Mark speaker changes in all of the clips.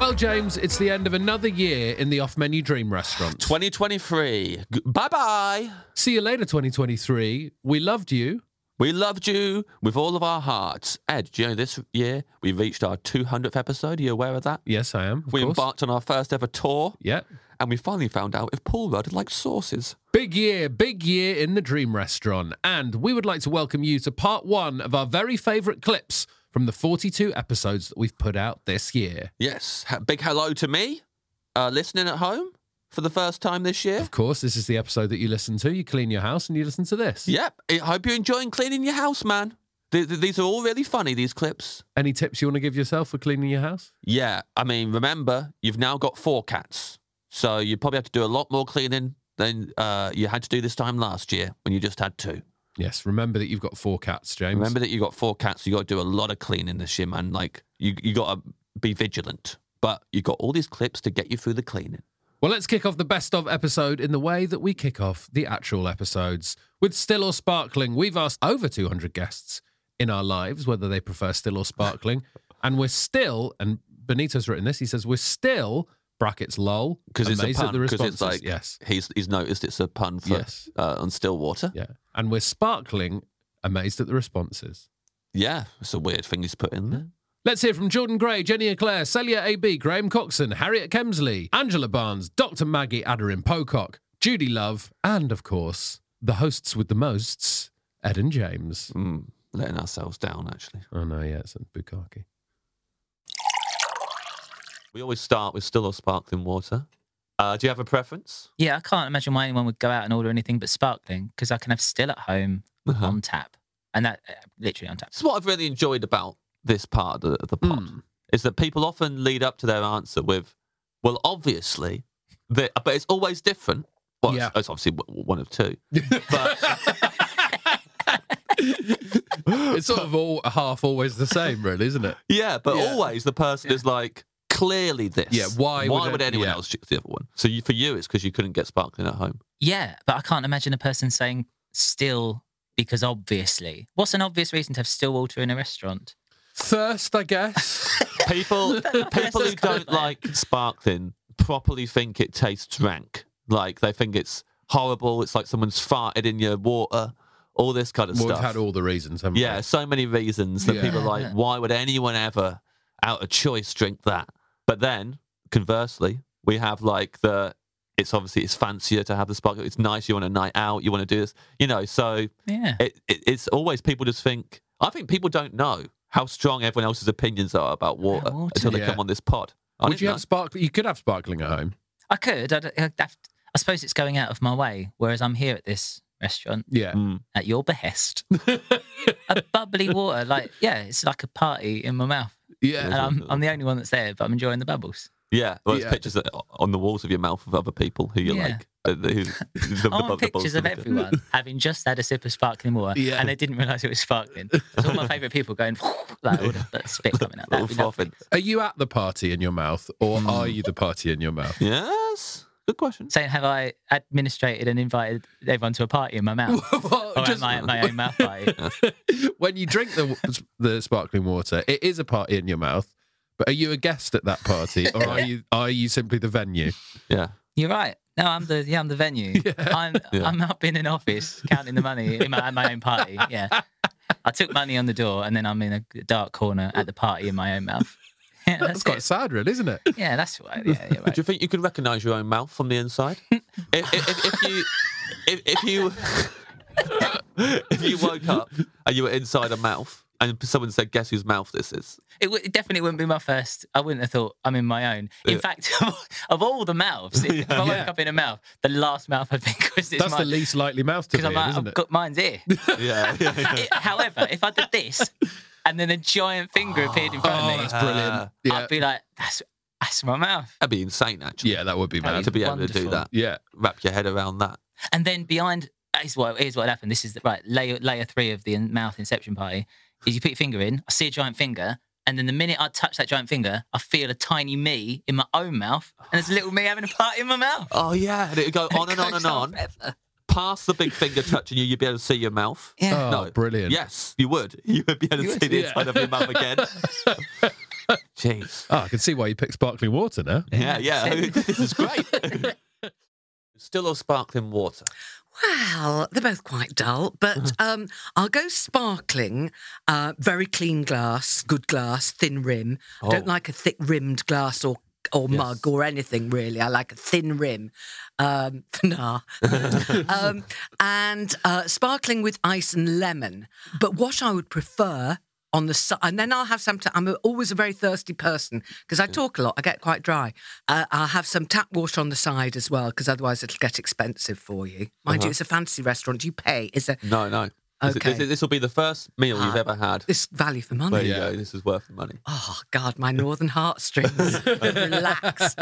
Speaker 1: Well, James, it's the end of another year in the off-menu dream restaurant.
Speaker 2: 2023. Bye bye.
Speaker 1: See you later, 2023. We loved you.
Speaker 2: We loved you with all of our hearts. Ed, do you know this year we reached our 200th episode? Are you aware of that?
Speaker 1: Yes, I am. of
Speaker 2: we
Speaker 1: course.
Speaker 2: embarked on our first ever tour
Speaker 1: Yeah.
Speaker 2: and we finally found out if Paul Rudd liked sauces.
Speaker 1: Big year, big year in the Dream Restaurant. And we would like to welcome you to part one of our very favourite clips from the 42 episodes that we've put out this year.
Speaker 2: Yes. Ha- Big hello to me, uh, listening at home for the first time this year.
Speaker 1: Of course, this is the episode that you listen to. You clean your house and you listen to this.
Speaker 2: Yep. I hope you're enjoying cleaning your house, man. Th- th- these are all really funny, these clips.
Speaker 1: Any tips you want to give yourself for cleaning your house?
Speaker 2: Yeah. I mean, remember, you've now got four cats. So you probably have to do a lot more cleaning than uh, you had to do this time last year when you just had two.
Speaker 1: Yes, remember that you've got four cats, James.
Speaker 2: Remember that you got four cats. You got to do a lot of cleaning this year, man. Like you, you got to be vigilant. But you got all these clips to get you through the cleaning.
Speaker 1: Well, let's kick off the best of episode in the way that we kick off the actual episodes. With still or sparkling, we've asked over 200 guests in our lives whether they prefer still or sparkling. and we're still, and Benito's written this, he says, we're still, brackets lol,
Speaker 2: Because it's a
Speaker 1: amazed at
Speaker 2: pun.
Speaker 1: the
Speaker 2: Because
Speaker 1: responses.
Speaker 2: it's like
Speaker 1: yes.
Speaker 2: he's he's noticed it's a pun for
Speaker 1: Yes.
Speaker 2: uh, on Stillwater.
Speaker 1: Yeah. And we're sparkling, amazed at the responses.
Speaker 2: Yeah, it's a weird thing he's put in there.
Speaker 1: Let's hear from Jordan Gray, Jenny Eclair, Celia AB, Graham Coxon, Harriet Kemsley, Angela Barnes, Dr. Maggie Adarin Pocock, Judy Love, and of course, the hosts with the mosts, Ed and James.
Speaker 2: Mm, letting ourselves down, actually.
Speaker 1: Oh no, yeah, it's a bukkake.
Speaker 2: We always start with still or sparkling water. Uh, do you have a preference?
Speaker 3: Yeah, I can't imagine why anyone would go out and order anything but sparkling because I can have still at home
Speaker 2: Uh-huh.
Speaker 3: on tap, and that uh, literally on tap.
Speaker 2: It's what I've really enjoyed about this part of the, of the pod
Speaker 1: Mm.
Speaker 2: is that people often lead up to their answer with, "Well, obviously," the, but it's always different. Well, it's-
Speaker 1: Yeah.
Speaker 2: it's obviously w- w- one of two.
Speaker 1: It's sort of all half always the same, really, isn't it?
Speaker 2: Yeah, but
Speaker 1: Yeah.
Speaker 2: always the person is like, "Clearly, this."
Speaker 1: Yeah, why
Speaker 2: Why
Speaker 1: would
Speaker 2: would,
Speaker 1: it-
Speaker 2: anyone
Speaker 1: yeah.
Speaker 2: else choose the other one? So you, for you, it's because you couldn't get sparkling at home.
Speaker 3: Yeah, but I can't imagine a person saying still because obviously. What's an obvious reason to have still water in a restaurant?
Speaker 1: Thirst, I guess.
Speaker 2: People, people who
Speaker 3: That's kind of
Speaker 2: don't like sparkling properly think it tastes rank. Like they think it's horrible. It's like someone's farted in your water. All this kind of
Speaker 1: well, we've
Speaker 2: stuff.
Speaker 1: had all the reasons, haven't
Speaker 2: Yeah, so many reasons that
Speaker 1: Yeah.
Speaker 2: people are like, why would anyone ever, out of choice, drink that? But then, conversely, we have like the, it's obviously it's fancier to have the sparkle. It's nice. You want a night out. You want to do this. You know. So
Speaker 3: Yeah.
Speaker 2: it, it, it's always people just think. I think people don't know how strong everyone else's opinions are about water,
Speaker 3: water.
Speaker 2: uh, until they
Speaker 1: Yeah.
Speaker 2: come on this pod. I
Speaker 1: we? Would
Speaker 2: didn't
Speaker 1: you
Speaker 2: know.
Speaker 1: have sparkling? You could have sparkling at home.
Speaker 3: I could. I'd, I'd have to- I suppose it's going out of my way, whereas I'm here at this restaurant
Speaker 1: Yeah.
Speaker 2: Mm.
Speaker 3: at your behest. a bubbly water, like yeah, it's like a party in my mouth.
Speaker 1: Yeah.
Speaker 3: And I'm, I'm the only one that's there, but I'm enjoying the bubbles.
Speaker 2: Yeah, well, it's
Speaker 1: Yeah.
Speaker 2: pictures that- on the walls of your mouth of other people who you
Speaker 3: Yeah.
Speaker 2: like. uh, who- the-
Speaker 3: I
Speaker 2: the-
Speaker 3: want
Speaker 2: the- the-
Speaker 3: pictures
Speaker 2: the-
Speaker 3: of everyone having just had a sip of sparkling water,
Speaker 1: Yeah.
Speaker 3: and they didn't realise it was sparkling. It's all my favourite people going like all the the spit coming out.
Speaker 2: Little
Speaker 3: That'd be lovely.
Speaker 2: frothing.
Speaker 1: Are you at the party in your mouth, or are you the party in your mouth?
Speaker 2: Yes, good question.
Speaker 3: Saying, have I administrated and invited everyone to a party in my mouth?
Speaker 1: Well,
Speaker 3: or
Speaker 1: just-
Speaker 3: my, my own mouth party?
Speaker 1: when you drink the the sparkling water, it is a party in your mouth. But are you a guest at that party, or are you are you simply the venue?
Speaker 2: Yeah,
Speaker 3: You're right. No, I'm the yeah, I'm the venue. I'm
Speaker 2: Yeah.
Speaker 3: I'm up in an office counting the money in my, at my own party. Yeah, I took money on the door, and then I'm in a dark corner at the party in my own mouth. Yeah,
Speaker 1: That's
Speaker 3: that's
Speaker 1: quite
Speaker 3: it.
Speaker 1: sad, really, isn't it?
Speaker 3: Yeah, that's right. Yeah, yeah,
Speaker 2: do
Speaker 3: right.
Speaker 2: you think you can recognise your own mouth from the inside? if, if, if, if you, if, if you, if you woke up and you were inside a mouth, and someone said, "Guess whose mouth this is?"
Speaker 3: It, w- it definitely wouldn't be my first. I wouldn't have thought I'm in my own. In
Speaker 2: Yeah.
Speaker 3: fact, of all the mouths, if, if I woke
Speaker 1: Uh, Yeah.
Speaker 3: up in a mouth, the last mouth I think was this
Speaker 1: That's the least likely mouth to be,
Speaker 3: because I'm
Speaker 1: in,
Speaker 3: like, I've
Speaker 1: isn't it?
Speaker 3: got mine's ear.
Speaker 2: Yeah, yeah, yeah.
Speaker 3: It- however, if I did this, and then a giant finger appeared in front
Speaker 1: Oh,
Speaker 3: of me,
Speaker 1: that's brilliant! Yeah,
Speaker 3: I'd be like, that's that's my mouth.
Speaker 2: that'd be insane. Actually,
Speaker 1: yeah, that would be
Speaker 3: That'd
Speaker 1: mad.
Speaker 2: to be able to do
Speaker 3: wonderful.
Speaker 2: that,
Speaker 1: Yeah,
Speaker 2: wrap your head around that.
Speaker 3: And then behind is what here's what happened. This is the, right layer layer three of the in- mouth inception party. Is you put your finger in, I see a giant finger, and then the minute I touch that giant finger, I feel a tiny me in my own mouth, and there's a little me having a party in my mouth.
Speaker 2: Oh yeah, and it'd go on and on
Speaker 3: Goes
Speaker 2: and on.
Speaker 3: forever.
Speaker 2: Past the big finger touching you, you'd be able to see your mouth.
Speaker 3: Yeah.
Speaker 1: Oh, brilliant.
Speaker 2: Yes, you would. You would be able to
Speaker 3: You
Speaker 2: see
Speaker 3: would,
Speaker 2: the
Speaker 1: yeah.
Speaker 2: inside of your mouth again. Jeez.
Speaker 1: Oh, I can see why you picked sparkling water now.
Speaker 2: Yeah, yeah.
Speaker 3: Yeah.
Speaker 2: this is great. Still or sparkling water?
Speaker 4: Well, they're both quite dull, but
Speaker 2: Uh-huh.
Speaker 4: um, I'll go sparkling, uh, very clean glass, good glass, thin rim. I don't
Speaker 2: Oh.
Speaker 4: like a thick rimmed glass or or
Speaker 2: Yes.
Speaker 4: mug or anything really. I like a thin rim. Um, nah. um, and uh, sparkling with ice and lemon. But what I would prefer on the side, and then I'll have some. ta- I'm a- always a very thirsty person because I talk a lot. I get quite dry. Uh, I'll have some tap water on the side as well because otherwise it'll get expensive for you. Mind
Speaker 1: Uh-huh.
Speaker 4: you, it's a fancy restaurant. You pay. It's a
Speaker 2: No, no. This-
Speaker 4: Okay.
Speaker 2: This, this will be the first meal
Speaker 5: Ah.
Speaker 2: you've ever had.
Speaker 4: this value for money.
Speaker 2: There you
Speaker 1: Yeah.
Speaker 2: go. This is worth the money.
Speaker 5: Ah.
Speaker 4: Oh God, my northern heartstrings relaxed.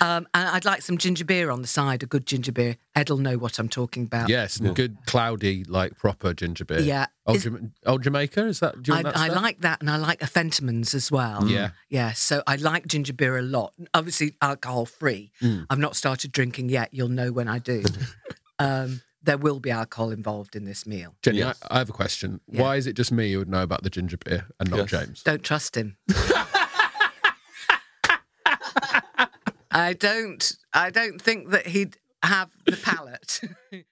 Speaker 4: Um, and I'd like some ginger beer on the side, a good ginger beer. Ed'll know what I'm talking about.
Speaker 1: Yes, and good cloudy, like proper ginger beer.
Speaker 4: Yeah.
Speaker 1: Old,
Speaker 4: Is-
Speaker 1: Jama- old Jamaica is that? Do you
Speaker 4: I,
Speaker 1: want that
Speaker 4: I
Speaker 1: stuff?
Speaker 4: like that, and I like a Fentimans as well.
Speaker 1: Yeah.
Speaker 4: yeah. So I like ginger beer a lot. Obviously, alcohol free.
Speaker 1: Hmm.
Speaker 4: I've not started drinking yet. You'll know when I do. um, there will be alcohol involved in this meal.
Speaker 1: Jenny,
Speaker 2: Yes.
Speaker 1: I, I have a question. Why is it just me who would know about the ginger beer and not
Speaker 2: Yes.
Speaker 1: James?
Speaker 4: Don't trust him. I don't. I don't think that he'd have the palate.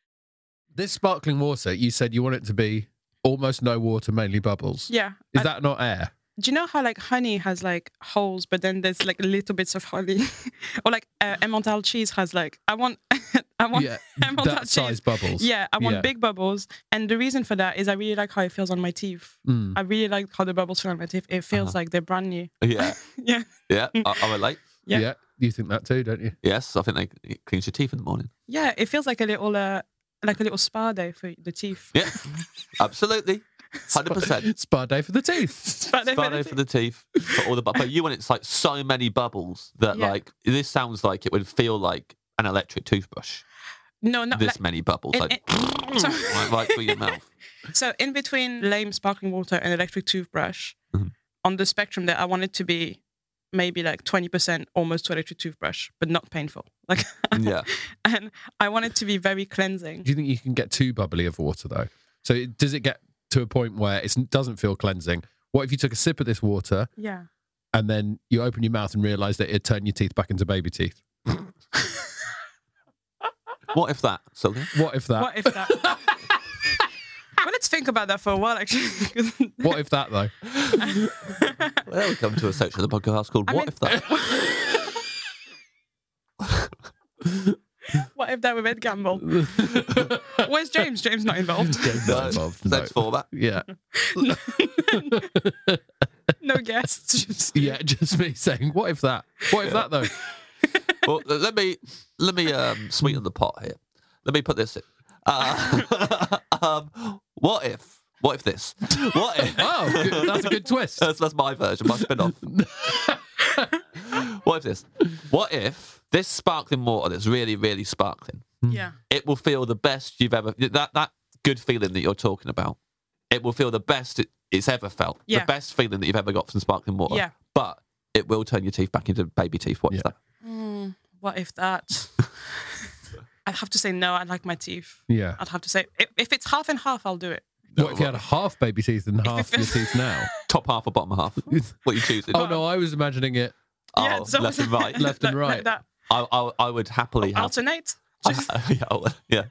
Speaker 1: This sparkling water, you said you want it to be almost no water, mainly bubbles.
Speaker 5: Yeah.
Speaker 1: Is
Speaker 5: I-
Speaker 1: that not air?
Speaker 5: do you know how like honey has like holes, but then there's like little bits of honey, or like uh, Emmental cheese has like I want, I want
Speaker 1: Yeah,
Speaker 5: Emmental
Speaker 1: that
Speaker 5: cheese.
Speaker 1: size bubbles.
Speaker 5: Yeah, I want
Speaker 1: Yeah.
Speaker 5: big bubbles, and the reason for that is I really like how it feels on my teeth.
Speaker 1: Mm.
Speaker 5: I
Speaker 1: Uh-huh.
Speaker 5: really like how the bubbles feel on my teeth. It feels like they're brand new.
Speaker 2: Yeah,
Speaker 5: Yeah,
Speaker 2: yeah. I, I relate.
Speaker 1: Yeah.
Speaker 5: Yeah.
Speaker 1: you think that too, don't you?
Speaker 2: Yes, I think they it cleans your teeth in the morning.
Speaker 5: yeah. It feels like a little, uh, like a little spa day for the teeth.
Speaker 2: Yeah, absolutely, hundred percent.
Speaker 1: Spa day for the teeth.
Speaker 5: Spa day for
Speaker 2: Spa
Speaker 5: the
Speaker 2: day for the teeth, for all the bu- but you want it's like so many bubbles that
Speaker 5: Yeah.
Speaker 2: like this sounds like it would feel like an electric toothbrush.
Speaker 5: No, not
Speaker 2: this
Speaker 5: like,
Speaker 2: many bubbles,
Speaker 5: it-
Speaker 2: like
Speaker 5: it- so-
Speaker 2: Mm. right, right through your mouth.
Speaker 5: So in between lame sparkling water and electric toothbrush,
Speaker 1: Mm-hmm.
Speaker 2: Mhm.
Speaker 5: on the spectrum there, I want it to be maybe like twenty percent almost to electric toothbrush, but not painful. Like,
Speaker 2: Yeah,
Speaker 5: and I want it to be very cleansing.
Speaker 1: Do you think you can get too bubbly of water though? So it- does it get to a point where it's- it doesn't feel cleansing? What if you took a sip of this water
Speaker 5: Yeah.
Speaker 1: and then you open your mouth and realize that it'd turn your teeth back into baby teeth?
Speaker 2: what if that, Sylvia?
Speaker 1: What if that?
Speaker 5: What if that? well, let's think about that for a while, actually. 'cause-
Speaker 1: What if that though?
Speaker 2: Well, we come to a section of the podcast called
Speaker 5: I
Speaker 2: "What
Speaker 5: mean-
Speaker 2: If That."
Speaker 5: what if that were Ed Gamble? Where's James? James not involved.
Speaker 1: not involved, no.
Speaker 2: Thanks for that.
Speaker 1: Yeah.
Speaker 5: No guests. Just-
Speaker 1: Yeah, just me saying, what if that? What if that though?
Speaker 2: Well, let me let me um, sweeten the pot here. Let me put this in. Uh, um, what if What if this? What if?
Speaker 1: Oh, good- that's a good twist.
Speaker 2: That's, that's my version, my spin off. what if this? What if this sparkling water that's really, really sparkling,
Speaker 5: Yeah.
Speaker 2: it will feel the best you've ever, that, that good feeling that you're talking about, it will feel the best it, it's ever felt.
Speaker 5: Yeah.
Speaker 2: The best feeling that you've ever got from sparkling water.
Speaker 5: Yeah.
Speaker 2: But it will turn your teeth back into baby teeth. What is that?
Speaker 5: Mm, what if that? I'd have to say no. I like my teeth.
Speaker 1: Yeah.
Speaker 5: I'd have to say if, if it's half and half, I'll do it.
Speaker 1: What if you had half baby teeth and half your teeth now?
Speaker 2: Top half or bottom half? what are you choosing?
Speaker 1: Oh no, I was imagining it.
Speaker 2: Oh,
Speaker 5: Yeah, so-
Speaker 2: left and right.
Speaker 1: Left and
Speaker 5: Like-
Speaker 1: right.
Speaker 5: like that.
Speaker 2: I, I, I would happily have.
Speaker 5: Alternate. Just-
Speaker 2: yeah, well, yeah.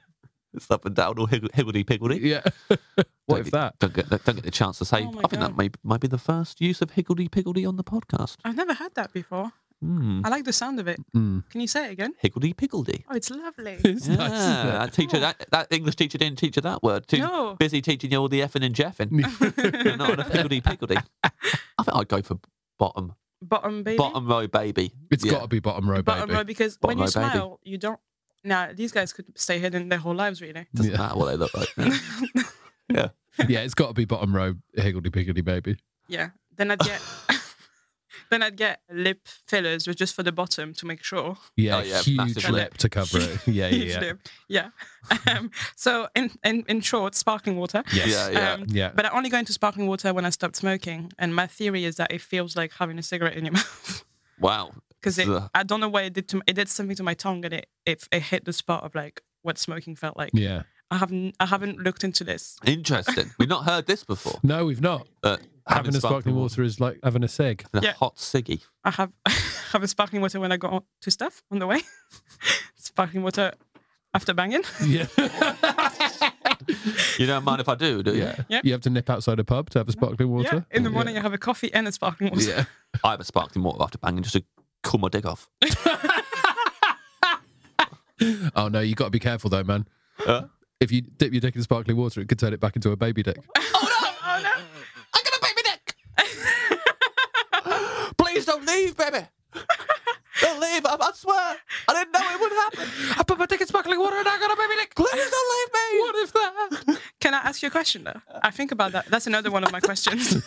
Speaker 2: It's up and down, all higg- higgledy piggledy.
Speaker 1: Yeah. what
Speaker 2: Don't
Speaker 1: if
Speaker 2: get-
Speaker 1: that?
Speaker 2: Don't get, don't get the chance to say.
Speaker 5: Oh my
Speaker 2: I think that
Speaker 5: God.
Speaker 2: may, might be the first use of higgledy piggledy on the podcast.
Speaker 5: I've never heard that before.
Speaker 2: Mm.
Speaker 5: I like the sound of it.
Speaker 1: Mm.
Speaker 5: Can you say it again?
Speaker 2: Higgledy piggledy.
Speaker 5: Oh, it's lovely.
Speaker 1: It's
Speaker 2: Yeah,
Speaker 1: nice, isn't it?
Speaker 2: Ah, that teacher, that, that English teacher didn't teach you that word. Too
Speaker 5: No.
Speaker 2: busy teaching you all the effing and jeffing. You're not on a higgledy piggledy. I think I'd go for bottom,
Speaker 5: Bottom baby.
Speaker 2: bottom row baby.
Speaker 1: It's
Speaker 2: Yeah.
Speaker 1: got to be bottom row,
Speaker 5: Bottom
Speaker 1: baby.
Speaker 5: row because
Speaker 2: Bottom
Speaker 5: when
Speaker 2: row
Speaker 5: you
Speaker 2: baby.
Speaker 5: smile, you don't. Nah, these guys could stay hidden their whole lives, really.
Speaker 2: Doesn't
Speaker 1: Yeah.
Speaker 2: matter what they look like. yeah.
Speaker 1: Yeah, it's got to be bottom row, higgledy piggledy baby.
Speaker 5: Yeah. Then I'd get. then I'd get lip fillers, which just for the bottom to make sure.
Speaker 1: Yeah,
Speaker 2: Oh, yeah,
Speaker 1: huge
Speaker 2: massive
Speaker 1: lip to cover it. Yeah,
Speaker 5: Huge
Speaker 1: yeah, yeah.
Speaker 5: lip. Yeah. Um, so in, in in short, sparkling water.
Speaker 1: Yes.
Speaker 2: Yeah, yeah.
Speaker 5: Um,
Speaker 1: Yeah.
Speaker 5: But I only go into sparkling water when I stopped smoking, and my theory is that it feels like having a cigarette in your mouth
Speaker 2: wow.
Speaker 5: because
Speaker 2: Ugh.
Speaker 5: I don't know what it did to m- it did something to my tongue, and it it, it hit the spot of like what smoking felt like.
Speaker 1: yeah.
Speaker 5: I haven't I haven't looked into this.
Speaker 2: Interesting. We've not heard this before.
Speaker 1: No, we've not.
Speaker 2: But
Speaker 1: Having, a sparkling water, is like having a cig.
Speaker 2: and a
Speaker 5: Yeah.
Speaker 2: hot ciggy.
Speaker 5: I have have a sparkling water when I go to stuff on the way. sparkling water after banging.
Speaker 1: Yeah.
Speaker 2: You don't mind if I do, do you?
Speaker 5: Yeah.
Speaker 1: You have to nip outside a pub to have a sparkling water.
Speaker 5: Yeah. In the morning, I have a coffee and a sparkling water.
Speaker 1: Yeah.
Speaker 2: I have a sparkling water after banging just to cool my dick off.
Speaker 1: Oh no, you got to be careful though, man.
Speaker 2: Uh,
Speaker 1: If you dip your dick in sparkling water, it could turn it back into a baby dick.
Speaker 5: Oh no!
Speaker 2: I got a baby dick! Please don't leave, baby! Don't leave, I, I swear! I didn't know it would happen! I put my dick in sparkling water and I got a baby dick! Please don't leave me! What if that?
Speaker 5: Can I ask you a question though? I think about that. That's another one of my questions.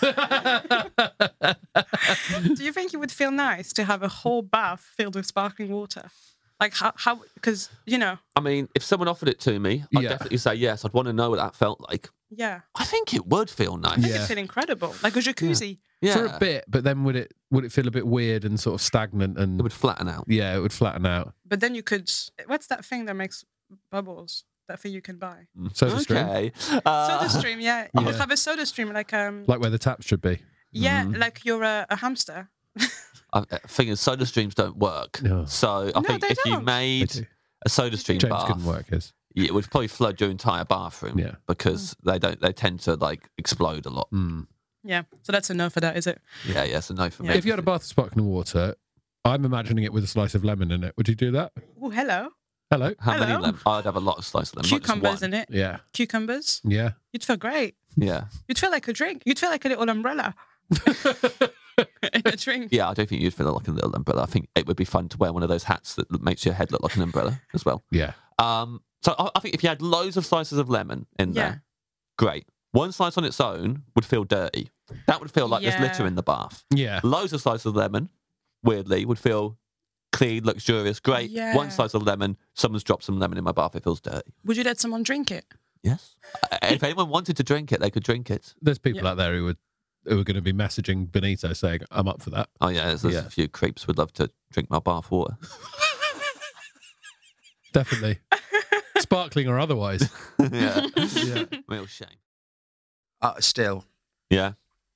Speaker 5: Do you think it would feel nice to have a whole bath filled with sparkling water? Like how? How? Because you know,
Speaker 2: I mean, if someone offered it to me, I'd
Speaker 1: Yeah.
Speaker 2: definitely say yes. I'd want to know what that felt like.
Speaker 5: yeah,
Speaker 2: I think it would feel nice.
Speaker 5: it
Speaker 1: Yeah.
Speaker 5: would feel incredible, like a jacuzzi.
Speaker 2: Yeah.
Speaker 1: For a bit, but then would it would it feel a bit weird and sort of stagnant and
Speaker 2: It would flatten out.
Speaker 1: yeah, it would flatten out.
Speaker 5: But then you could. What's that thing that makes bubbles? That thing you can buy.
Speaker 1: Mm, Soda stream?
Speaker 2: okay.
Speaker 5: Soda
Speaker 2: Uh,
Speaker 5: stream, yeah. You could
Speaker 1: Yeah.
Speaker 5: have a soda stream, like um,
Speaker 1: Like where the taps should be.
Speaker 5: yeah,
Speaker 1: Mm-hmm.
Speaker 5: like you're a, a hamster.
Speaker 2: I I think is soda streams don't work.
Speaker 1: No.
Speaker 2: So I
Speaker 5: No,
Speaker 2: think
Speaker 5: they
Speaker 2: if you
Speaker 5: don't.
Speaker 1: They
Speaker 2: made
Speaker 1: do.
Speaker 2: a soda stream
Speaker 1: James
Speaker 2: bath,
Speaker 1: couldn't work his.
Speaker 2: yeah, it would probably flood your entire bathroom
Speaker 1: Yeah.
Speaker 2: because
Speaker 5: Hmm.
Speaker 2: they don't. They tend to like explode a lot.
Speaker 1: Mm.
Speaker 5: Yeah. So that's enough of that, is it?
Speaker 2: Yeah, yeah. So no for
Speaker 5: Yeah.
Speaker 2: me.
Speaker 1: If you had a bath of sparkling water, I'm imagining it with a slice of lemon in it. Would you do that?
Speaker 5: Oh, hello.
Speaker 1: Hello.
Speaker 2: how many
Speaker 5: Hello?
Speaker 2: lemon? I'd have a lot of slices of lemon.
Speaker 5: Cucumbers
Speaker 2: not
Speaker 5: in it.
Speaker 1: Yeah.
Speaker 5: Cucumbers.
Speaker 1: Yeah.
Speaker 5: You'd feel great.
Speaker 2: just one. Yeah,
Speaker 5: You'd feel like a drink. You'd feel like a little umbrella. In a drink.
Speaker 2: yeah. I don't think you'd feel like a little umbrella. I think it would be fun to wear one of those hats that l- makes your head look like an umbrella as well.
Speaker 1: Yeah.
Speaker 2: Um, so I, I think if you had loads of slices of lemon in
Speaker 5: Yeah.
Speaker 2: there, great. One slice on its own would feel dirty. That would feel like there's litter
Speaker 5: Yeah.
Speaker 2: in the bath.
Speaker 1: Yeah.
Speaker 2: loads of slices of lemon, weirdly, would feel clean, luxurious, great.
Speaker 5: Yeah.
Speaker 2: One slice of lemon, someone's dropped some lemon in my bath, it feels dirty.
Speaker 5: Would you let someone drink it?
Speaker 2: Yes. if anyone wanted to drink it, they could drink it.
Speaker 1: There's people
Speaker 5: Yeah.
Speaker 1: out there who would who are going to be messaging Benito saying, "I'm up for that."
Speaker 2: Oh, yeah, there's, there's
Speaker 1: Yeah.
Speaker 2: a few creeps would love to drink my bath water.
Speaker 1: Definitely. Sparkling or otherwise.
Speaker 2: yeah.
Speaker 1: Yeah.
Speaker 2: Real shame.
Speaker 6: Uh, still,
Speaker 2: Yeah.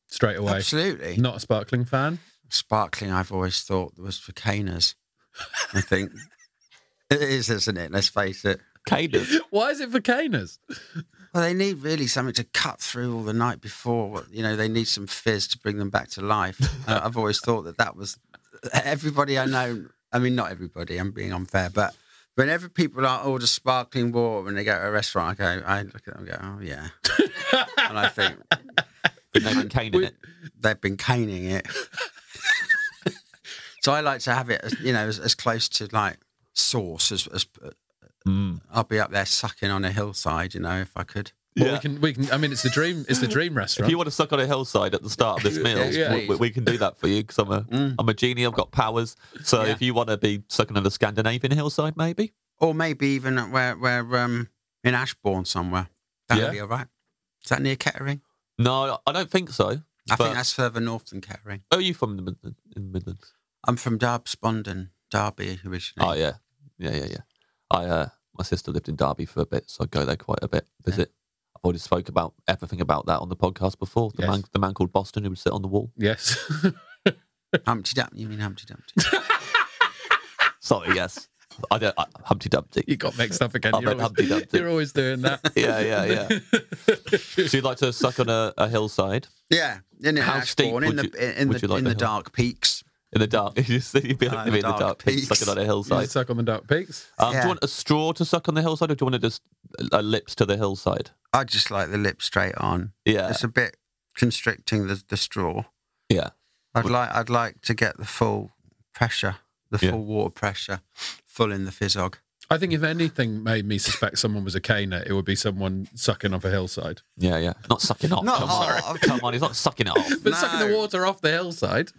Speaker 1: Straight away.
Speaker 6: absolutely.
Speaker 1: Not a sparkling fan.
Speaker 6: Sparkling, I've always thought was for caners. I think it is, isn't it? Let's face it.
Speaker 2: Cadence.
Speaker 1: Why is it for caners?
Speaker 6: Well, they need really something to cut through all the night before. You know, they need some fizz to bring them back to life. uh, I've always thought that that was everybody I know. I mean, not everybody. I'm being unfair, but whenever people are order sparkling water when they go to a restaurant, I go, I look at them, and go, oh yeah, and I think
Speaker 2: Maybe cane in it.
Speaker 6: they've been caning it. so I like to have it, as, you know, as, as close to like sauce as, as
Speaker 2: Mm.
Speaker 6: I'll be up there sucking on a hillside, you know, if I could.
Speaker 7: But
Speaker 2: Yeah.
Speaker 7: we can we can I mean it's the dream it's the dream
Speaker 2: If
Speaker 7: restaurant.
Speaker 2: you want to suck on a hillside at the start of this meal,
Speaker 7: Yeah. Mm.
Speaker 2: we, we- we can do that for you because I'm a am a genie. I've got powers. So if you want to be sucking on a Scandinavian hillside, maybe
Speaker 7: Oh.
Speaker 8: or maybe even at where where um in Ashbourne somewhere. That'd
Speaker 7: Yeah.
Speaker 8: be all right. Is that near Kettering?
Speaker 2: no, I don't think so.
Speaker 8: I
Speaker 2: But-
Speaker 8: think that's further north than Kettering.
Speaker 2: Oh, you from the Midlands? In the Midlands?
Speaker 8: I'm from Darbspondon, Derby originally.
Speaker 2: Oh yeah, yeah, yeah, yeah. I uh, my sister lived in Derby for a bit, so I go there quite a bit. Visit. I've already spoke about everything about that on the podcast before. The
Speaker 7: Yes.
Speaker 2: man, the man called Boston who would sit on the wall.
Speaker 7: Yes.
Speaker 8: Humpty Dumpty, you mean Humpty Dumpty?
Speaker 2: Sorry, yes. I don't. I, Humpty Dumpty.
Speaker 7: you got mixed up again.
Speaker 2: I
Speaker 7: You're
Speaker 2: meant Humpty
Speaker 7: always,
Speaker 2: Dumpty.
Speaker 7: you're always doing that.
Speaker 2: Yeah, yeah, yeah. so you'd like to suck on a, a hillside
Speaker 8: yeah, in
Speaker 2: How steep
Speaker 8: Ashbourne, in
Speaker 2: would
Speaker 8: the
Speaker 2: you-
Speaker 8: in
Speaker 2: would
Speaker 8: the,
Speaker 2: you like
Speaker 8: in
Speaker 2: the
Speaker 8: the
Speaker 2: hill?
Speaker 8: dark peaks.
Speaker 2: in the dark? you just think you'd be like
Speaker 8: Oh,
Speaker 2: me in the dark,
Speaker 8: peaks.
Speaker 2: sucking on a
Speaker 7: You
Speaker 2: hillside.
Speaker 7: just suck on the dark peaks.
Speaker 2: Um, Do
Speaker 8: Yeah.
Speaker 2: you want a straw to suck on the hillside, or do you want to just a lips to the hillside?
Speaker 8: I just like the lip straight on.
Speaker 2: Yeah,
Speaker 8: It's a bit constricting the, the straw.
Speaker 2: yeah.
Speaker 8: I'd like I'd like to get the full pressure, the
Speaker 2: Yeah.
Speaker 8: full water pressure, full in the fizzog.
Speaker 7: I think if anything made me suspect someone was a caner, it would be someone sucking off a hillside.
Speaker 2: Yeah, yeah. Not sucking off.
Speaker 8: Not
Speaker 2: Come on.
Speaker 8: off.
Speaker 2: Come on, he's not sucking it off.
Speaker 7: But sucking the
Speaker 8: No.
Speaker 7: water off the hillside.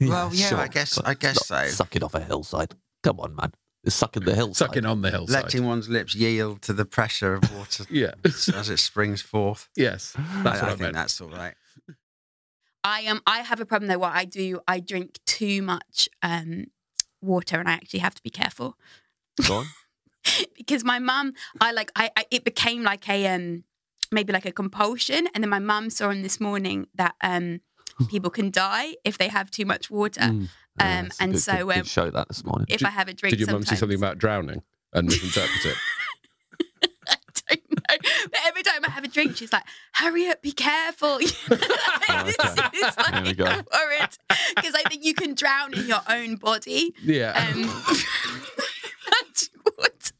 Speaker 8: Well, yeah, I guess- I guess
Speaker 2: Not
Speaker 8: so.
Speaker 2: Sucking off a hillside. Come on, man. It's sucking the hillside.
Speaker 7: Sucking on the hillside.
Speaker 8: Letting one's lips yield to the pressure of water
Speaker 7: Yeah.
Speaker 8: as it springs forth.
Speaker 7: Yes. That's
Speaker 8: I, I
Speaker 7: what I,
Speaker 8: think
Speaker 7: meant.
Speaker 8: that's all right.
Speaker 9: I um I have a problem though. What I do, I drink too much um water, and I actually have to be careful
Speaker 2: Go on.
Speaker 9: because my mum, I like, I, I it became like a um maybe like a compulsion, and then my mum saw on this morning that um people can die if they have too much water.
Speaker 1: Hmm.
Speaker 2: Mm. Yeah,
Speaker 9: Um,
Speaker 2: it's a
Speaker 9: and
Speaker 2: good-
Speaker 9: so,
Speaker 2: good, good
Speaker 9: um,
Speaker 2: show that this morning.
Speaker 9: If I have a drink,
Speaker 1: Did your mum
Speaker 9: sometimes.
Speaker 1: say something about drowning and misinterpret it?
Speaker 9: I don't know. But every time I have a drink, she's like, hurry up, be careful. It's
Speaker 2: Oh, There we
Speaker 9: like,
Speaker 2: go.
Speaker 9: I'm worried. Because I think you can drown in your own body.
Speaker 7: Yeah.
Speaker 9: Um, what?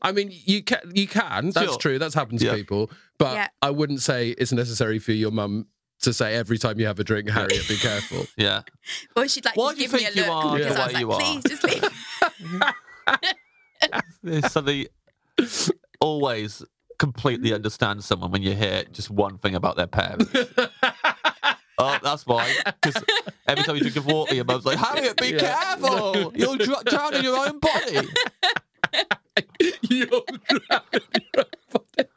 Speaker 1: I mean, you can. You can. That's
Speaker 2: Sure.
Speaker 1: true. That's happened to
Speaker 2: Yeah.
Speaker 1: people. But
Speaker 9: Yeah.
Speaker 1: I wouldn't say it's necessary for your mum to say every time you have a drink, Harriet, be careful.
Speaker 2: Yeah.
Speaker 9: Or she'd like,
Speaker 2: Why
Speaker 9: just
Speaker 2: do you
Speaker 9: give me
Speaker 2: think
Speaker 9: a
Speaker 2: you
Speaker 9: look,
Speaker 2: are the
Speaker 9: because I was
Speaker 2: way
Speaker 9: like,
Speaker 2: you are?
Speaker 9: please just leave.
Speaker 2: There's something always completely understand someone when you hear just one thing about their parents. Oh, that's why. Because every time you drink of water, your mum's like, Harriet, be
Speaker 7: Yeah.
Speaker 2: careful. You'll dr- drown in your own body.
Speaker 7: You're right.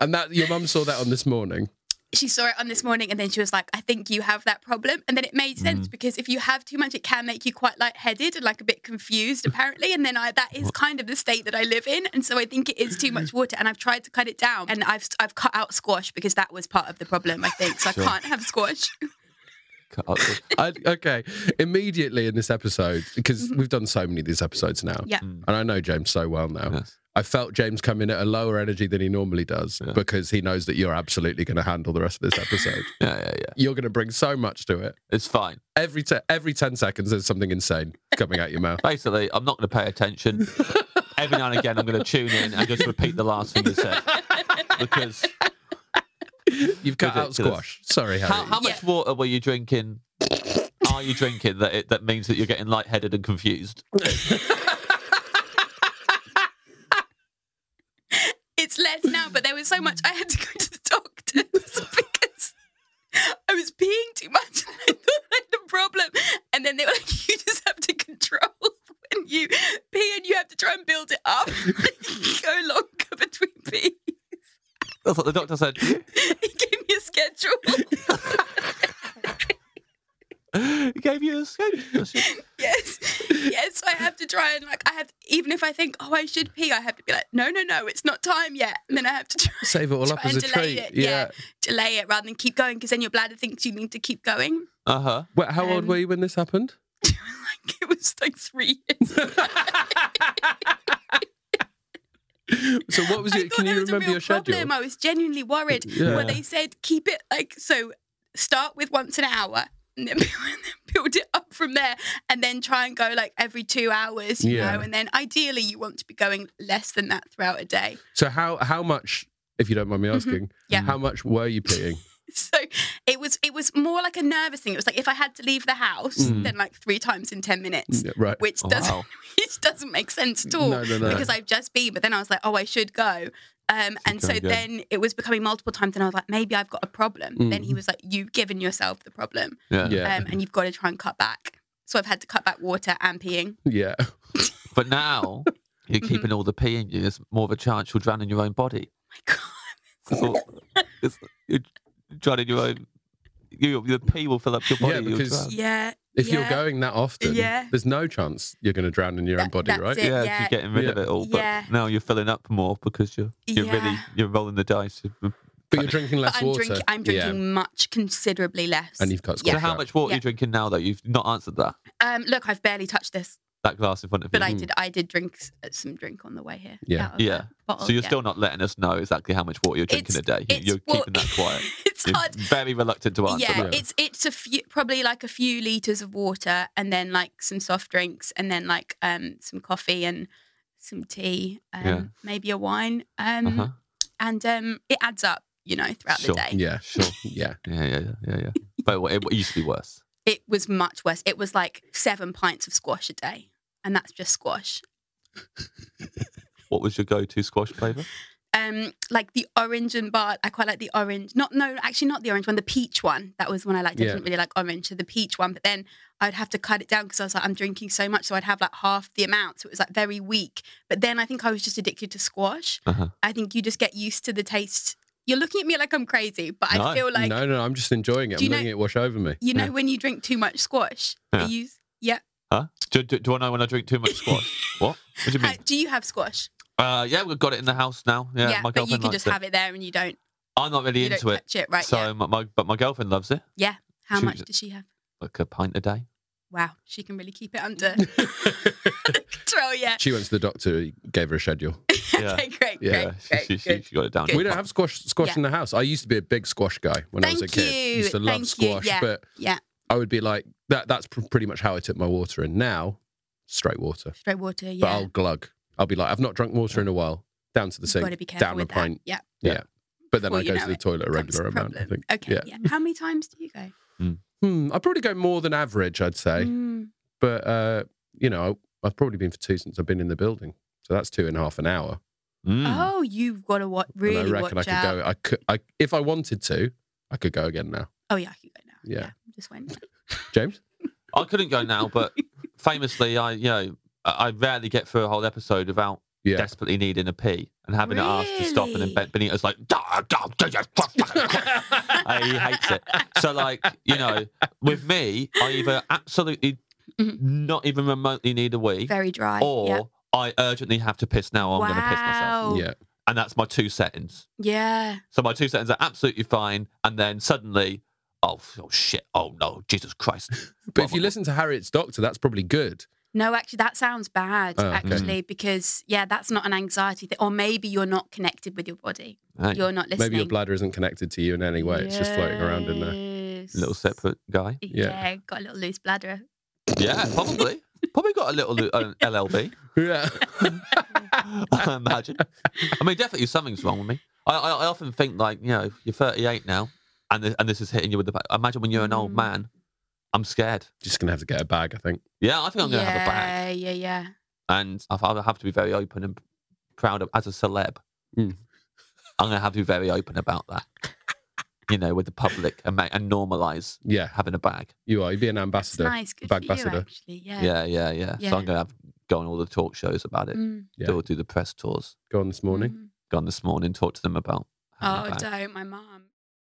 Speaker 1: And that your mum saw that on this morning.
Speaker 9: She saw it on this morning and then she was like, I think you have that problem. And then it made sense because if you have too much, it can make you quite lightheaded and like a bit confused, apparently. And then I, that is kind of the state that I live in. And so I think it is too much water. And I've tried to cut it down and I've, I've cut out squash because that was part of the problem, I think. So I can't have squash.
Speaker 2: Cut up the-
Speaker 1: I, okay, immediately in this episode because we've done so many of these episodes now.
Speaker 9: Mm-hmm. Yeah.
Speaker 1: And I know James so well now.
Speaker 2: Mm. Yes.
Speaker 1: I felt James come in at a lower energy than he normally does because he knows that you're absolutely going to handle the rest of this episode.
Speaker 2: Yeah, yeah, yeah.
Speaker 1: you're going to bring so much to it.
Speaker 2: It's fine.
Speaker 1: Every te- every ten seconds, there's something insane coming out your mouth.
Speaker 2: Basically, I'm not going to pay attention. Every now and again, I'm going to tune in and just repeat the last thing you said. Because
Speaker 1: You've cut out
Speaker 2: Ridiculous.
Speaker 1: squash. Sorry, Harry.
Speaker 2: how, how much water were you drinking? Are you drinking that it, that means that you're getting lightheaded and confused?
Speaker 9: it's less now, but there was so much I had to go to the doctors because I was peeing too much and I thought I had a problem. And then they were like, you just have to control when you pee and you have to try and build it up. go longer between pee.
Speaker 2: That's what the doctor said.
Speaker 9: He gave me a schedule.
Speaker 2: He gave you a scoop.
Speaker 9: Yes. Yes, I have to try and like I have even if I think, oh I should pee, I have to be like, no, no, no, it's not time yet. And then I have to try
Speaker 1: Save it all
Speaker 9: try
Speaker 1: up as
Speaker 9: and
Speaker 1: a
Speaker 9: delay
Speaker 1: treat.
Speaker 9: it. Yeah. Delay it rather than keep going because then your bladder thinks you need to keep going.
Speaker 2: Uh huh.
Speaker 1: Wait, how
Speaker 9: Um,
Speaker 1: old were you when this happened?
Speaker 9: Like it was like three years.
Speaker 1: So what was
Speaker 9: I
Speaker 1: it?
Speaker 9: thought
Speaker 1: Can
Speaker 9: there
Speaker 1: you
Speaker 9: was a
Speaker 1: remember
Speaker 9: real
Speaker 1: your schedule?
Speaker 9: problem. I was genuinely worried.
Speaker 1: Yeah.
Speaker 9: Well, they said keep it like so. Start with once an hour, and then, and then build it up from there, and then try and go like every two hours, you
Speaker 1: Yeah.
Speaker 9: know. And then ideally, you want to be going less than that throughout a day.
Speaker 1: So Mm-hmm. how how much, if you don't mind me asking,
Speaker 9: Yeah.
Speaker 1: how much were you peeing?
Speaker 9: So it was it was was more like a nervous thing. It was like if I had to leave the house, then like three times in ten minutes,
Speaker 1: Mm. Yeah, right. Oh,
Speaker 9: which doesn't
Speaker 2: Wow.
Speaker 9: which doesn't make sense at all
Speaker 1: No, no, no.
Speaker 9: because I've just been. But then I was like, oh, I should go. Um, and so
Speaker 2: Okay, good.
Speaker 9: then it was becoming multiple times, and I was like, maybe I've got a problem. Then he was like, you've given yourself the problem,
Speaker 2: Yeah.
Speaker 1: Mm. Yeah.
Speaker 9: um, and you've got to try and cut back. So I've had to cut back water and peeing.
Speaker 1: Yeah. Mm-hmm.
Speaker 2: But now you're keeping all the pee in you. There's more of a chance you'll drown in your own body.
Speaker 9: God.
Speaker 2: It's all, it's, you're drowning your own. You, the pee will fill up your body.
Speaker 1: Yeah,
Speaker 2: you'll
Speaker 1: because-
Speaker 2: drown.
Speaker 9: Yeah.
Speaker 1: If
Speaker 9: Uh, yeah.
Speaker 1: you're going that often,
Speaker 9: Yeah.
Speaker 1: there's no chance you're going to drown in your own
Speaker 9: That-
Speaker 1: body,
Speaker 9: that's
Speaker 1: right?
Speaker 9: it.
Speaker 2: yeah,
Speaker 9: yeah.
Speaker 2: you're getting rid of
Speaker 1: Yeah.
Speaker 2: it all. But
Speaker 9: Yeah.
Speaker 2: now you're filling up more because you're you're really
Speaker 9: Yeah.
Speaker 2: you're rolling the dice. So
Speaker 1: But you're drinking less
Speaker 9: But I'm
Speaker 1: water.
Speaker 9: drinking. I'm drinking much considerably less.
Speaker 1: And you've cut
Speaker 9: Yeah.
Speaker 1: Scotch
Speaker 2: how
Speaker 1: out.
Speaker 2: much water are
Speaker 9: Yeah.
Speaker 2: you drinking now? Though you've not answered that
Speaker 9: Um, look, I've barely touched this,
Speaker 2: that glass in front of
Speaker 9: but I
Speaker 2: you.
Speaker 9: did. I did drink s- uh, some drink on the way here.
Speaker 1: Hmm. Yeah.
Speaker 9: out of
Speaker 2: yeah.
Speaker 9: that bottle,
Speaker 2: so you're
Speaker 9: yeah.
Speaker 2: still not letting us know exactly how much water you're drinking a
Speaker 9: It's-
Speaker 2: day. You-
Speaker 9: it's
Speaker 2: You're
Speaker 9: wa-
Speaker 2: keeping that quiet.
Speaker 9: it's
Speaker 2: You're
Speaker 9: hard.
Speaker 2: very reluctant to answer
Speaker 9: Yeah,
Speaker 2: that.
Speaker 9: it's it's a few probably like a few liters of water, and then like some soft drinks, and then like um some coffee and some tea, um,
Speaker 2: Yeah.
Speaker 9: maybe a wine, um,
Speaker 2: Uh-huh.
Speaker 9: and um it adds up, you know, throughout
Speaker 2: Sure.
Speaker 9: the day.
Speaker 1: Yeah.
Speaker 2: Sure.
Speaker 1: Yeah.
Speaker 2: Yeah, yeah, yeah, yeah, yeah. But it, it used to be worse.
Speaker 9: It was much worse. It was like seven pints of squash a day, and that's just squash.
Speaker 2: What was your go-to squash flavour?
Speaker 9: um like the orange and bar I quite like the orange. Not no, actually not the orange one, the peach one. That was one I liked. I
Speaker 1: Yeah.
Speaker 9: didn't really like orange, so the peach one. But then I'd have to cut it down because I was like, I'm drinking so much, so I'd have like half the amount. So it was like very weak. But then I think I was just addicted to squash.
Speaker 2: Uh-huh.
Speaker 9: I think you just get used to the taste. You're looking at me like I'm crazy, but
Speaker 2: No,
Speaker 9: I feel like
Speaker 1: no, no, I'm just enjoying it. I'm
Speaker 9: Do you know-
Speaker 1: letting it wash over me.
Speaker 9: you know
Speaker 2: Yeah.
Speaker 9: when you drink too much squash.
Speaker 2: Yeah.
Speaker 9: Are you yeah.
Speaker 2: Huh? Do, do, do I know when I drink too much squash? what? What do you
Speaker 9: How,
Speaker 2: mean?
Speaker 9: do you have squash?
Speaker 2: Uh, yeah, we've got it in the house now. Yeah, my
Speaker 9: but you
Speaker 2: girlfriend
Speaker 9: can
Speaker 2: likes
Speaker 9: just
Speaker 2: it.
Speaker 9: have it there and you don't
Speaker 2: I'm not really
Speaker 9: you
Speaker 2: into
Speaker 9: don't
Speaker 2: it.
Speaker 9: touch it, right?
Speaker 2: so,
Speaker 9: yeah.
Speaker 2: my, my but my girlfriend loves it.
Speaker 9: Yeah. How
Speaker 2: she-
Speaker 9: much does she have?
Speaker 2: Like a pint a day.
Speaker 9: wow, she can really keep it under control. Yeah.
Speaker 1: She went to the doctor, he gave her a schedule.
Speaker 2: Yeah.
Speaker 9: Okay, great,
Speaker 1: Yeah,
Speaker 9: great,
Speaker 2: she,
Speaker 9: great.
Speaker 2: she, she,
Speaker 9: good.
Speaker 2: she got it down.
Speaker 9: Good.
Speaker 1: We don't have squash squash
Speaker 9: Yeah.
Speaker 1: in the house. I used to be a big squash guy when I was a
Speaker 9: Thank
Speaker 1: kid.
Speaker 9: you.
Speaker 1: Used to love
Speaker 9: Thank you.
Speaker 1: squash,
Speaker 9: Yeah.
Speaker 1: but
Speaker 9: Yeah,
Speaker 1: I would be like that. That's pr- pretty much how I took my water in. Now, straight water,
Speaker 9: straight water.
Speaker 1: but
Speaker 9: Yeah.
Speaker 1: I'll glug. I'll be like, I've not drunk water in a while. Down to the
Speaker 9: You've got to be
Speaker 1: sink,
Speaker 9: careful
Speaker 1: down a
Speaker 9: with that.
Speaker 1: pint.
Speaker 9: Yeah.
Speaker 1: Yeah. But then
Speaker 9: Before
Speaker 1: I
Speaker 9: you
Speaker 1: go
Speaker 9: know
Speaker 1: to the
Speaker 9: it
Speaker 1: toilet a
Speaker 9: comes
Speaker 1: regular
Speaker 9: the
Speaker 1: amount. I
Speaker 9: problem.
Speaker 1: think.
Speaker 9: Okay.
Speaker 1: Yeah.
Speaker 9: Yeah. How many times do you go?
Speaker 1: Hmm, I'd probably go more than average. I'd say,
Speaker 9: Mm,
Speaker 1: but uh, you know, I, I've probably been for two since I've been in the building. So that's two and a half an hour.
Speaker 2: Mm.
Speaker 9: Oh, you've got to wa-
Speaker 1: Hmm. and
Speaker 9: really
Speaker 1: I reckon I
Speaker 9: watch
Speaker 1: could
Speaker 9: out.
Speaker 1: go. I could. I if I wanted to, I could go again now.
Speaker 9: Oh yeah, I can go now.
Speaker 1: Yeah.
Speaker 9: Just went.
Speaker 1: James.
Speaker 2: I couldn't go now, but famously, I you know I I rarely get through a whole episode without
Speaker 1: Yeah.
Speaker 2: desperately needing a pee and having to ask to stop, and then Ben- Benito's like, "Da, da, da, da, da, da, da." Uh, he hates it. So, like, you know, with me, I either absolutely
Speaker 9: Mhm.
Speaker 2: not even remotely need a wee,
Speaker 9: Very dry.
Speaker 2: or
Speaker 9: yeah.
Speaker 2: I urgently have to piss now. Or I'm going to piss myself,
Speaker 9: Wow.
Speaker 1: Yeah.
Speaker 2: and that's my two settings.
Speaker 9: Yeah.
Speaker 2: So my two settings are absolutely fine, and then suddenly, oh, f- oh shit, oh no, Jesus Christ!
Speaker 1: But if you listen to Harriet's doctor, that's probably good.
Speaker 9: No, actually, that sounds bad.
Speaker 1: Oh, okay.
Speaker 9: Actually, because yeah, that's not an anxiety thing, or maybe you're not connected with your body.
Speaker 2: Hey,
Speaker 9: You're not listening.
Speaker 1: Maybe your bladder isn't connected to you in any way. It's just floating around in there.
Speaker 9: Yes.
Speaker 2: little separate guy.
Speaker 1: Yeah.
Speaker 9: Yeah. got a little loose bladder.
Speaker 2: Yeah, probably. Probably got a little uh, LLB.
Speaker 1: Yeah.
Speaker 2: I imagine. I mean, definitely something's wrong with me. I, I, I often think like, you know, you're 38 now, and this, and this is hitting you with the. back. Imagine when you're an old
Speaker 9: Mm.
Speaker 2: man. I'm scared.
Speaker 1: just gonna have to get a bag, I think.
Speaker 2: Yeah, I think I'm
Speaker 9: yeah,
Speaker 2: gonna have a bag,
Speaker 9: Yeah, yeah,
Speaker 2: and I- I'll have to be very open and proud of as a celeb.
Speaker 1: Mm.
Speaker 2: I'm gonna have to be very open about that. You know, with the public and make, and normalize
Speaker 1: Yeah,
Speaker 2: having a bag.
Speaker 1: you are. You'd be an
Speaker 9: It's
Speaker 1: ambassador.
Speaker 9: nice. Good
Speaker 1: bag
Speaker 9: for you,
Speaker 1: ambassador.
Speaker 9: actually. Yeah.
Speaker 2: Yeah, yeah, yeah. So I'm
Speaker 9: Yeah.
Speaker 2: gonna have go on all the talk shows about it.
Speaker 9: Mm,
Speaker 1: Yeah.
Speaker 2: Do do the press tours.
Speaker 1: Go on this morning.
Speaker 9: mm.
Speaker 2: Gone this morning, talked to them about. having a
Speaker 9: Oh,
Speaker 2: bag.
Speaker 9: don't, my mum.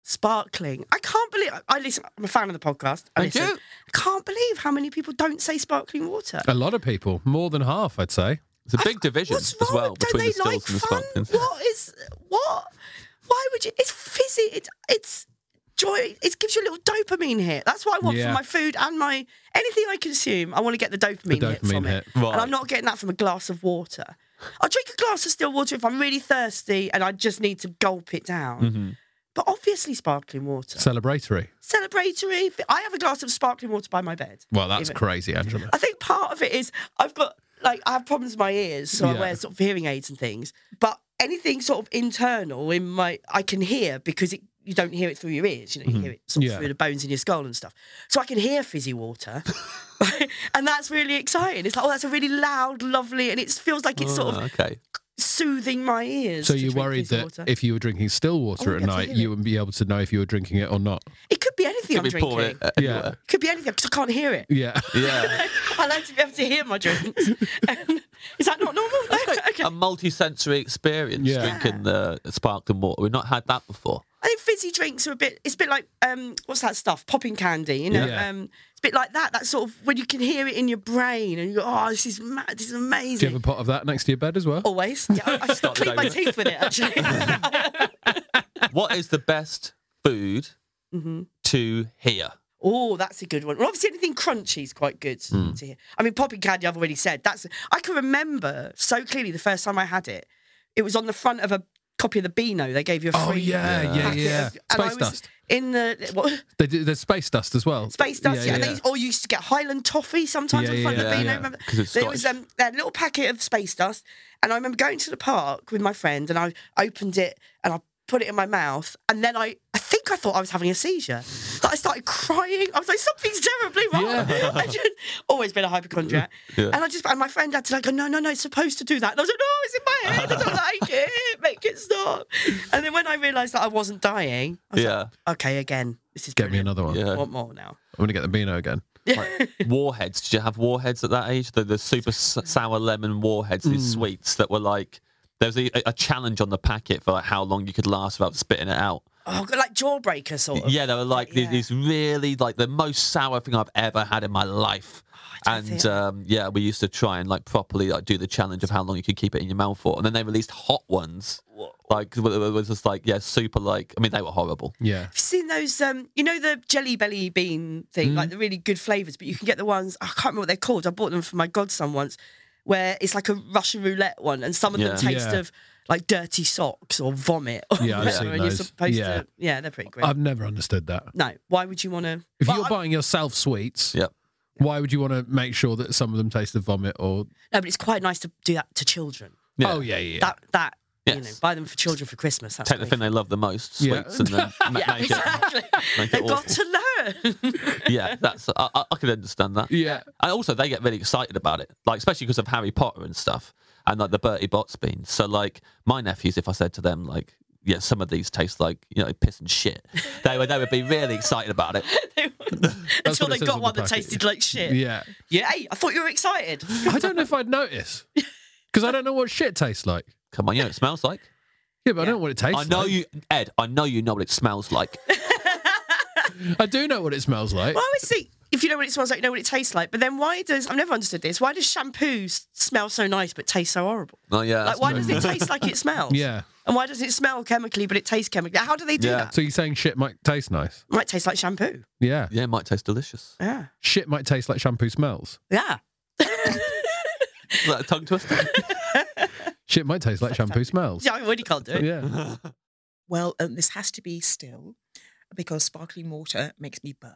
Speaker 10: Sparkling. I can't believe. I- I listen. I'm a fan of the podcast. I
Speaker 2: Thank
Speaker 10: listen.
Speaker 2: you.
Speaker 10: I can't believe how many people don't say sparkling water.
Speaker 2: Uh,
Speaker 5: A lot of people, more than half, I'd say.
Speaker 2: It's a big division
Speaker 10: Uh, What's
Speaker 2: as
Speaker 10: wrong?
Speaker 2: well
Speaker 10: don't
Speaker 2: between
Speaker 10: they
Speaker 2: the stills
Speaker 10: like
Speaker 2: and the
Speaker 10: fun?
Speaker 2: sparklings.
Speaker 10: What is what? Why would you? It's fizzy. It's it's joy. It gives you a little dopamine hit. That's what I want
Speaker 5: Yeah.
Speaker 10: from my food and my anything I consume. I want to get the dopamine,
Speaker 5: the
Speaker 10: hit
Speaker 5: dopamine
Speaker 10: from
Speaker 5: hit.
Speaker 10: it, and I'm not getting that from a glass of water. I'll drink a glass of still water if I'm really thirsty and I just need to gulp it down.
Speaker 2: Mhm.
Speaker 10: But obviously, sparkling water.
Speaker 5: Celebratory.
Speaker 10: Celebratory. I have a glass of sparkling water by my bed.
Speaker 5: Well, that's
Speaker 10: Even-
Speaker 5: crazy, Angela.
Speaker 10: I think part of it is I've got like I have problems with my ears, so
Speaker 5: Yeah.
Speaker 10: I wear sort of hearing aids and things. But anything sort of internal in my I can hear because it you don't hear it through your ears. You know, you
Speaker 11: Mhm.
Speaker 10: hear it sort of
Speaker 11: Yeah.
Speaker 10: through the bones in your skull and stuff. So I can hear fizzy water, and that's really exciting. It's like, oh, that's a really loud, lovely, and it feels like it's sort
Speaker 1: Ah,
Speaker 10: of
Speaker 2: Oh, okay.
Speaker 10: soothing my ears.
Speaker 1: So
Speaker 10: to
Speaker 1: you
Speaker 10: drink
Speaker 1: worried
Speaker 10: fizzy
Speaker 1: that
Speaker 10: water.
Speaker 1: if you were drinking still water
Speaker 10: Oh,
Speaker 1: at
Speaker 10: yes, I
Speaker 1: night,
Speaker 10: hear
Speaker 1: you wouldn't be able to know if you were drinking it or not.
Speaker 10: it could be anything I'm drinking,
Speaker 1: eh?
Speaker 10: it.
Speaker 1: yeah,
Speaker 10: could be anything because I can't hear it.
Speaker 1: yeah,
Speaker 2: yeah.
Speaker 10: I like to be able to hear my drinks. Um, Is that not normal?
Speaker 2: A multi-sensory experience
Speaker 10: Yeah.
Speaker 2: drinking the sparkling water. We've not had that before.
Speaker 10: I think fizzy drinks are a bit. It's a bit like um, what's that stuff? Popping candy, you know.
Speaker 2: Yeah.
Speaker 10: Um, it's a bit like that. That sort of when you can hear it in your brain, and you go, "Oh, this is mad. This is
Speaker 1: Do you
Speaker 10: amazing."
Speaker 1: have a pot of that next to your bed as well?
Speaker 10: Always. Yeah, I, I should
Speaker 2: Start the
Speaker 10: clean my
Speaker 2: day with it.
Speaker 10: teeth with it actually.
Speaker 2: what is the best food
Speaker 10: Mhm.
Speaker 2: to hear?
Speaker 10: Oh, that's a good one. Well, obviously, anything crunchy is quite good
Speaker 1: Hmm.
Speaker 2: Mm.
Speaker 10: to hear. I mean, popping candy, I've already said. That's I can remember so clearly the first time I had it. It was on the front of a copy of the Beano. They gave you a free
Speaker 1: Oh, yeah, yeah,
Speaker 10: packet
Speaker 1: yeah.
Speaker 10: of- and I
Speaker 1: Space
Speaker 10: was
Speaker 1: dust.
Speaker 10: in the what,
Speaker 1: They do, there's space dust as well.
Speaker 10: space dust, yeah,
Speaker 1: Yeah,
Speaker 10: and
Speaker 1: yeah,
Speaker 10: they used, or you used to get Highland toffee sometimes
Speaker 1: Yeah,
Speaker 10: on the front
Speaker 1: yeah,
Speaker 10: of the
Speaker 1: yeah,
Speaker 10: Beano.
Speaker 1: yeah.
Speaker 10: Remember,
Speaker 1: 'Cause it's
Speaker 10: there was um, that little packet of space dust, and I remember going to the park with my friend, and I opened it and I put it in my mouth, and then I, I think I thought I was having a seizure, but I started crying. I was like, something's terribly wrong.
Speaker 11: Yeah.
Speaker 10: I just always been a hypochondriac,
Speaker 11: Yeah.
Speaker 10: and I just and my friend had to like, go, no, no, no, it's supposed to do that, and I was like, no, it's in my head. I don't like it. Make it stop. And then when I realised that I wasn't dying, I was like,
Speaker 2: yeah.
Speaker 10: okay, again, this is
Speaker 1: Get me another one.
Speaker 2: Yeah.
Speaker 10: want more now.
Speaker 1: I'm gonna get the Beano again.
Speaker 2: warheads. Did you have warheads at that age? The, the super s- sour lemon warheads, these
Speaker 1: Mm.
Speaker 10: Hmm.
Speaker 2: sweets that were like there was a, a challenge on the packet for like how long you could last without spitting it out.
Speaker 10: Oh, God, like jawbreaker sort of.
Speaker 2: Yeah, they were like these, these really like the most sour thing I've ever had in my life.
Speaker 10: Oh,
Speaker 2: and um, yeah, we used to try and like properly like do the challenge of how long you could keep it in your mouth for. And then they released hot ones, like it was just like yeah, super like I mean they were horrible.
Speaker 1: Yeah.
Speaker 10: Have you seen those? Um, you know the jelly belly bean thing,
Speaker 2: Mm-hmm.
Speaker 10: like the really good flavors, but you can get the ones I can't remember what they're called. I bought them for my godson once, where it's like a Russian roulette one, and some of
Speaker 1: Yeah.
Speaker 10: them taste
Speaker 1: Yeah.
Speaker 10: of like dirty socks or vomit. Or
Speaker 1: Yeah, I've
Speaker 10: whatever,
Speaker 1: seen
Speaker 10: and
Speaker 1: those.
Speaker 10: You're supposed
Speaker 1: Yeah.
Speaker 10: to, yeah, they're pretty great.
Speaker 1: I've never understood that.
Speaker 10: no, why would you want to?
Speaker 1: If you're buying yourself sweets,
Speaker 2: yep.
Speaker 1: why would you want to make sure that some of them taste of vomit or?
Speaker 10: No, but it's quite nice to do that to children.
Speaker 2: Yeah.
Speaker 1: Oh yeah, yeah. yeah.
Speaker 10: That that you know,
Speaker 2: Yes.
Speaker 10: buy them for children for Christmas. That's
Speaker 2: Take the
Speaker 10: great.
Speaker 2: thing they love the most,
Speaker 1: Yeah.
Speaker 2: sweets, and then ma-
Speaker 10: yeah,
Speaker 2: make it
Speaker 10: exactly.
Speaker 2: make it
Speaker 10: They've got to
Speaker 2: awful.
Speaker 10: learn.
Speaker 2: yeah, that's I, I- I could understand that.
Speaker 1: Yeah,
Speaker 2: and also they get really excited about it, like especially because of Harry Potter and stuff, and like the Bertie Bott's beans. So like my nephews, if I said to them like, yeah, some of these taste like you know piss and shit, they would they would be really excited about it.
Speaker 10: until
Speaker 2: what it
Speaker 10: they got
Speaker 2: says on the
Speaker 10: one that
Speaker 2: packet.
Speaker 10: tasted like shit.
Speaker 1: Yeah.
Speaker 10: Yeah, hey, I thought you were excited.
Speaker 1: I don't know if I'd notice because I don't know what shit tastes like.
Speaker 2: Come on, you know what it smells like.
Speaker 1: Yeah, but I don't know what it tastes.
Speaker 2: I know
Speaker 1: like.
Speaker 2: you, Ed. I know you know what it smells like.
Speaker 1: I do know what it smells like.
Speaker 10: Well, I always think if you know what it smells like, you know what it tastes like. But then why does I've never understood this? Why does shampoo s- smell so nice but taste so horrible?
Speaker 2: Oh yeah.
Speaker 10: like,
Speaker 2: that's
Speaker 10: why
Speaker 2: true.
Speaker 10: does it taste like it smells?
Speaker 1: Yeah.
Speaker 10: And why does it smell chemically but it tastes chemically? How do they do that?
Speaker 1: So you're saying shit might taste nice?
Speaker 10: might taste like shampoo.
Speaker 1: Yeah.
Speaker 2: Yeah, it might taste delicious.
Speaker 10: Yeah.
Speaker 1: Shit might taste like shampoo smells.
Speaker 10: Yeah.
Speaker 2: Is that a tongue twister?
Speaker 1: Shit might taste like shampoo smells.
Speaker 10: Yeah, I already can't do it.
Speaker 1: Yeah.
Speaker 11: Well, um, this has to be still because sparkling water makes me burp.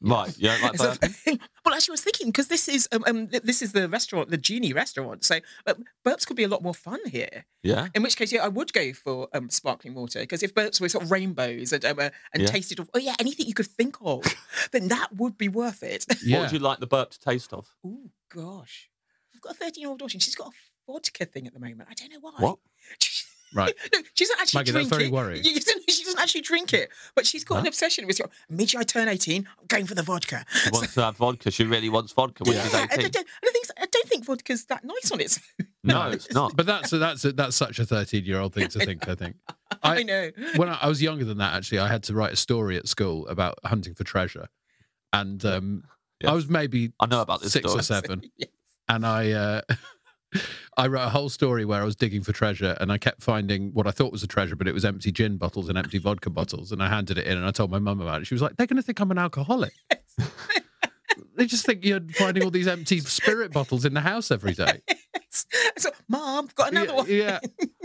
Speaker 2: Right. Yeah. Like
Speaker 11: So-
Speaker 2: burping.
Speaker 11: well, actually, I was thinking because this is um, um th- this is the restaurant, the genie restaurant. So um, burps could be a lot more fun here.
Speaker 2: Yeah.
Speaker 11: In which case, yeah, I would go for um, sparkling water because if burps were sort of rainbows and um, uh, and
Speaker 2: Yeah.
Speaker 11: tasted of oh yeah anything you could think of, then that would be worth it.
Speaker 2: What would you like the burp to taste of?
Speaker 11: Oh gosh, I've got a thirteen-year-old daughter. and She's got a vodka thing at the moment. I don't know why.
Speaker 2: What?
Speaker 1: Right.
Speaker 11: No, she doesn't actually
Speaker 1: Maggie, that's
Speaker 11: drink
Speaker 1: very
Speaker 11: it.
Speaker 1: worrying.
Speaker 11: You- you don't- She doesn't actually drink it, but she's got an
Speaker 2: Huh?
Speaker 11: obsession with. Immediately, I turn eighteen. I'm going for the vodka.
Speaker 2: She wants to have vodka. She really wants vodka when she's
Speaker 11: Yeah, I, I,
Speaker 2: 18.
Speaker 11: don't, I don't think I don't think vodka's that nice on its. own.
Speaker 2: No, it's not.
Speaker 1: But that's that's that's such a 13 year old thing to think. I think.
Speaker 11: I, know.
Speaker 1: when I, I was younger than that, actually, I had to write a story at school about hunting for treasure, and um,
Speaker 2: Yeah.
Speaker 1: I was maybe
Speaker 2: I know about this
Speaker 1: six
Speaker 2: story.
Speaker 1: or seven,
Speaker 11: Yes.
Speaker 1: and I uh, I wrote a whole story where I was digging for treasure, and I kept finding what I thought was a treasure, but it was empty gin bottles and empty vodka bottles, and I handed it in, and I told my mum about it. She was like, "They're going to think I'm an alcoholic." They just think you're finding all these empty spirit bottles in the house every day.
Speaker 11: So, Mom, I've got another
Speaker 1: yeah,
Speaker 11: one.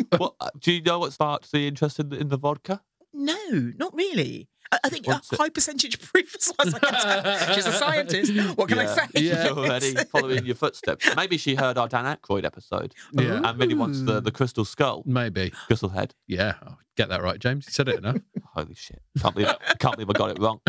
Speaker 1: yeah.
Speaker 2: What- do you know what sparked the interest in, in the vodka?
Speaker 11: No, not really. I, I think a
Speaker 2: What's it-
Speaker 11: high percentage proof as well as I can tell. She's a scientist. What can I
Speaker 2: Yeah.
Speaker 11: say?
Speaker 2: She's already following your footsteps. Maybe she heard our Dan Aykroyd episode.
Speaker 1: Yeah.
Speaker 2: And really wants the, the crystal skull.
Speaker 1: Maybe.
Speaker 2: Crystal head.
Speaker 1: Yeah. I'll Get that right, James. You said it enough.
Speaker 2: Holy shit. Can't believe, can't believe I got it wrong.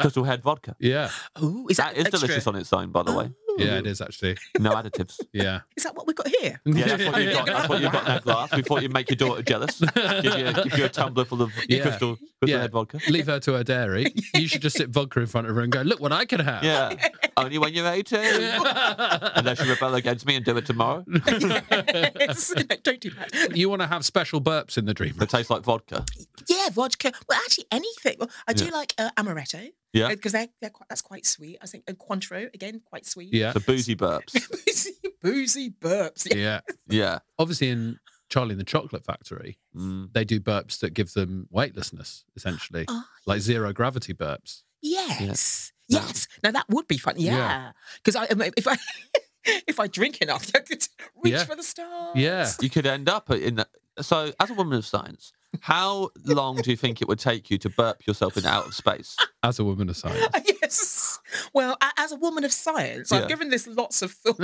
Speaker 2: crystal head vodka.
Speaker 1: Yeah.
Speaker 11: Ooh, is that
Speaker 2: That is
Speaker 11: extra? Oh.
Speaker 2: delicious on its own, by the way.
Speaker 1: Yeah, it is actually.
Speaker 2: No additives.
Speaker 1: Yeah.
Speaker 11: Is that what we've got here?
Speaker 2: Yeah, that's what you got. That's what you got in that glass. We thought you'd make your daughter jealous. Give you, give you a tumbler full of
Speaker 1: Yeah.
Speaker 2: crystal, crystal
Speaker 1: Yeah.
Speaker 2: head vodka.
Speaker 1: Leave her to her dairy. You should just sit vodka in front of her and go, look what I can have.
Speaker 2: Yeah. Only when you're 18. Unless you rebel against me and do it tomorrow.
Speaker 11: Yes. No, don't do that.
Speaker 1: You want to have special burps in the dream.
Speaker 2: It tastes like vodka.
Speaker 11: Yeah, vodka. Well, actually, anything. Well, I do
Speaker 2: Yeah.
Speaker 11: like uh, amaretto.
Speaker 2: Yeah.
Speaker 11: because they're, they're quite, that's quite sweet. I think and Cointreau again quite sweet.
Speaker 1: Yeah.
Speaker 2: The boozy burps.
Speaker 11: boozy, boozy burps. Yeah.
Speaker 1: Yeah.
Speaker 2: Yeah.
Speaker 1: Obviously, in Charlie and the Chocolate Factory,
Speaker 2: Mm.
Speaker 1: they do burps that give them weightlessness, essentially,
Speaker 11: Ah,
Speaker 1: like zero gravity burps.
Speaker 11: Yes. Yes. Now that would be fun.
Speaker 1: Yeah.
Speaker 11: Yeah. Because I um, if I if I drink enough, I could reach
Speaker 1: Yeah.
Speaker 11: for the stars.
Speaker 1: Yeah.
Speaker 2: You could end up in that. So, as a woman of science, how long do you think it would take you to burp yourself in out of space?
Speaker 1: As a woman of science.
Speaker 11: Yes. Well, a- as a woman of science,
Speaker 2: Yeah.
Speaker 11: I've given this lots of thought.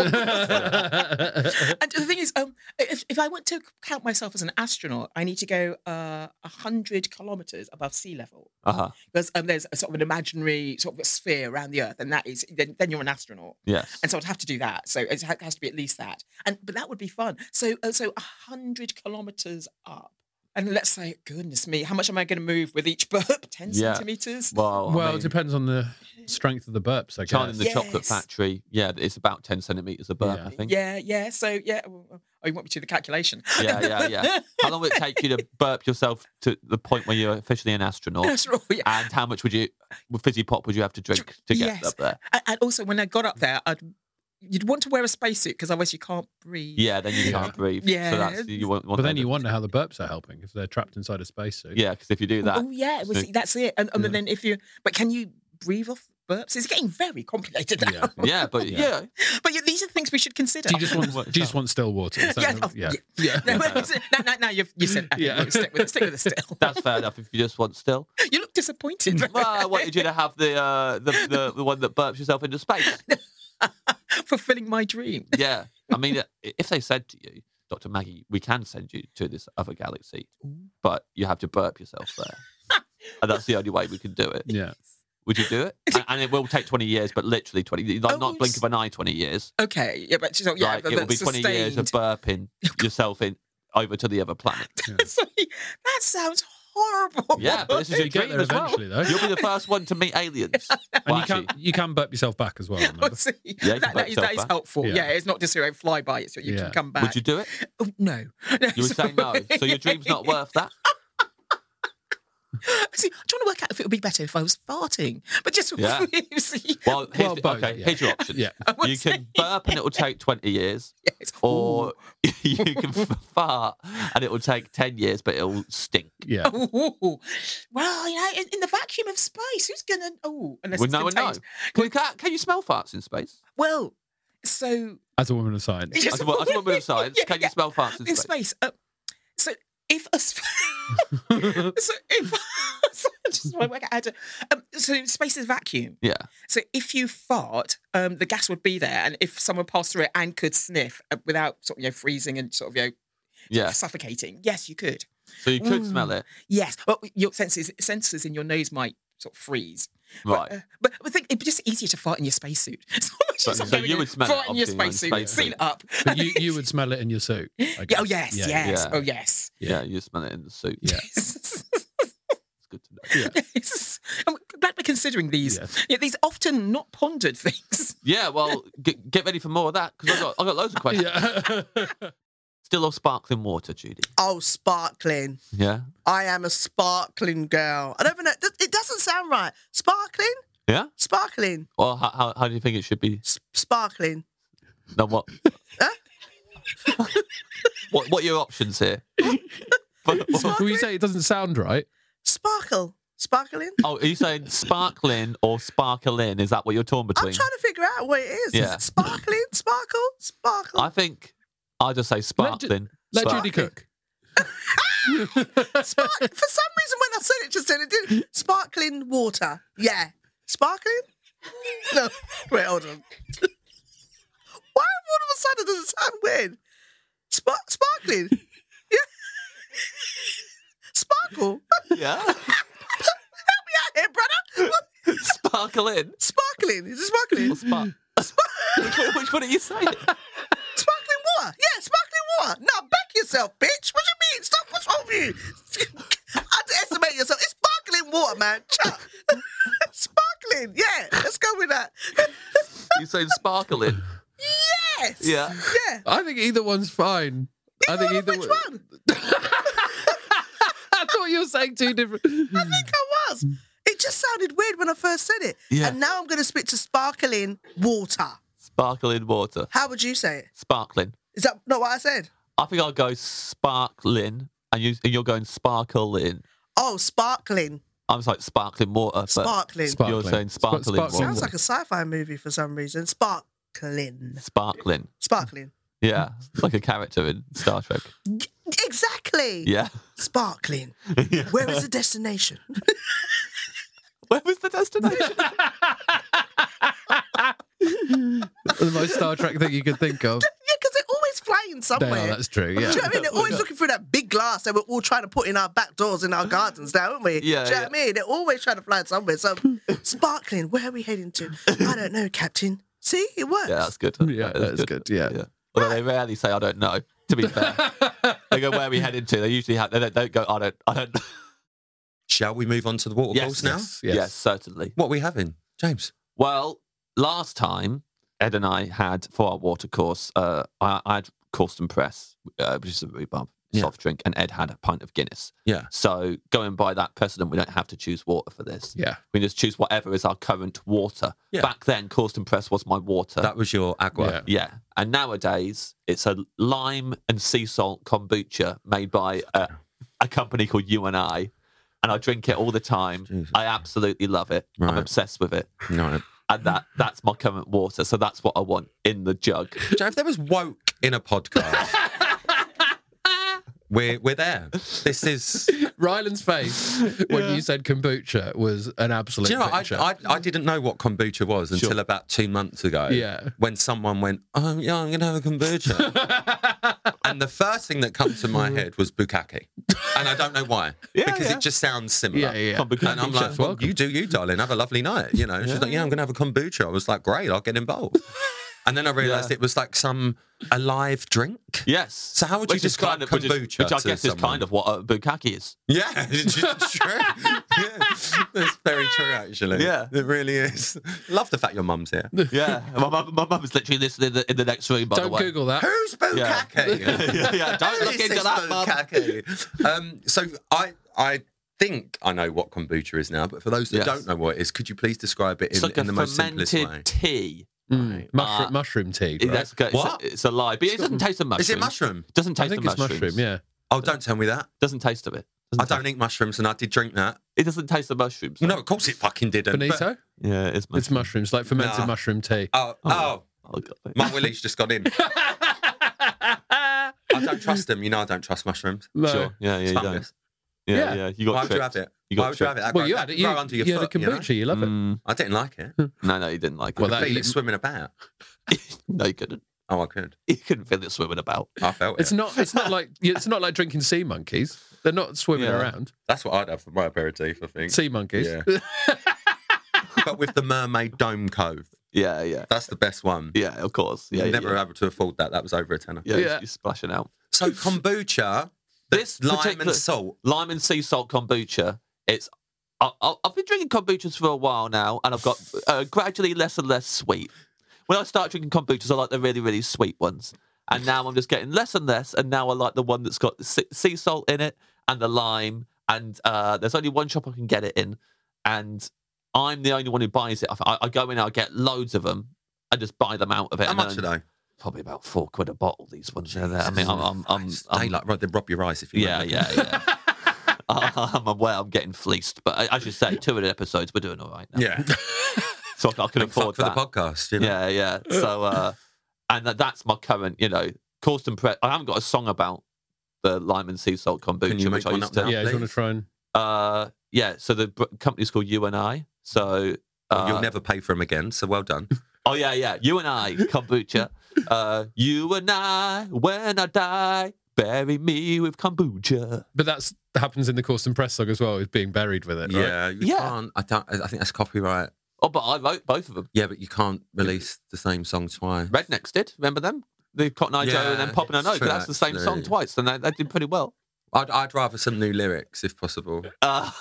Speaker 11: and the thing is, um, if, if I want to count myself as an astronaut, I need to go uh, 100 kilometers above sea level.
Speaker 2: Uh huh.
Speaker 11: Because um, there's a sort of an imaginary sort of a sphere around the Earth, and that is, then, then you're an astronaut.
Speaker 2: Yes.
Speaker 11: And so I'd have to do that. So it ha- has to be at least that. And But that would be fun. So uh, so 100 kilometers up. And let's say, goodness me, how much am I going to move with each burp? 10
Speaker 2: Yeah.
Speaker 11: centimeters?
Speaker 2: Well, Oh, I
Speaker 1: Well,
Speaker 2: mean,
Speaker 1: it depends on the strength of the burps, I guess.
Speaker 2: Charlie in the Chocolate
Speaker 11: Yes.
Speaker 2: Factory, yeah, it's about 10 centimetres a burp,
Speaker 1: Yeah.
Speaker 2: I think.
Speaker 11: Yeah, yeah. So, yeah. Oh, you want me to do the calculation?
Speaker 2: yeah, yeah, yeah. How long would it take you to burp yourself to the point where you're officially an astronaut?
Speaker 11: Astronaut, yeah.
Speaker 2: And how much would you, what fizzy pop would you have to drink to get
Speaker 11: Yes.
Speaker 2: up there?
Speaker 11: A- And also, when I got up there, I'd you'd want to wear a spacesuit because otherwise you can't breathe.
Speaker 2: Yeah, then you can't breathe. So
Speaker 11: Yeah.
Speaker 2: that's, you want, want
Speaker 1: But then
Speaker 2: that-
Speaker 1: you wonder how the burps are helping if they're trapped inside a spacesuit.
Speaker 2: Yeah, because if you do that,
Speaker 11: Oh yeah, well,
Speaker 2: so-
Speaker 11: see, that's it. And, and
Speaker 1: Yeah.
Speaker 11: then if you, but can you breathe off burps? It's getting very complicated now.
Speaker 1: Yeah.
Speaker 2: yeah, but
Speaker 1: Yeah.
Speaker 2: yeah.
Speaker 11: But yeah, these are things we should consider.
Speaker 1: Do you just want, do you just want still water? Is that
Speaker 11: yeah,
Speaker 1: what-
Speaker 11: oh,
Speaker 1: yeah.
Speaker 11: yeah, No, no, no, no, you've you said that.
Speaker 1: Yeah.
Speaker 11: Yeah. Stick with it. Stick with it still.
Speaker 2: That's fair enough if you just want still.
Speaker 11: you look disappointed.
Speaker 2: Well, I wanted you to have the, uh, the, the the one that burps yourself into space.
Speaker 11: fulfilling my dream.
Speaker 2: Yeah. I mean, if they said to you, Dr. Maggie, we can send you to this other galaxy, but you have to burp yourself there. and that's the only way we can do it.
Speaker 1: Yeah.
Speaker 2: Would you do it? And, and it will take 20 years, but literally 20, like
Speaker 11: Oh,
Speaker 2: not blink of an eye 20 years.
Speaker 11: Okay, yeah, but so, yeah,
Speaker 2: like,
Speaker 11: but
Speaker 2: it will be
Speaker 11: that's
Speaker 2: 20 years of
Speaker 11: sustained.
Speaker 2: burping yourself in over to the other planet.
Speaker 11: Sorry, that sounds horrible.
Speaker 2: Yeah, but this is your
Speaker 1: You get
Speaker 2: dream
Speaker 1: there
Speaker 2: as well.
Speaker 1: eventually, though.
Speaker 2: You'll be the first one to meet aliens.
Speaker 1: And
Speaker 2: Well,
Speaker 1: you can,
Speaker 2: actually,
Speaker 1: you can burp yourself back as well.
Speaker 11: Oh,
Speaker 1: remember?
Speaker 11: see,
Speaker 2: Yeah, you can
Speaker 11: that,
Speaker 2: back
Speaker 11: that, is, that is
Speaker 2: yourself back.
Speaker 11: helpful.
Speaker 1: Yeah.
Speaker 11: Yeah. it's not just a flyby, it's that you
Speaker 1: Yeah.
Speaker 11: can come back.
Speaker 2: would you do it?
Speaker 11: Oh, no. no.
Speaker 2: You would say no. So your dream's not worth that.
Speaker 11: See, I'm trying to work out if it would be better if I was farting. But just
Speaker 2: Yeah.
Speaker 11: see,
Speaker 2: Well, here's,
Speaker 1: Well,
Speaker 2: the-
Speaker 1: both,
Speaker 2: okay,
Speaker 1: yeah.
Speaker 2: here's your option.
Speaker 1: Yeah.
Speaker 11: I would
Speaker 2: You
Speaker 11: say-
Speaker 2: can burp and it will take 20 years,
Speaker 11: yes.
Speaker 2: or you can fart and it will take 10 years, but it'll stink.
Speaker 1: Yeah.
Speaker 11: Ooh. Well, you know, in, in the vacuum of space, who's gonna? Oh, unless
Speaker 2: Would
Speaker 11: it's
Speaker 2: no one know?
Speaker 11: contained.
Speaker 2: Can, you- can, can you smell farts in space?
Speaker 11: Well, so
Speaker 1: As a woman of science.
Speaker 11: Yes.
Speaker 2: As a, wo- as a woman of science,
Speaker 11: Yeah,
Speaker 2: can you
Speaker 11: yeah.
Speaker 2: smell farts in
Speaker 11: in
Speaker 2: space?
Speaker 11: space. Uh, so if a sp- so if so I just want to work out how to, um, so space is vacuum.
Speaker 2: Yeah.
Speaker 11: So if you fart, um, the gas would be there, and if someone passed through it and could sniff uh, without sort of you know freezing and sort of you know
Speaker 2: Yeah.
Speaker 11: suffocating, yes, you could. Mm.
Speaker 2: So you could smell it.
Speaker 11: Yes, but your senses sensors in your nose might sort of freeze.
Speaker 2: Right.
Speaker 11: But, uh, but I think it'd be just easier to fart in your spacesuit. So, much
Speaker 2: So-
Speaker 11: as I'm
Speaker 2: so
Speaker 11: going
Speaker 2: you
Speaker 11: in,
Speaker 2: would smell it,
Speaker 11: fart in your
Speaker 2: obviously, in a
Speaker 11: spacesuit, seal
Speaker 2: spacesuit.
Speaker 11: it up.
Speaker 1: But you, you would smell it in your suit. I
Speaker 11: Yeah, oh
Speaker 1: guess.
Speaker 11: yes,
Speaker 1: Yeah,
Speaker 11: yes,
Speaker 2: yeah.
Speaker 11: oh yes.
Speaker 2: yeah. You smell it in the suit.
Speaker 1: Yeah.
Speaker 2: It's good to know. Yeah.
Speaker 11: Yes. I'm glad we're considering these.
Speaker 1: Yes.
Speaker 11: Yeah, these often not pondered things.
Speaker 2: well, get, get ready for more of that because I've got, I've got loads of questions.
Speaker 1: Yeah.
Speaker 2: Still or sparkling water, Judy?
Speaker 12: Oh, sparkling.
Speaker 2: Yeah.
Speaker 12: I am a sparkling girl. I don't even know. It doesn't sound right. Sparkling?
Speaker 2: Yeah.
Speaker 12: Sparkling.
Speaker 2: Well, how, how, how do you think it should be?
Speaker 12: S- sparkling.
Speaker 2: No, what? what? What are your options here? What- what-
Speaker 1: Will you say it doesn't sound right?
Speaker 12: Sparkle. Sparkling.
Speaker 2: oh, are you saying sparkling or sparkling? Is that what you're torn
Speaker 12: I'm
Speaker 2: between?
Speaker 12: trying to figure out what it is. Is
Speaker 2: Yeah.
Speaker 12: it sparkling? Sparkle? Sparkle?
Speaker 2: I think I just say sparkling.
Speaker 1: Let
Speaker 2: Spark-
Speaker 1: Judy cook.
Speaker 12: Spark- for some reason, when I said it just then, it did. Sparkling water. Yeah. Sparkling? No. Wait, hold on. Why all of a sudden does it sound weird? Spark- sparkling? Yeah. Sparkle?
Speaker 2: Yeah. Help
Speaker 12: me out here, brother.
Speaker 2: Sparkle in.
Speaker 12: Sparkling. Is it sparkling?
Speaker 2: Spark- which, one, which one are you saying?
Speaker 12: Sparkling water. Yeah, sparkling water. Now back yourself, bitch. What you mean? Stop. What's wrong with you? Underestimate yourself. It's sparkling water, man. Chuck. sparkling. Yeah, let's go with that.
Speaker 2: You saying sparkle in?
Speaker 12: Yes.
Speaker 2: Yeah.
Speaker 12: Yeah.
Speaker 1: I think either one's fine. I think either
Speaker 12: Which
Speaker 1: one-
Speaker 12: one?
Speaker 1: I thought you were saying two different.
Speaker 12: I think I was. It just sounded weird when I first said it.
Speaker 2: Yeah.
Speaker 12: And now I'm going to spit to sparkling water.
Speaker 2: Sparkle in water.
Speaker 12: How would you say it?
Speaker 2: Sparkling.
Speaker 12: Is that not what I said?
Speaker 2: I think I'll go sparkling, and you and you're going sparkle in.
Speaker 12: Oh, sparkling.
Speaker 2: I was like sparkling water. But
Speaker 12: Sparkling.
Speaker 2: You're saying sparkling water.
Speaker 12: Sounds like a sci-fi movie for some reason. Sparkling.
Speaker 2: sparkling.
Speaker 12: Sparkling.
Speaker 2: Yeah, it's like a character in Star Trek.
Speaker 12: Exactly.
Speaker 2: Yeah.
Speaker 12: Sparkling. Where is the destination?
Speaker 2: Where was the destination?
Speaker 1: the most Star Trek thing you could think of.
Speaker 12: Yeah, because they're always flying somewhere.
Speaker 1: Yeah, that's true,
Speaker 12: Do you know
Speaker 1: yeah.
Speaker 12: what I mean? They're always looking through that big glass that we're all trying to put in our back doors in our gardens now, aren't we?
Speaker 2: Yeah,
Speaker 12: Do you know what I mean? They're always trying to fly somewhere. So, sparkling, where are we heading to? I don't know, Captain. See, it works.
Speaker 2: Yeah, that's good. Yeah, that's good.
Speaker 1: Yeah.
Speaker 2: Although they rarely say I don't know. To be fair, they go where are we headed to. They usually have. They don't, don't go. I don't. I don't.
Speaker 13: Shall we move on to the waterfalls
Speaker 2: Yes,
Speaker 13: now?
Speaker 2: yes, yes. Yes, certainly.
Speaker 13: What are we having, James?
Speaker 2: Well, last time Ed and I had for our water course, uh, I, I had Corsten Press, uh, which is a rhubarb soft drink, and Ed had a pint of Guinness.
Speaker 13: Yeah.
Speaker 2: So going by that precedent, we don't have to choose water for this.
Speaker 13: Yeah.
Speaker 2: We just choose whatever is our current water.
Speaker 13: Yeah.
Speaker 2: Back then, Corsten Press was my water.
Speaker 13: That was your agua.
Speaker 2: Yeah. And nowadays, it's a lime and sea salt kombucha made by a, a company called UNI. And I drink it all the time. I absolutely love it. I'm
Speaker 13: Right.
Speaker 2: obsessed with it.
Speaker 13: No.
Speaker 2: And that that's my current water. So that's what I want in the jug.
Speaker 13: Joe, if there was woke in a podcast, we're, we're there. This is.
Speaker 1: Ryland's face when you said kombucha was an absolute
Speaker 13: Do you know, I,
Speaker 1: picture.
Speaker 13: I, I didn't know what kombucha was until about two months ago.
Speaker 1: Yeah.
Speaker 13: When someone went, oh, yeah, I'm going to have a kombucha. and the first thing that comes to my head was bukkake. And I don't know why. because it just sounds similar.
Speaker 1: Yeah, yeah, yeah. Kombucha.
Speaker 13: And I'm like,
Speaker 1: Chef's
Speaker 13: well, you do you, darling. Have a lovely night. You know, she's like, yeah, I'm going to have a kombucha. I was like, great, I'll get involved. And then I realised it was like some alive drink.
Speaker 2: Yes.
Speaker 13: So how would you
Speaker 2: Which is
Speaker 13: describe
Speaker 2: kind of-
Speaker 13: kombucha?
Speaker 2: which is- Which I
Speaker 13: to
Speaker 2: guess is
Speaker 13: someone?
Speaker 2: kind of what a bukkake is.
Speaker 13: Yeah, it's just true. yeah, that's very true, actually.
Speaker 2: Yeah.
Speaker 13: it really is. Love the fact your mum's here.
Speaker 2: Yeah. My mum, my mum is literally listening in the, in the next room, by the
Speaker 1: Don't
Speaker 2: way.
Speaker 1: Google that.
Speaker 13: Who's
Speaker 2: Yeah.
Speaker 13: bukkake?
Speaker 2: yeah, yeah, don't
Speaker 13: Who
Speaker 2: look
Speaker 13: is
Speaker 2: into
Speaker 13: this
Speaker 2: that, mum.
Speaker 13: bukkake? Um, so I, I think I know what kombucha is now, but for those that
Speaker 2: Yes.
Speaker 13: don't know what it is, could you please describe it in,
Speaker 2: It's like
Speaker 13: in
Speaker 2: a
Speaker 13: the most simplest way?
Speaker 2: fermented tea.
Speaker 1: Mm, mushroom,
Speaker 2: Uh,
Speaker 1: mushroom tea.
Speaker 2: It-
Speaker 1: right?
Speaker 2: That's good.
Speaker 13: What?
Speaker 2: It's, a, it's a lie, but it doesn't taste of mushroom.
Speaker 13: Is it mushroom?
Speaker 2: It doesn't taste
Speaker 1: I think
Speaker 2: of
Speaker 1: it's
Speaker 2: mushrooms.
Speaker 1: mushroom. Yeah.
Speaker 13: Oh, don't tell me that.
Speaker 2: Doesn't taste of it.
Speaker 13: I don't eat mushrooms, and I did drink that.
Speaker 2: It doesn't taste of mushrooms.
Speaker 13: No, of course it fucking didn't. but-
Speaker 1: Benito.
Speaker 2: Yeah, it's
Speaker 1: It's mushrooms, like fermented
Speaker 13: Nah.
Speaker 1: mushroom tea.
Speaker 13: Oh, oh,
Speaker 2: Oh, God.
Speaker 13: my Willie's just got in. I don't trust them. You know, I don't trust mushrooms.
Speaker 1: No.
Speaker 2: Sure. Yeah, yeah,
Speaker 13: It's
Speaker 2: you don't.
Speaker 13: fungus.
Speaker 2: Yeah,
Speaker 1: Yeah.
Speaker 2: yeah. You got
Speaker 13: Why would you
Speaker 2: tricked.
Speaker 13: have it?
Speaker 2: You got
Speaker 13: Why would you have it? That
Speaker 1: Well,
Speaker 13: grow-
Speaker 1: you had it.
Speaker 13: that
Speaker 1: You,
Speaker 13: grow under your
Speaker 1: you
Speaker 13: foot,
Speaker 1: had a
Speaker 13: you know?
Speaker 1: kombucha. You, love it.
Speaker 2: Mm,
Speaker 13: I didn't like it.
Speaker 2: no, no, you didn't like
Speaker 1: Well,
Speaker 2: it.
Speaker 1: that-
Speaker 13: Feel
Speaker 1: you-
Speaker 13: it swimming about.
Speaker 2: no, you couldn't.
Speaker 13: Oh, I could.
Speaker 2: You couldn't feel it swimming about.
Speaker 13: I felt
Speaker 1: It's
Speaker 13: it.
Speaker 1: not. It's not like. It's not like drinking sea monkeys. They're not swimming
Speaker 2: Yeah.
Speaker 1: around.
Speaker 13: That's what I'd have for my aperitif, I think.
Speaker 1: Sea monkeys.
Speaker 13: Yeah. but with the mermaid dome cove.
Speaker 2: Yeah, yeah,
Speaker 13: That's the best one.
Speaker 2: yeah. Of course. Yeah,
Speaker 13: Never
Speaker 2: yeah.
Speaker 13: able to afford that. That was over a tenner.
Speaker 2: Yeah,
Speaker 1: Yeah.
Speaker 2: You're splashing out.
Speaker 13: So kombucha,
Speaker 2: This
Speaker 13: this lime
Speaker 2: particular-
Speaker 13: and salt.
Speaker 2: lime and sea salt kombucha. It's I, I, I've been drinking kombuchas for a while now, and I've got uh, gradually less and less sweet. When I start drinking kombuchas, I like the really really sweet ones, and now I'm just getting less and less. And now I like the one that's got the se- sea salt in it and the lime. And uh, there's only one shop I can get it in, and I'm the only one who buys it. I, I go in, I get loads of them, and just buy them out of it.
Speaker 13: How
Speaker 2: and
Speaker 13: much
Speaker 2: then-
Speaker 13: are they?
Speaker 2: Probably about four quid a bottle. These ones, you know, they're- I mean, I'm, I'm, I'm,
Speaker 13: they
Speaker 2: I'm
Speaker 13: like right, they rob your eyes if you.
Speaker 2: yeah,
Speaker 13: remember.
Speaker 2: yeah, yeah. I'm aware I'm getting fleeced, but I, I should say two hundred episodes, we're doing all right now.
Speaker 13: yeah.
Speaker 2: so I, I can
Speaker 13: Big fuck
Speaker 2: afford
Speaker 13: for
Speaker 2: that.
Speaker 13: the podcast. You know?
Speaker 2: Yeah, yeah. So, uh, and that, that's my current, you know, Corsten Press. I haven't got a song about the lime and sea salt kombucha,
Speaker 13: Can you
Speaker 2: which
Speaker 13: make
Speaker 2: I
Speaker 13: one
Speaker 2: used
Speaker 13: up
Speaker 2: to.
Speaker 13: now, Yeah, do you wanna please?
Speaker 1: try and?
Speaker 2: Uh, yeah. So the br- company's called UNI. So uh,
Speaker 13: You'll never pay for them again, so well done.
Speaker 2: Oh yeah, yeah. You and I, kombucha. uh, you and I, when I die, bury me with kombucha.
Speaker 1: But that's happens in the Corson Press song as well. Is being buried with it.
Speaker 13: Yeah,
Speaker 1: right?
Speaker 13: you can't. I don't. I think that's copyright.
Speaker 2: Oh, but I wrote both of them.
Speaker 13: Yeah, but you can't release the same song twice.
Speaker 2: Rednecks did. Remember them? The Cotton Eye Joe and then Popping a Note. That's the same song twice, and they, they did pretty well.
Speaker 13: I'd, I'd rather some new lyrics if possible.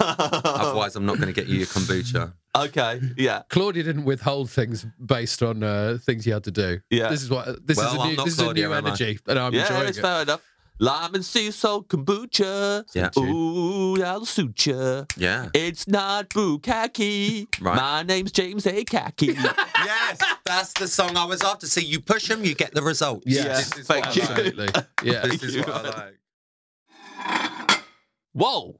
Speaker 13: Otherwise, I'm not going to get you your kombucha.
Speaker 2: Okay. Yeah.
Speaker 1: Claudia didn't withhold things based on uh, things you had to do.
Speaker 2: Yeah.
Speaker 1: This is what this
Speaker 13: Well,
Speaker 1: is a
Speaker 13: I'm
Speaker 1: new,
Speaker 13: not
Speaker 1: this
Speaker 13: Claudia,
Speaker 1: is a new
Speaker 13: am I?
Speaker 1: energy, and I'm
Speaker 2: yeah,
Speaker 1: enjoying
Speaker 2: it's
Speaker 1: it.
Speaker 2: fair enough. Lime and sea salt kombucha.
Speaker 13: Yeah.
Speaker 2: Ooh, I'll suit ya.
Speaker 13: Yeah.
Speaker 2: It's not bukkake.
Speaker 13: Right.
Speaker 2: My name's James A. Kaki.
Speaker 13: yes, that's the song I was after. See, you push them, you get the results.
Speaker 2: Yes.
Speaker 13: This is what
Speaker 2: Thank
Speaker 13: I
Speaker 2: you.
Speaker 13: like.
Speaker 1: Yeah.
Speaker 13: This is what I like.
Speaker 2: Whoa,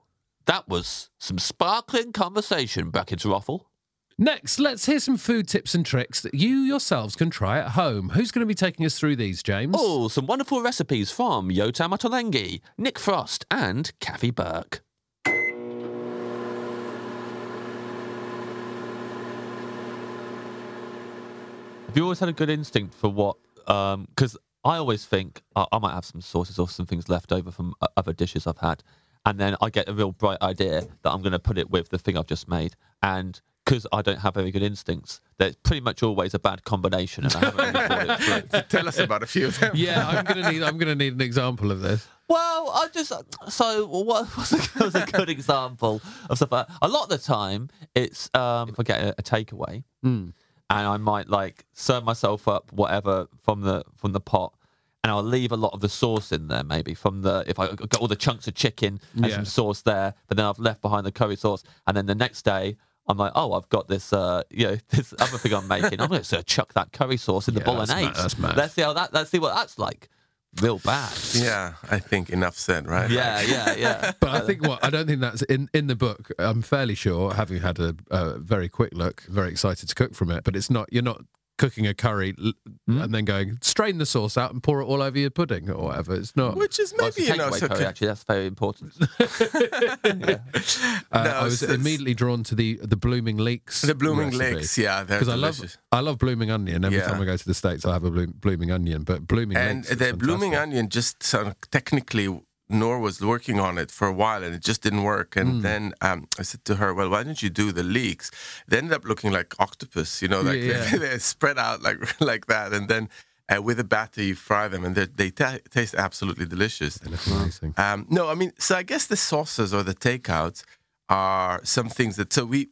Speaker 2: that was some sparkling conversation, brackets Ruffle.
Speaker 1: Next, let's hear some food tips and tricks that you yourselves can try at home. Who's going to be taking us through these, James?
Speaker 2: Oh, some wonderful recipes from Yotam Matolengi, Nick Frost, and Kathy Burke. Have you always had a good instinct for what? Because I always think I, I might have some sauces or some things left over from o- other dishes I've had, and then I get a real bright idea that I'm going to put it with the thing I've just made. And because I don't have very good instincts, there's pretty much always a bad combination, and I haven't really thought it through.
Speaker 14: Tell us about a few of them.
Speaker 1: yeah, I'm gonna need I'm gonna need an example of this.
Speaker 2: Well, I just so what was a, was a good example of stuff. like- A lot of the time, it's um, if I get a, a takeaway,
Speaker 14: Hmm.
Speaker 1: Mm.
Speaker 2: and I might like serve myself up whatever from the from the pot, and I'll leave a lot of the sauce in there. Maybe from the if I got all the chunks of chicken and
Speaker 1: Yeah.
Speaker 2: some sauce there, but then I've left behind the curry sauce, and then the next day. I'm like, oh, I've got this, uh, you know, this other thing I'm making. I'm going to chuck that curry sauce in the
Speaker 14: Yeah, that's
Speaker 2: bolognese.
Speaker 14: mad, that's mad.
Speaker 2: Let's see how that. Let's see what that's like. Real bad.
Speaker 14: Yeah, I think enough said, right?
Speaker 2: Yeah, yeah, yeah.
Speaker 1: But I think what I don't think that's in in the book. I'm fairly sure, having had a, a very quick look, very excited to cook from it. But it's not you're not cooking a curry l
Speaker 14: Hmm?
Speaker 1: and then going strain the sauce out and pour it all over your pudding or whatever. It's not.
Speaker 14: Which is
Speaker 2: Well, it's a
Speaker 14: maybe, you know,
Speaker 2: takeaway
Speaker 14: so
Speaker 2: curry,
Speaker 14: could-
Speaker 2: actually, that's very important.
Speaker 1: Uh,
Speaker 14: No,
Speaker 1: I was
Speaker 14: it's-
Speaker 1: immediately drawn to the the blooming leeks.
Speaker 14: The blooming leeks, yeah, they're
Speaker 1: because I love
Speaker 14: delicious.
Speaker 1: I love blooming onion. Every
Speaker 14: Yeah.
Speaker 1: time I go to the states, I have a bloom, blooming onion. But blooming
Speaker 14: and
Speaker 1: leeks is
Speaker 14: the blooming
Speaker 1: fantastic.
Speaker 14: onion just sort of technically Nor was working on it for a while and it just didn't work.
Speaker 1: Hmm.
Speaker 14: And then um, I said to her, "Well, why don't you do the leeks?" They ended up looking like octopus, you know, like
Speaker 1: Yeah, yeah.
Speaker 14: they're spread out like like that. And then uh, with a batter, you fry them, and they they ta taste absolutely delicious.
Speaker 1: amazing.
Speaker 14: Um, no, I mean, so I guess the sauces or the takeouts are some things that so we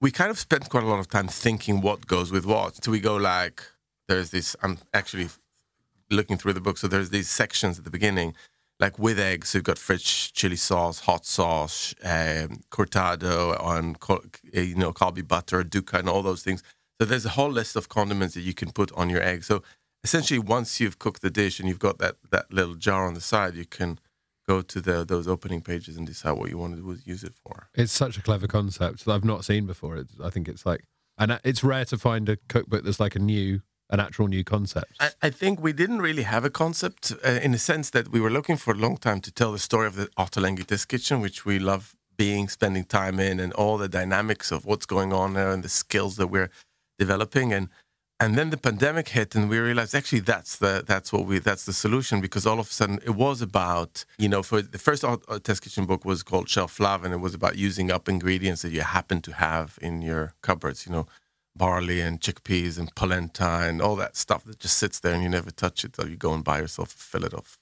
Speaker 14: we kind of spend quite a lot of time thinking what goes with what. So we go like, there's this. I'm actually looking through the book, so there's these sections at the beginning, like with eggs. So you've got French chili sauce, hot sauce, um, cortado, on col- eh, you know Calbi butter, duca, and all those things. So there's a whole list of condiments that you can put on your egg. So essentially, once you've cooked the dish and you've got that that little jar on the side, you can go to the those opening pages and decide what you want to use it for.
Speaker 1: It's such a clever concept that I've not seen before. It's, I think it's like, and it's rare to find a cookbook that's like a new, an actual new concept.
Speaker 14: I, I think we didn't really have a concept uh, in the sense that we were looking for a long time to tell the story of the Ottolenghi Test Kitchen, which we love being, spending time in, and all the dynamics of what's going on there and the skills that we're developing. And and then the pandemic hit, and we realized actually that's the that's what we that's the solution because all of a sudden it was about you know for the first Ot- Ot- Test Kitchen book was called Shelf Love, and it was about using up ingredients that you happen to have in your cupboards. You know barley and chickpeas and polenta and all that stuff that just sits there and you never touch it. So you go and buy yourself a fillet of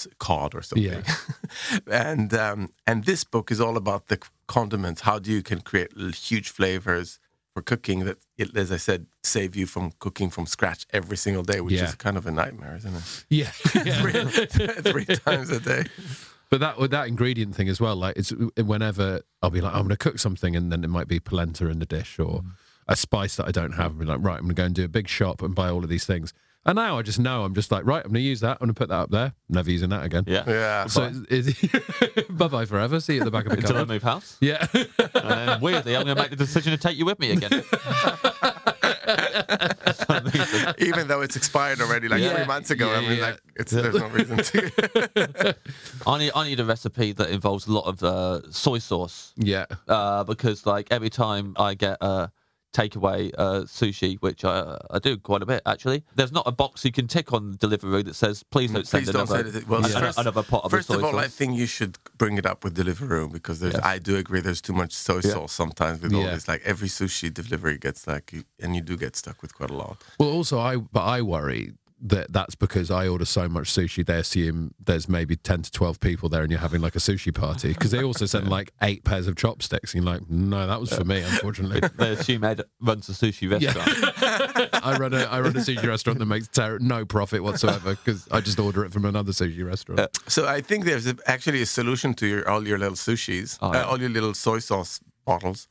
Speaker 14: s- cod or something. and um, and this book is all about the condiments. How do you can create l- huge flavors for cooking that, it, as I said, save you from cooking from scratch every single day, which
Speaker 1: Yeah.
Speaker 14: is kind of a nightmare, isn't it?
Speaker 1: Yeah,
Speaker 14: three, three times a day.
Speaker 1: But that with that ingredient thing as well, like it's whenever I'll be like, I'm going to cook something, and then it might be polenta in the dish or
Speaker 14: Mm.
Speaker 1: a spice that I don't have. And be like, right, I'm going to go and do a big shop and buy all of these things. And now I just know I'm just like, right, I'm going to use that. I'm going to put that up there. Never using that again.
Speaker 2: Yeah.
Speaker 14: Yeah.
Speaker 1: So bye bye forever. See you at the back of the
Speaker 2: Until I
Speaker 1: cupboard.
Speaker 2: move house.
Speaker 1: Yeah.
Speaker 2: And then weirdly, I'm going to make the decision to take you with me again.
Speaker 14: Even though it's expired already, like
Speaker 2: Yeah.
Speaker 14: three months ago.
Speaker 2: Yeah,
Speaker 14: I mean,
Speaker 2: yeah,
Speaker 14: like, it's, there's no reason to.
Speaker 2: I need, I need a recipe that involves a lot of uh, soy sauce.
Speaker 1: Yeah.
Speaker 2: Uh, because like every time I get uh, takeaway uh, sushi, which I I do quite a bit actually, there's not a box you can tick on Deliveroo that says please don't send
Speaker 14: Mm, Please don't
Speaker 2: another
Speaker 14: say that. Well,
Speaker 2: an-
Speaker 14: first,
Speaker 2: another pot of
Speaker 14: first
Speaker 2: soy
Speaker 14: of all,
Speaker 2: sauce.
Speaker 14: I think you should bring it up with Deliveroo because there's, I do agree there's too much soy
Speaker 2: Yeah.
Speaker 14: sauce sometimes with all
Speaker 10: Yeah.
Speaker 14: this. Like every sushi delivery gets like, you, and you do get stuck with quite a lot.
Speaker 10: Well, also, I but I worry that that's because I order so much sushi. They assume there's maybe ten to twelve people there, and you're having like a sushi party. Because they also send like eight pairs of chopsticks, and you're like, no, that was for me, unfortunately.
Speaker 2: they assume Ed runs a sushi restaurant.
Speaker 10: I run a I run a sushi restaurant that makes ter- no profit whatsoever because I just order it from another sushi restaurant.
Speaker 2: Uh,
Speaker 14: Uh, So I think there's a, actually a solution to your all your little sushis,
Speaker 10: Oh, yeah.
Speaker 14: uh, all your little soy sauce bottles,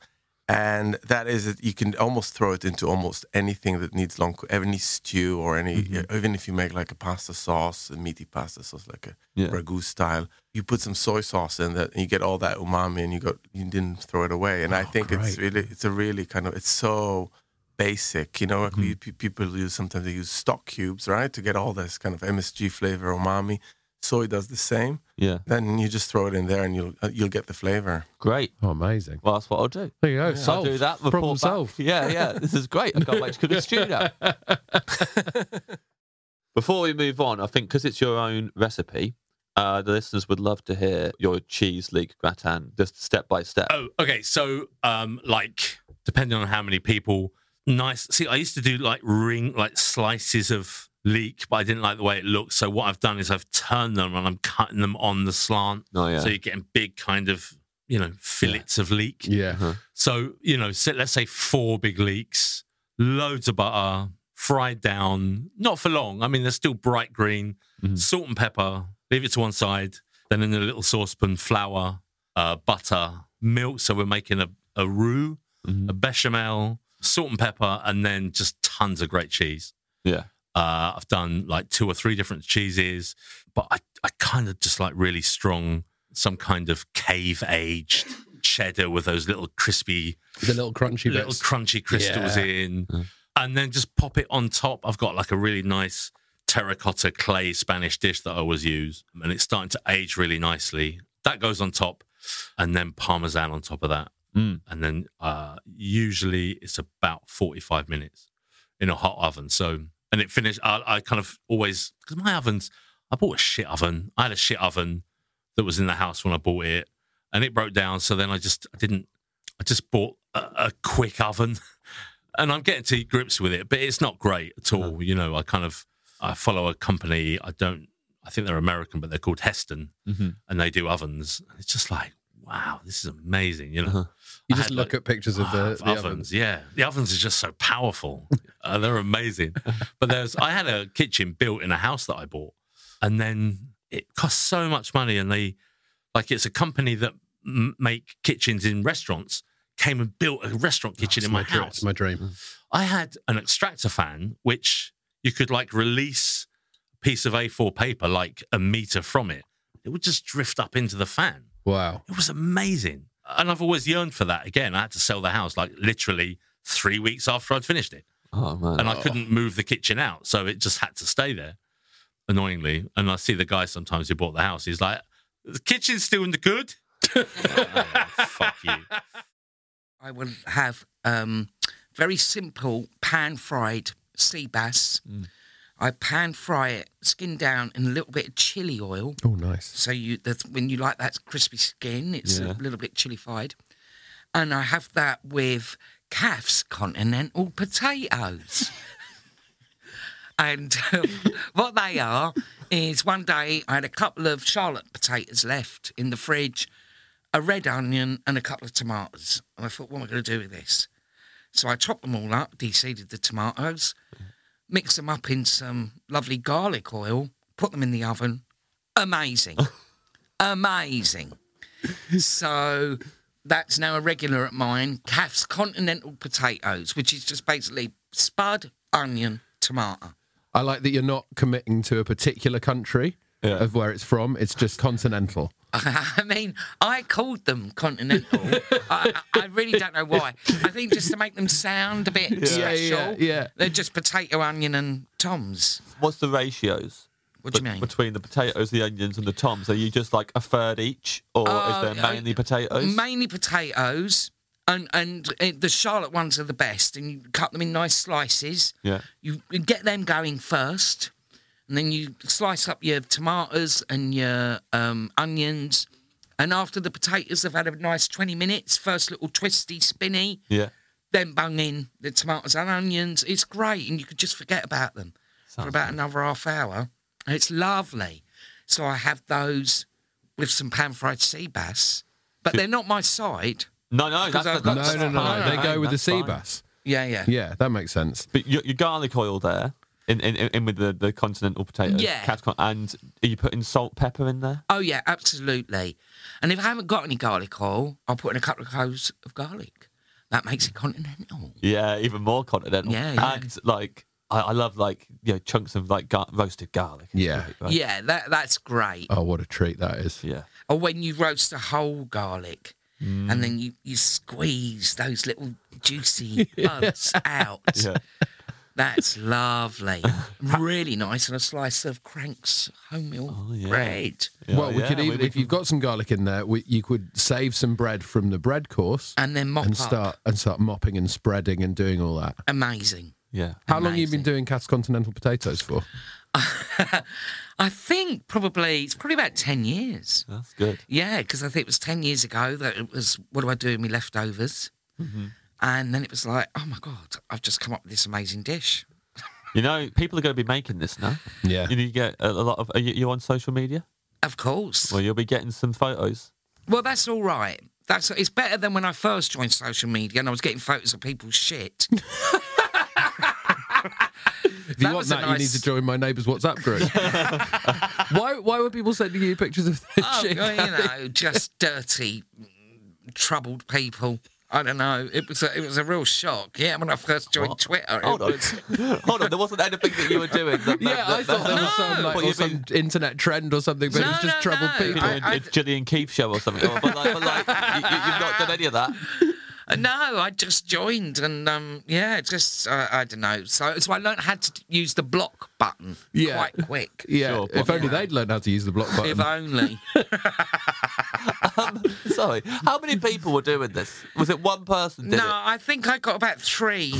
Speaker 14: and that is that you can almost throw it into almost anything that needs long, co- any stew or any,
Speaker 10: Mm-hmm.
Speaker 14: even if you make like a pasta sauce, a meaty pasta sauce, like a
Speaker 2: Yeah.
Speaker 14: ragu style, you put some soy sauce in that, and you get all that umami, and you got you didn't throw it away. And I think it's
Speaker 10: Oh, great.
Speaker 14: really, it's a really kind of, it's so basic. You know, like we,
Speaker 10: Mm-hmm.
Speaker 14: pe- people use sometimes they use stock cubes, right, to get all this kind of MSG flavor, umami. Soy does the same.
Speaker 2: Yeah.
Speaker 14: Then you just throw it in there, and you'll uh, you'll get the flavor.
Speaker 2: Great.
Speaker 10: Oh, amazing.
Speaker 2: Well, that's what I'll do.
Speaker 10: There you go.
Speaker 2: I'll
Speaker 10: Solved.
Speaker 2: do that. report
Speaker 10: Problem
Speaker 2: back.
Speaker 10: solved.
Speaker 2: Yeah, yeah. This is great. I can't wait to cook a stew now. Before we move on, I think because it's your own recipe, uh, the listeners would love to hear your cheese leek gratin, just step by step.
Speaker 15: Oh, okay. So, um, like, depending on how many people, nice. See, I used to do like ring, like slices of leek, but I didn't like the way it looked. So, what I've done is I've turned them and I'm cutting them on the slant.
Speaker 2: Oh, yeah.
Speaker 15: So, you're getting big kind of, you know, fillets of leek.
Speaker 10: Yeah.
Speaker 15: So, you know, so let's say four big leeks, loads of butter, fried down, not for long. I mean, they're still bright green, salt and pepper, leave it to one side. Then in a little saucepan, flour, uh, butter, milk. So we're making a, a roux, a bechamel, salt and pepper, and then just tons of great cheese.
Speaker 2: Yeah.
Speaker 15: Uh, I've done like two or three different cheeses, but I, I kind of just like really strong, some kind of cave aged cheddar with those little crispy,
Speaker 10: The little crunchy
Speaker 15: little
Speaker 10: bits.
Speaker 15: crunchy crystals
Speaker 10: Yeah.
Speaker 15: in, and then just pop it on top. I've got like a really nice terracotta clay Spanish dish that I always use, and it's starting to age really nicely. That goes on top, and then parmesan on top of that,
Speaker 2: Mm.
Speaker 15: and then uh, usually it's about forty-five minutes in a hot oven. So, and it finished. I, I kind of always because my ovens. I bought a shit oven. I had a shit oven that was in the house when I bought it, and it broke down. So then I just I didn't. I just bought a, a quick oven, and I'm getting to grips with it, but it's not great at all. You know, I kind of I follow a company. I don't. I think they're American, but they're called Heston,
Speaker 2: Mhm.
Speaker 15: and they do ovens. It's just like wow, this is amazing. You know.
Speaker 10: Uh-huh. You
Speaker 15: I
Speaker 10: just
Speaker 15: had,
Speaker 10: look
Speaker 15: like,
Speaker 10: at pictures of
Speaker 15: Ah,
Speaker 10: the,
Speaker 15: of
Speaker 10: the
Speaker 15: ovens, yeah. The ovens are just so powerful. Uh, they're amazing. But there's, I had a kitchen built in a house that I bought, and then it cost so much money. And they, like, it's a company that m- make kitchens in restaurants. Came and built a restaurant
Speaker 10: Oh,
Speaker 15: kitchen in my,
Speaker 10: dream-
Speaker 15: house.
Speaker 10: it's my dream.
Speaker 15: Mm. I had an extractor fan, which you could like release a piece of A4 paper like a meter from it. It would just drift up into the fan.
Speaker 10: Wow.
Speaker 15: It was amazing. And I've always yearned for that. Again, I had to sell the house like literally three weeks after I'd finished it.
Speaker 2: Oh, man.
Speaker 15: And I couldn't move the kitchen out. So it just had to stay there, annoyingly. And I see the guy sometimes who bought the house. He's like, the kitchen's still in the good. Fuck you.
Speaker 16: I will have um, very simple pan fried sea bass.
Speaker 10: Mm.
Speaker 16: I pan fry it, skin down, in a little bit of chili oil.
Speaker 10: Oh, nice.
Speaker 16: So you that's when you like that crispy skin, it's
Speaker 10: Yeah.
Speaker 16: a little bit chilified. And I have that with calf's continental potatoes. and um, what they are is one day I had a couple of Charlotte potatoes left in the fridge, a red onion, and a couple of tomatoes. And I thought, what am I going to do with this? So I chopped them all up, deseeded the tomatoes, mixed them up in some lovely garlic oil, put them in the oven. Amazing. Amazing. So that's now a regular at mine. Calf's Continental Potatoes, which is just basically spud, onion, tomato.
Speaker 10: I like that you're not committing to a particular country of where it's from. It's just continental.
Speaker 16: I mean, I called them continental. I, I I really don't know why. I think just to make them sound a bit
Speaker 2: Yeah,
Speaker 16: special.
Speaker 2: yeah, yeah.
Speaker 16: They're just potato, onion, and toms.
Speaker 2: What's the ratios?
Speaker 16: What do you
Speaker 2: bet-
Speaker 16: mean?
Speaker 2: Between the potatoes, the onions, and the toms, are you just like a third each, or
Speaker 16: Uh,
Speaker 2: is there mainly potatoes?
Speaker 16: Mainly potatoes, and and uh, the Charlotte ones are the best. And you cut them in nice slices.
Speaker 2: Yeah.
Speaker 16: You, you get them going first, and then you slice up your tomatoes and your um, onions. And after the potatoes have had a nice 20 minutes, first little twisty, spinny,
Speaker 2: yeah.
Speaker 16: then bung in the tomatoes and onions. It's great, and you could just forget about them for about another half hour. And it's lovely. So I have those with some pan fried sea bass, but they're not my side.
Speaker 2: No, no,
Speaker 16: Because
Speaker 2: that's-
Speaker 16: I've got-
Speaker 2: that's
Speaker 1: no, no, no, no.
Speaker 2: fine.
Speaker 1: They go with the
Speaker 2: That's
Speaker 1: sea
Speaker 2: fine.
Speaker 1: bass.
Speaker 16: Yeah, yeah.
Speaker 1: Yeah, that makes sense.
Speaker 2: But your, your garlic oil there, in, in, in in with the, the continental potatoes,
Speaker 16: Yeah.
Speaker 2: catcon- and are you putting salt, pepper in there?
Speaker 16: Oh yeah, absolutely. And if I haven't got any garlic oil, I'll put in a couple of cloves of garlic. That makes it continental.
Speaker 2: Yeah, even more continental.
Speaker 16: Yeah, yeah.
Speaker 2: and like I, I love like you know chunks of like gar- roasted garlic.
Speaker 1: Yeah,
Speaker 16: Yeah, that that's great.
Speaker 1: Oh, what a treat that is.
Speaker 2: Yeah.
Speaker 16: Or when you roast a whole garlic
Speaker 1: Mm.
Speaker 16: and then you, you squeeze those little juicy buds out.
Speaker 2: Yeah.
Speaker 16: That's lovely. really nice. And a slice of Crank's wholemeal
Speaker 1: Oh,
Speaker 16: bread.
Speaker 1: well, we could even, if you've got some garlic in there, we, you could save some bread from the bread course
Speaker 16: And then mop
Speaker 1: and
Speaker 16: up.
Speaker 1: start and start mopping and spreading and doing all that.
Speaker 16: Amazing.
Speaker 2: Yeah.
Speaker 1: How long have you been doing Cat's Continental Potatoes for?
Speaker 16: I think probably, it's probably about 10 years.
Speaker 1: Oh.
Speaker 2: That's good.
Speaker 16: Yeah, because I think it was 10 years ago that it was, what do I do with my leftovers?
Speaker 1: Mm-hmm.
Speaker 16: And then it was like, oh my God, I've just come up with this amazing dish.
Speaker 2: You know, people are going to be making this now.
Speaker 1: Yeah.
Speaker 2: You, know, you get a, a lot of. Are you, you on social media?
Speaker 16: Of course.
Speaker 2: Well, you'll be getting some photos.
Speaker 16: Well, that's all right. That's it's better than when I first joined social media and I was getting photos of people's shit.
Speaker 1: If you
Speaker 16: That
Speaker 1: want
Speaker 16: was a
Speaker 1: that, you need
Speaker 16: nice-
Speaker 1: to join my neighbour's WhatsApp group. why? Why were people sending you pictures of this
Speaker 16: oh,
Speaker 1: shit?
Speaker 16: well, you know, just dirty, troubled people. I don't know. It was a, it was a real shock. Yeah, when I first joined Twitter, it
Speaker 2: Hold on.
Speaker 16: was
Speaker 2: Hold on. There wasn't anything that you were doing. That, that,
Speaker 1: yeah, I
Speaker 2: that-
Speaker 1: thought there was some, like,
Speaker 2: Well,
Speaker 1: or
Speaker 2: you've been-
Speaker 1: some internet trend or something, but it was just troubled people.
Speaker 2: People in a Gillian Keefe show or something. Oh, Or- but like, but like you, you- you've not done any of that.
Speaker 16: No, I just joined, and um, yeah, it's just uh, I don't know. So, so I learned how to use the block button
Speaker 1: Yeah.
Speaker 16: quite quick.
Speaker 1: Yeah, if only
Speaker 16: Yeah.
Speaker 1: they'd learned how to use the block button.
Speaker 16: If only.
Speaker 2: Sorry. How many people were doing this? Was it one person? Did
Speaker 16: no, I think I got about three.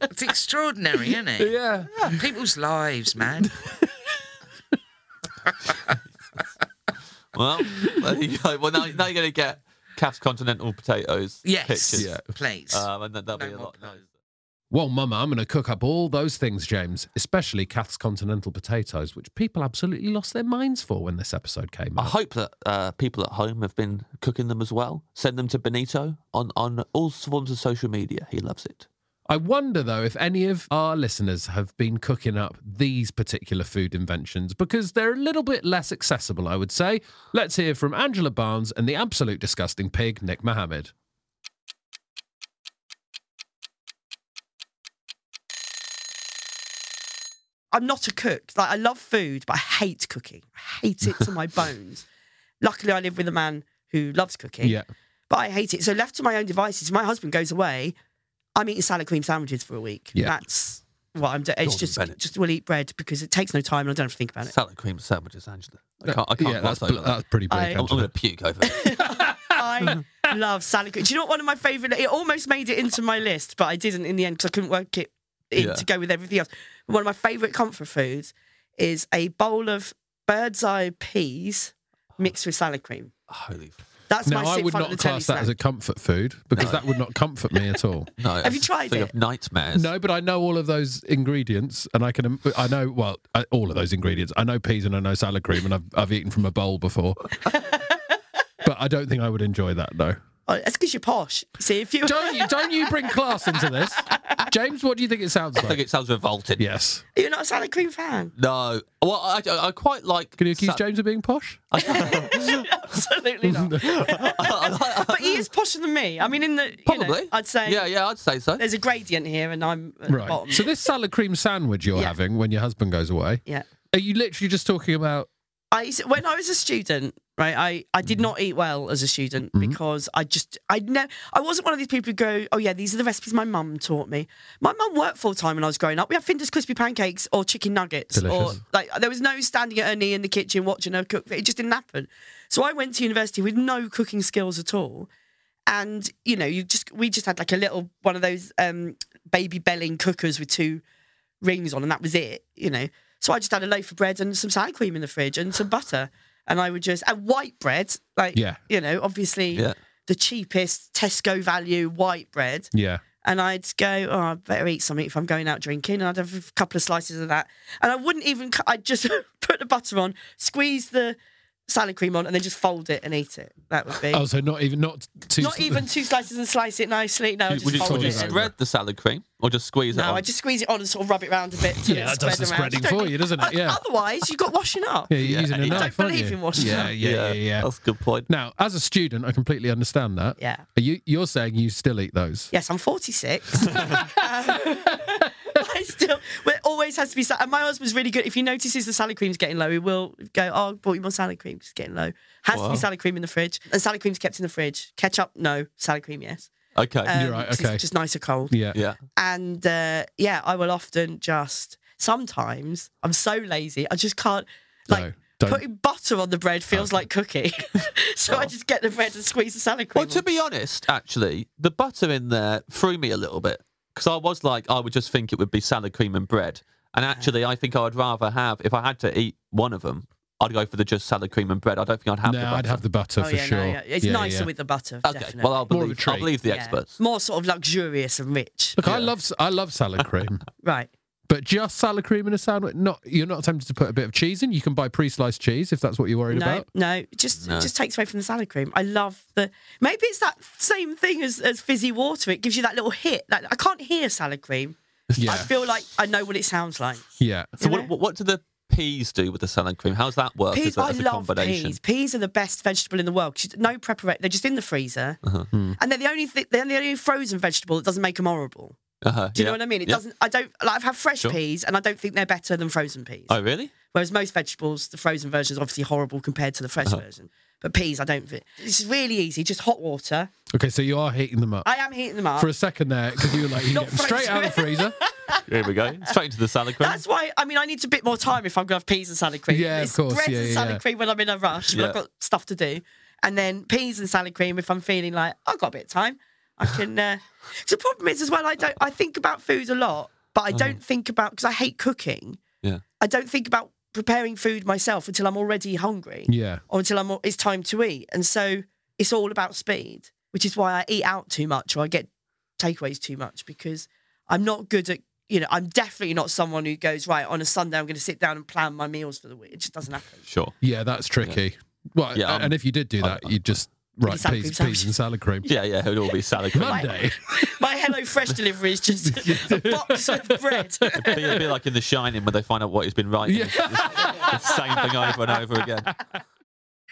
Speaker 16: it's extraordinary, isn't it?
Speaker 1: Yeah.
Speaker 16: People's lives, man.
Speaker 2: it? Well, there you go. Well, now, now you're going to get Cavs Continental potatoes.
Speaker 16: Yes,
Speaker 2: Pictures.
Speaker 16: Yeah. please.
Speaker 2: Um, and that, that'll be a lot. nicer.
Speaker 1: Well, Mama, I'm going to cook up all those things, James, especially Kath's continental potatoes, which people absolutely lost their minds for when this episode came
Speaker 2: I
Speaker 1: out.
Speaker 2: hope that uh, people at home have been cooking them as well. Send them to Benito on, on all forms of social media. He loves it.
Speaker 1: I wonder, though, if any of our listeners have been cooking up these particular food inventions because they're a little bit less accessible, I would say. Let's hear from Angela Barnes and the absolute disgusting pig, Nick Mohammed.
Speaker 10: I'm not a cook. Like I love food, but I hate cooking. I hate it to my bones. Luckily, I live with a man who loves cooking.
Speaker 1: Yeah.
Speaker 10: But I hate it. So left to my own devices, my husband goes away. I'm eating salad cream sandwiches for a week.
Speaker 2: Yeah.
Speaker 10: That's what I'm doing. It's
Speaker 2: Gordon
Speaker 10: just
Speaker 2: Bennett.
Speaker 10: just will eat bread because it takes no time and I don't have to think about it.
Speaker 2: Salad cream sandwiches, Angela. I can't. I can't
Speaker 1: Yeah,
Speaker 2: gloss
Speaker 1: that's bl-
Speaker 2: over that.
Speaker 1: that's pretty bleak,
Speaker 10: I-
Speaker 2: I'm, I'm going to puke over it.
Speaker 10: I love salad cream. Do you know what one of my favourite? It almost made it into my list, but I didn't in the end because I couldn't work it in
Speaker 2: Yeah.
Speaker 10: to go with everything else. One of my favourite comfort foods is a bowl of bird's eye peas mixed with salad cream.
Speaker 2: Holy. f-
Speaker 10: That's
Speaker 1: now,
Speaker 10: my
Speaker 1: I
Speaker 10: sick
Speaker 1: would
Speaker 10: fun
Speaker 1: not
Speaker 10: at the telly
Speaker 1: class that as a
Speaker 10: snack.
Speaker 1: comfort food because
Speaker 2: No.
Speaker 1: that would not comfort me at all.
Speaker 2: No.
Speaker 10: Have
Speaker 2: I'm
Speaker 10: you tried
Speaker 2: thinking
Speaker 10: it?
Speaker 2: Of nightmares.
Speaker 1: No, but I know all of those ingredients, and I can. I know well I, all of those ingredients. I know peas and I know salad cream, and I've I've eaten from a bowl before. but I don't think I would enjoy that though.
Speaker 10: Oh, that's because you're posh. See if you
Speaker 1: Don't you don't you bring class into this, James? What do you think it sounds
Speaker 2: I think
Speaker 1: like?
Speaker 2: it sounds revolted.
Speaker 1: Yes.
Speaker 10: you're not a salad cream fan.
Speaker 2: No. Well, I, I, I quite like.
Speaker 1: Can you accuse James of being posh?
Speaker 10: Absolutely not. but he is posher than me. I mean, in the you know,
Speaker 2: Probably.
Speaker 10: I'd say
Speaker 2: Yeah, yeah, I'd say so.
Speaker 10: there's a gradient here, and I'm at the
Speaker 1: Right.
Speaker 10: bottom.
Speaker 1: So this salad cream sandwich you're
Speaker 10: Yeah.
Speaker 1: having when your husband goes away,
Speaker 10: yeah.
Speaker 1: are you literally just talking about Mm.
Speaker 10: I used to- when I was a student, right, I, I did not eat well as a student because I just I know I wasn't one of these people who go, oh yeah, these are the recipes my mum taught me. My mum worked full time when I was growing up. We had Finder's crispy pancakes or chicken nuggets,
Speaker 12: Delicious.
Speaker 10: or like there was no standing at her knee in the kitchen watching her cook. It just didn't happen. So I went to university with no cooking skills at all, and you know, you just we just had like a little one of those um, baby belling cookers with two rings on, and that was it, you know. So I just had a loaf of bread and some salad cream in the fridge and some butter, and I would just and white bread, like
Speaker 11: Yeah.
Speaker 10: you know, obviously
Speaker 11: Yeah.
Speaker 10: the cheapest Tesco value white bread.
Speaker 11: Yeah.
Speaker 10: And I'd go, oh, I better eat something if I'm going out drinking. And I'd have a couple of slices of that, and I wouldn't even. cu- I'd just put the butter on, squeeze the salad cream on, and then just fold it and eat it. That would be
Speaker 1: Oh, so not even not two
Speaker 10: not even two slices and slice it nicely. No, I
Speaker 2: Would
Speaker 10: just
Speaker 2: you,
Speaker 10: fold
Speaker 2: would you
Speaker 10: it. and-
Speaker 2: spread the salad cream or just squeeze it
Speaker 10: no,
Speaker 2: on?
Speaker 10: I just squeeze it on and sort of rub it round a bit. till
Speaker 2: Yeah,
Speaker 10: it's
Speaker 2: that does the
Speaker 10: spread around.
Speaker 2: spreading
Speaker 10: Don't
Speaker 2: for
Speaker 10: need-
Speaker 2: you, doesn't it?
Speaker 10: oth-
Speaker 2: Yeah.
Speaker 10: Otherwise, you've got washing up.
Speaker 1: Yeah, you're using a
Speaker 10: You
Speaker 1: knife.
Speaker 10: Don't
Speaker 1: aren't
Speaker 10: believe
Speaker 1: you?
Speaker 10: in washing
Speaker 1: yeah,
Speaker 10: up.
Speaker 1: Yeah, yeah, yeah. That's
Speaker 2: a good point.
Speaker 1: Now, as a student, I completely understand that.
Speaker 10: Yeah.
Speaker 1: Are you you're saying you still eat those?
Speaker 10: Yes, I'm 46. Um, I still, well, it always has to be. sa- And my husband's really good. If he notices the salad cream's getting low, he will go, "Oh, I bought you more salad cream. It's getting low. Has to
Speaker 2: Wow.
Speaker 10: be salad cream in the fridge. And salad cream's kept in the fridge. Ketchup, no. Salad cream, yes.
Speaker 2: Okay.
Speaker 10: Um, You're right, 'cause it's okay. just nicer cold.
Speaker 1: Yeah.
Speaker 2: Yeah.
Speaker 10: And uh, yeah, I will often just sometimes I'm so lazy, I just can't
Speaker 1: like
Speaker 10: putting butter on the bread feels like cooking. so I just get the bread and squeeze the salad cream.
Speaker 2: Well, to be honest, actually, the butter in there threw me a little bit because I was like, I would just think it would be salad cream and bread. And actually, I think I would rather have, if I had to eat one of them, I'd go for the just salad cream and bread. I don't think I'd have the
Speaker 1: No,
Speaker 2: butter.
Speaker 1: I'd have the butter
Speaker 10: Oh,
Speaker 1: for
Speaker 10: yeah, no,
Speaker 1: sure.
Speaker 10: yeah. It's nicer with the butter.
Speaker 2: Okay,
Speaker 10: definitely.
Speaker 2: well, I'll believe, I'll believe the
Speaker 10: Yeah.
Speaker 2: experts.
Speaker 10: More sort of luxurious and rich.
Speaker 1: Look, I love s- I love salad cream.
Speaker 10: right.
Speaker 1: But just salad cream in a sandwich. Not you're not tempted to put a bit of cheese in. You can buy pre-sliced cheese if that's what you're worried
Speaker 10: no,
Speaker 1: about.
Speaker 10: No, it just
Speaker 1: No.
Speaker 10: It just takes away from the salad cream. I love the. Maybe it's that same thing as, as fizzy water. It gives you that little hit. Like I can't hear salad cream.
Speaker 2: Yeah.
Speaker 10: I feel like I know what it sounds like.
Speaker 1: Yeah.
Speaker 2: So, what, what, what do the peas do with the salad cream? How's that work
Speaker 10: Peas,
Speaker 2: as a,
Speaker 10: I
Speaker 2: as a
Speaker 10: love
Speaker 2: combination?
Speaker 10: peas. Peas are the best vegetable in the world. 'cause you- No preparation. They're just in the freezer,
Speaker 2: Uh-huh.
Speaker 1: Hmm.
Speaker 10: and they're the only th- they're the only doesn't make them horrible.
Speaker 2: Uh-huh.
Speaker 10: Do you know
Speaker 2: yeah,
Speaker 10: what I mean? It
Speaker 2: yeah.
Speaker 10: doesn't. I don't. Like, I've had fresh
Speaker 2: Sure.
Speaker 10: peas, and I don't think they're better than frozen peas.
Speaker 2: Oh, really?
Speaker 10: Whereas most vegetables, the frozen version is obviously horrible compared to the fresh
Speaker 1: Uh-huh.
Speaker 10: version. But peas, I don't. thi- It's really easy. Just hot water.
Speaker 1: Okay, so you are heating them up.
Speaker 10: I am heating them up.
Speaker 1: For a second there, because you were like, you
Speaker 10: Uh, Not
Speaker 1: get them straight out of the freezer.
Speaker 2: Here we go. Straight into the salad cream.
Speaker 10: That's why. I mean, I need a bit more time if I'm going to have peas and salad cream.
Speaker 2: Yeah, of
Speaker 10: It's
Speaker 2: course.
Speaker 10: Bread
Speaker 2: Yeah,
Speaker 10: and
Speaker 2: yeah,
Speaker 10: salad
Speaker 2: yeah.
Speaker 10: cream when I'm in a rush, but
Speaker 2: Yeah.
Speaker 10: I've got stuff to do. And then peas and salad cream if I'm feeling like I've got a bit of time. I can. Uh... the problem is as well. I don't. I think about food a lot, but
Speaker 2: Uh-huh.
Speaker 10: I don't think about because I hate cooking.
Speaker 2: Yeah.
Speaker 10: I don't think about preparing food myself until I'm already hungry.
Speaker 1: Yeah.
Speaker 10: Or until I'm it's time to eat. And so it's all about speed, which is why I eat out too much or I get takeaways too much because I'm not good at you know, I'm definitely not someone who goes, right, on a Sunday I'm gonna sit down and plan my meals for the week. It just doesn't happen.
Speaker 2: Sure.
Speaker 1: Yeah, that's tricky. Well,
Speaker 2: Yeah,
Speaker 1: and if you did do that, you'd just write
Speaker 10: salad
Speaker 1: peas,
Speaker 10: cream
Speaker 1: peas and salad cream.
Speaker 2: Yeah, yeah, it would all be salad cream.
Speaker 1: Monday.
Speaker 10: My Hello Fresh delivery is just a box of bread.
Speaker 2: It'd be, it'd be like in The Shining when they find out what he's been writing. It's the same thing over and over again.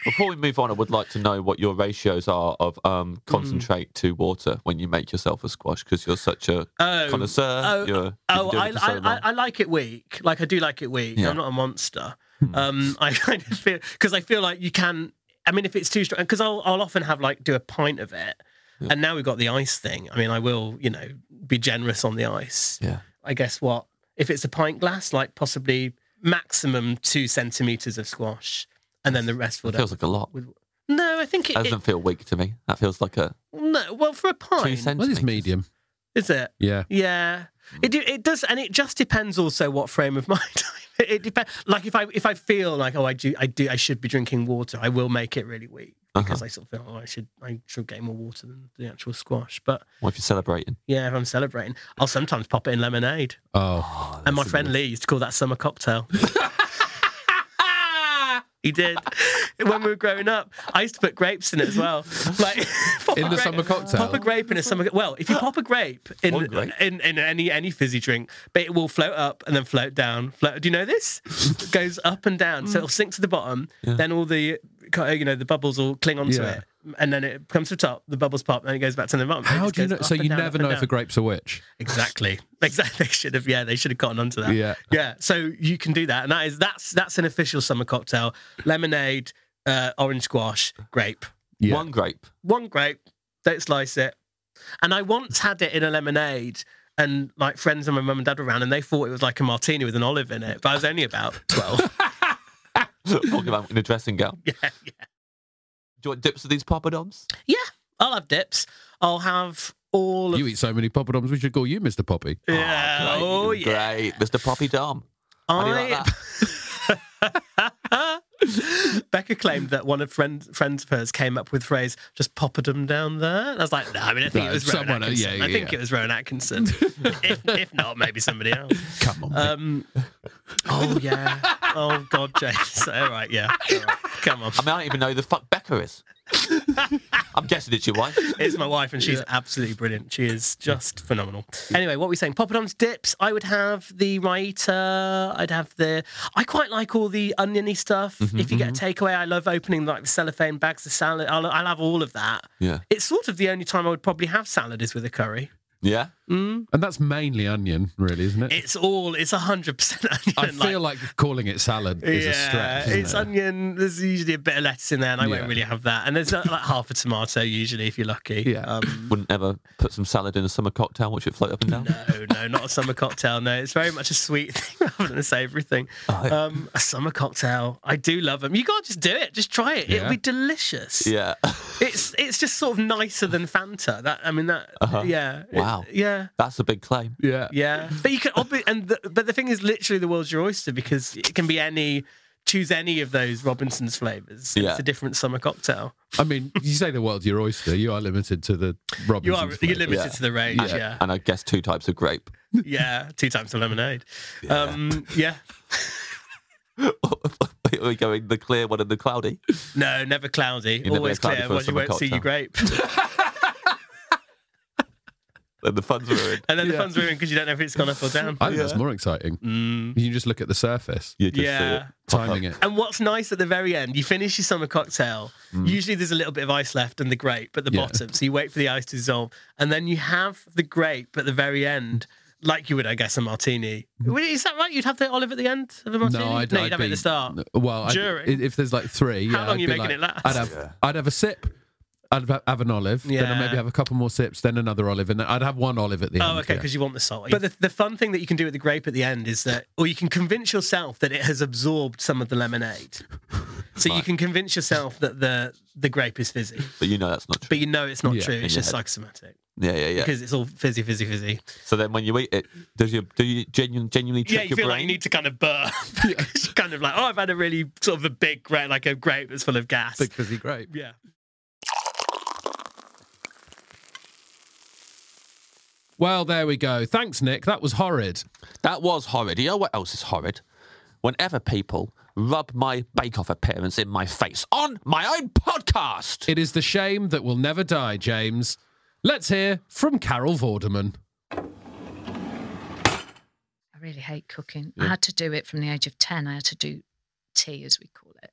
Speaker 2: Before we move on, I would like to know what your ratios are of
Speaker 17: Hmm.
Speaker 2: um, concentrate to water when you make yourself a squash because you're such a
Speaker 17: Oh,
Speaker 2: connoisseur.
Speaker 17: Oh,
Speaker 2: you're, you've been
Speaker 17: oh
Speaker 2: doing
Speaker 17: I,
Speaker 2: it for so
Speaker 17: I, I,
Speaker 2: long.
Speaker 17: I like it weak. Like I do like it weak.
Speaker 2: Yeah.
Speaker 17: I'm not a monster.
Speaker 10: Hmm.
Speaker 17: Um, I kind of feel because I feel like you can. I mean, if it's too strong, because I'll I'll often have like do a pint of it, and now we've got the ice thing. I mean, I will you know be generous on the ice.
Speaker 2: Yeah.
Speaker 17: I guess what if it's a pint glass, like possibly maximum two centimeters of squash, and then the rest will.
Speaker 2: That feels like a lot.
Speaker 17: No, I think it,
Speaker 2: That
Speaker 17: it
Speaker 2: doesn't feel weak to me. That feels like a
Speaker 17: no. Well, for a
Speaker 2: two
Speaker 17: pint,
Speaker 2: centimeters. medium.
Speaker 17: is it?
Speaker 1: Yeah.
Speaker 17: Yeah, it do- it does, and it just depends also what frame of mind. I'm in. It depends. Like if I if I feel like oh I do I do I should be drinking water, I will make it really weak because I sort of feel oh I should I should get more water than the actual squash. But
Speaker 2: What if you're celebrating?
Speaker 17: yeah, if I'm celebrating, I'll sometimes pop it in lemonade.
Speaker 1: Oh,
Speaker 17: and my friend Lee used to call that summer cocktail. He did. when we were growing up, I used to put grapes in it as well. Like pop
Speaker 1: In
Speaker 17: a
Speaker 1: the summer cocktail?
Speaker 17: Pop a grape in a summer. Well, if you pop a grape in
Speaker 1: One grape.
Speaker 17: in, in any any fizzy drink, but it will float up and then float down. Float. Do you know this? it goes up and down, so it'll sink to the bottom. Then all the uh, you know the bubbles will cling onto
Speaker 1: Yeah.
Speaker 17: it. and then it comes to the top, the bubbles pop, and it goes back to the bottom. It
Speaker 1: How
Speaker 17: just
Speaker 1: do you
Speaker 17: goes
Speaker 1: know?
Speaker 17: up
Speaker 1: So
Speaker 17: and
Speaker 1: you
Speaker 17: down, up
Speaker 1: never
Speaker 17: and
Speaker 1: know if
Speaker 17: down.
Speaker 1: a grape's a witch.
Speaker 17: Exactly. Exactly. They should have. Yeah, they should have gotten onto that.
Speaker 1: Yeah.
Speaker 17: Yeah. So you can do that, and that is that's that's an official summer cocktail: lemonade, uh, orange squash, grape.
Speaker 2: One grape.
Speaker 17: One grape. Don't slice it. And I once had it in a lemonade. And like friends and my mum and dad were around, and they thought it was like a martini with an olive in it. But I was only about twelve.
Speaker 2: Talking about in a dressing gown.
Speaker 17: Yeah, yeah.
Speaker 2: Do you want dips of these poppadoms?
Speaker 17: Yeah, I'll have dips. I'll have all of.
Speaker 1: You eat so many poppadoms, we should call you Mr. Poppy.
Speaker 17: Yeah.
Speaker 2: Oh, yeah. Great. Mr. Poppy Dom. How do you like
Speaker 17: I-
Speaker 2: that?
Speaker 17: Becca claimed that one of friend, friends of hers came up with the phrase "just poppadom down there." And I was like, "No, I mean, I think
Speaker 1: No,
Speaker 17: it was Rowan
Speaker 1: someone- uh,
Speaker 17: Atkinson.
Speaker 1: yeah,
Speaker 17: I think
Speaker 1: yeah.
Speaker 17: it was Rowan Atkinson. if, if not, maybe somebody else. Come on. Um, oh yeah. Oh God, James. All right, yeah. All right. Come on.
Speaker 2: I mean, I don't even know who the fuck Becca is. I'm guessing it's your wife.
Speaker 17: It's my wife, and she's absolutely brilliant. She is just phenomenal. Anyway, what were we saying? Poppadoms dips. I would have the raita. I'd have the. I quite like all the oniony stuff.
Speaker 1: Mm-hmm,
Speaker 2: Mhm,
Speaker 17: if you get a
Speaker 2: mhm.
Speaker 17: takeaway, I love opening like the cellophane bags of salad. I'll, I'll have all of that.
Speaker 2: Yeah.
Speaker 17: It's sort of the only time I would probably have salad is with a curry.
Speaker 2: Yeah.
Speaker 17: Mm.
Speaker 1: And that's mainly onion, really, isn't it?
Speaker 17: It's all. It's hundred percent onion.
Speaker 1: I feel like, calling it salad is a
Speaker 17: Yeah,
Speaker 1: stretch. isn't
Speaker 17: it's
Speaker 1: it?
Speaker 17: onion. There's usually a bit of lettuce in there, and I
Speaker 2: Yeah.
Speaker 17: won't really have that. And there's uh, like half a tomato usually, if you're lucky. Yeah. Um,
Speaker 2: Wouldn't ever put some salad in a summer cocktail, watch it float up and down.
Speaker 17: No, no, not a summer cocktail. No, it's very much a sweet thing rather than a savoury thing. Um, a summer cocktail. I do love them. You gotta just do it. Just try it.
Speaker 2: Yeah.
Speaker 17: It'll be delicious.
Speaker 2: Yeah.
Speaker 17: It's it's just sort of nicer than Fanta. That I mean that.
Speaker 2: Uh-huh.
Speaker 17: Yeah. It-
Speaker 2: Wow.
Speaker 17: yeah.
Speaker 2: That's a big claim.
Speaker 1: Yeah.
Speaker 17: Yeah. But you can obvi- and the, but the thing is, literally, the world's your oyster because it can be any. Choose any of those Robinson's flavors.
Speaker 1: Yeah.
Speaker 17: It's a different summer cocktail.
Speaker 1: I mean, you say the world's your oyster. You are limited to the
Speaker 17: You
Speaker 1: Robinson's
Speaker 17: are
Speaker 1: flavour.
Speaker 17: you're limited to the range.
Speaker 2: And,
Speaker 17: yeah.
Speaker 2: And I guess two types of grape.
Speaker 17: yeah, two times the lemonade. Um, yeah.
Speaker 2: Are we going the clear one and the cloudy?
Speaker 17: No, never cloudy.
Speaker 2: never
Speaker 17: Always
Speaker 2: get cloudy
Speaker 17: clear.
Speaker 2: for a
Speaker 17: Otherwise, you
Speaker 2: summer
Speaker 17: won't see
Speaker 2: cocktail.
Speaker 17: your grape.
Speaker 2: Then the fun's ruined.
Speaker 17: And then the fun's ruined because you don't know if it's gone up or down.
Speaker 1: I think that's more exciting. You can just look at the surface.
Speaker 2: You
Speaker 17: just see Yeah. it
Speaker 1: timing it.
Speaker 17: And what's nice at the very end, you finish your summer cocktail.
Speaker 2: Mm.
Speaker 17: Usually there's a little bit of ice left and the grape at the
Speaker 1: Yeah.
Speaker 17: bottom. So you wait for the ice to dissolve. And then you have the grape at the very end, like you would, I guess, a martini. Well, Is that right? You'd have the olive at the end of a martini?
Speaker 1: Mm-hmm. No, I'd,
Speaker 17: no you'd
Speaker 1: I'd
Speaker 17: have
Speaker 1: be,
Speaker 17: it at the start.
Speaker 1: Well, I'd-
Speaker 17: During?
Speaker 1: i- if there's like three,
Speaker 17: How
Speaker 1: yeah,
Speaker 17: long
Speaker 1: I'd
Speaker 17: you
Speaker 1: be
Speaker 17: making
Speaker 1: like-
Speaker 17: it last?
Speaker 1: I'd have,
Speaker 17: Yeah.
Speaker 1: I'd have a sip. I'd have, have an olive. Then I'd
Speaker 17: Yeah.
Speaker 1: maybe have a couple more sips. Then another olive, and then I'd have one olive at the end.
Speaker 17: Oh, okay,
Speaker 1: yeah.
Speaker 17: because you want the salt. But the, the fun thing that you can do with the grape at the end is that, or you can convince yourself that it has absorbed some of the lemonade. So you can convince yourself that the the grape is fizzy,
Speaker 2: But you know that's not true.
Speaker 17: but you know it's not
Speaker 2: Yeah.
Speaker 17: true.
Speaker 2: In
Speaker 17: It's
Speaker 2: your
Speaker 17: just
Speaker 2: head.
Speaker 17: psychosomatic
Speaker 2: Yeah, yeah, yeah.
Speaker 17: because it's all fizzy, fizzy, fizzy.
Speaker 2: So then when you eat it, does your do you genuinely genuinely trick
Speaker 17: yeah, you
Speaker 2: your
Speaker 17: feel
Speaker 2: brain?
Speaker 17: like you need to kind of burp. It's kind of like, oh, I've had a really sort of a big grape, like a grape that's full of gas. Big
Speaker 1: fizzy grape.
Speaker 17: Yeah.
Speaker 1: Well, there we go. Thanks, Nick. That was horrid.
Speaker 2: That was horrid. You know what else is horrid? Whenever people rub my Bake Off appearance in my face on my own podcast.
Speaker 1: It is the shame that will never die, James. Let's hear from Carol Vorderman.
Speaker 18: I really hate cooking. I
Speaker 1: Yeah.
Speaker 18: had to do it from the age of 10. I had to do tea, as we call it,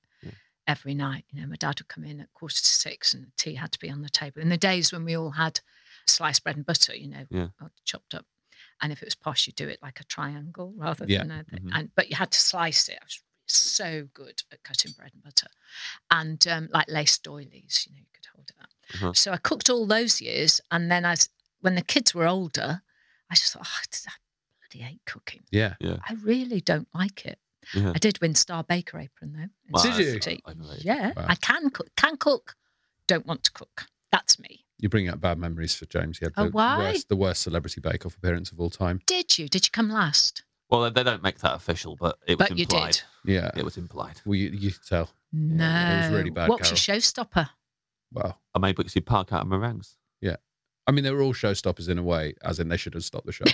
Speaker 18: every night. You know, my dad would come in at quarter to six and tea had to be on the table. In the days when we all had sliced bread and butter, you know,
Speaker 7: Yeah.
Speaker 18: or chopped up. And if it was posh, you'd do it like a triangle rather
Speaker 7: Yeah.
Speaker 18: than a,
Speaker 7: Mhm.
Speaker 18: and, but you had to slice it. I was so good at cutting bread and butter. And um, like lace doilies, you know, you could hold it up.
Speaker 7: Uh-huh.
Speaker 2: Mm-hmm.
Speaker 18: So I cooked all those years. And then I, s- when the kids were older, I just thought, oh, I bloody hate cooking.
Speaker 1: Yeah.
Speaker 2: Yeah.
Speaker 18: I really don't like it.
Speaker 2: Yeah.
Speaker 18: I did win Star Baker apron though. in
Speaker 2: Wow,
Speaker 18: Stoke
Speaker 2: Did you?
Speaker 18: City.
Speaker 2: I believe.
Speaker 18: Yeah,
Speaker 1: Wow.
Speaker 18: I can cook. Can cook. Don't want to cook. That's me.
Speaker 1: You bring out bad memories for James. He had
Speaker 18: Oh,
Speaker 1: the,
Speaker 18: why?
Speaker 1: worst, the worst celebrity bake off appearance of all time.
Speaker 18: Did you? Did you come last?
Speaker 2: Well, they- they don't make that official, but it was
Speaker 18: But you did.
Speaker 2: implied.
Speaker 1: Yeah.
Speaker 2: It was implied.
Speaker 1: Well, you, you could tell.
Speaker 18: No.
Speaker 1: it was really bad,
Speaker 18: What was your showstopper?
Speaker 1: Wow.
Speaker 2: I made Booksy Park out of meringues.
Speaker 1: Yeah. I mean, they were all showstoppers in a way, as in they should have stopped the show.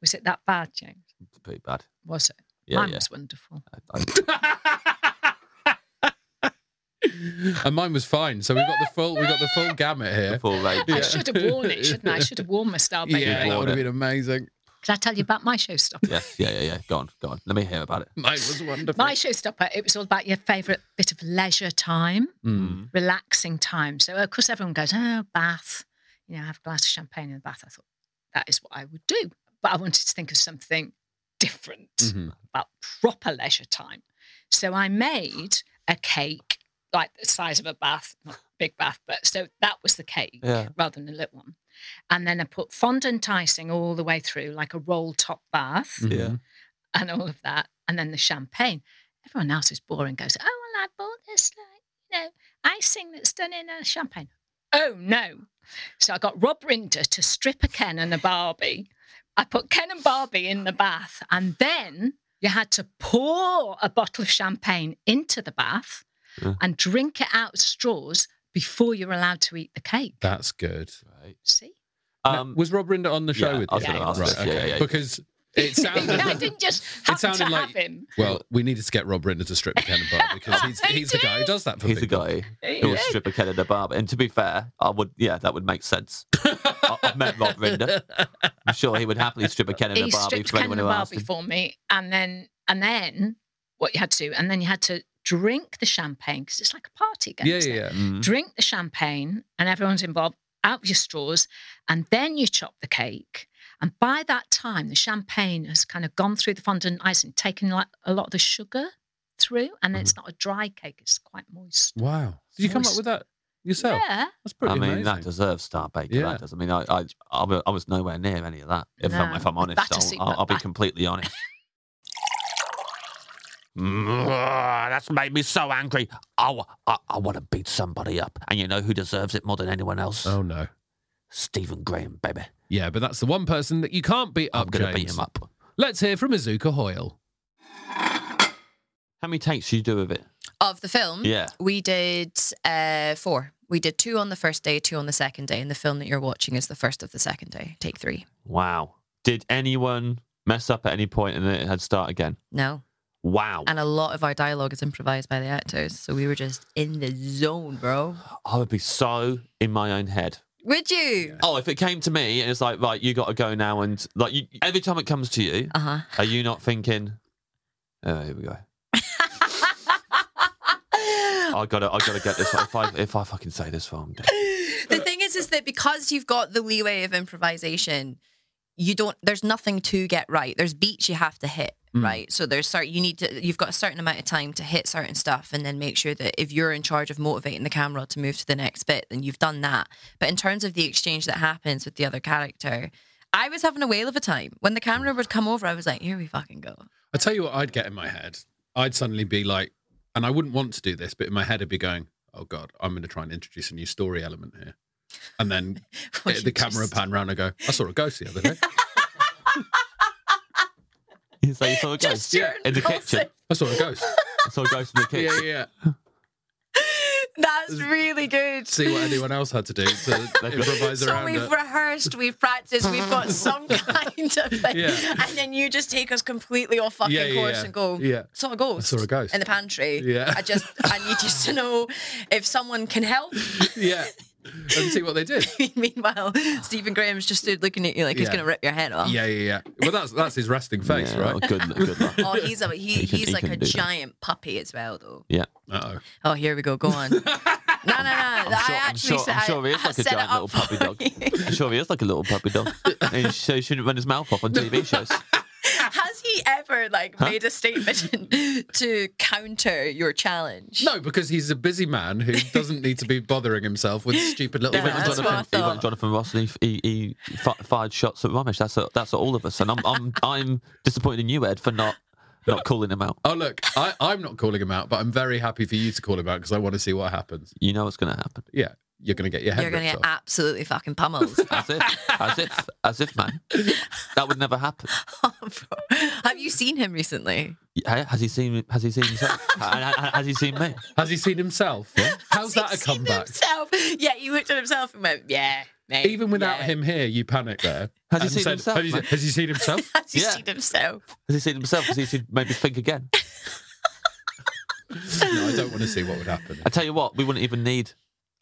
Speaker 18: Was it that bad, James?
Speaker 2: It's pretty bad.
Speaker 18: Was it?
Speaker 1: Yeah,
Speaker 18: Mine
Speaker 1: yeah.
Speaker 18: was wonderful.
Speaker 1: and mine was fine. So we got the full we got the full gamut here.
Speaker 2: full range.
Speaker 18: I should have worn it, shouldn't I? I should have worn my Star Baker.
Speaker 1: Yeah, that
Speaker 18: apron.
Speaker 1: would have been amazing.
Speaker 18: Could I tell you about my showstopper?
Speaker 2: Yes, yeah, yeah, yeah. Go on, go on. Let me hear about it.
Speaker 1: Mine was wonderful.
Speaker 18: My showstopper, it was all about your favourite bit of leisure time,
Speaker 1: Hmm.
Speaker 2: Mm.
Speaker 18: relaxing time. So, of course, everyone goes, oh, bath, you know, have a glass of champagne in the bath. I thought that is what I would do. But I wanted to think of something different
Speaker 2: Mm-hmm.
Speaker 18: about proper leisure time. So I made a cake, like the size of a bath, not a big bath, but so that was the cake
Speaker 7: Yeah.
Speaker 18: rather than a little one. And then I put fondant icing all the way through, like a roll top bath
Speaker 7: Yeah.
Speaker 18: and all of that. And then the champagne. Everyone else is boring, goes, oh, well, I bought this, like, you know, icing that's done in a champagne. Oh, no. So I got Rob Rinder to strip a Ken and a Barbie. I put Ken and Barbie in the bath, and then you had to pour a bottle of champagne into the bath
Speaker 1: Yeah.
Speaker 18: and drink it out of straws before you're allowed to eat the cake.
Speaker 1: That's good.
Speaker 2: Right. Um,
Speaker 18: See?
Speaker 1: Now, was Rob Rinder on the show
Speaker 2: yeah,
Speaker 1: with
Speaker 2: I was
Speaker 1: you?
Speaker 2: gonna ask
Speaker 1: right,
Speaker 2: this. Yeah, yeah, yeah.
Speaker 1: Because it sounded.
Speaker 18: I didn't just
Speaker 1: It
Speaker 18: happen to
Speaker 1: sounded like
Speaker 18: have him.
Speaker 1: well, we needed to get Rob Rinder to strip the cannon bar because he's, he's the guy who does that for
Speaker 2: He's the
Speaker 1: people.
Speaker 2: guy
Speaker 18: He
Speaker 2: who was
Speaker 18: did.
Speaker 2: stripper Ken and a barb. And to be fair, I would, yeah, that would make sense. I- I've met Rob Rinder. I'm sure he would happily strip a Ken and a
Speaker 18: he
Speaker 2: Barbie
Speaker 18: stripped
Speaker 2: for
Speaker 18: Ken
Speaker 2: anyone
Speaker 18: and
Speaker 2: who asked
Speaker 18: Barbie
Speaker 2: him.
Speaker 18: for me, and then and then what you had to do, and then you had to drink the champagne because it's like a party game.
Speaker 7: Yeah,
Speaker 18: isn't
Speaker 7: yeah,
Speaker 18: it?
Speaker 7: yeah. Mhm.
Speaker 18: Drink the champagne, and everyone's involved. Out with your straws, and then you chop the cake. And by that time, the champagne has kind of gone through the fondant icing, taken like a lot of the sugar through, and it's not a dry cake; it's quite moist.
Speaker 1: Wow. Did you come up with that yourself?
Speaker 18: Yeah.
Speaker 1: That's pretty
Speaker 2: I mean,
Speaker 1: amazing.
Speaker 2: that deserves Star Baker. That does. I mean, I, I, I wa- I was nowhere near any of that. If, I'm,
Speaker 18: No.
Speaker 2: if I'm honest,
Speaker 18: Battersea,
Speaker 2: I'll, I'll, I'll be
Speaker 18: but-
Speaker 2: completely honest.
Speaker 7: Mm, That's made me so angry. I, wa- I, I want to beat somebody up.
Speaker 2: And you know who deserves it more than anyone else?
Speaker 1: Oh no,
Speaker 2: Stephen Graham, baby.
Speaker 1: Yeah, but that's the one person that you can't beat up.
Speaker 2: I'm gonna beat him
Speaker 1: up. Let's hear from Azuka Hoyle.
Speaker 2: How many takes do you do with it?
Speaker 19: of the film,
Speaker 2: Yeah.
Speaker 19: we did uh, four. We did two on the first day, two on the second day, and the film that you're watching is the first of the second day, take three.
Speaker 2: Wow. Did anyone mess up at any point and then it had to start again?
Speaker 19: No.
Speaker 2: Wow.
Speaker 19: And a lot of our dialogue is improvised by the actors, so we were just in the zone, bro.
Speaker 2: I would be so in my own head.
Speaker 19: Would you?
Speaker 2: Oh, if it came to me and it's like, right, you got to go now, and like you, every time it comes to you,
Speaker 19: Uh-huh.
Speaker 2: are you not thinking, oh, here we go? I gotta, I gotta get this. If I, if I fucking say this wrong,
Speaker 19: the thing is, is that because you've got the leeway of improvisation, you don't. There's nothing to get right. There's beats you have to hit,
Speaker 2: Mm.
Speaker 19: right? So there's certain you need to. You've got a certain amount of time to hit certain stuff, and then make sure that if you're in charge of motivating the camera to move to the next bit, then you've done that. But in terms of the exchange that happens with the other character, I was having a whale of a time when the camera would come over. I was like, "Here we fucking go."
Speaker 1: I tell you what, I'd get in my head. I'd suddenly be like, and I wouldn't want to do this, but in my head, I'd be going, "Oh God, I'm going to try and introduce a new story element here," and then it- the camera would pan round and go, "I saw a ghost the other day."
Speaker 2: you say you saw a ghost in the kitchen.
Speaker 1: I saw a ghost.
Speaker 2: I saw a ghost in the
Speaker 1: Yeah,
Speaker 2: kitchen.
Speaker 1: yeah.
Speaker 19: That's really good.
Speaker 1: See what anyone else had to do to improvise
Speaker 19: So
Speaker 1: around
Speaker 19: we've
Speaker 1: it.
Speaker 19: rehearsed, we've practiced, we've got some kind of thing,
Speaker 1: Yeah.
Speaker 19: and then you just take us completely off fucking
Speaker 1: Yeah, yeah,
Speaker 19: course
Speaker 1: yeah.
Speaker 19: and go.
Speaker 1: Yeah.
Speaker 19: Saw a ghost.
Speaker 1: I saw a ghost."
Speaker 19: in the pantry.
Speaker 1: Yeah.
Speaker 19: I just I need you to know if someone can help.
Speaker 1: yeah. And see what they did.
Speaker 19: Meanwhile, Stephen Graham's just stood looking at you like he's
Speaker 1: Yeah.
Speaker 19: gonna rip your head off.
Speaker 1: Yeah, yeah, yeah. Well, that's that's his resting face,
Speaker 2: Yeah,
Speaker 1: right?
Speaker 2: Good, good luck.
Speaker 19: Oh, he's a he,
Speaker 1: He can-
Speaker 19: he's
Speaker 1: he
Speaker 19: like
Speaker 1: can
Speaker 19: a
Speaker 1: do that.
Speaker 19: giant puppy as well though.
Speaker 2: Yeah.
Speaker 1: Uh
Speaker 19: oh. Oh, here we go. Go on. no, no, no. i
Speaker 2: I'm
Speaker 19: actually
Speaker 2: sure,
Speaker 19: said,
Speaker 2: I'm sure
Speaker 19: I
Speaker 2: he is like a
Speaker 19: set it
Speaker 2: giant little
Speaker 19: up
Speaker 2: puppy dog. I'm sure he is like a little puppy dog. And so he shouldn't run his mouth off on TV shows.
Speaker 19: Has he ever like
Speaker 2: Huh?
Speaker 19: made a statement to counter your challenge?
Speaker 1: No, because he's a busy man who doesn't need to be bothering himself with stupid little
Speaker 2: Even
Speaker 1: things.
Speaker 2: Jonathan, even Jonathan Ross, he, he, he fi- fired shots at Ramesh. That's at, that's at all of us, and I'm I'm I'm disappointed in you, Ed, for not not calling him out.
Speaker 1: Oh look, I, I'm not calling him out, but I'm very happy for you to call him out because I want to see what happens.
Speaker 2: You know what's going to happen.
Speaker 1: Yeah, you're going to get your head
Speaker 19: You're gonna
Speaker 1: ripped
Speaker 19: get
Speaker 1: off.
Speaker 19: absolutely fucking pummeled.
Speaker 2: As if, as if, as if, man, that would never happen.
Speaker 19: Have you seen him recently?
Speaker 2: Ha- Has he seen? Has he seen himself? Ha- ha- Has he seen me?
Speaker 1: Has he seen himself? How's that a comeback?
Speaker 19: Himself. Yeah, he looked at himself and went, "Yeah, mate."
Speaker 1: Even without
Speaker 19: yeah.
Speaker 1: him here, you panic there.
Speaker 2: Has he
Speaker 1: and
Speaker 2: seen himself,
Speaker 1: Has he,
Speaker 2: mate?"
Speaker 1: has he seen himself?
Speaker 19: Has he
Speaker 2: Yeah.
Speaker 19: seen himself?
Speaker 2: Has he seen himself? Because he should maybe think again.
Speaker 1: no, I don't want to see what would happen.
Speaker 2: I tell you what, we wouldn't even need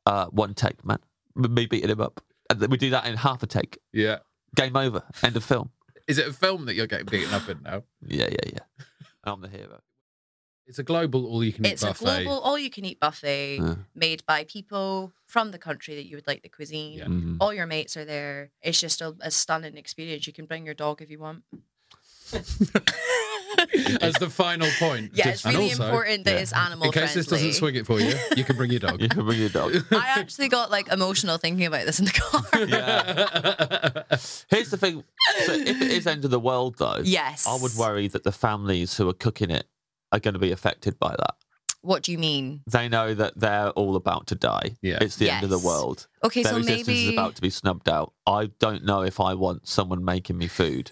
Speaker 2: uh, one take, man. Me beating him up. And then We do that in half a take.
Speaker 1: Yeah.
Speaker 2: Game over. End of film.
Speaker 1: Is it a film that you're getting beaten up in now?
Speaker 2: Yeah, yeah, yeah. I'm the hero.
Speaker 1: It's a global all-you-can-eat
Speaker 19: It's
Speaker 1: buffet.
Speaker 19: a global all-you-can-eat buffet
Speaker 1: Yeah.
Speaker 19: made by people from the country that you would like the cuisine.
Speaker 1: Yeah. Mhm.
Speaker 19: All your mates are there. It's just a, a stunning experience. You can bring your dog if you want.
Speaker 1: as the final point.
Speaker 19: Yeah, it's
Speaker 1: And
Speaker 19: really
Speaker 1: also-
Speaker 19: important that it's animal
Speaker 1: In case this
Speaker 19: friendly.
Speaker 1: doesn't swing it for you, you can bring your dog. you
Speaker 2: can bring your dog.
Speaker 19: I actually got like emotional thinking about this in the car.
Speaker 2: Here's the thing. So if it is end of the world, though,
Speaker 19: Yes.
Speaker 2: I would worry that the families who are cooking it are going to be affected by that.
Speaker 19: What do you mean?
Speaker 2: They know that they're all about to die. Yeah, it's the end of the
Speaker 19: Yes.
Speaker 2: world.
Speaker 19: Okay,
Speaker 2: Their
Speaker 19: so
Speaker 2: resistance is
Speaker 19: maybe-
Speaker 2: about to be snubbed out. I don't know if I want someone making me food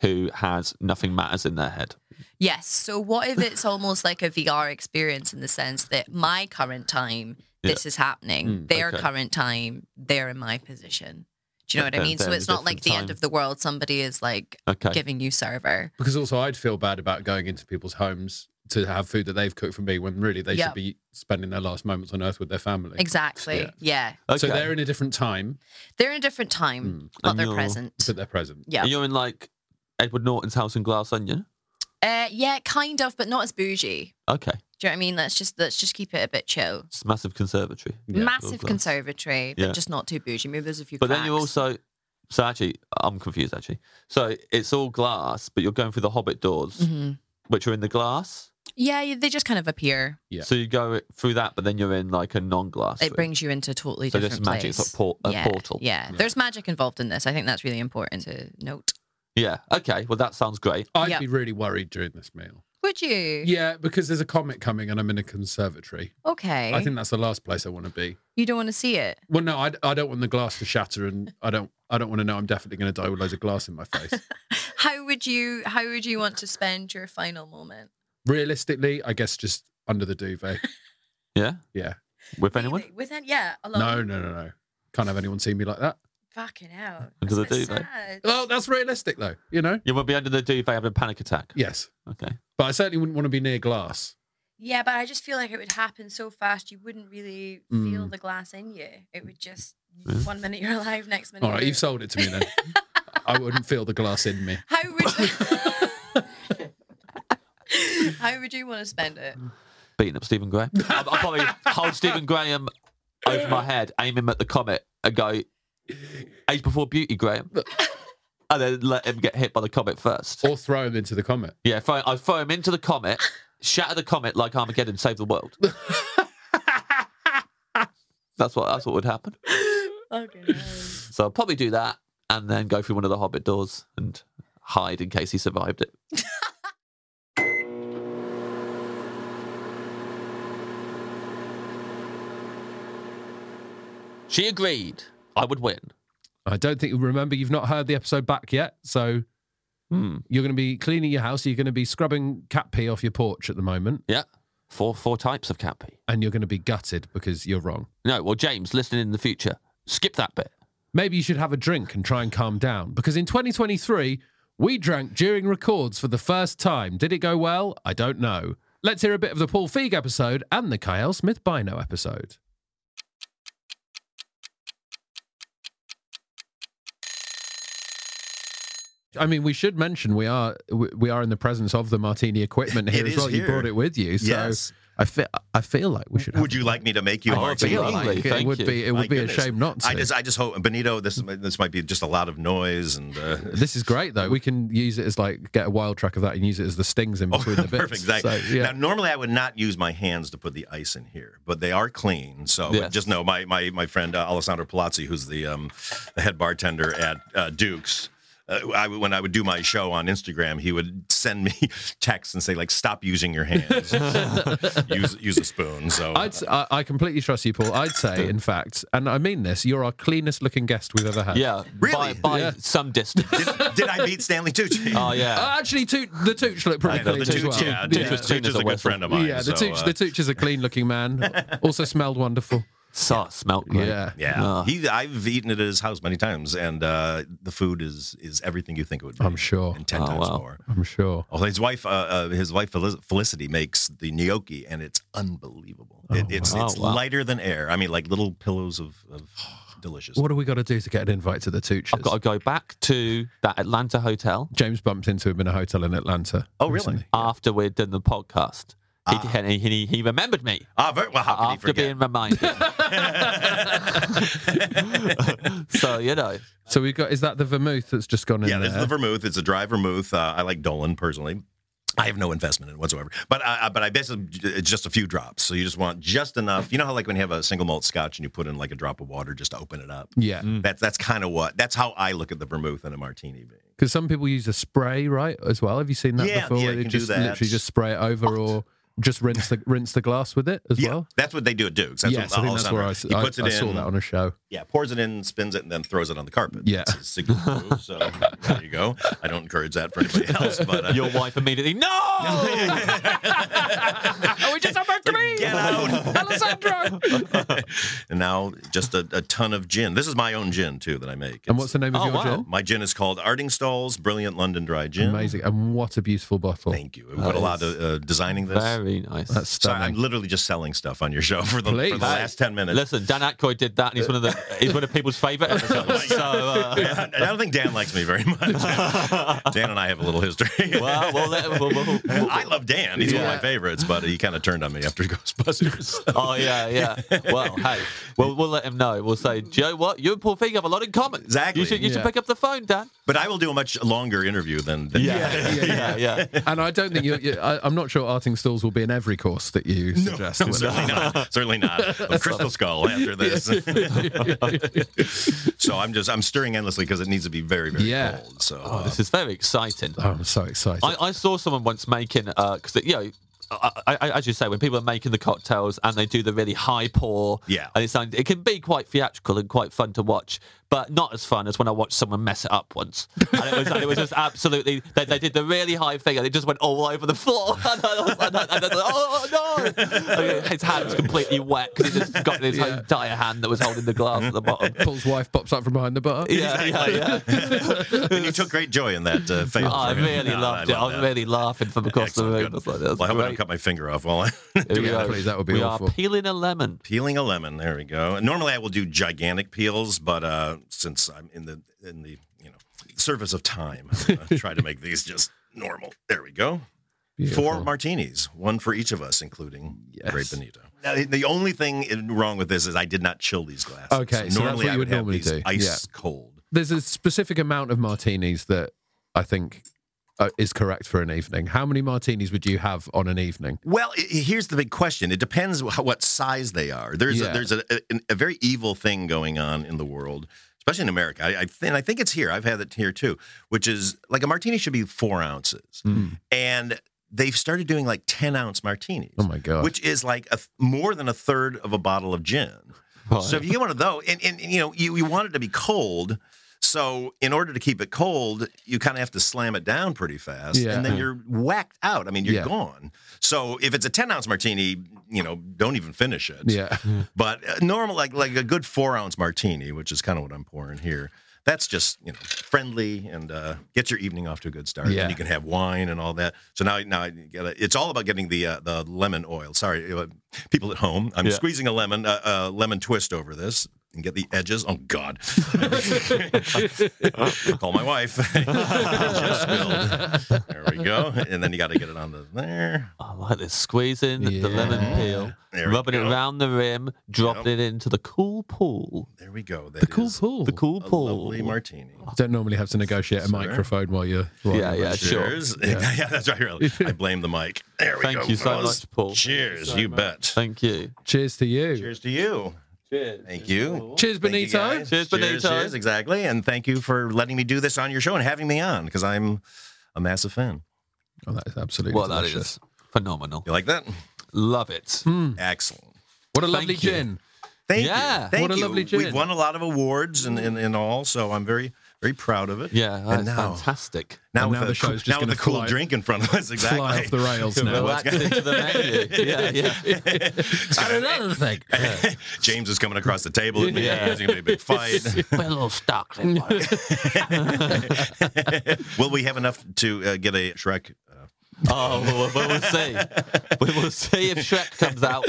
Speaker 2: who has nothing matters in their head.
Speaker 19: Yes. So what if it's almost like a VR experience in the sense that my current time,
Speaker 2: Yeah.
Speaker 19: this is happening.
Speaker 2: Mm,
Speaker 19: their
Speaker 2: okay.
Speaker 19: current time, they're in my position. Do you know what
Speaker 1: But
Speaker 19: I
Speaker 1: then
Speaker 19: mean? So
Speaker 1: they're in
Speaker 19: it's
Speaker 1: a
Speaker 19: not like the
Speaker 1: different
Speaker 19: end
Speaker 1: time.
Speaker 19: of the world. Somebody is like
Speaker 1: Okay.
Speaker 19: giving you server.
Speaker 1: Because also, I'd feel bad about going into people's homes to have food that they've cooked for me when really they
Speaker 19: Yeah.
Speaker 1: should be spending their last moments on earth with their family.
Speaker 19: Exactly.
Speaker 1: Yeah.
Speaker 19: Yeah.
Speaker 1: So they're in a different time,
Speaker 19: They're in a different time, but
Speaker 2: Mm, And
Speaker 19: they're
Speaker 2: you're-
Speaker 19: present.
Speaker 1: but they're present.
Speaker 19: Yeah.
Speaker 2: And you're in like Edward Norton's house in Glass Onion.
Speaker 19: Uh, yeah, kind of, but not as bougie.
Speaker 2: Okay.
Speaker 19: Do you know what I mean? Let's just let's just keep it a bit chill.
Speaker 2: It's a massive conservatory.
Speaker 19: Massive conservatory, but
Speaker 2: Yeah.
Speaker 19: just not too bougie. Maybe there's a few.
Speaker 2: But then you
Speaker 19: cracks.
Speaker 2: also, so actually, I'm confused actually. So it's all glass, but you're going through the Hobbit doors,
Speaker 19: Mhm.
Speaker 2: which are in the glass.
Speaker 19: yeah, you- they just kind of appear.
Speaker 2: Yeah. So you go through that, but then you're in like a non-glass.
Speaker 19: It brings you into a totally
Speaker 2: So
Speaker 19: different
Speaker 2: there's magic, it's
Speaker 19: place.
Speaker 2: like por- a
Speaker 19: yeah,
Speaker 2: portal. Hmm.
Speaker 19: Yeah.
Speaker 2: Yeah.
Speaker 19: there's magic involved in this. I think that's really important to note.
Speaker 2: Yeah. Okay. Well, that sounds great.
Speaker 19: I'd Yeah. be
Speaker 1: really worried during this meal.
Speaker 19: Would you?
Speaker 1: Yeah, because there's a comet coming and I'm in a conservatory.
Speaker 19: Okay.
Speaker 1: I think that's the last place I want to be.
Speaker 19: you don't want to see it.
Speaker 1: Well, no, I, I don't want the glass to shatter, and I don't I don't want to know I'm definitely going to die with loads of glass in my face.
Speaker 19: How would you? How would you want to spend your final moment?
Speaker 1: Realistically, I guess just under the duvet.
Speaker 2: Yeah.
Speaker 1: Yeah.
Speaker 2: With anyone?
Speaker 19: With that, yeah, alone.
Speaker 1: No, no, no, no. Can't have anyone see me like that.
Speaker 19: Fucking hell.
Speaker 2: Under the duvet.
Speaker 19: Sad.
Speaker 1: Well, that's realistic though. You know.
Speaker 2: You won't be under the duvet having a panic attack.
Speaker 1: Yes.
Speaker 2: Okay.
Speaker 1: But I certainly wouldn't want to be near glass.
Speaker 19: Yeah, but I just feel like it would happen so fast. You wouldn't really feel
Speaker 1: Mm.
Speaker 19: the glass in you. It would just
Speaker 1: Yeah.
Speaker 19: one minute you're alive, next minute.
Speaker 1: All right,
Speaker 19: you're-
Speaker 1: you've sold it to me then. I wouldn't feel the glass in me.
Speaker 19: How would? how would you want to spend it?
Speaker 2: Beating up Stephen Graham. I'll, I'll probably hold Stephen Graham over my head, aim him at the comet, and go, "Age before beauty, Graham." And then let him get hit by the comet first.
Speaker 1: Or throw him into the comet.
Speaker 2: Yeah, throw, I throw him into the comet, shatter the comet like Armageddon, save the world. that's what that's what would happen.
Speaker 19: Okay.
Speaker 2: So I'll probably do that and then go through one of the Hobbit doors and hide in case he survived it. she agreed I would win.
Speaker 1: I don't think remember you've not heard the episode back yet, so
Speaker 2: Hmm.
Speaker 1: you're going to be cleaning your house. You're going to be scrubbing cat pee off your porch at the moment.
Speaker 2: Yeah, four four types of cat pee,
Speaker 1: and you're going to be gutted because you're wrong.
Speaker 2: No, well, James, listening in the future, skip that bit.
Speaker 1: Maybe you should have a drink and try and calm down because in 2023 we drank during records for the first time. Did it go well? I don't know. Let's hear a bit of the Paul Feig episode and the Kyle Smith Bino episode. I mean, we should mention we are we we are in the presence of the Martini equipment here
Speaker 20: It
Speaker 1: as
Speaker 20: is
Speaker 1: well. You
Speaker 20: here.
Speaker 1: brought it with you, so
Speaker 20: Yes.
Speaker 1: I feel I feel like we should. Have
Speaker 20: Would you like me to make you?
Speaker 1: I
Speaker 20: a martini?
Speaker 1: feel like it Thank would you. be- it would
Speaker 20: My
Speaker 1: be a
Speaker 20: goodness.
Speaker 1: shame not
Speaker 20: I
Speaker 1: to.
Speaker 20: just, I just hope Benito. This, this might be just a lot of noise and. Uh,
Speaker 1: This is great though. We can use it as like get a wild track of that and use it as the stings in between the bits.
Speaker 20: Oh, Perfect. Exactly.
Speaker 1: So, yeah.
Speaker 20: Now, normally I would not use my hands to put the ice in here, but they are clean. So
Speaker 1: Yes.
Speaker 20: just know my my my friend uh, Alessandro Palazzi, who's the um, the head bartender at uh, Duke's. Uh, I, would- when I would do my show on Instagram, he would send me texts and say like, "Stop using your hands. use use a spoon." So
Speaker 1: I'd, s- I, I completely trust you, Paul. I'd say, in fact, and I mean this, you're our cleanest looking guest we've ever had.
Speaker 2: Yeah, really? by, by some distance.
Speaker 20: Did, did I beat Stanley Tucci?
Speaker 2: Oh yeah.
Speaker 1: Uh, actually, Toot, the Tooch looked pretty
Speaker 20: I know,
Speaker 1: clean
Speaker 20: the
Speaker 1: as
Speaker 20: Tooch-
Speaker 1: well.
Speaker 20: yeah, Tooch was clean Tooch as is a a good whistle. friend of mine,
Speaker 1: Yeah, the,
Speaker 20: so,
Speaker 1: Tooch,
Speaker 20: uh,
Speaker 1: the Tooch is a clean looking man. also smelled wonderful.
Speaker 2: So smelled great. Ah.
Speaker 20: Yeah, yeah.
Speaker 2: Uh.
Speaker 20: He, I've eaten it at his house many times, and uh, the food is is everything you think it would be.
Speaker 1: I'm sure.
Speaker 20: and
Speaker 2: Oh,
Speaker 20: ten times more.
Speaker 1: I'm sure.
Speaker 20: Oh, his wife, uh, uh, his wife Felic- Felicity makes the gnocchi, and it's unbelievable. It, it's
Speaker 1: wow.
Speaker 20: it's
Speaker 1: Oh, wow.
Speaker 20: lighter than air. I mean, like little pillows of, of
Speaker 21: delicious.
Speaker 1: What do we got to do to get an invite to the Tooches?
Speaker 2: I've got to go back to that Atlanta hotel.
Speaker 1: James bumped into him in a hotel in Atlanta.
Speaker 2: Oh, really? After we'd done the podcast. He, he, he, he remembered me.
Speaker 21: Ah, very, well, how could he
Speaker 2: After being reminded. so, you know.
Speaker 1: So we've got, is that the vermouth that's just gone in
Speaker 21: yeah,
Speaker 1: there?
Speaker 21: it's the vermouth. It's a dry vermouth. Uh, I like Dolan personally. I have no investment in it whatsoever, but uh, but I basically it's just a few drops. So you just want just enough. You know how like when you have a single malt scotch and you put in like a drop of water just to open it up.
Speaker 1: Yeah.
Speaker 2: Mm.
Speaker 21: That's that's kind of what that's how I look at the vermouth and a martini.
Speaker 1: Because some people use a spray, right? As well. Have you seen that
Speaker 21: Yeah,
Speaker 1: before?
Speaker 21: yeah,
Speaker 1: where
Speaker 21: you
Speaker 1: they
Speaker 21: can do
Speaker 1: just
Speaker 21: that.
Speaker 1: literally just spray it over or just rinse the rinse the glass with it as
Speaker 21: Yeah,
Speaker 1: well.
Speaker 21: that's what they do at Duke's. That's
Speaker 1: yes,
Speaker 21: what
Speaker 1: I think that's
Speaker 21: Alessandro-
Speaker 1: where I,
Speaker 21: he puts
Speaker 1: I,
Speaker 21: it
Speaker 1: I
Speaker 21: in.
Speaker 1: saw that on a show.
Speaker 21: Yeah, pours it in, spins it, and then throws it on the carpet.
Speaker 1: Yeah.
Speaker 21: It's his signature move, so there you go. I don't encourage that for anybody else. But uh,
Speaker 2: your wife immediately,
Speaker 17: Oh.
Speaker 2: no.
Speaker 7: Are we just on back to me?
Speaker 21: Get out.
Speaker 7: Alessandro!
Speaker 21: and now just a, a ton of gin. This is my own gin too that I make.
Speaker 1: And what's the name of Oh, your wow. gin?
Speaker 21: My gin is called Ardingstall's Brilliant London Dry Gin.
Speaker 1: Amazing. And what a beautiful bottle. Thank
Speaker 21: you. What a lot of uh, designing this.
Speaker 2: Very nice.
Speaker 1: That's
Speaker 21: Sorry, I'm literally just selling stuff on your show for the, for the
Speaker 2: Please.
Speaker 21: last ten minutes.
Speaker 2: Listen, Dan Aykroyd did that, and he's one of the he's one of people's favourite episodes. So uh,
Speaker 21: I don't think Dan likes me very much. Dan and I have a little history.
Speaker 2: well, we'll let, we'll, we'll,
Speaker 21: I love Dan. He's one of my favorites, but he kind of turned on me after Ghostbusters.
Speaker 2: oh yeah, yeah. Well, hey, we'll, we'll let him know. We'll say, Joe, what you and Paul Fig have a lot in common.
Speaker 21: Exactly.
Speaker 2: You should you should
Speaker 21: Yeah.
Speaker 2: pick up the phone, Dan.
Speaker 21: But I will do a much longer interview than, than
Speaker 2: Yeah, yeah, yeah, yeah.
Speaker 1: and I don't think you. you I, I'm not sure arting stalls will be in every course that you suggest.
Speaker 21: no,
Speaker 1: is it?
Speaker 21: certainly not. Certainly not. A crystal skull after this. so I'm just I'm stirring endlessly because it needs to be very very
Speaker 2: Yeah.
Speaker 21: cold. So uh,
Speaker 2: Oh, this is very exciting.
Speaker 1: Oh, I'm so excited.
Speaker 2: I, I saw someone once making because you know. I, I, I- as you say, when people are making the cocktails and they do the really high pour,
Speaker 21: yeah,
Speaker 2: and it sounds it can be quite theatrical and quite fun to watch, but not as fun as when I watched someone mess it up once. And it was, and it was just absolutely they, they did the really high thing and it just went all over the floor. And Oh, I was, and I, and I was like, oh no! And his hand's completely wet because he just got his entire hand that was holding the glass at the bottom.
Speaker 1: Paul's wife pops up from behind the bar.
Speaker 2: Yeah, yeah, yeah.
Speaker 21: and you took great joy in that. Uh, fail
Speaker 2: I
Speaker 21: for him.
Speaker 2: really
Speaker 21: No,
Speaker 2: loved
Speaker 21: I
Speaker 2: it. I
Speaker 21: love
Speaker 2: was
Speaker 21: that.
Speaker 2: really laughing from across the room. I was like, that's
Speaker 21: Well, I hope I don't
Speaker 2: great.
Speaker 21: cut my finger off while I'm
Speaker 2: Here we
Speaker 21: doing
Speaker 2: go.
Speaker 21: that.
Speaker 2: Please, that would be We are awful. peeling a lemon.
Speaker 21: Peeling a lemon. There we go. And normally I will do gigantic peels, but uh, since I'm in the in the you know service of time, I'm gonna try to make these just normal. There we go. Four
Speaker 20: Beautiful.
Speaker 21: martinis, one for each of us, including Great Benito. Now, the- the only thing in- wrong with this is I did not chill these glasses.
Speaker 1: Okay, so that's
Speaker 21: normally
Speaker 1: what
Speaker 21: I
Speaker 1: you
Speaker 21: would
Speaker 1: would normally
Speaker 21: have these
Speaker 1: do.
Speaker 21: ice cold.
Speaker 1: There's a specific amount of martinis that I think uh, is correct for an evening. How many martinis would you have on an evening?
Speaker 21: Well, i- i- here's the big question. It depends wh- what size they are. There's
Speaker 1: Yeah.
Speaker 21: a, there's a, a, a very evil thing going on in the world, especially in America. I, I th- and I think it's here. I've had it here too, which is like a martini should be four ounces,
Speaker 1: Hmm.
Speaker 21: and they've started doing like ten ounce martinis.
Speaker 1: Oh my god!
Speaker 21: Which is like a th- more than a third of a bottle of gin. So if you get one of those, and, and you know you, you want it to be cold, so in order to keep it cold, you kind of have to slam it down pretty fast,
Speaker 20: Yeah.
Speaker 21: and then you're whacked out. I mean, you're
Speaker 20: Yeah.
Speaker 21: gone. So if it's a ten ounce martini, you know, don't even finish it.
Speaker 1: Yeah.
Speaker 21: But uh, normal, like like a good four ounce martini, which is kind of what I'm pouring here. That's just you know friendly and uh, gets your evening off to a good start.
Speaker 1: Yeah.
Speaker 21: And you can have wine and all that. So now now I get a, it's all about getting the uh, the lemon oil. Sorry, uh, people at home, I'm
Speaker 20: Yeah.
Speaker 21: squeezing a lemon uh, uh, lemon twist over this. And get the edges. Oh God! Call my wife. Just spilled. There we go. And then you got to get it on the there.
Speaker 2: I like this. Squeezing the lemon peel,
Speaker 21: There we
Speaker 2: rubbing it
Speaker 21: go.
Speaker 2: around the rim, dropping it into the cool pool.
Speaker 21: There we go.
Speaker 2: the cool
Speaker 1: pool.
Speaker 2: The cool pool.
Speaker 21: Lovely martini.
Speaker 1: Don't normally have to negotiate a microphone while you're. While
Speaker 2: Yeah,
Speaker 1: you're
Speaker 2: yeah, sure.
Speaker 21: Cheers. Yeah. that's right. Really. I blame the mic. There we
Speaker 2: Thank
Speaker 21: go.
Speaker 2: you so
Speaker 21: fellas.
Speaker 2: much, Paul.
Speaker 21: Cheers.
Speaker 2: Thank you so
Speaker 21: you
Speaker 2: much.
Speaker 21: bet.
Speaker 2: Thank you.
Speaker 1: Cheers to you. Cheers
Speaker 21: to you. Cheers. Thank you. Thank
Speaker 1: Cheers,
Speaker 21: you,
Speaker 1: Benito.
Speaker 21: guys.
Speaker 1: Cheers, Benito.
Speaker 21: Cheers, exactly. And thank you for letting me do this on your show and having me on because I'm a massive fan.
Speaker 1: Oh, that is absolutely
Speaker 2: Well, that
Speaker 1: delicious.
Speaker 2: is phenomenal.
Speaker 21: You like that?
Speaker 2: Love it.
Speaker 20: Hmm.
Speaker 21: Excellent.
Speaker 1: What a
Speaker 21: Thank
Speaker 1: lovely
Speaker 21: you.
Speaker 1: gin.
Speaker 21: Thank
Speaker 2: Yeah.
Speaker 21: you. Thank
Speaker 2: What a
Speaker 21: you.
Speaker 2: lovely
Speaker 21: We've
Speaker 2: gin.
Speaker 21: won a lot of awards and, and, and all, so I'm very, very proud of it.
Speaker 2: Yeah,
Speaker 21: and
Speaker 2: that's
Speaker 21: now,
Speaker 2: fantastic.
Speaker 21: Now,
Speaker 2: And
Speaker 21: with
Speaker 2: now
Speaker 21: a,
Speaker 2: the show's just
Speaker 21: now with
Speaker 2: gonna
Speaker 21: a cool
Speaker 2: fly-
Speaker 21: drink in front of us, exactly.
Speaker 1: fly off the rails now.
Speaker 21: What's
Speaker 1: Relax
Speaker 21: gonna-
Speaker 1: into the menu. Yeah, yeah.
Speaker 21: It's gonna- James is coming across the table at me.
Speaker 2: Yeah.
Speaker 21: There's going to be a big fight.
Speaker 2: Put a little stock in it.
Speaker 21: Will we have enough to uh, get a Shrek uh,
Speaker 2: Oh, well, we will see. We will see if Shrek comes out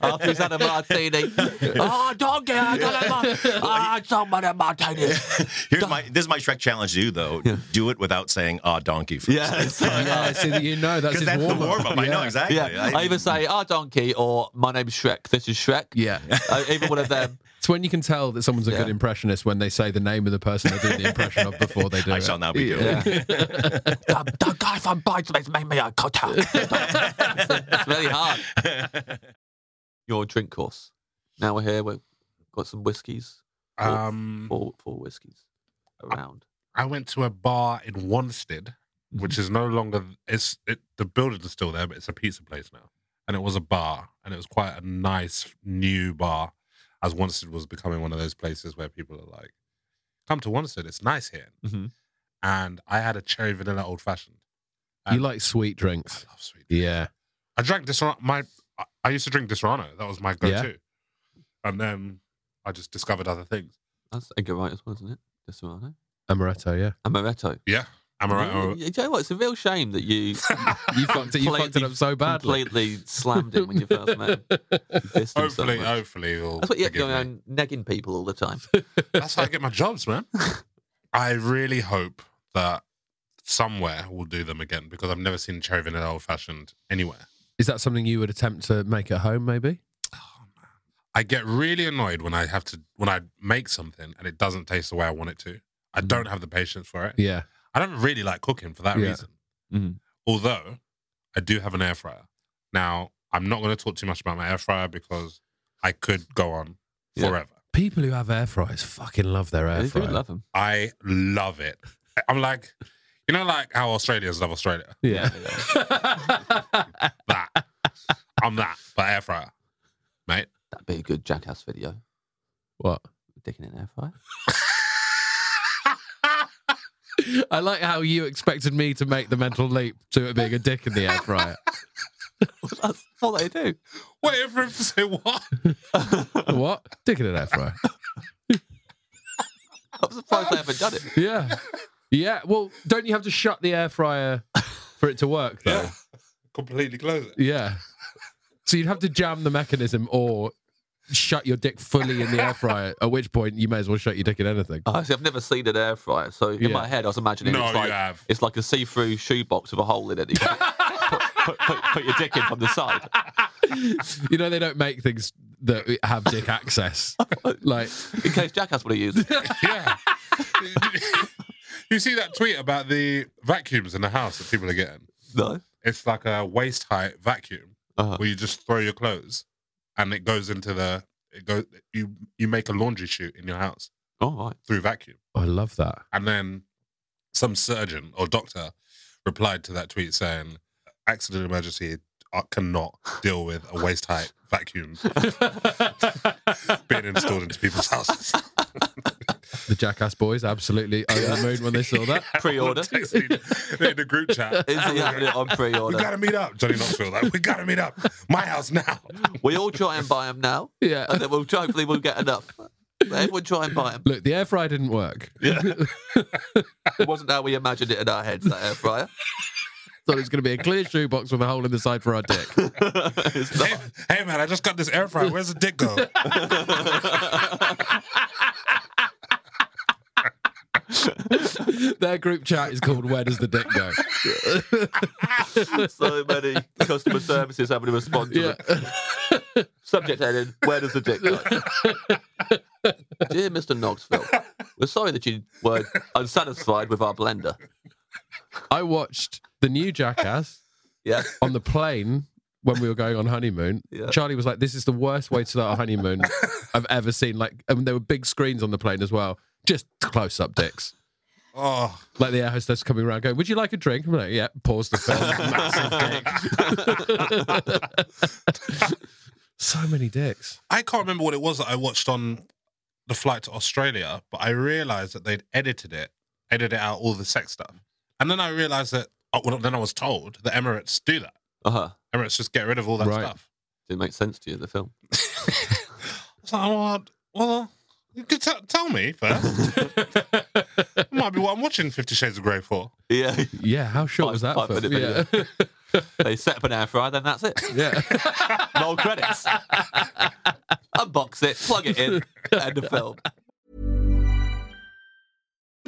Speaker 2: after he's had a martini.
Speaker 7: Ah,
Speaker 2: Oh, doggy, I got a martini. I had so many martinis.
Speaker 20: Here's my this is my Shrek challenge to you though. Do it without saying ah donkey first.
Speaker 2: Yeah, it's like,
Speaker 20: I
Speaker 2: ah.
Speaker 20: see that
Speaker 1: you know that's his
Speaker 20: that's the
Speaker 1: warm-up.
Speaker 20: warm up. I know
Speaker 1: Yeah.
Speaker 20: exactly.
Speaker 2: Yeah. I,
Speaker 20: I-
Speaker 2: either say, ah, donkey, or my name's Shrek. This is Shrek.
Speaker 1: Yeah.
Speaker 2: Uh, either one of them.
Speaker 1: It's when you can tell that someone's a good impressionist when they say the name of the person they're doing the impression of before they do it. I shall
Speaker 20: now
Speaker 1: be doing
Speaker 7: the guy from Bridesmaids made me a cutout.
Speaker 2: It's very hard. Your drink course. Now we're here. We've got some whiskies. Four,
Speaker 22: Um,
Speaker 2: four, four whiskies around.
Speaker 22: I went to a bar in Wanstead,
Speaker 15: Mm-hmm.
Speaker 22: which is no longer it's it, the building is still there, but it's a pizza place now. And it was a bar, and it was quite a nice new bar, as Wanstead was becoming one of those places where people are like, "Come to Wanstead, it's nice here."
Speaker 2: Mm-hmm.
Speaker 22: And I had a cherry vanilla old fashioned.
Speaker 1: You like sweet drinks. I love sweet drinks. Yeah.
Speaker 22: I drank Disaronno. My I- I used to drink Disaronno. That was my
Speaker 1: Yeah.
Speaker 22: go-to. And then I just discovered other things.
Speaker 2: That's a good right as well, isn't it? Just about, eh?
Speaker 1: Amaretto, yeah.
Speaker 2: Amaretto.
Speaker 22: Yeah.
Speaker 2: Amaretto. You know what? It's a real shame that you you
Speaker 1: fucked it- you fucked it up so badly.
Speaker 2: Completely slammed him when you first met. him.
Speaker 22: Hopefully, hopefully, he'll
Speaker 2: That's what you get
Speaker 22: forgive
Speaker 2: going
Speaker 22: me.
Speaker 2: around negging people all the time.
Speaker 22: That's how I get my jobs, man. I really hope that somewhere we'll do them again because I've never seen cherry vanilla old fashioned anywhere.
Speaker 1: Is that something you would attempt to make at home, maybe?
Speaker 22: I get really annoyed when I have to when I make something and it doesn't taste the way I want it to. I
Speaker 2: Mm-hmm.
Speaker 22: don't have the patience for it.
Speaker 1: Yeah.
Speaker 22: I don't really like cooking for that
Speaker 1: Yeah.
Speaker 22: reason.
Speaker 2: Mm-hmm.
Speaker 22: Although I do have an air fryer. Now I'm not going to talk too much about my air fryer because I could go on forever.
Speaker 1: People who have air fryers fucking love their air fryer.
Speaker 2: them.
Speaker 22: I love it. I'm like, you know, like how Australians love Australia.
Speaker 1: Yeah.
Speaker 22: that. I'm that, but air fryer, mate.
Speaker 2: That'd be a good jackass video.
Speaker 1: What?
Speaker 2: Dicking in air fryer.
Speaker 1: I like how you expected me to make the mental leap to it being a dick in the air fryer.
Speaker 2: That's all they do.
Speaker 22: Wait for him to say what?
Speaker 1: what? Dick in an air fryer.
Speaker 2: I'm surprised I haven't done it.
Speaker 1: Yeah. Yeah. Well, don't you have to shut the air fryer for it to work, though? Yeah.
Speaker 22: Completely close it.
Speaker 1: So you'd have to jam the mechanism or shut your dick fully in the air fryer, at which point you may as well shut your dick in anything.
Speaker 2: Oh, see, I've never seen an air fryer, so in
Speaker 1: Yeah.
Speaker 2: my head I was imagining
Speaker 1: No,
Speaker 2: it's
Speaker 1: you
Speaker 2: like
Speaker 1: have.
Speaker 2: it's like a see-through shoebox with a hole in it. that You put, put, put, put your dick in from the side.
Speaker 1: you know, they don't make things that have dick access. Like,
Speaker 2: in case Jackass would have used it.
Speaker 22: You see that tweet about the vacuums in the house that people are getting?
Speaker 2: No. Uh-huh.
Speaker 22: It's like a waist height vacuum where you just throw your clothes and it goes into the it goes you you make a laundry chute in your house.
Speaker 2: Oh right.
Speaker 22: Through vacuum.
Speaker 1: I love that.
Speaker 22: And then some surgeon or doctor replied to that tweet saying accident emergency I cannot deal with a waist height vacuum being installed into people's houses.
Speaker 1: The Jackass boys absolutely over the moon when they saw that.
Speaker 2: Pre-order.
Speaker 22: in the group chat.
Speaker 2: Is he having it on pre-order?
Speaker 22: We gotta meet up, Johnny Knoxville. Like, we gotta meet up. My house now.
Speaker 2: We all try and buy them now.
Speaker 1: Yeah.
Speaker 2: And then we'll hopefully we'll get enough. Everyone try and buy them.
Speaker 1: Look, the air fryer didn't work.
Speaker 2: Yeah. it wasn't how we imagined it in our heads, that air fryer.
Speaker 1: Thought it was going to be a clear shoebox with a hole in the side for our dick.
Speaker 22: hey, hey, man, I just got this air fryer. Where's the dick go?
Speaker 1: Their group chat is called "Where Does the Dick Go?"
Speaker 2: so many customer services having to respond to it. Subject heading, where does the dick go? Dear Mr. Knoxville, we're sorry that you were unsatisfied with our blender.
Speaker 1: I watched the new Jackass.
Speaker 2: Yeah.
Speaker 1: On the plane when we were going on honeymoon, Charlie was like, "This is the worst way to start a honeymoon I've ever seen." Like, and there were big screens on the plane as well, just close-up dicks.
Speaker 22: Oh,
Speaker 1: like the air hostess coming around, going, "Would you like a drink?" I'm like, "Yeah." Pause the film. Massive dick. so many dicks.
Speaker 22: I can't remember what it was that I watched on the flight to Australia, but I realized that they'd edited it, edited out all the sex stuff. And then I realized that, oh, well, then I was told that Emirates do that.
Speaker 2: Uh-huh.
Speaker 22: Emirates just get rid of all that stuff.
Speaker 2: Didn't make sense to you, the film.
Speaker 22: oh, I was like, well, well you could t- tell me first. I might be what I'm watching Fifty Shades of Grey for.
Speaker 2: Yeah.
Speaker 1: Yeah, how short was that
Speaker 2: Five
Speaker 1: film?
Speaker 2: minute video. they set up an air fryer, then that's it.
Speaker 1: Yeah.
Speaker 2: Roll credits. Unbox it, plug it in, end of film.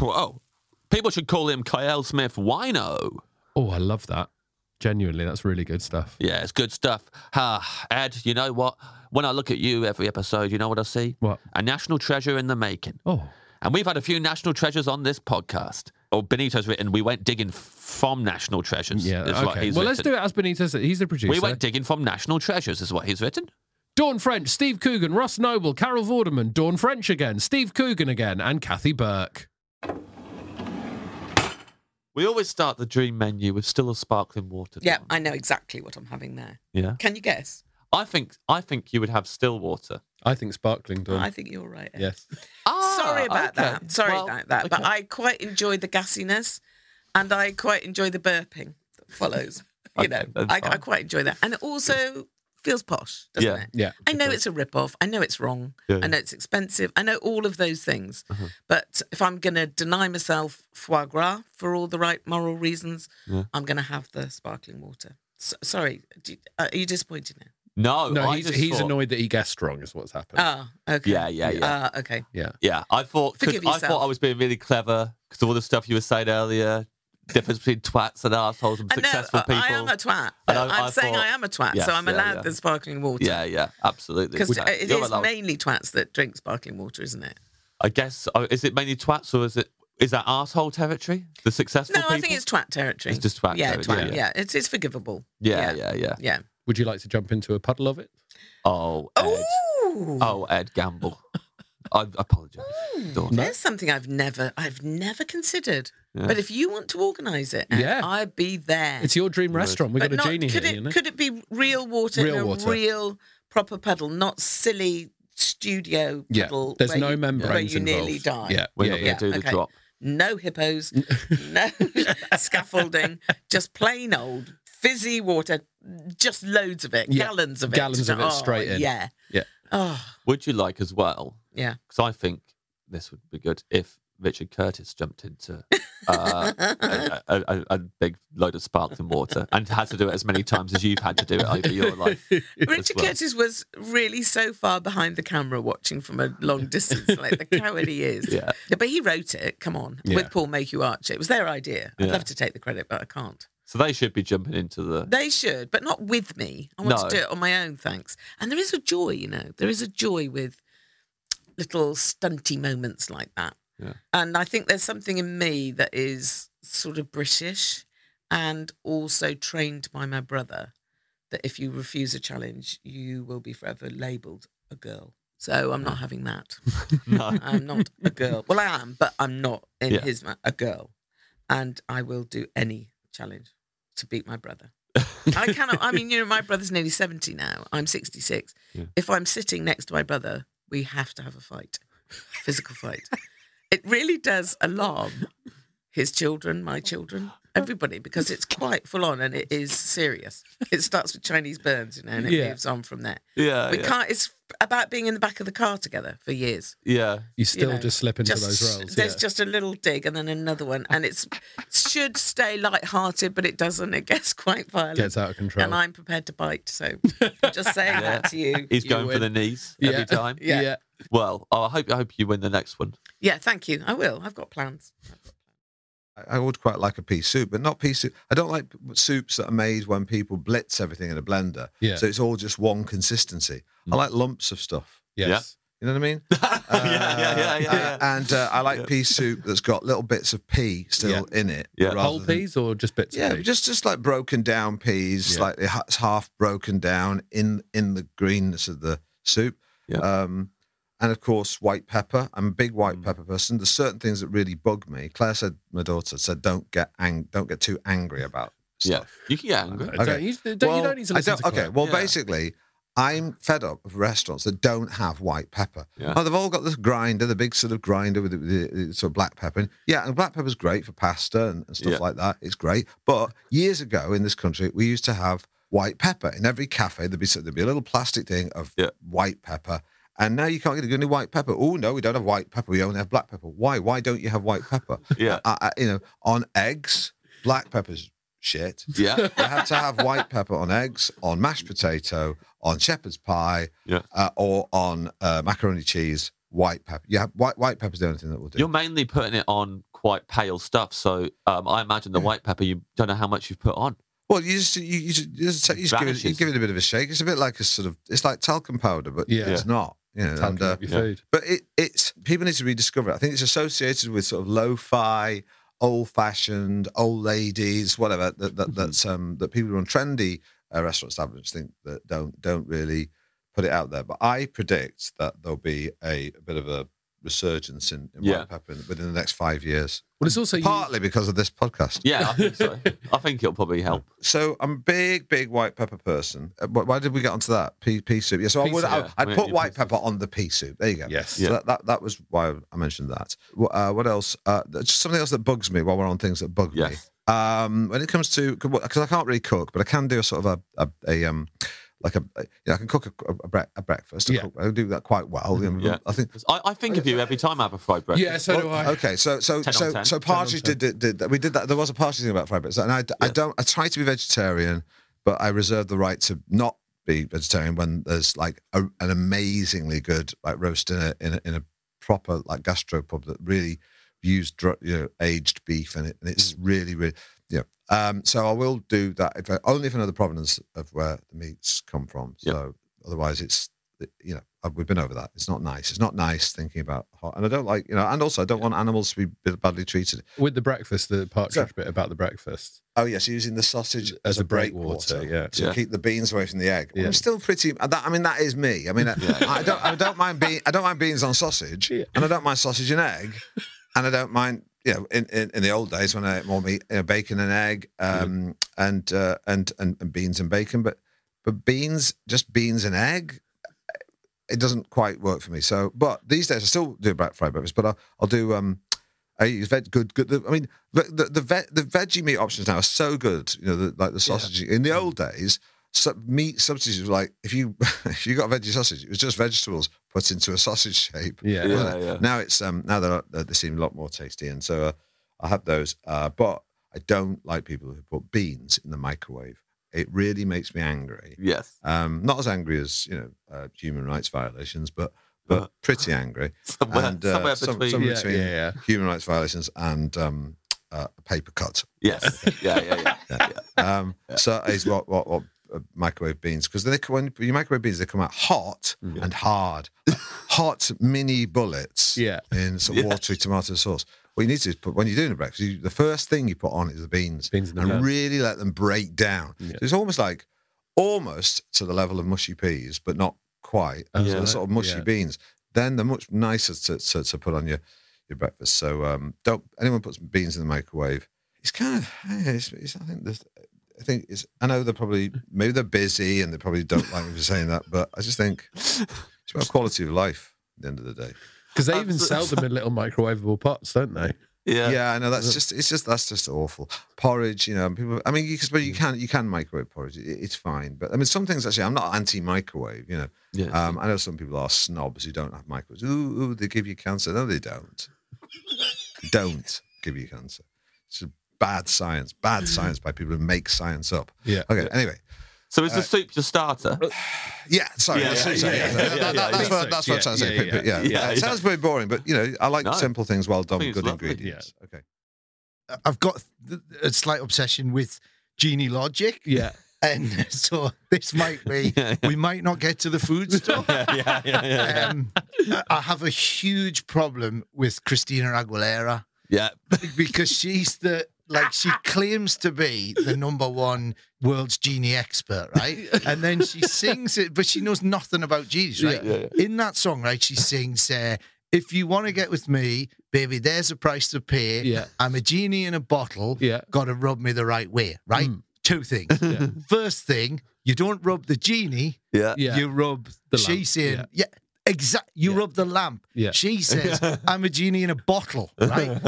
Speaker 2: Whoa. People should call him Kyle Smith Wino.
Speaker 1: Oh, I love that. Genuinely, that's really good stuff.
Speaker 2: Yeah, it's good stuff. Ah, Ed, you know what? When I look at you every episode, you know what I see?
Speaker 1: What?
Speaker 2: A national treasure in the making.
Speaker 1: Oh.
Speaker 2: And we've had a few national treasures on this podcast. Or Benito's written, we went digging from national treasures.
Speaker 1: Yeah,
Speaker 2: is
Speaker 1: okay.
Speaker 2: what he's
Speaker 1: well, let's
Speaker 2: written.
Speaker 1: do it as Benito said. He's the producer.
Speaker 2: We went digging from national treasures, is what he's written.
Speaker 1: Dawn French, Steve Coogan, Ross Noble, Carol Vorderman, Dawn French again, Steve Coogan again, and Kathy Burke.
Speaker 2: We always start the dream menu with still a sparkling water.
Speaker 23: Yeah, I know exactly what I'm having there.
Speaker 2: Yeah.
Speaker 23: Can you guess?
Speaker 2: I think I think you would have still water.
Speaker 1: I think sparkling Dawn.
Speaker 23: I think you're right. Ed.
Speaker 1: Yes.
Speaker 23: Sorry about
Speaker 2: Ah, okay.
Speaker 23: that. Sorry
Speaker 2: Well,
Speaker 23: about that. But I quite enjoy the gassiness and I quite enjoy the burping that follows. You
Speaker 2: Okay,
Speaker 23: know,
Speaker 2: that's
Speaker 23: I, I
Speaker 2: fine.
Speaker 23: quite enjoy that. And it also feels posh, doesn't
Speaker 2: Yeah,
Speaker 23: it?
Speaker 2: yeah,
Speaker 23: I
Speaker 2: it
Speaker 23: know
Speaker 2: does.
Speaker 23: it's a rip-off. I know it's wrong.
Speaker 2: Yeah, Uh-huh.
Speaker 23: I
Speaker 2: yeah.
Speaker 23: know it's expensive. I know all of those things. But if I'm going to deny myself foie gras for all the right moral reasons,
Speaker 2: Yeah.
Speaker 23: I'm going to have the sparkling water. So, sorry, do you, uh, are you disappointed now?
Speaker 2: No,
Speaker 1: no,
Speaker 2: I
Speaker 1: he's,
Speaker 2: just
Speaker 1: he's
Speaker 2: thought-
Speaker 1: annoyed that he guessed wrong, is what's happened.
Speaker 23: Ah,
Speaker 24: Oh,
Speaker 23: okay.
Speaker 2: Yeah, yeah, yeah.
Speaker 23: Ah, okay.
Speaker 1: Yeah.
Speaker 2: Yeah, I thought 'cause
Speaker 23: Forgive
Speaker 2: I thought
Speaker 23: yourself.
Speaker 2: I was being really clever because all the stuff you were saying earlier, difference between twats and assholes and
Speaker 23: I know,
Speaker 2: successful
Speaker 23: I-
Speaker 2: people.
Speaker 23: I am a twat.
Speaker 2: And
Speaker 23: I'm saying I am a twat, so I'm allowed
Speaker 2: yeah.
Speaker 23: the sparkling water.
Speaker 2: Yeah, yeah, absolutely.
Speaker 23: Because
Speaker 2: So
Speaker 23: it
Speaker 2: you're
Speaker 23: is
Speaker 2: allowed-
Speaker 23: mainly twats that drink sparkling water, isn't it?
Speaker 2: I guess oh, is it mainly twats or is it is that asshole territory? The successful
Speaker 23: No,
Speaker 2: people.
Speaker 23: I think it's twat territory.
Speaker 2: It's just twat
Speaker 23: yeah,
Speaker 2: territory,
Speaker 23: Twat, yeah,
Speaker 2: yeah.
Speaker 23: It's, it's forgivable.
Speaker 2: yeah, yeah, yeah,
Speaker 23: Yeah.
Speaker 1: Would you like to jump into a puddle of it?
Speaker 2: Oh, Ed. Oh, Ed Gamble. I apologise. Dawn.
Speaker 23: Hmm. There's something I've never, I've never considered.
Speaker 2: Yeah.
Speaker 23: But if you want to organise it, Anne,
Speaker 1: Yeah.
Speaker 23: I'd be there.
Speaker 1: It's your dream restaurant. We've
Speaker 23: But
Speaker 1: got a
Speaker 23: not-
Speaker 1: genie
Speaker 23: could
Speaker 1: here,
Speaker 23: It,
Speaker 1: you know?
Speaker 23: Could it be real water
Speaker 1: Real
Speaker 23: in a
Speaker 1: water.
Speaker 23: real proper puddle, not silly studio
Speaker 1: Yeah.
Speaker 23: puddle?
Speaker 1: There's
Speaker 23: where
Speaker 1: no
Speaker 23: you, Where
Speaker 1: membranes
Speaker 23: you nearly die.
Speaker 1: involved. Yeah. We're not gonna do the drop.
Speaker 23: No hippos, no scaffolding, just plain old fizzy water, just loads of it,
Speaker 2: Yeah.
Speaker 23: gallons of it.
Speaker 2: Gallons of it
Speaker 23: Oh,
Speaker 2: straight in.
Speaker 23: Yeah.
Speaker 1: Yeah.
Speaker 23: Oh,
Speaker 2: Would you like as well?
Speaker 23: Yeah.
Speaker 2: Because I think this would be good if Richard Curtis jumped into uh, a, a, a, a big load of sparkling water and had to do it as many times as you've had to do it over your life. as
Speaker 23: Richard
Speaker 2: well.
Speaker 23: Curtis was really so far behind the camera watching from a long distance, like the coward he is.
Speaker 2: Yeah.
Speaker 23: But he wrote it, come on,
Speaker 2: Yeah.
Speaker 23: with Paul Mayhew Archer. It was their idea. I'd
Speaker 2: Yeah.
Speaker 23: love to take the credit, but I can't.
Speaker 2: So they should be jumping into the.
Speaker 23: They should, but not with me. I want
Speaker 2: No.
Speaker 23: to do it on my own, thanks. And there is a joy, you know, there is a joy with little stunty moments like that.
Speaker 2: Yeah.
Speaker 23: And I think there's something in me that is sort of British and also trained by my brother that if you refuse a challenge, you will be forever labeled a girl. So I'm not having that.
Speaker 2: No.
Speaker 23: I'm not a girl. Well, I am, but I'm not in
Speaker 2: Yeah.
Speaker 23: his ma- a girl. And I will do any challenge to beat my brother. I cannot. I mean, you know, my brother's nearly seventy now. I'm sixty-six.
Speaker 2: Yeah.
Speaker 23: If I'm sitting next to my brother, we have to have a fight, physical fight. It really does alarm his children, my children, everybody, because it's quite full on and it is serious. It starts with Chinese burns, you know, and it
Speaker 2: Yeah.
Speaker 23: moves on from there.
Speaker 2: Yeah,
Speaker 23: we
Speaker 2: yeah.
Speaker 23: can't. It's about being in the back of the car together for years.
Speaker 2: Yeah.
Speaker 10: You still
Speaker 23: know,
Speaker 10: just slip into those roles.
Speaker 23: There's
Speaker 10: yeah.
Speaker 23: just a little dig and then another one, and it's should stay light-hearted, but it doesn't. It gets quite violent.
Speaker 10: Gets out of control.
Speaker 23: And I'm prepared to bite. So just saying that to you.
Speaker 2: He's
Speaker 23: you
Speaker 2: going for
Speaker 23: win.
Speaker 2: the knees
Speaker 23: Yeah.
Speaker 2: every time.
Speaker 23: Yeah. Yeah.
Speaker 2: Well, oh, I hope I hope you win the next one.
Speaker 23: Yeah, thank you. I will. I've got plans.
Speaker 24: I would quite like a pea soup, but not pea soup. I don't like soups that are made when people blitz everything in a blender.
Speaker 1: Yeah. Mm.
Speaker 24: So it's all just one consistency. I like lumps of stuff.
Speaker 1: Yes.
Speaker 24: You know what I mean? yeah,
Speaker 25: Uh,
Speaker 1: yeah, yeah, yeah, yeah.
Speaker 24: And uh, I like pea soup that's got little bits of pea still in it. rather
Speaker 1: Whole
Speaker 24: than-
Speaker 1: peas or just bits
Speaker 24: Yeah,
Speaker 1: of peas?
Speaker 24: just just like broken down peas, slightly ha- it's half broken down in in the greenness of the soup. Um, and of course, white pepper. I'm a big
Speaker 1: Mm.
Speaker 24: white pepper person. There's certain things that really bug me. Claire said, my daughter said, don't get ang- don't get too angry about stuff.
Speaker 2: Yeah, you can get angry.
Speaker 24: Okay. Well, I don't- Okay, well,
Speaker 2: Yeah.
Speaker 24: basically, I'm fed up of restaurants that don't have white pepper.
Speaker 2: Yeah.
Speaker 24: Oh, they've all got this grinder, the big sort of grinder with the, the- the sort of black pepper. And yeah, and black pepper's great for pasta and, and stuff
Speaker 2: Yeah.
Speaker 24: like that. It's great. But years ago in this country, we used to have white pepper. In every cafe, there'd be, there'd be a little plastic thing of white pepper. And now you can't get any white pepper. Oh no, we don't have white pepper. We only have black pepper. Why? Why don't you have white pepper?
Speaker 2: Yeah.
Speaker 24: I, I, you know, on eggs, black pepper's shit.
Speaker 2: Yeah.
Speaker 24: you have to have white pepper on eggs, on mashed potato, on shepherd's pie,
Speaker 2: Yeah.
Speaker 24: uh, or on uh, macaroni cheese. White pepper. Yeah, white white pepper's the only thing that will do.
Speaker 2: You're mainly putting it on quite pale stuff, so um, I imagine the white pepper. You don't know how much you've put on.
Speaker 24: Well, you just you, you just, you just, take- you just give, it, you
Speaker 2: Vanishes.
Speaker 24: give it a bit of a shake. It's a bit like a sort of it's like talcum powder, but
Speaker 2: Yeah.
Speaker 24: it's
Speaker 2: Yeah.
Speaker 24: not. You know, uh,
Speaker 10: Talcum up your Yeah. food.
Speaker 24: But it it's people need to rediscover it. I think it's associated with sort of lo-fi, old-fashioned, old ladies, whatever that that that's, um, that people who run trendy uh, restaurant establishments think that don't don't really put it out there. But I predict that there'll be a, a bit of a resurgence in, in
Speaker 2: Yeah.
Speaker 24: white pepper in- within the next five years.
Speaker 1: Well, it's also
Speaker 24: partly because of this podcast.
Speaker 2: Yeah, I think so. I think it'll probably help.
Speaker 24: So I'm a big, big white pepper person. Uh, wh- Why did we get onto that? Pea, pea soup. Yeah, so
Speaker 2: Pea
Speaker 24: I would,
Speaker 2: soup,
Speaker 24: I,
Speaker 2: yeah.
Speaker 24: I'd
Speaker 2: Yeah,
Speaker 24: put
Speaker 2: yeah,
Speaker 24: white pepper on the pea soup. There you go. Yes.
Speaker 2: Yeah.
Speaker 24: So that, that, that was why I mentioned that. Wh- Uh, what else? Uh, there's just something else that bugs me while we're on things that bug me. Um, when it comes to, because I can't really cook, but I can do a sort of a, a, a um, like a, a- you know, I can cook a, a, bre- a breakfast. I cook- I do that quite well. You know,
Speaker 2: Mm-hmm. Yeah.
Speaker 24: I think
Speaker 2: I, I think of you every time I have a fried breakfast.
Speaker 24: well, Okay, so so
Speaker 2: 10 on
Speaker 24: so
Speaker 2: 10.
Speaker 24: so
Speaker 2: 10 on
Speaker 24: Partridge did,
Speaker 2: 10.
Speaker 24: did did that. We did that. There was a Partridge thing about fried breakfast, and I, I don't. I try to be vegetarian, but I reserve the right to not be vegetarian when there's like a, an amazingly good like roast in a in a, in a proper like gastro pub that really used dr- you know aged beef in it, and it's really really yeah. Um, so I will do that if I, only if another provenance of where the meats come from. So otherwise, it's you know uh, we've been over that. It's not nice. It's not nice thinking about hot, and I don't like you know, and also I don't want animals to be b- badly treated.
Speaker 10: With the breakfast, the partridge bit about the breakfast.
Speaker 24: Oh yes, using the sausage as,
Speaker 10: As
Speaker 24: a
Speaker 10: a
Speaker 24: breakwater,
Speaker 10: breakwater, yeah.
Speaker 24: to
Speaker 10: Yeah.
Speaker 24: keep the beans away from the egg.
Speaker 10: Yeah.
Speaker 24: I'm still pretty. uh, That, I mean, that is me. I mean, I, I don't, I don't mind bean, I don't mind beans on sausage, and I don't mind sausage and egg, and I don't mind. You know, in, in, in the old days when I ate more meat, you know, bacon and egg, um, and, uh, and and and beans and bacon, but but beans, just beans and egg, uh, it doesn't quite work for me. So, but these days I still do black fried breakfast, but I'll, I'll do. Um, I use veg good. good the, I mean, the the the, ve- the veggie meat options now are so good. You know, the, like the sausage. In
Speaker 10: Mm.
Speaker 24: the old days, su- meat substitutes were like if you if you got a veggie sausage, it was just vegetables put into a sausage shape.
Speaker 10: Yeah.
Speaker 24: wasn't
Speaker 10: Yeah,
Speaker 24: it?
Speaker 10: yeah.
Speaker 24: Now it's um now they're, they they seem a lot more tasty, and so uh, I have those. Uh, but I don't like people who put beans in the microwave. It really makes me angry.
Speaker 2: Yes.
Speaker 24: Um, not as angry as you know uh, human rights violations, but but pretty angry.
Speaker 2: Uh-huh. Somewhere- somewhere between-
Speaker 24: somewhere
Speaker 2: Yeah,
Speaker 24: between
Speaker 2: yeah, yeah.
Speaker 24: human rights violations and um, uh, a paper cut.
Speaker 2: Yes. Yeah, yeah, yeah.
Speaker 24: Um, So is what what what uh, microwave beans because they when you microwave beans they come out hot and hard, Like hot mini bullets. Yeah, in some
Speaker 10: Yeah.
Speaker 24: watery tomato sauce. What you need to do is put when you're doing a breakfast, you, the first thing you put on is the beans, beans and
Speaker 10: herbs.
Speaker 24: really let them break down. So it's almost like almost to the level of mushy peas, but not quite.
Speaker 10: Oh,
Speaker 24: So
Speaker 10: yeah.
Speaker 24: the sort of mushy
Speaker 10: Yeah.
Speaker 24: beans. Then they're much nicer to, to, to put on your, your breakfast. So um, don't anyone put some beans in the microwave. It's kind of it's, it's, I think there's I think it's. I know they're probably maybe they're busy and they probably don't like me for saying that, but I just think it's about quality of life. At the end of the day,
Speaker 1: Because they even sell them in little microwavable pots, don't they?
Speaker 24: yeah. I know that's just. It's just that's just awful. Porridge, you know. and People. I mean, you, 'cause- but you can you can microwave porridge. It, it's fine. But I mean, some things actually. I'm not anti-microwave. You know.
Speaker 2: Yeah.
Speaker 24: Um, I know some people are snobs who don't have microwaves. Ooh, ooh, they give you cancer. No, they don't. don't give you cancer. It's just bad science. Bad science by people who make science up.
Speaker 2: Yeah.
Speaker 24: Okay.
Speaker 2: Yeah.
Speaker 24: Anyway.
Speaker 2: So is the
Speaker 24: Uh,
Speaker 2: soup your starter?
Speaker 24: Yeah, sorry.
Speaker 2: Yeah,
Speaker 24: that's
Speaker 2: yeah,
Speaker 24: what I'm saying.
Speaker 2: yeah,
Speaker 24: That-
Speaker 2: yeah,
Speaker 24: that-
Speaker 2: yeah,
Speaker 24: That's
Speaker 2: yeah.
Speaker 24: what that's what I'm trying to
Speaker 2: Yeah,
Speaker 24: say.
Speaker 2: yeah,
Speaker 24: But- but
Speaker 2: yeah.
Speaker 24: Yeah,
Speaker 2: Yeah,
Speaker 24: it sounds very boring, but you know, I like
Speaker 25: No.
Speaker 24: simple things well done,
Speaker 25: Please,
Speaker 24: with good
Speaker 25: lovely.
Speaker 24: ingredients. Okay.
Speaker 25: I've got th- a slight obsession with Genie Logic.
Speaker 1: Yeah.
Speaker 25: And so this might be, we might not get to the food stuff.
Speaker 2: yeah, yeah, yeah, yeah.
Speaker 25: Um, I- I have a huge problem with Christina Aguilera
Speaker 2: Yeah.
Speaker 25: because she's the, like, she claims to be the number one world's genie expert, right? And then she sings it, but she knows nothing about genies, right?
Speaker 2: Yeah, yeah,
Speaker 25: In that song, right, she sings, uh, if you want to get with me, baby, there's a price to pay.
Speaker 1: Yeah.
Speaker 25: I'm a genie in a bottle.
Speaker 1: Yeah.
Speaker 25: Got to rub me the right way, right?
Speaker 2: Hmm.
Speaker 25: Two things. First thing, you don't rub the genie.
Speaker 2: Yeah.
Speaker 1: Yeah.
Speaker 25: You rub
Speaker 1: The
Speaker 25: the
Speaker 1: lamp.
Speaker 25: She's saying,
Speaker 1: Yeah.
Speaker 25: yeah. Exact. You rub the lamp.
Speaker 1: Yeah.
Speaker 25: She says, "I'm a genie in a bottle." Right?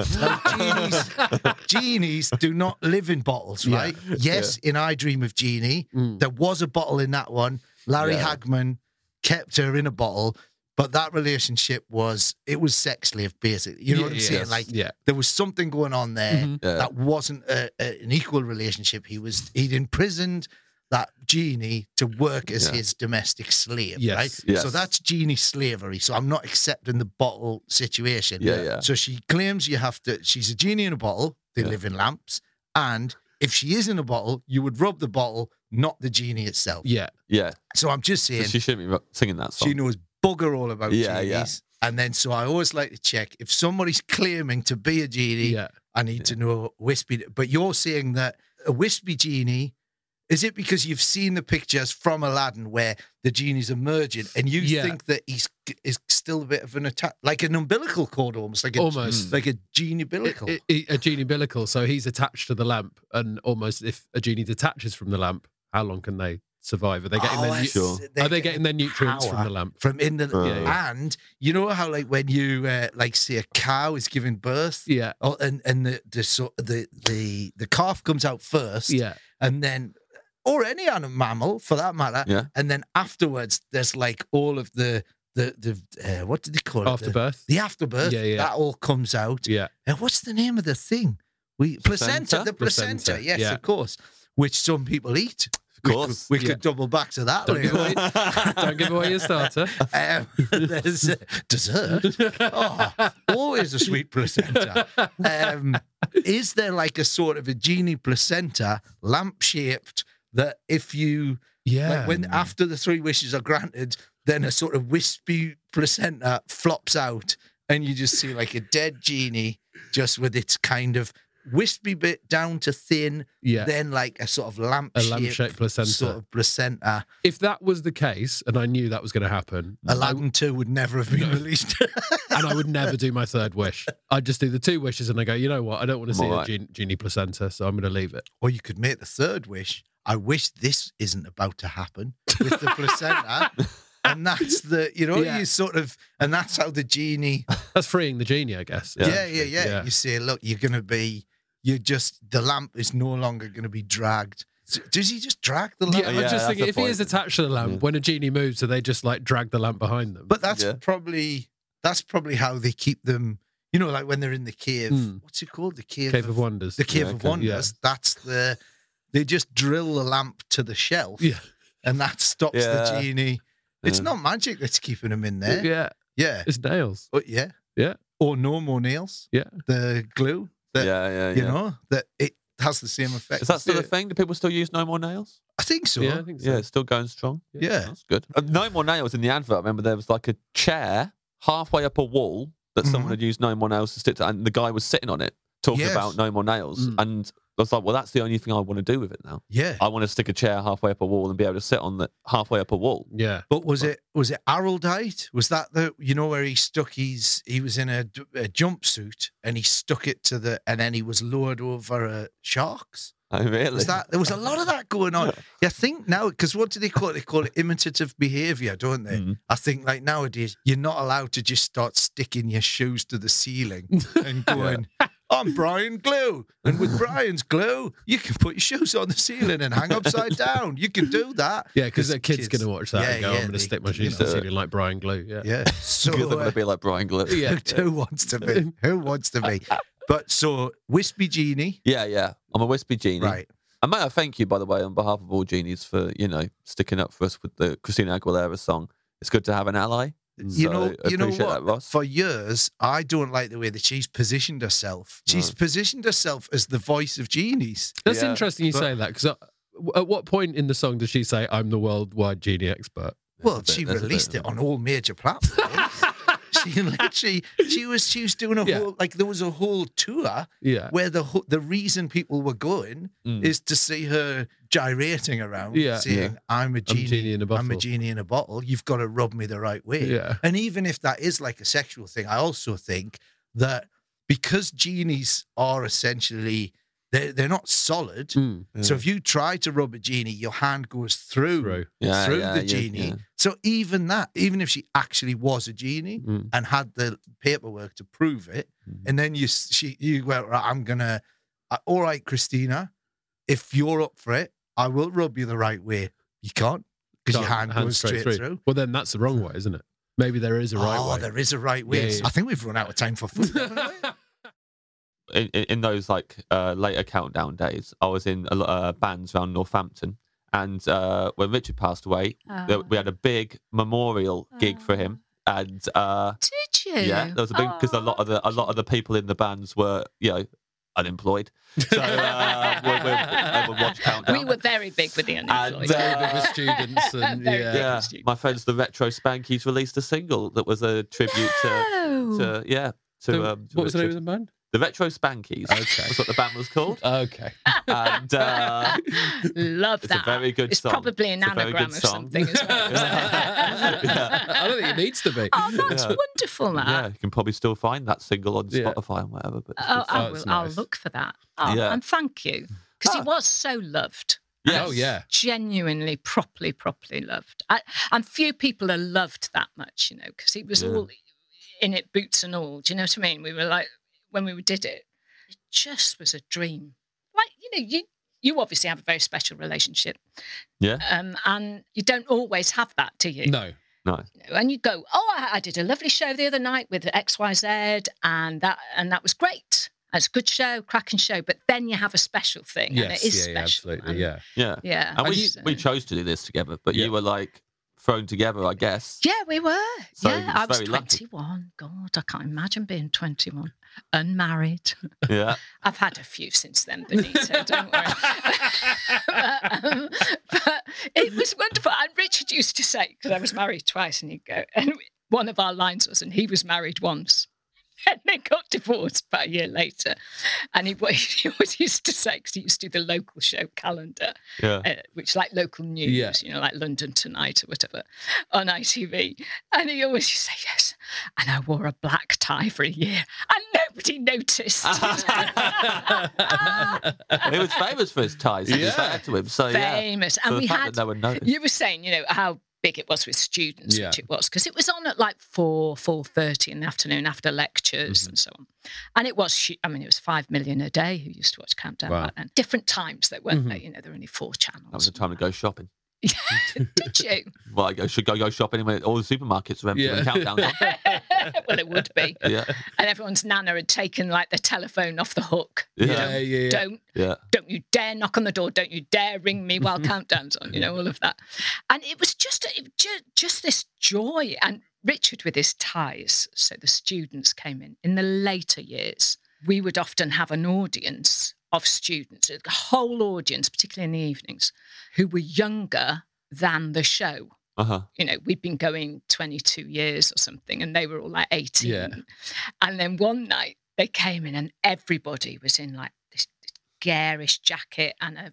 Speaker 25: Now, genies, genies do not live in bottles,
Speaker 1: Yeah. Mm.
Speaker 25: right? Yes, in I Dream of Genie, there was a bottle in that one. Larry
Speaker 1: Yeah.
Speaker 25: Hagman kept her in a bottle, but that relationship was it was sex slave, basically. You know
Speaker 1: Yeah,
Speaker 25: what I'm
Speaker 1: yeah.
Speaker 25: saying?
Speaker 1: Yes.
Speaker 25: Like,
Speaker 1: Yeah.
Speaker 25: there was something going on there
Speaker 1: Mhm. Yeah.
Speaker 25: that wasn't a, a- an equal relationship. He was he'd imprisoned that genie to work as
Speaker 1: Yeah.
Speaker 25: his domestic slave,
Speaker 1: Yes,
Speaker 25: right?
Speaker 1: yes.
Speaker 25: So that's genie slavery. So I'm not accepting the bottle situation.
Speaker 2: Yeah, yeah.
Speaker 25: So she claims you have to. She's a genie in a bottle. They live in lamps, and if she is in a bottle, you would rub the bottle, not the genie itself.
Speaker 1: Yeah.
Speaker 2: Yeah.
Speaker 25: So I'm just saying,
Speaker 2: she shouldn't be ro- singing that song.
Speaker 25: she knows bugger all about
Speaker 2: Yeah,
Speaker 25: genies.
Speaker 2: yeah.
Speaker 25: And then, so I always like to check if somebody's claiming to be a genie. I need to know wispy. But you're saying that a wispy genie. Is it because you've seen the pictures from Aladdin where the genie's emerging, and you
Speaker 1: Yeah.
Speaker 25: think that he's is still a bit of an attack, like an umbilical cord, almost like a,
Speaker 1: Almost.
Speaker 25: like a genie umbilical?
Speaker 1: I- I- a genie umbilical. So he's attached to the lamp, and almost if a genie detaches from the lamp, how long can they survive? Are they getting
Speaker 25: Oh,
Speaker 1: their
Speaker 25: I
Speaker 1: nu-
Speaker 25: see. They're
Speaker 1: are they getting their nutrients from
Speaker 25: power
Speaker 1: the lamp?
Speaker 25: From in the
Speaker 1: Oh.
Speaker 2: Uh.
Speaker 24: Ah,
Speaker 1: Yeah.
Speaker 25: and you know how like when you uh, like say a cow is giving birth,
Speaker 1: yeah,
Speaker 25: oh, and and the the, so, the the the calf comes out first,
Speaker 1: Yeah.
Speaker 25: and then or any animal mammal for that matter,
Speaker 1: Yeah.
Speaker 25: and then afterwards there's like all of the the the uh, what did they call it
Speaker 1: Afterbirth?
Speaker 25: the, the afterbirth,
Speaker 1: Yeah, yeah.
Speaker 25: that all comes out,
Speaker 1: yeah.
Speaker 25: And what's the name of the thing? We placenta,
Speaker 1: Placenta?
Speaker 25: the placenta,
Speaker 1: Placenta,
Speaker 25: yes,
Speaker 1: yeah.
Speaker 25: of course, which some people eat. Of
Speaker 2: course.
Speaker 25: we could, we
Speaker 2: Yeah.
Speaker 25: could double back to that.
Speaker 1: Don't give
Speaker 25: later.
Speaker 1: away- don't give away your starter.
Speaker 25: Um, there's uh, dessert. Oh, always a sweet placenta. Um, is there like a sort of a genie placenta, lamp shaped, that if you
Speaker 1: Yeah.
Speaker 25: like when after the three wishes are granted, then a sort of wispy placenta flops out, and you just see like a dead genie, just with its kind of wispy bit down to thin,
Speaker 1: Yeah.
Speaker 25: then like a sort of lamp,
Speaker 1: A lamp-shaped placenta.
Speaker 25: sort of placenta.
Speaker 1: If that was the case, and I knew that was going to happen,
Speaker 25: Aladdin two would never have been released.
Speaker 1: and I would never do my third wish. I'd just do the two wishes, and I go, you know what? I don't want to
Speaker 25: I'm
Speaker 1: see
Speaker 25: alright.
Speaker 1: a genie, genie placenta, so I'm going to leave it.
Speaker 25: Or you could make the third wish. I wish this isn't about to happen with the placenta. and that's the, you know,
Speaker 1: Yeah.
Speaker 25: you sort of, and that's how the genie.
Speaker 1: That's freeing the genie, I guess.
Speaker 25: Yeah, yeah, yeah.
Speaker 1: essentially.
Speaker 25: You say, look, you're going to be, you're just, the lamp is no longer going to be dragged. So Does he just drag the lamp?
Speaker 1: Yeah, I was just thinking, if he is attached to the lamp, when a genie moves, do they just like drag the lamp behind them?
Speaker 25: But that's probably, that's probably how they keep them, you know, like when they're in the cave.
Speaker 2: Hmm.
Speaker 1: Mm.
Speaker 25: What's it called? The cave,
Speaker 1: Cave of Wonders.
Speaker 25: The Cave
Speaker 1: Yeah,
Speaker 25: of
Speaker 1: okay.
Speaker 25: Wonders. That's the, they just drill the lamp to the shelf.
Speaker 1: Yeah.
Speaker 25: and that stops
Speaker 1: Yeah.
Speaker 25: the genie. It's
Speaker 1: Yeah.
Speaker 25: not magic that's keeping him in there.
Speaker 1: Yeah.
Speaker 25: yeah.
Speaker 1: It's nails.
Speaker 25: Oh, yeah,
Speaker 1: yeah.
Speaker 25: Or no more nails.
Speaker 1: Yeah,
Speaker 25: the glue. That,
Speaker 2: Yeah, yeah,
Speaker 25: You
Speaker 2: yeah.
Speaker 25: know that it has the same effect.
Speaker 2: Is that
Speaker 25: as
Speaker 2: still a
Speaker 25: the-
Speaker 2: thing? Do people still use No More Nails?
Speaker 25: I think so.
Speaker 2: Yeah, Yeah, it's still going strong.
Speaker 25: Yeah.
Speaker 2: That's good. Uh, no More Nails in the advert, I remember there was like a chair halfway up a wall that someone had used No More Nails to stick to, and the guy was sitting on it talking
Speaker 25: Mm-hmm. Yes.
Speaker 2: about No More Nails.
Speaker 25: Mm.
Speaker 2: And I was like, well, that's the only thing I want to do with it now.
Speaker 25: Yeah.
Speaker 2: I want to stick a chair halfway up a wall and be able to sit on the halfway up a wall. Oh,
Speaker 1: Yeah.
Speaker 25: But was it was it Araldite? Was that the you know where he stuck his he was in a, d- a jumpsuit and he stuck it to the and then he was lowered over uh, sharks.
Speaker 2: I really.
Speaker 25: Was that, there was a lot of that going on. You think now, because what do they call it? They call it imitative behavior, don't they?
Speaker 1: Mm.
Speaker 25: I think like nowadays, you're not allowed to just start sticking your shoes to the ceiling and going, I'm Brian Glue. And with Brian's glue, you can put your shoes on the ceiling and hang upside down. You can do that.
Speaker 1: Yeah, because their kid's going to watch that
Speaker 25: Yeah,
Speaker 1: and go,
Speaker 25: yeah,
Speaker 1: I'm going to
Speaker 25: they-
Speaker 1: stick my
Speaker 25: you
Speaker 1: shoes to the
Speaker 25: know.
Speaker 1: ceiling like Brian Glue. Yeah.
Speaker 25: Yeah. So,
Speaker 2: Because they're going
Speaker 25: uh,
Speaker 2: to be like Brian Glue.
Speaker 25: Who- Who wants to be? Who wants to be? But so, Wispy Genie.
Speaker 2: Yeah, yeah. I'm a wispy genie.
Speaker 25: Right.
Speaker 2: And may I thank you, by the way, on behalf of all genies for you know sticking up for us with the Christina Aguilera song. It's good to have an ally.
Speaker 25: You
Speaker 2: So,
Speaker 25: know,
Speaker 2: I
Speaker 25: you know
Speaker 2: appreciate
Speaker 25: what?
Speaker 2: that, Ross.
Speaker 25: For years, I don't like the way that she's positioned herself. She's positioned herself as the voice of genies.
Speaker 1: That's interesting you say that because at what point in the song does she say, I'm the worldwide genie expert?
Speaker 25: Well, she released it on all major platforms. she literally, she was, she was doing a whole, like there was a whole tour,
Speaker 1: Yeah.
Speaker 25: where the ho- the reason people were going
Speaker 1: Mm.
Speaker 25: is to see her gyrating around,
Speaker 1: Yeah.
Speaker 25: saying,
Speaker 1: Yeah.
Speaker 25: "I'm a
Speaker 1: I'm
Speaker 25: genie,
Speaker 1: genie in a
Speaker 25: I'm a
Speaker 1: bottle."
Speaker 25: genie in a bottle. You've got to rub me the right way."
Speaker 1: Yeah.
Speaker 25: And even if that is like a sexual thing, I also think that because genies are essentially they're, they're not solid.
Speaker 1: Hmm.
Speaker 25: So if you try to rub a genie, your hand goes through through,
Speaker 2: Yeah, yeah,
Speaker 25: the
Speaker 2: yeah,
Speaker 25: genie.
Speaker 2: yeah.
Speaker 25: So even that, even if she actually was a genie
Speaker 2: Mm.
Speaker 25: and had the paperwork to prove it, and then you s- she you went right, I'm gonna, uh, all right, Christina, if you're up for it, I will rub you the right way. You can't because your hand, goes straight, through.
Speaker 1: Well, then that's the wrong way, isn't it? Maybe there is a right
Speaker 25: oh,
Speaker 1: way.
Speaker 25: there is a right way.
Speaker 1: Yeah, yeah.
Speaker 25: I think we've run out of time for food.
Speaker 2: in, in in those like uh, later countdown days, I was in a lot of bands around Northampton, and uh, when Richard passed away,
Speaker 25: Ah.
Speaker 2: there-
Speaker 18: Oh.
Speaker 2: we had a big memorial gig for him, and uh,
Speaker 18: Did you?
Speaker 2: yeah, there was a big because a lot of the a lot of the people in the bands were you know unemployed, so uh, we, we, I would watch countdown.
Speaker 18: We were very big with the unemployed.
Speaker 2: And, uh,
Speaker 18: Very big with the
Speaker 2: my friends, the Retro Spankies released a single that was a tribute
Speaker 18: No.
Speaker 2: to, to yeah, to
Speaker 1: So
Speaker 2: um, to
Speaker 1: what was the name of
Speaker 2: Richard.
Speaker 1: the band?
Speaker 2: The Retro Spankies. Okay, that's what the band was called.
Speaker 1: Okay,
Speaker 2: and uh,
Speaker 18: students. Love
Speaker 2: it's
Speaker 18: that.
Speaker 2: a very good
Speaker 18: It's
Speaker 2: song.
Speaker 18: probably an
Speaker 2: It's a very
Speaker 18: anagram
Speaker 2: good
Speaker 18: of
Speaker 2: song.
Speaker 18: something as well.
Speaker 1: I don't think it needs to be.
Speaker 18: Oh, that's
Speaker 2: Yeah.
Speaker 18: wonderful. That.
Speaker 2: yeah, you can probably still find that single on Spotify and whatever. But it's
Speaker 18: Oh,
Speaker 2: good
Speaker 18: I
Speaker 2: fun.
Speaker 18: will, I'll look for that. Oh,
Speaker 2: Yeah. Ah.
Speaker 18: And thank you. Because he was so loved.
Speaker 2: Yes. Oh, yeah.
Speaker 18: Genuinely, properly, properly loved. I, and few people are loved that much, you know, because he was
Speaker 5: Yeah.
Speaker 18: all in it, boots and all. Do you know what I mean? We were like, when we did it, it just was a dream. Like, you know, you, you obviously have a very special relationship.
Speaker 2: Yeah.
Speaker 18: Um, and you don't always have that, do you?
Speaker 1: No.
Speaker 2: No.
Speaker 18: know, and you go, "Oh, I, I did a lovely show the other night with X Y Z, and that and that was great. It's a good show, cracking show." But then you have a special thing, and it is special. and-
Speaker 2: yeah, yeah,
Speaker 18: Yeah.
Speaker 2: And
Speaker 18: And
Speaker 2: we
Speaker 18: you-
Speaker 2: we chose to do this together, but you were like thrown together, I guess.
Speaker 18: Yeah, we were.
Speaker 2: So
Speaker 18: yeah,
Speaker 2: it's
Speaker 18: I was
Speaker 2: very lucky.
Speaker 18: twenty-one. God, I can't imagine being twenty-one, unmarried.
Speaker 2: Yeah,
Speaker 18: I've had a few since then, Benito. Don't worry. but, um, but it was wonderful. And Richard used to say, because I was married twice, and he'd go, and one of our lines was, and he was married once. And they got divorced about a year later. And he, what he always used to say, because he used to do the local show calendar,
Speaker 5: Yeah.
Speaker 18: uh, which like local news,
Speaker 5: Yeah.
Speaker 18: you know, like London Tonight or whatever, on ITV. And he always used to say, yes. And I wore a black tie for a year, and nobody noticed.
Speaker 2: he was famous for his ties. Yeah.
Speaker 18: Yeah.
Speaker 2: fair to him. So yeah,
Speaker 18: famous.
Speaker 2: So
Speaker 18: And
Speaker 2: the
Speaker 18: we
Speaker 2: fact
Speaker 18: had
Speaker 2: that no one noticed.
Speaker 18: You were saying, you know, how big it was with students,
Speaker 2: Yeah.
Speaker 18: which it was, because it was on at like four, four thirty in the afternoon after lectures
Speaker 2: Mm-hmm.
Speaker 18: and so on. And it was, hu- I mean, it was five million a day who used to watch Countdown
Speaker 2: Wow.
Speaker 18: back then. Different times though, weren't
Speaker 2: Mhm.
Speaker 18: they? You know, there were only four channels.
Speaker 2: that was the time to go shopping.
Speaker 18: Did you?
Speaker 2: Well, I go- should go go shopping anyway. All the supermarkets are empty. Yeah. Countdown.
Speaker 18: well, it would be.
Speaker 2: Yeah.
Speaker 18: And everyone's nana had taken like their telephone off the hook.
Speaker 2: Yeah.
Speaker 18: You know,
Speaker 2: Yeah, yeah, yeah.
Speaker 18: Don't
Speaker 2: Yeah.
Speaker 18: don't you dare knock on the door don't you dare ring me while countdown's on you know all of that and it was just it, just, just this joy and richard with his ties so the students came in in the later years we would often have an audience of students a whole audience particularly in the evenings who were younger than the show
Speaker 2: Uh huh.
Speaker 3: Uh-huh.
Speaker 18: you know, we'd been going 22 years or something, and they were all like 18.
Speaker 2: Yeah.
Speaker 18: And then one night they came in, and everybody was in like this garish jacket and a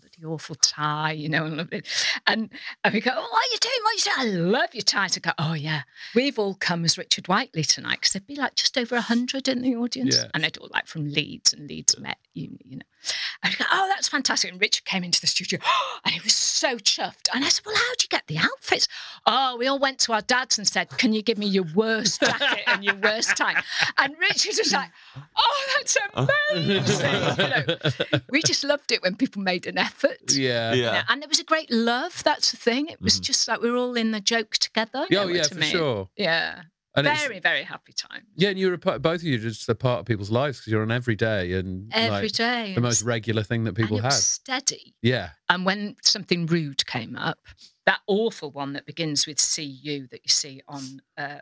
Speaker 18: bloody the awful tie, you know, and lovely. And, and we go, oh, what are you doing? What are you doing? I love your ties. I go, oh, yeah. We've all come as Richard Whiteley tonight because there'd be like just over 100 in the audience.
Speaker 5: Yeah.
Speaker 18: And they'd all like from Leeds and Leeds Met, you, you know. And I go, oh, that's fantastic. And Richard came into the studio and he was so chuffed. And I said, well, how'd you get the outfits? Oh, we all went to our dads and said, can you give me your worst jacket and your worst tie? And Richard was like, oh, that's
Speaker 7: Uh.
Speaker 18: amazing. You know, we just loved it when people made an effort.
Speaker 1: Yeah.
Speaker 18: You
Speaker 1: Yeah.
Speaker 18: know, And it was a great love. That's the thing. It was
Speaker 1: Mhm.
Speaker 18: just like we were all in the joke together. you
Speaker 1: Oh,
Speaker 18: know what
Speaker 1: yeah,
Speaker 18: I
Speaker 1: for
Speaker 18: mean?
Speaker 1: sure.
Speaker 18: Yeah.
Speaker 1: And it's-
Speaker 18: very, very happy time.
Speaker 1: Yeah, and you were a part, both of you just a part of people's lives because you're on every day and
Speaker 18: Every
Speaker 1: like,
Speaker 18: day,
Speaker 1: the
Speaker 18: and
Speaker 1: most
Speaker 18: s-
Speaker 1: regular thing that people
Speaker 18: and it
Speaker 1: have.
Speaker 18: was steady.
Speaker 1: Yeah,
Speaker 18: And when something rude came up, that awful one that begins with CU that you see on uh,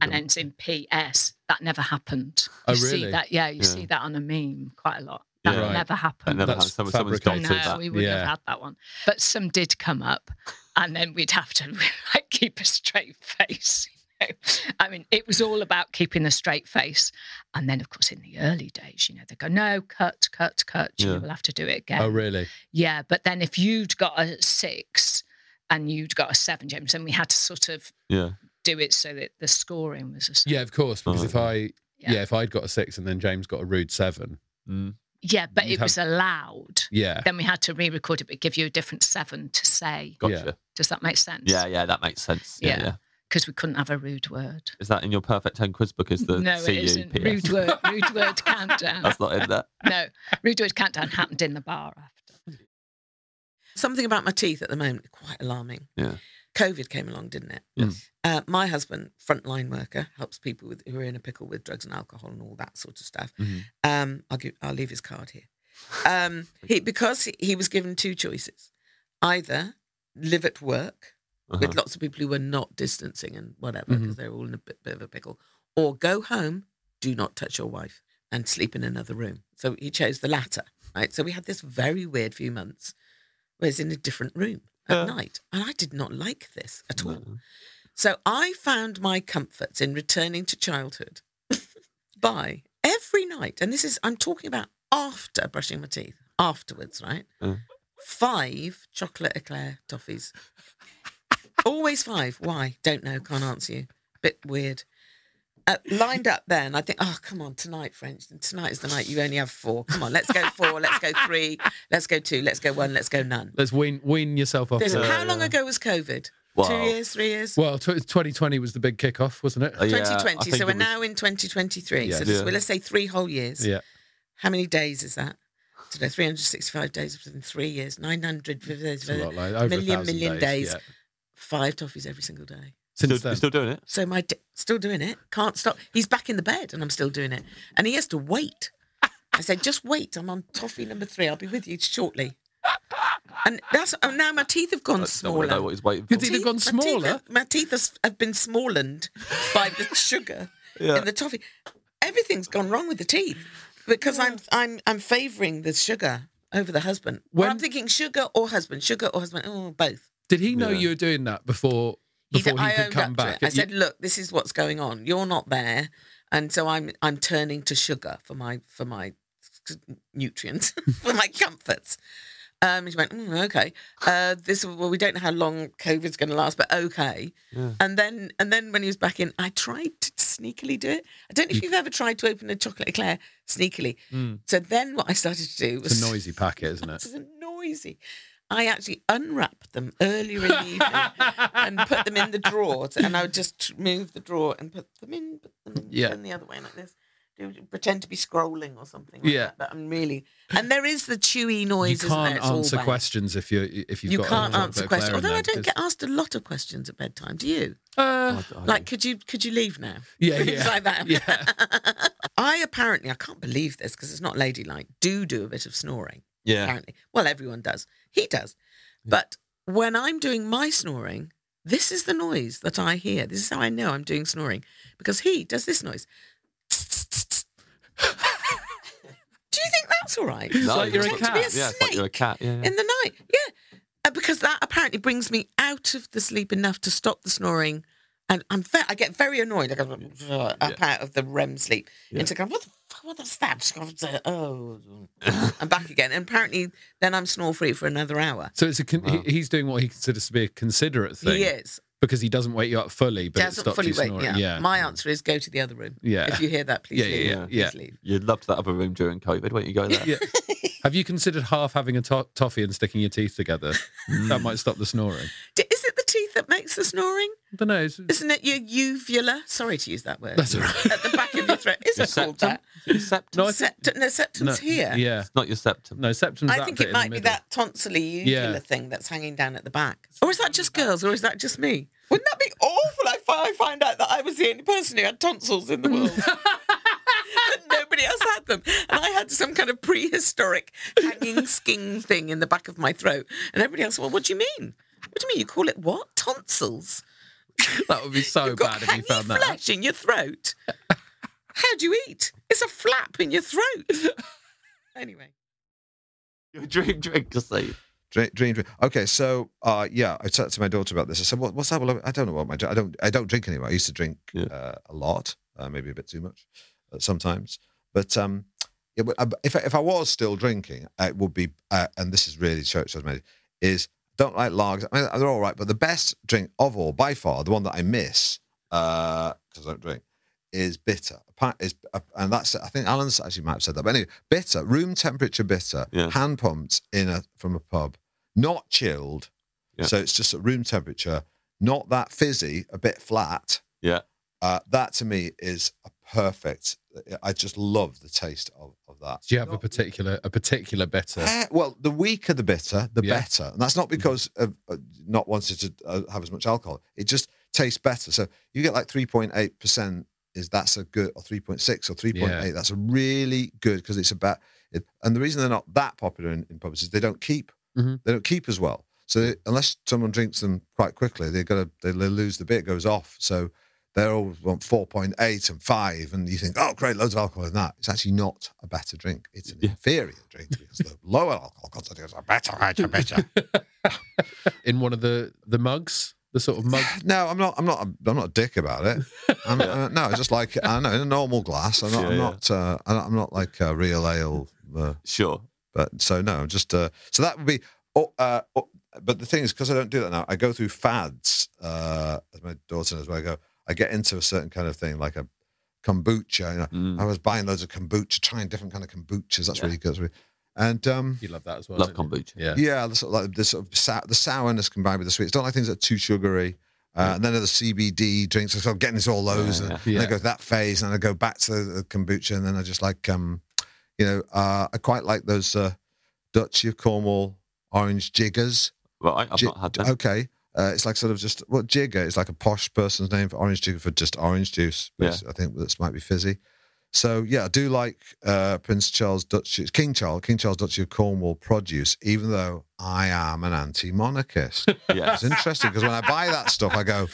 Speaker 18: and ends in PS, that never happened.
Speaker 2: Oh,
Speaker 18: You see
Speaker 2: really?
Speaker 18: that? Yeah, you
Speaker 2: Yeah.
Speaker 18: see that on a meme quite a lot. That
Speaker 2: Yeah. Right.
Speaker 18: never
Speaker 2: That
Speaker 18: happened.
Speaker 2: never That's happened. Someone- someone's fabricated.
Speaker 18: No,
Speaker 2: dated that.
Speaker 18: we wouldn't
Speaker 2: Yeah.
Speaker 18: have had that one. But some did come up, and then we'd have to like, keep a straight face. you know. I mean, it was all about keeping a straight face. And then, of course, in the early days, you know, they go, no, cut, cut, cut. You
Speaker 1: Yeah.
Speaker 18: will have to do it again.
Speaker 1: Oh, really?
Speaker 18: Yeah, but then if you'd got a six and you'd got a seven, James, then we had to sort of
Speaker 1: yeah,
Speaker 18: do it so that the scoring was a s-
Speaker 1: yeah. Of course, because if I yeah. if I'd got a six and then James got a rude seven,
Speaker 18: yeah, but
Speaker 1: You'd
Speaker 18: it was
Speaker 1: have-
Speaker 18: allowed.
Speaker 1: Yeah.
Speaker 18: Then we had to re-record it, but give you a different seven to say.
Speaker 2: Gotcha.
Speaker 18: Does that make sense?
Speaker 2: Yeah, yeah, that makes sense. Yeah, yeah.
Speaker 18: Because we couldn't have a rude word.
Speaker 2: Is that in your perfect ten quiz book? Is the
Speaker 18: no,
Speaker 2: CU
Speaker 18: it isn't.
Speaker 2: PS?
Speaker 18: Rude word. Rude word countdown.
Speaker 2: That's not in there.
Speaker 18: No, rude word countdown happened in the bar.
Speaker 23: Something about my teeth at the moment is quite alarming.
Speaker 2: Yeah.
Speaker 23: COVID came along, didn't it?
Speaker 2: Yes.
Speaker 23: Uh, my husband, frontline worker, helps people with, who are in a pickle with drugs and alcohol and all that sort of stuff.
Speaker 2: Mhm.
Speaker 23: Um, I'll, give, I'll leave his card here. Um, he, because he, he was given two choices either live at work with
Speaker 2: Uh-huh.
Speaker 23: lots of people who were not distancing and whatever, because
Speaker 2: Mhm.
Speaker 23: they're all in a bit, bit of a pickle, or go home, do not touch your wife, and sleep in another room. So he chose the latter, right? So we had this very weird few months where it's in a different room at night. And I did not like this at all. So I found my comforts in returning to childhood by every night, and this is, I'm talking about after brushing my teeth, afterwards, right? Five chocolate eclair toffees. Always five. Why? Don't know. Can't answer you. Bit weird. Uh, lined up then, I think, oh, come on, tonight, French. Tonight is the night you only have four. Come on, let's go four, let's go three, let's go two, let's go one, let's go none.
Speaker 1: let's wean wean yourself off.
Speaker 23: There's-
Speaker 1: the-
Speaker 23: how long ago was COVID? Two
Speaker 1: Wow.
Speaker 23: years, three years?
Speaker 1: Well, tw- 2020 was the big kickoff, wasn't Uh, it?
Speaker 23: 2020. So we're now in 2023.
Speaker 1: Yeah.
Speaker 23: So this,
Speaker 1: Yeah.
Speaker 23: well, let's say three whole years.
Speaker 1: Yeah.
Speaker 23: How many days is that? I don't know, 365 days within three years, 900,
Speaker 1: a lot, like over a
Speaker 23: million,
Speaker 1: thousand
Speaker 23: million
Speaker 1: days,
Speaker 23: days,
Speaker 1: yeah.
Speaker 23: five toffees every single day.
Speaker 2: Still, you're still doing it?
Speaker 23: So my d- still doing it. Can't stop. He's back in the bed, and I'm still doing it. And he has to wait. I said, just wait. I'm on toffee number three. I'll be with you shortly. And that's oh, now my teeth have gone
Speaker 2: Don't want
Speaker 23: smaller.
Speaker 2: to know what he's waiting for.
Speaker 23: Your teeth have gone smaller. My teeth, have, my teeth has- have been smallened by the sugar
Speaker 2: Yeah.
Speaker 23: in the toffee. Everything's gone wrong with the teeth because I'm I'm I'm favouring the sugar over the husband. Well, I'm thinking sugar or husband, sugar or husband, oh, both.
Speaker 1: Did he know
Speaker 23: Yeah.
Speaker 1: you were doing that before
Speaker 23: He d-
Speaker 1: before he,
Speaker 23: I
Speaker 1: could
Speaker 23: owned
Speaker 1: come
Speaker 23: up
Speaker 1: back?
Speaker 23: To it. I
Speaker 1: You-
Speaker 23: said, "Look, this is what's going on. You're not there, and so I'm I'm turning to sugar for my for my nutrients for my comforts." Um, she went, "Mm, "Okay, uh, this well, we don't know how long COVID's going to last, but okay."
Speaker 2: Yeah.
Speaker 23: And then and then when he was back in, I tried to sneakily do it. I don't know if you've ever tried to open a chocolate eclair sneakily.
Speaker 1: Mm.
Speaker 23: So then what I started to do was
Speaker 1: It's a noisy packet, isn't it?
Speaker 23: it's noisy. I actually unwrapped them earlier in the evening and put them in the drawer, and I would just move the drawer and put them in, put them in,
Speaker 2: Yeah.
Speaker 23: turn the other way like this. Do- Pretend to be scrolling or something. Like
Speaker 1: Yeah.
Speaker 23: that, but I'm really and there is the chewy
Speaker 1: You
Speaker 23: noise,
Speaker 1: can't
Speaker 23: isn't there? It's all
Speaker 1: answer
Speaker 23: bad.
Speaker 1: questions if you if you've
Speaker 23: you
Speaker 1: got a
Speaker 23: can't
Speaker 1: little bit
Speaker 23: answer
Speaker 1: of
Speaker 23: questions.
Speaker 1: glare in
Speaker 23: Although I
Speaker 1: there,
Speaker 23: don't
Speaker 1: 'cause-
Speaker 23: get asked a lot of questions at bedtime. Do you?
Speaker 1: Uh,
Speaker 23: like, could you could you leave now?
Speaker 1: Yeah,
Speaker 23: Things
Speaker 1: yeah,
Speaker 23: like that. I apparently I can't believe this because it's not ladylike. Do do a bit of snoring.
Speaker 2: Yeah.
Speaker 23: Apparently, well, everyone does. He does, but when I'm doing my snoring, this is the noise that I hear. This is how I know I'm doing snoring because he does this noise. do you think that's all right?
Speaker 2: No,
Speaker 23: Pretend to be
Speaker 2: Yeah, it's like you're a cat. Yeah. yeah.
Speaker 23: in the night. Yeah. Uh, Because that apparently brings me out of the sleep enough to stop the snoring and I'm ve- I get very annoyed. I go up out of the REM sleep
Speaker 2: Yeah.
Speaker 23: into kind of, what the fuck, what is that? Just kind of, Oh, I'm back again. And apparently, then I'm snore free for another hour.
Speaker 1: So it's a con- he, he's doing what he considers to be a considerate thing.
Speaker 23: Uh-huh. He is.
Speaker 1: because he doesn't wake you up fully, but it
Speaker 23: Doesn't
Speaker 1: stops
Speaker 23: fully
Speaker 1: you
Speaker 23: wake
Speaker 1: snoring.
Speaker 23: me up.
Speaker 1: Yeah, Mm.
Speaker 23: My answer is go to the other room.
Speaker 1: Yeah.
Speaker 23: If you hear that, please
Speaker 1: Yeah,
Speaker 23: leave.
Speaker 1: yeah, yeah.
Speaker 23: Please leave.
Speaker 2: You loved that other room during COVID, won't you? Go there.
Speaker 1: Yeah. Have you considered half having a to- toffee and sticking your teeth together? that might stop the snoring.
Speaker 23: D- Is it the teeth that makes the snoring?
Speaker 1: But no,
Speaker 23: isn't it your uvula? Sorry to use that word.
Speaker 1: That's all right.
Speaker 23: At the back of your throat, is it called that?
Speaker 2: septum?
Speaker 23: No, septum, no, septum's here.
Speaker 1: Yeah,
Speaker 2: it's not your septum.
Speaker 1: No, septum's
Speaker 23: I
Speaker 1: that
Speaker 23: think
Speaker 1: bit
Speaker 23: it
Speaker 1: in the
Speaker 23: might be
Speaker 1: middle.
Speaker 23: that tonsilly uvula
Speaker 1: Yeah.
Speaker 23: thing that's hanging down at the back. Or is that just girls? Or is that just me? Wouldn't that be awful if I find out that I was the only person who had tonsils in the world? And Nobody else had them. And I had some kind of prehistoric hanging skin thing in the back of my throat. And everybody else, well, what do you mean? What do you mean? You call it what? Tonsils?
Speaker 1: That would be so bad if you found that. out.
Speaker 23: flesh in your throat. How do you eat? It's a flap in your throat. anyway.
Speaker 2: Your dream drink to sleep.
Speaker 24: Dream, dream, dream. Okay, so uh, yeah, I talked to my daughter about this. I said, what, "What's that?" Well, I don't know what my dr- I don't I don't drink anymore. I used to drink uh, a lot, uh, maybe a bit too much uh, sometimes. But um, yeah, but I- if I, if I was still drinking, it would be. Uh, and this is really church made is don't like lagers. I mean, they're all right, but the best drink of all, by far, the one that I miss because I don't drink is bitter. Pa- Is uh, and that's I think Alan actually might have said that. But anyway, bitter, room temperature bitter, hand pumped in a from a pub, not chilled. So it's just at room temperature, not that fizzy, a bit flat.
Speaker 2: Yeah.
Speaker 24: Uh, that to me is a perfect. I just love the taste of, of that.
Speaker 1: Do you have a particular a particular bitter?
Speaker 24: Eh, well, the weaker the bitter, the
Speaker 1: Yeah. Mm-hmm.
Speaker 24: better, and that's not because of uh, not wanting to uh, have as much alcohol. It just tastes better. So you get like three point eight percent. Is that's a good or three point six or three point eight?
Speaker 1: Yeah.
Speaker 24: That's a really good because it's about. It, and the reason they're not that popular in, in pubs is they don't keep.
Speaker 1: Mhm.
Speaker 24: They don't keep as well. So they- unless someone drinks them quite quickly, they're gonna they lose the bit. It goes off. So they all want four point eight and five, and you think, oh great, loads of alcohol in that. It's actually not a better drink. It's an inferior drink because the lower alcohol content is a better, better, better.
Speaker 1: in one of the the mugs, the sort of mug.
Speaker 24: No, I'm not. I'm not. I'm not a dick about it. I'm, uh, no, I just like I know in a normal glass. I'm not.
Speaker 2: Yeah,
Speaker 24: I'm
Speaker 2: yeah.
Speaker 24: not. Uh, I'm not- I'm not like a real ale. Uh,
Speaker 2: sure.
Speaker 24: But so no, I'm just. Uh, so that would be. Oh, uh, oh, but the thing is, because I don't do that now, I go through fads. Uh, as my daughter knows, where I go, I get into a certain kind of thing, like a kombucha. You know,
Speaker 2: Mm.
Speaker 24: I was buying loads of kombucha, trying different kind of kombuchas. That's
Speaker 1: Yeah.
Speaker 24: really good. that's really- And um,
Speaker 1: you love that as well.
Speaker 2: Love
Speaker 1: don't you?
Speaker 2: kombucha.
Speaker 1: Yeah.
Speaker 24: yeah, the sort of, like the sort of sou- the sourness combined with the sweets. Don't like things that are too sugary. Uh, And then the CBD drinks. So I'm getting into all those, and,
Speaker 1: yeah.
Speaker 24: and I go to that phase, and I go back to the, the kombucha, and then I just like, um, you know, uh, I quite like those uh, Dutchy of Cornwall orange jiggers.
Speaker 2: Right, I've
Speaker 24: Ji-
Speaker 2: not had them.
Speaker 24: Okay, uh, it's like sort of just what jigger? It's like a posh person's name for orange jigger for just orange juice.
Speaker 2: Yeah.
Speaker 24: basically. I think this might be fizzy. So yeah, I do like uh, Prince Charles Duchy, King Charles, King Charles Duchy of Cornwall produce, even though I am an anti-monarchist.
Speaker 2: Yes.
Speaker 24: It's interesting because when I buy that stuff, I go,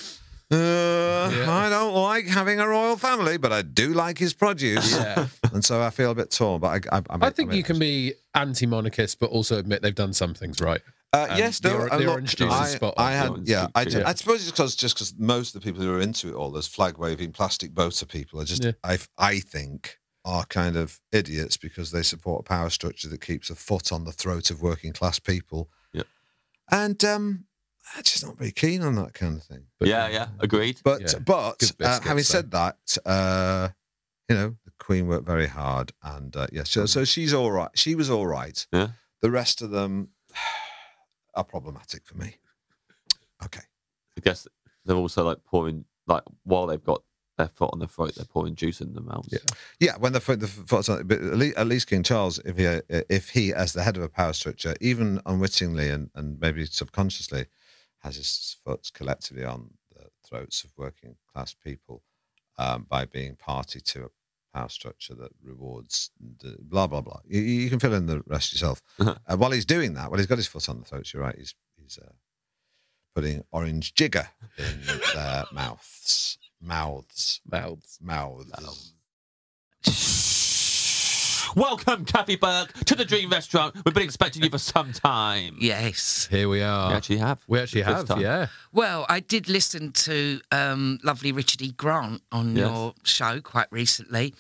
Speaker 24: uh, I don't like having a royal family, but I do like his produce.
Speaker 1: Yeah.
Speaker 24: and so I feel a bit torn. But I, I, I,
Speaker 1: I think you can be anti-monarchist, but also admit they've done some things right. Um,
Speaker 24: Uh,
Speaker 1: And
Speaker 24: yes,
Speaker 1: the,
Speaker 24: no,
Speaker 1: or-
Speaker 24: and
Speaker 1: the
Speaker 24: look,
Speaker 1: orange juice
Speaker 24: I,
Speaker 1: is spot
Speaker 24: I
Speaker 1: on.
Speaker 24: had, yeah, I, did.
Speaker 1: Yeah.
Speaker 24: I suppose it's because just because most of the people who are into it all, those flag waving, plastic boater people, are just,
Speaker 1: Yeah.
Speaker 24: I, I think, are kind of idiots because they support a power structure that keeps a foot on the throat of working class people.
Speaker 2: Yeah.
Speaker 24: And um, I'm just not very keen on that kind of thing.
Speaker 2: yeah, yeah, agreed.
Speaker 24: But but uh, having said that, uh, you know, the Queen worked very hard, and uh, yeah, so, so she's all right. She was all right.
Speaker 2: Yeah.
Speaker 24: The rest of them are problematic for me.
Speaker 2: I guess they're also like pouring like while they've got their foot on the throat, they're pouring juice in their mouths. Yeah.
Speaker 24: Yeah, when the fo- the thoughts on it, but at least, at least King Charles, if he uh, if he as the head of a power structure, even unwittingly and, and maybe subconsciously, has his foot collectively on the throats of working class people um, by being party to a power structure that rewards the blah blah blah. You, you can fill in the rest yourself. uh while he's doing that, while he's got his foot on the throats, you're right. He's he's uh, putting orange jigger in their mouths, mouths,
Speaker 1: mouths,
Speaker 24: mouths.
Speaker 2: Welcome, Kathy Burke, to the Dream Restaurant. We've been expecting you for some time.
Speaker 16: Yes.
Speaker 10: Here we are.
Speaker 2: We actually have.
Speaker 10: We actually
Speaker 2: This
Speaker 10: have,
Speaker 2: time.
Speaker 10: yeah.
Speaker 16: Well, I did listen to um, lovely Richard E. Grant on
Speaker 2: Yes.
Speaker 16: your show quite recently,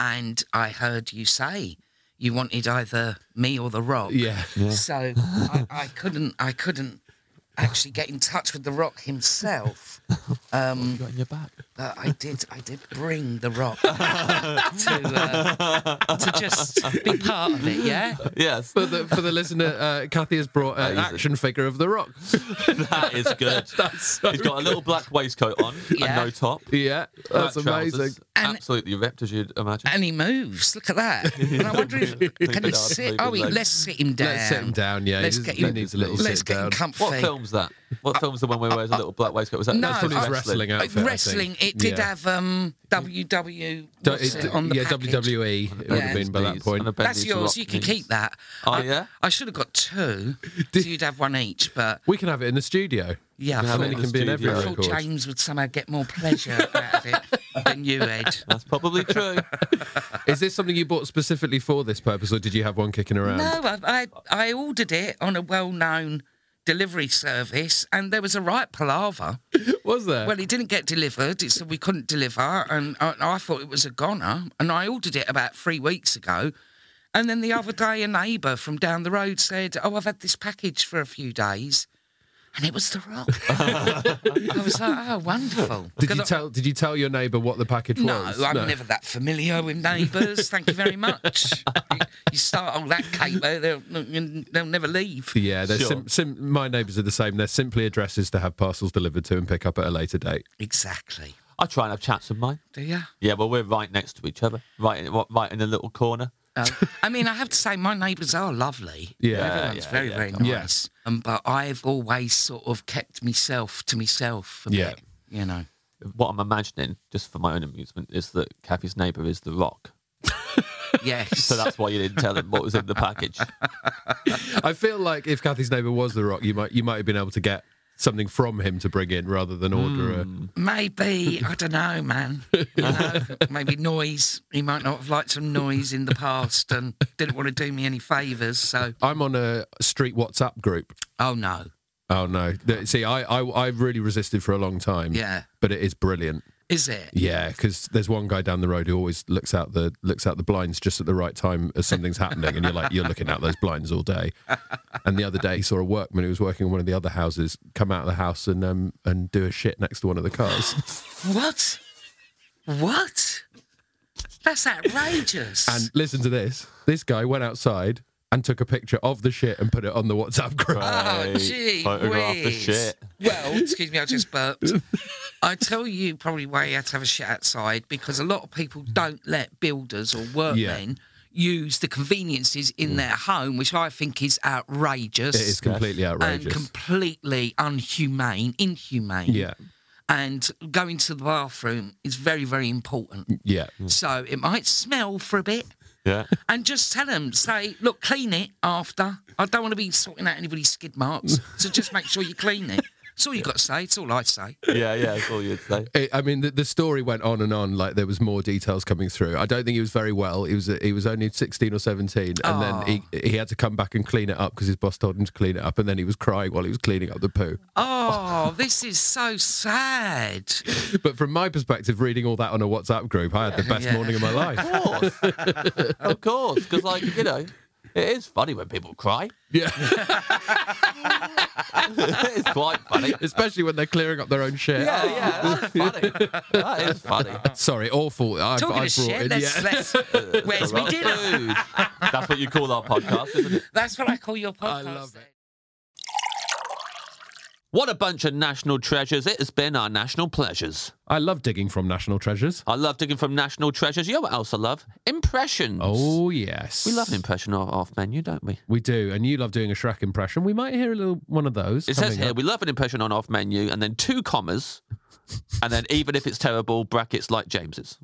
Speaker 16: and I heard you say you wanted either me or the Rock.
Speaker 10: Yeah. Yeah.
Speaker 16: So I, I couldn't. I couldn't actually get in touch with the Rock himself. Um,
Speaker 2: got in your back.
Speaker 16: I did. I did bring the Rock to, uh, to just be part of it. Yeah.
Speaker 2: Yes.
Speaker 1: For the, for the listener, uh, Kathy has brought an action figure of The Rock.
Speaker 2: That is good. He's got a little black waistcoat on and no top.
Speaker 1: Yeah,
Speaker 2: Black
Speaker 1: that's
Speaker 2: trousers.
Speaker 1: amazing.
Speaker 2: Absolutely ripped, as you'd imagine.
Speaker 16: And he moves. Look at that. And I wonder if can he
Speaker 2: Leonardo
Speaker 16: sit?
Speaker 2: David
Speaker 16: Oh, he,
Speaker 2: Lynch.
Speaker 16: let's sit him down.
Speaker 2: Let's sit him
Speaker 10: down, yeah, he
Speaker 16: Let's
Speaker 10: just-
Speaker 16: get
Speaker 10: he
Speaker 16: him,
Speaker 10: needs a little
Speaker 16: Let's
Speaker 10: sit
Speaker 16: get him
Speaker 10: down.
Speaker 16: comfy. Uh,
Speaker 2: What film's that? What film's the one where he wears a little black waistcoat? Was that
Speaker 16: No,
Speaker 2: that's
Speaker 16: probably his
Speaker 10: wrestling
Speaker 16: Uh, wrestling. It did
Speaker 2: Yeah.
Speaker 16: have um, WW
Speaker 10: Do-
Speaker 16: what's
Speaker 10: it-
Speaker 16: it, on the
Speaker 10: yeah, E,
Speaker 16: package.
Speaker 10: WWE it would have been by that point.
Speaker 16: That's yours. You can keep that.
Speaker 10: Oh,
Speaker 16: I,
Speaker 10: yeah?
Speaker 16: I should have got two. So you'd have one each, but
Speaker 10: We can have it in the studio.
Speaker 16: Uh, yeah, I
Speaker 10: and
Speaker 16: thought,
Speaker 10: then it can be in every
Speaker 16: I
Speaker 10: record.
Speaker 16: thought James would somehow get more pleasure out of it than you, Ed.
Speaker 2: That's probably true.
Speaker 1: Is this something you bought specifically for this purpose, or did you have one kicking around?
Speaker 16: No, I, I I ordered it on a well-known delivery service, and there was a right palaver.
Speaker 1: Was there?
Speaker 16: Well, it didn't get delivered. It said we couldn't deliver, and I, I thought it was a goner. And I ordered it about three weeks ago, and then the other day, a neighbour from down the road said, "Oh, I've had this package for a few days." And it was the rock. I was like, oh, wonderful.
Speaker 1: Did you tell Did you tell your neighbour what the package
Speaker 16: No,
Speaker 1: was?
Speaker 16: I'm never that familiar with neighbours. Thank you very much. You- you start on that caper, they'll, they'll never leave.
Speaker 1: Yeah, they're sim- sim- my neighbours are the same. They're simply addresses to have parcels delivered to and pick up at a later date.
Speaker 16: Exactly.
Speaker 2: I try and have chats with mine.
Speaker 16: Do ya?
Speaker 2: Yeah, well, we're right next to each other, right in, right in a little corner.
Speaker 16: Oh, I mean, I have to say, my neighbours are lovely.
Speaker 2: Yeah,
Speaker 16: everyone's
Speaker 2: yeah,
Speaker 16: very,
Speaker 2: yeah,
Speaker 16: very
Speaker 2: come on.
Speaker 16: nice. Um, but I've always sort of kept myself to myself. A bit. you know.
Speaker 2: What I'm imagining, just for my own amusement, is that Kathy's neighbour is The Rock.
Speaker 16: Yes.
Speaker 2: So that's why you didn't tell him what was in the package.
Speaker 1: I feel like if Kathy's neighbour was the Rock, you might you might have been able to get something from him to bring in rather than order
Speaker 16: Hmm.
Speaker 1: a.
Speaker 16: Maybe I don't know, man. You know, maybe noise. He might not have liked some noise in the past and didn't want to do me any favours. So
Speaker 1: I'm on a street WhatsApp group.
Speaker 16: Oh no.
Speaker 1: Oh no! Th- See, I I I really resisted for a long time.
Speaker 16: Yeah.
Speaker 1: But it is brilliant.
Speaker 16: is it?
Speaker 1: Yeah, because there's one guy down the road who always looks out the looks out the blinds just at the right time as something's happening, and you're like, you're looking out those blinds all day. And the other day, he saw a workman who was working in one of the other houses come out of the house and um and do a shit next to one of the cars.
Speaker 16: What? What? That's outrageous.
Speaker 1: and listen to this: this guy went outside and took a picture of the shit and put it on the WhatsApp group.
Speaker 16: Oh, gee whiz. Well, excuse me, I just burped. I tell you probably why you had to have a shit outside because a lot of people don't let builders or workmen use the conveniences in their home, which I think is outrageous.
Speaker 1: Mm. It is completely outrageous.
Speaker 16: And completely unhumane, inhumane.
Speaker 1: Yeah.
Speaker 16: And going to the bathroom is very, very important.
Speaker 1: Yeah.
Speaker 16: So it might smell for a bit.
Speaker 2: Yeah.
Speaker 16: And just tell them, say, look, clean it after. I don't want to be sorting out anybody's skid marks. So just make sure you clean it. That's all you've got to say. It's all I say.
Speaker 2: Yeah, yeah, that's all you'd say.
Speaker 1: It, I mean, the, the story went on and on. Like there was more details coming through. I don't think he was very well. He was he was only sixteen or seventeen, and then he he had to come back and clean it up because his boss told him to clean it up, and then he was crying while he was cleaning up the poo.
Speaker 16: Oh, this is so sad.
Speaker 1: But from my perspective, reading all that on a WhatsApp group, I had the best
Speaker 2: Yeah.
Speaker 1: morning of my life.
Speaker 2: Of course. of course. Because, like, you know, it is funny when people cry.
Speaker 1: Yeah.
Speaker 2: it's quite funny.
Speaker 1: Especially when they're clearing up their own shit.
Speaker 2: Yeah, yeah, that's funny. That is funny.
Speaker 1: Sorry, awful. I've,
Speaker 2: Talking
Speaker 1: I've
Speaker 2: of
Speaker 1: brought
Speaker 2: shit,
Speaker 1: in.
Speaker 2: let's-
Speaker 1: yeah.
Speaker 2: let's- where's my dinner? That's what you call our podcast, isn't it?
Speaker 16: That's what I call your podcast. I love it.
Speaker 2: What a bunch of national treasures. It has been our national pleasures.
Speaker 1: I love digging from national treasures.
Speaker 2: I love digging from national treasures. You know what else I love? Impressions.
Speaker 1: Oh yes,
Speaker 2: we love an impression off, off menu, don't we?
Speaker 1: We do, and you love doing a Shrek impression. We might hear a little one of those.
Speaker 2: It says
Speaker 1: coming
Speaker 2: here
Speaker 1: up.
Speaker 2: we love an impression on off menu, and then two commas, and then even if it's terrible, brackets like James's.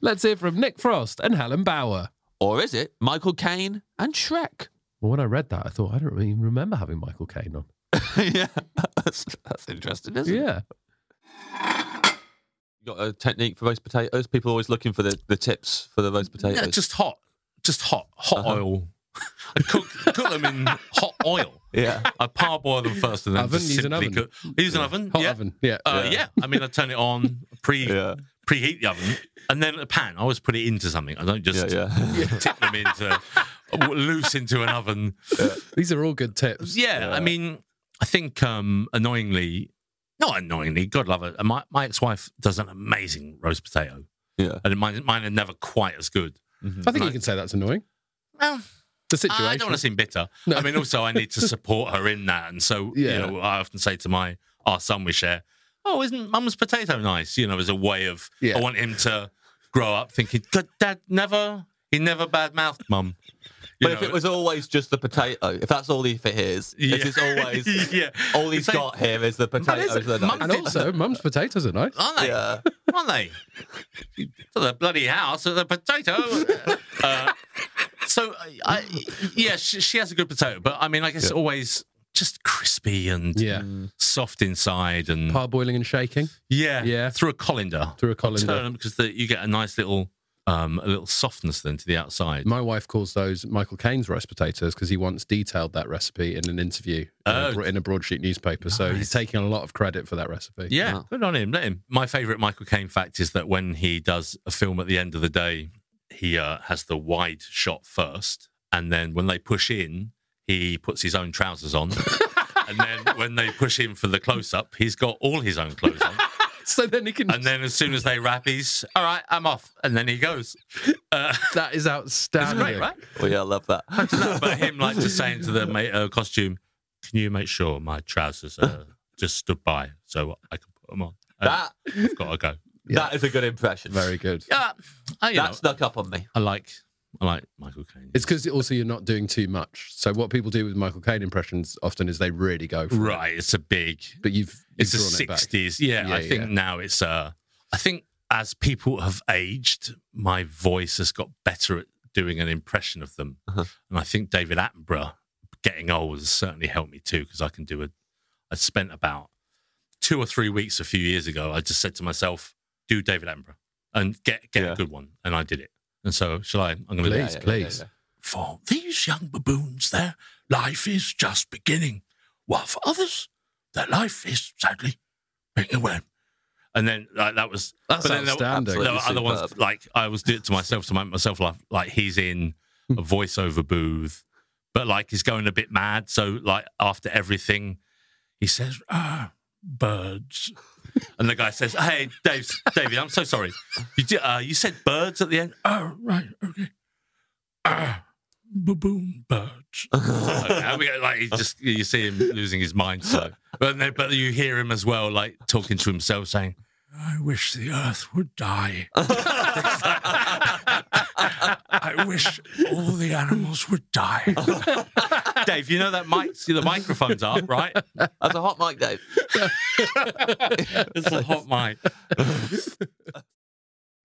Speaker 1: Let's hear from Nick Frost and Helen Bauer.
Speaker 2: Or is it Michael Caine and Shrek?
Speaker 1: Well, when I read that, I thought I don't even remember having Michael Caine on.
Speaker 2: yeah, that's, that's interesting, isn't it?
Speaker 1: Yeah.
Speaker 2: You got a technique for roast potatoes? Uh-huh. People are always looking for the, the tips for the roast potatoes.
Speaker 15: Yeah, just hot. just hot, hot oil. I cook, cook them in hot oil.
Speaker 2: Yeah.
Speaker 15: I parboil them first and then
Speaker 1: Oven,
Speaker 15: just
Speaker 1: use an
Speaker 15: simply
Speaker 1: oven.
Speaker 15: cook. I Use an
Speaker 1: Yeah.
Speaker 15: oven.
Speaker 1: Hot
Speaker 15: yeah.
Speaker 1: oven, yeah.
Speaker 15: Uh,
Speaker 1: Yeah.
Speaker 15: yeah. I mean, I turn it on, pre preheat the oven, and then a pan. I always put it into something. I don't just tip them into loose into an oven.
Speaker 1: These are all good tips.
Speaker 15: Yeah, I mean, I think um annoyingly, not annoyingly, God love her. My my ex-wife does an amazing roast potato.
Speaker 2: Yeah,
Speaker 15: and mine mine are never quite as good.
Speaker 1: Mm-hmm. I think you can say that's annoying. The situation.
Speaker 15: I don't want to seem bitter.
Speaker 1: No.
Speaker 15: I mean, also I need to support her in that, and so
Speaker 1: Yeah.
Speaker 15: you know, I often say to my our son we share, "Oh, isn't Mum's potato nice?" You know, as a way of
Speaker 1: Yeah.
Speaker 15: I want him to grow up thinking, "God, Dad never he never bad mouthed Mum."
Speaker 2: But if it was always just the potato, if that's all if it is, if it's always Oh,
Speaker 15: yeah.
Speaker 2: all he's
Speaker 15: It's like-
Speaker 2: got here is the potatoes. that are
Speaker 1: and also, mum's potatoes are nice.
Speaker 15: Aren't they?
Speaker 2: Yeah.
Speaker 15: Aren't they? to the bloody house of the potato. uh, so, I, I, yeah, she, she has a good potato, but I mean, like it's always just crispy and
Speaker 1: Yeah.
Speaker 15: soft inside and
Speaker 1: Parboiling and shaking.
Speaker 15: yeah, yeah, through a colander,
Speaker 1: Through a colander.
Speaker 15: because the, you get a nice little, um, a little softness then to the outside.
Speaker 1: My wife calls those Michael Caine's roast potatoes because he once detailed that recipe in an interview in,
Speaker 15: Oh.
Speaker 1: a, bro- in a broadsheet newspaper. So he's taking a lot of credit for that recipe.
Speaker 15: Yeah, good on him. Let him. My favourite Michael Caine fact is that when he does a film at the end of the day, he uh, has the wide shot first, and then when they push in, he puts his own trousers on, and then when they push in for the close up, he's got all his own clothes on.
Speaker 1: So then he can.
Speaker 15: And then as soon as they wrap, he's all right. I'm off, and then he goes. Uh,
Speaker 1: that is outstanding.
Speaker 15: It's great, right?
Speaker 2: Well, yeah, I love that.
Speaker 15: But him like just saying to the mate, uh, costume, can you make sure my trousers are just stood by so I can put them on? Uh, I've got to go.
Speaker 2: That is a good impression. Very
Speaker 1: good.
Speaker 15: Yeah, Oh,
Speaker 2: that snuck up on me.
Speaker 15: I like I like Michael Caine.
Speaker 1: It's because also you're not doing too much. So what people do with Michael Caine impressions often is they really go for
Speaker 15: Right, it's a big.
Speaker 1: But you've, you've
Speaker 15: It's the
Speaker 1: drawn it back.
Speaker 15: sixties. Yeah, I think now it's. Uh, I think as people have aged, my voice has got better at doing an impression of them,
Speaker 1: Uh-huh.
Speaker 15: and I think David Attenborough getting old has certainly helped me too because I can do a. I spent about two or three weeks a few years ago. I just said to myself, "Do David Attenborough and get get a good one," and I did it. And so, shall I? I'm going to
Speaker 1: Please, please.
Speaker 15: For these young baboons, their life is just beginning. While for others, their life is sadly making away. And then like, that was
Speaker 1: That's
Speaker 15: then there were-
Speaker 1: outstanding.
Speaker 15: There were other
Speaker 1: Absolutely
Speaker 15: ones
Speaker 1: superb.
Speaker 15: like I was doing it to myself to make myself laugh. Like he's in a voiceover booth, but like he's going a bit mad. So like after everything, he says, "Ah, birds," and the guy says, "Hey, Dave, David, I'm so sorry. You did, uh, you said birds at the end. Oh, right, okay. Ah, baboon birds." And we go, like he just you see him losing his mind. So, but then, but you hear him as well, like talking to himself, saying. I wish the earth would die. I wish all the animals would die. Dave, you know that mic, the microphone's up, right?
Speaker 2: That's a hot mic, Dave.
Speaker 15: it's a hot mic.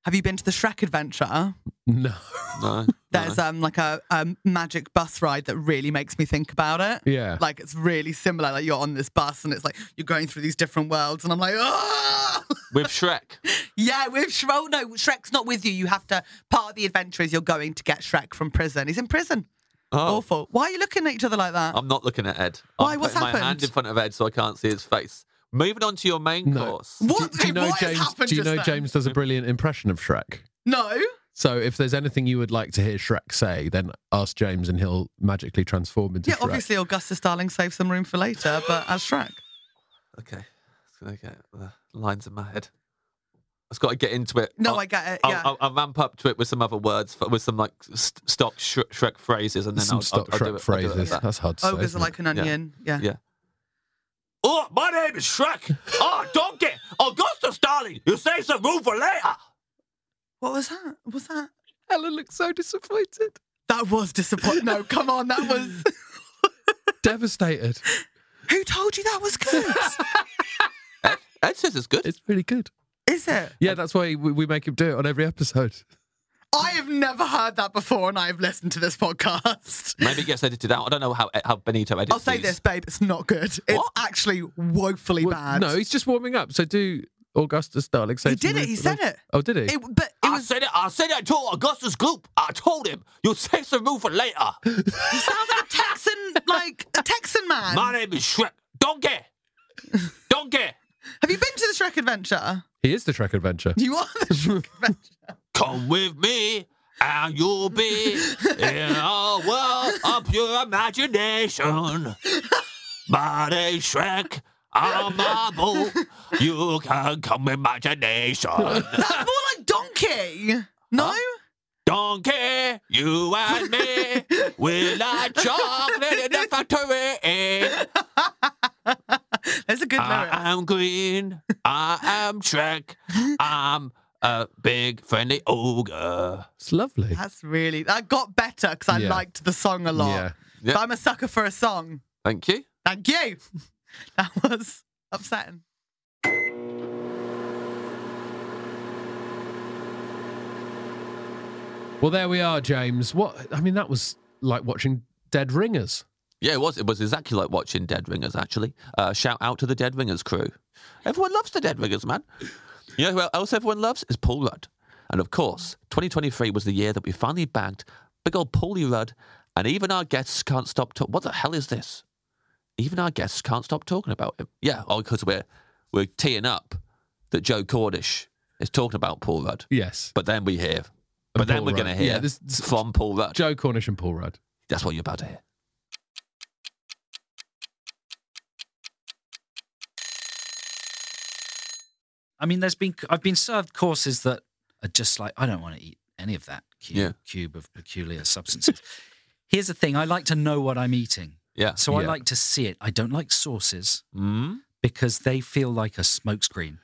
Speaker 26: Have you been to the Shrek Adventure?
Speaker 1: No.
Speaker 2: No.
Speaker 26: There's um like a, a magic bus ride that really makes me think about it.
Speaker 1: Yeah.
Speaker 26: Like it's really similar. Like you're on this bus and it's like you're going through these different worlds and I'm like, oh
Speaker 2: With Shrek.
Speaker 26: yeah, with Shrek. Oh, no, Shrek's not with you. You have to part of the adventure is you're going to get Shrek from prison. He's in prison.
Speaker 2: Oh.
Speaker 26: Awful. Why are you looking at each other like that?
Speaker 2: I'm not looking at Ed.
Speaker 26: Why?
Speaker 2: I'm
Speaker 26: What's
Speaker 2: putting my
Speaker 26: happened?
Speaker 2: hand in front of Ed so I can't see his face. Moving on to your main course.
Speaker 26: What?
Speaker 1: Do you know
Speaker 26: what has
Speaker 1: James?
Speaker 26: happened
Speaker 1: Do you
Speaker 26: just
Speaker 1: know
Speaker 26: then?
Speaker 1: James does a brilliant impression of Shrek?
Speaker 26: No.
Speaker 1: So if there's anything you would like to hear Shrek say, then ask James and he'll magically transform into
Speaker 26: Yeah,
Speaker 1: Shrek.
Speaker 26: obviously Augustus Darling saved some room for later, but as Shrek.
Speaker 2: Okay. It's going to get the lines in my head. I've got to get into it.
Speaker 26: No, I get it,
Speaker 2: I'll,
Speaker 26: yeah.
Speaker 2: I'll, I'll ramp up to it with some other words, f- with some like st- stock Sh- Shrek phrases, and then
Speaker 1: Some
Speaker 2: I'll,
Speaker 1: stock
Speaker 2: I'll, I'll do it, I'll do
Speaker 1: Shrek
Speaker 2: it like
Speaker 1: phrases.
Speaker 2: that.
Speaker 1: That's hard to say,
Speaker 26: Ogres are
Speaker 1: isn't
Speaker 26: Oh, like
Speaker 1: it?
Speaker 26: an onion. Yeah.
Speaker 2: Yeah.
Speaker 7: Oh, my name is Shrek. Oh, don't get Augustus, darling. You save some room for later.
Speaker 26: What was that? What was that?
Speaker 1: Helen looks so disappointed.
Speaker 26: That was disappointing. No, come on, that was.
Speaker 1: Devastated.
Speaker 26: Who told you that was good?
Speaker 2: Ed says it's good.
Speaker 1: It's really good.
Speaker 26: Is it?
Speaker 1: Yeah, that's why we, we make him do it on every episode.
Speaker 26: I have never heard that before, and I have listened to this podcast.
Speaker 2: Maybe it gets edited out. I don't know how how Benito edits.
Speaker 26: I'll say
Speaker 2: these.
Speaker 26: this, babe. It's not good. It's actually woefully bad.
Speaker 1: No, he's just warming up. So do Augustus Darling. Say
Speaker 26: He did it. He said it.
Speaker 1: Oh, did he?
Speaker 26: It- but
Speaker 7: I said it. I said it to Augustus Gloop. I I told him you'll save some room for later.
Speaker 5: He sounds like a Texan, like a Texan man.
Speaker 7: My name is Shrek. Don't get. Don't get.
Speaker 5: Have you been to the Shrek Adventure?
Speaker 1: He is the Trek Adventure.
Speaker 5: You are the Shrek Adventure.
Speaker 7: Come with me. And you'll be in a world of your imagination. But a Shrek on my boat, you can come imagination.
Speaker 5: That's more like Donkey. No?
Speaker 7: Donkey, you and me, we like chocolate in the factory.
Speaker 5: That's a good
Speaker 7: lyric. I am green. I am Shrek. I'm a big friendly ogre.
Speaker 1: It's lovely.
Speaker 5: That's really. That got better because I
Speaker 7: Yeah.
Speaker 5: liked the song a lot.
Speaker 7: Yeah.
Speaker 5: But I'm a sucker for a song.
Speaker 7: Thank you.
Speaker 5: Thank you. That was upsetting.
Speaker 1: Well, there we are, James. What I mean, that was like watching Dead Ringers.
Speaker 2: Yeah, it was. It was exactly like watching Dead Ringers, actually. Uh, shout out to the Dead Ringers crew. Everyone loves the Dead Ringers, man. You know who else everyone loves? Is Paul Rudd. And of course, 2023 was the year that we finally bagged big old Paulie Rudd, and even our guests can't stop talking. What the hell is this? Even our guests can't stop talking about him. Yeah, oh, because we're, we're teeing up that Joe Cordish is talking about Paul Rudd.
Speaker 1: Yes.
Speaker 2: But then we hear. But then
Speaker 1: Paul
Speaker 2: we're going to
Speaker 1: Rudd.
Speaker 2: hear
Speaker 1: Yeah, this-
Speaker 2: from Paul Rudd.
Speaker 1: Joe Cornish and Paul Rudd.
Speaker 2: That's what you're about to hear.
Speaker 6: I mean, there's been I've been served courses that are just like I don't want to eat any of that cube,
Speaker 2: Yeah.
Speaker 6: cube of peculiar substances. Here's the thing: I like to know what I'm eating.
Speaker 2: Yeah.
Speaker 6: So I
Speaker 2: Yeah.
Speaker 6: like to see it. I don't like sauces
Speaker 1: Mm-hmm.
Speaker 2: Mm.
Speaker 6: because they feel like a smokescreen.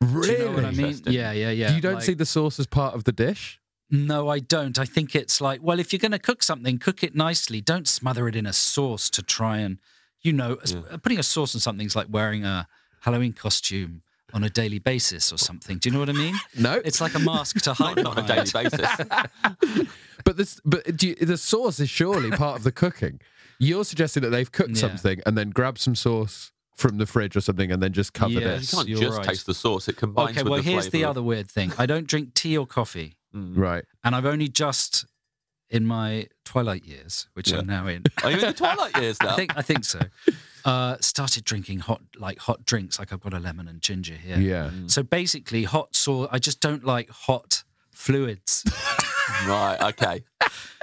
Speaker 1: Really?
Speaker 6: Do you know what I mean? Yeah, yeah, yeah.
Speaker 1: You don't
Speaker 6: Like-
Speaker 1: see the sauce as part of the dish.
Speaker 6: No, I don't. I think it's like, well, if you're going to cook something, cook it nicely. Don't smother it in a sauce to try and, you know, s- putting a sauce on something's like wearing a Halloween costume on a daily basis or something. Do you know what I mean?
Speaker 1: no,
Speaker 6: it's like a mask to hide
Speaker 2: Not on a daily
Speaker 6: behind.
Speaker 2: basis.
Speaker 1: But this, but do you, the sauce is surely part of the cooking. You're suggesting that they've cooked
Speaker 6: Yeah.
Speaker 1: something and then grabbed some sauce from the fridge or something and then just covered
Speaker 6: Yes, You
Speaker 1: it.
Speaker 6: can't you're just right. taste
Speaker 2: the sauce; it combines
Speaker 6: Okay,
Speaker 2: with
Speaker 6: well,
Speaker 2: the
Speaker 6: here's the
Speaker 2: flavour.
Speaker 6: other weird thing. I don't drink tea or coffee.
Speaker 2: Mm.
Speaker 1: Right.
Speaker 6: And I've only just, in my twilight years, which I'm now in.
Speaker 2: Are you in the twilight years now?
Speaker 6: I think I think so. Uh, started drinking hot like hot drinks. Like I've got a lemon and ginger here.
Speaker 1: Yeah.
Speaker 2: Mm.
Speaker 6: So basically, hot sauce. I just don't like hot fluids.
Speaker 2: right. Okay.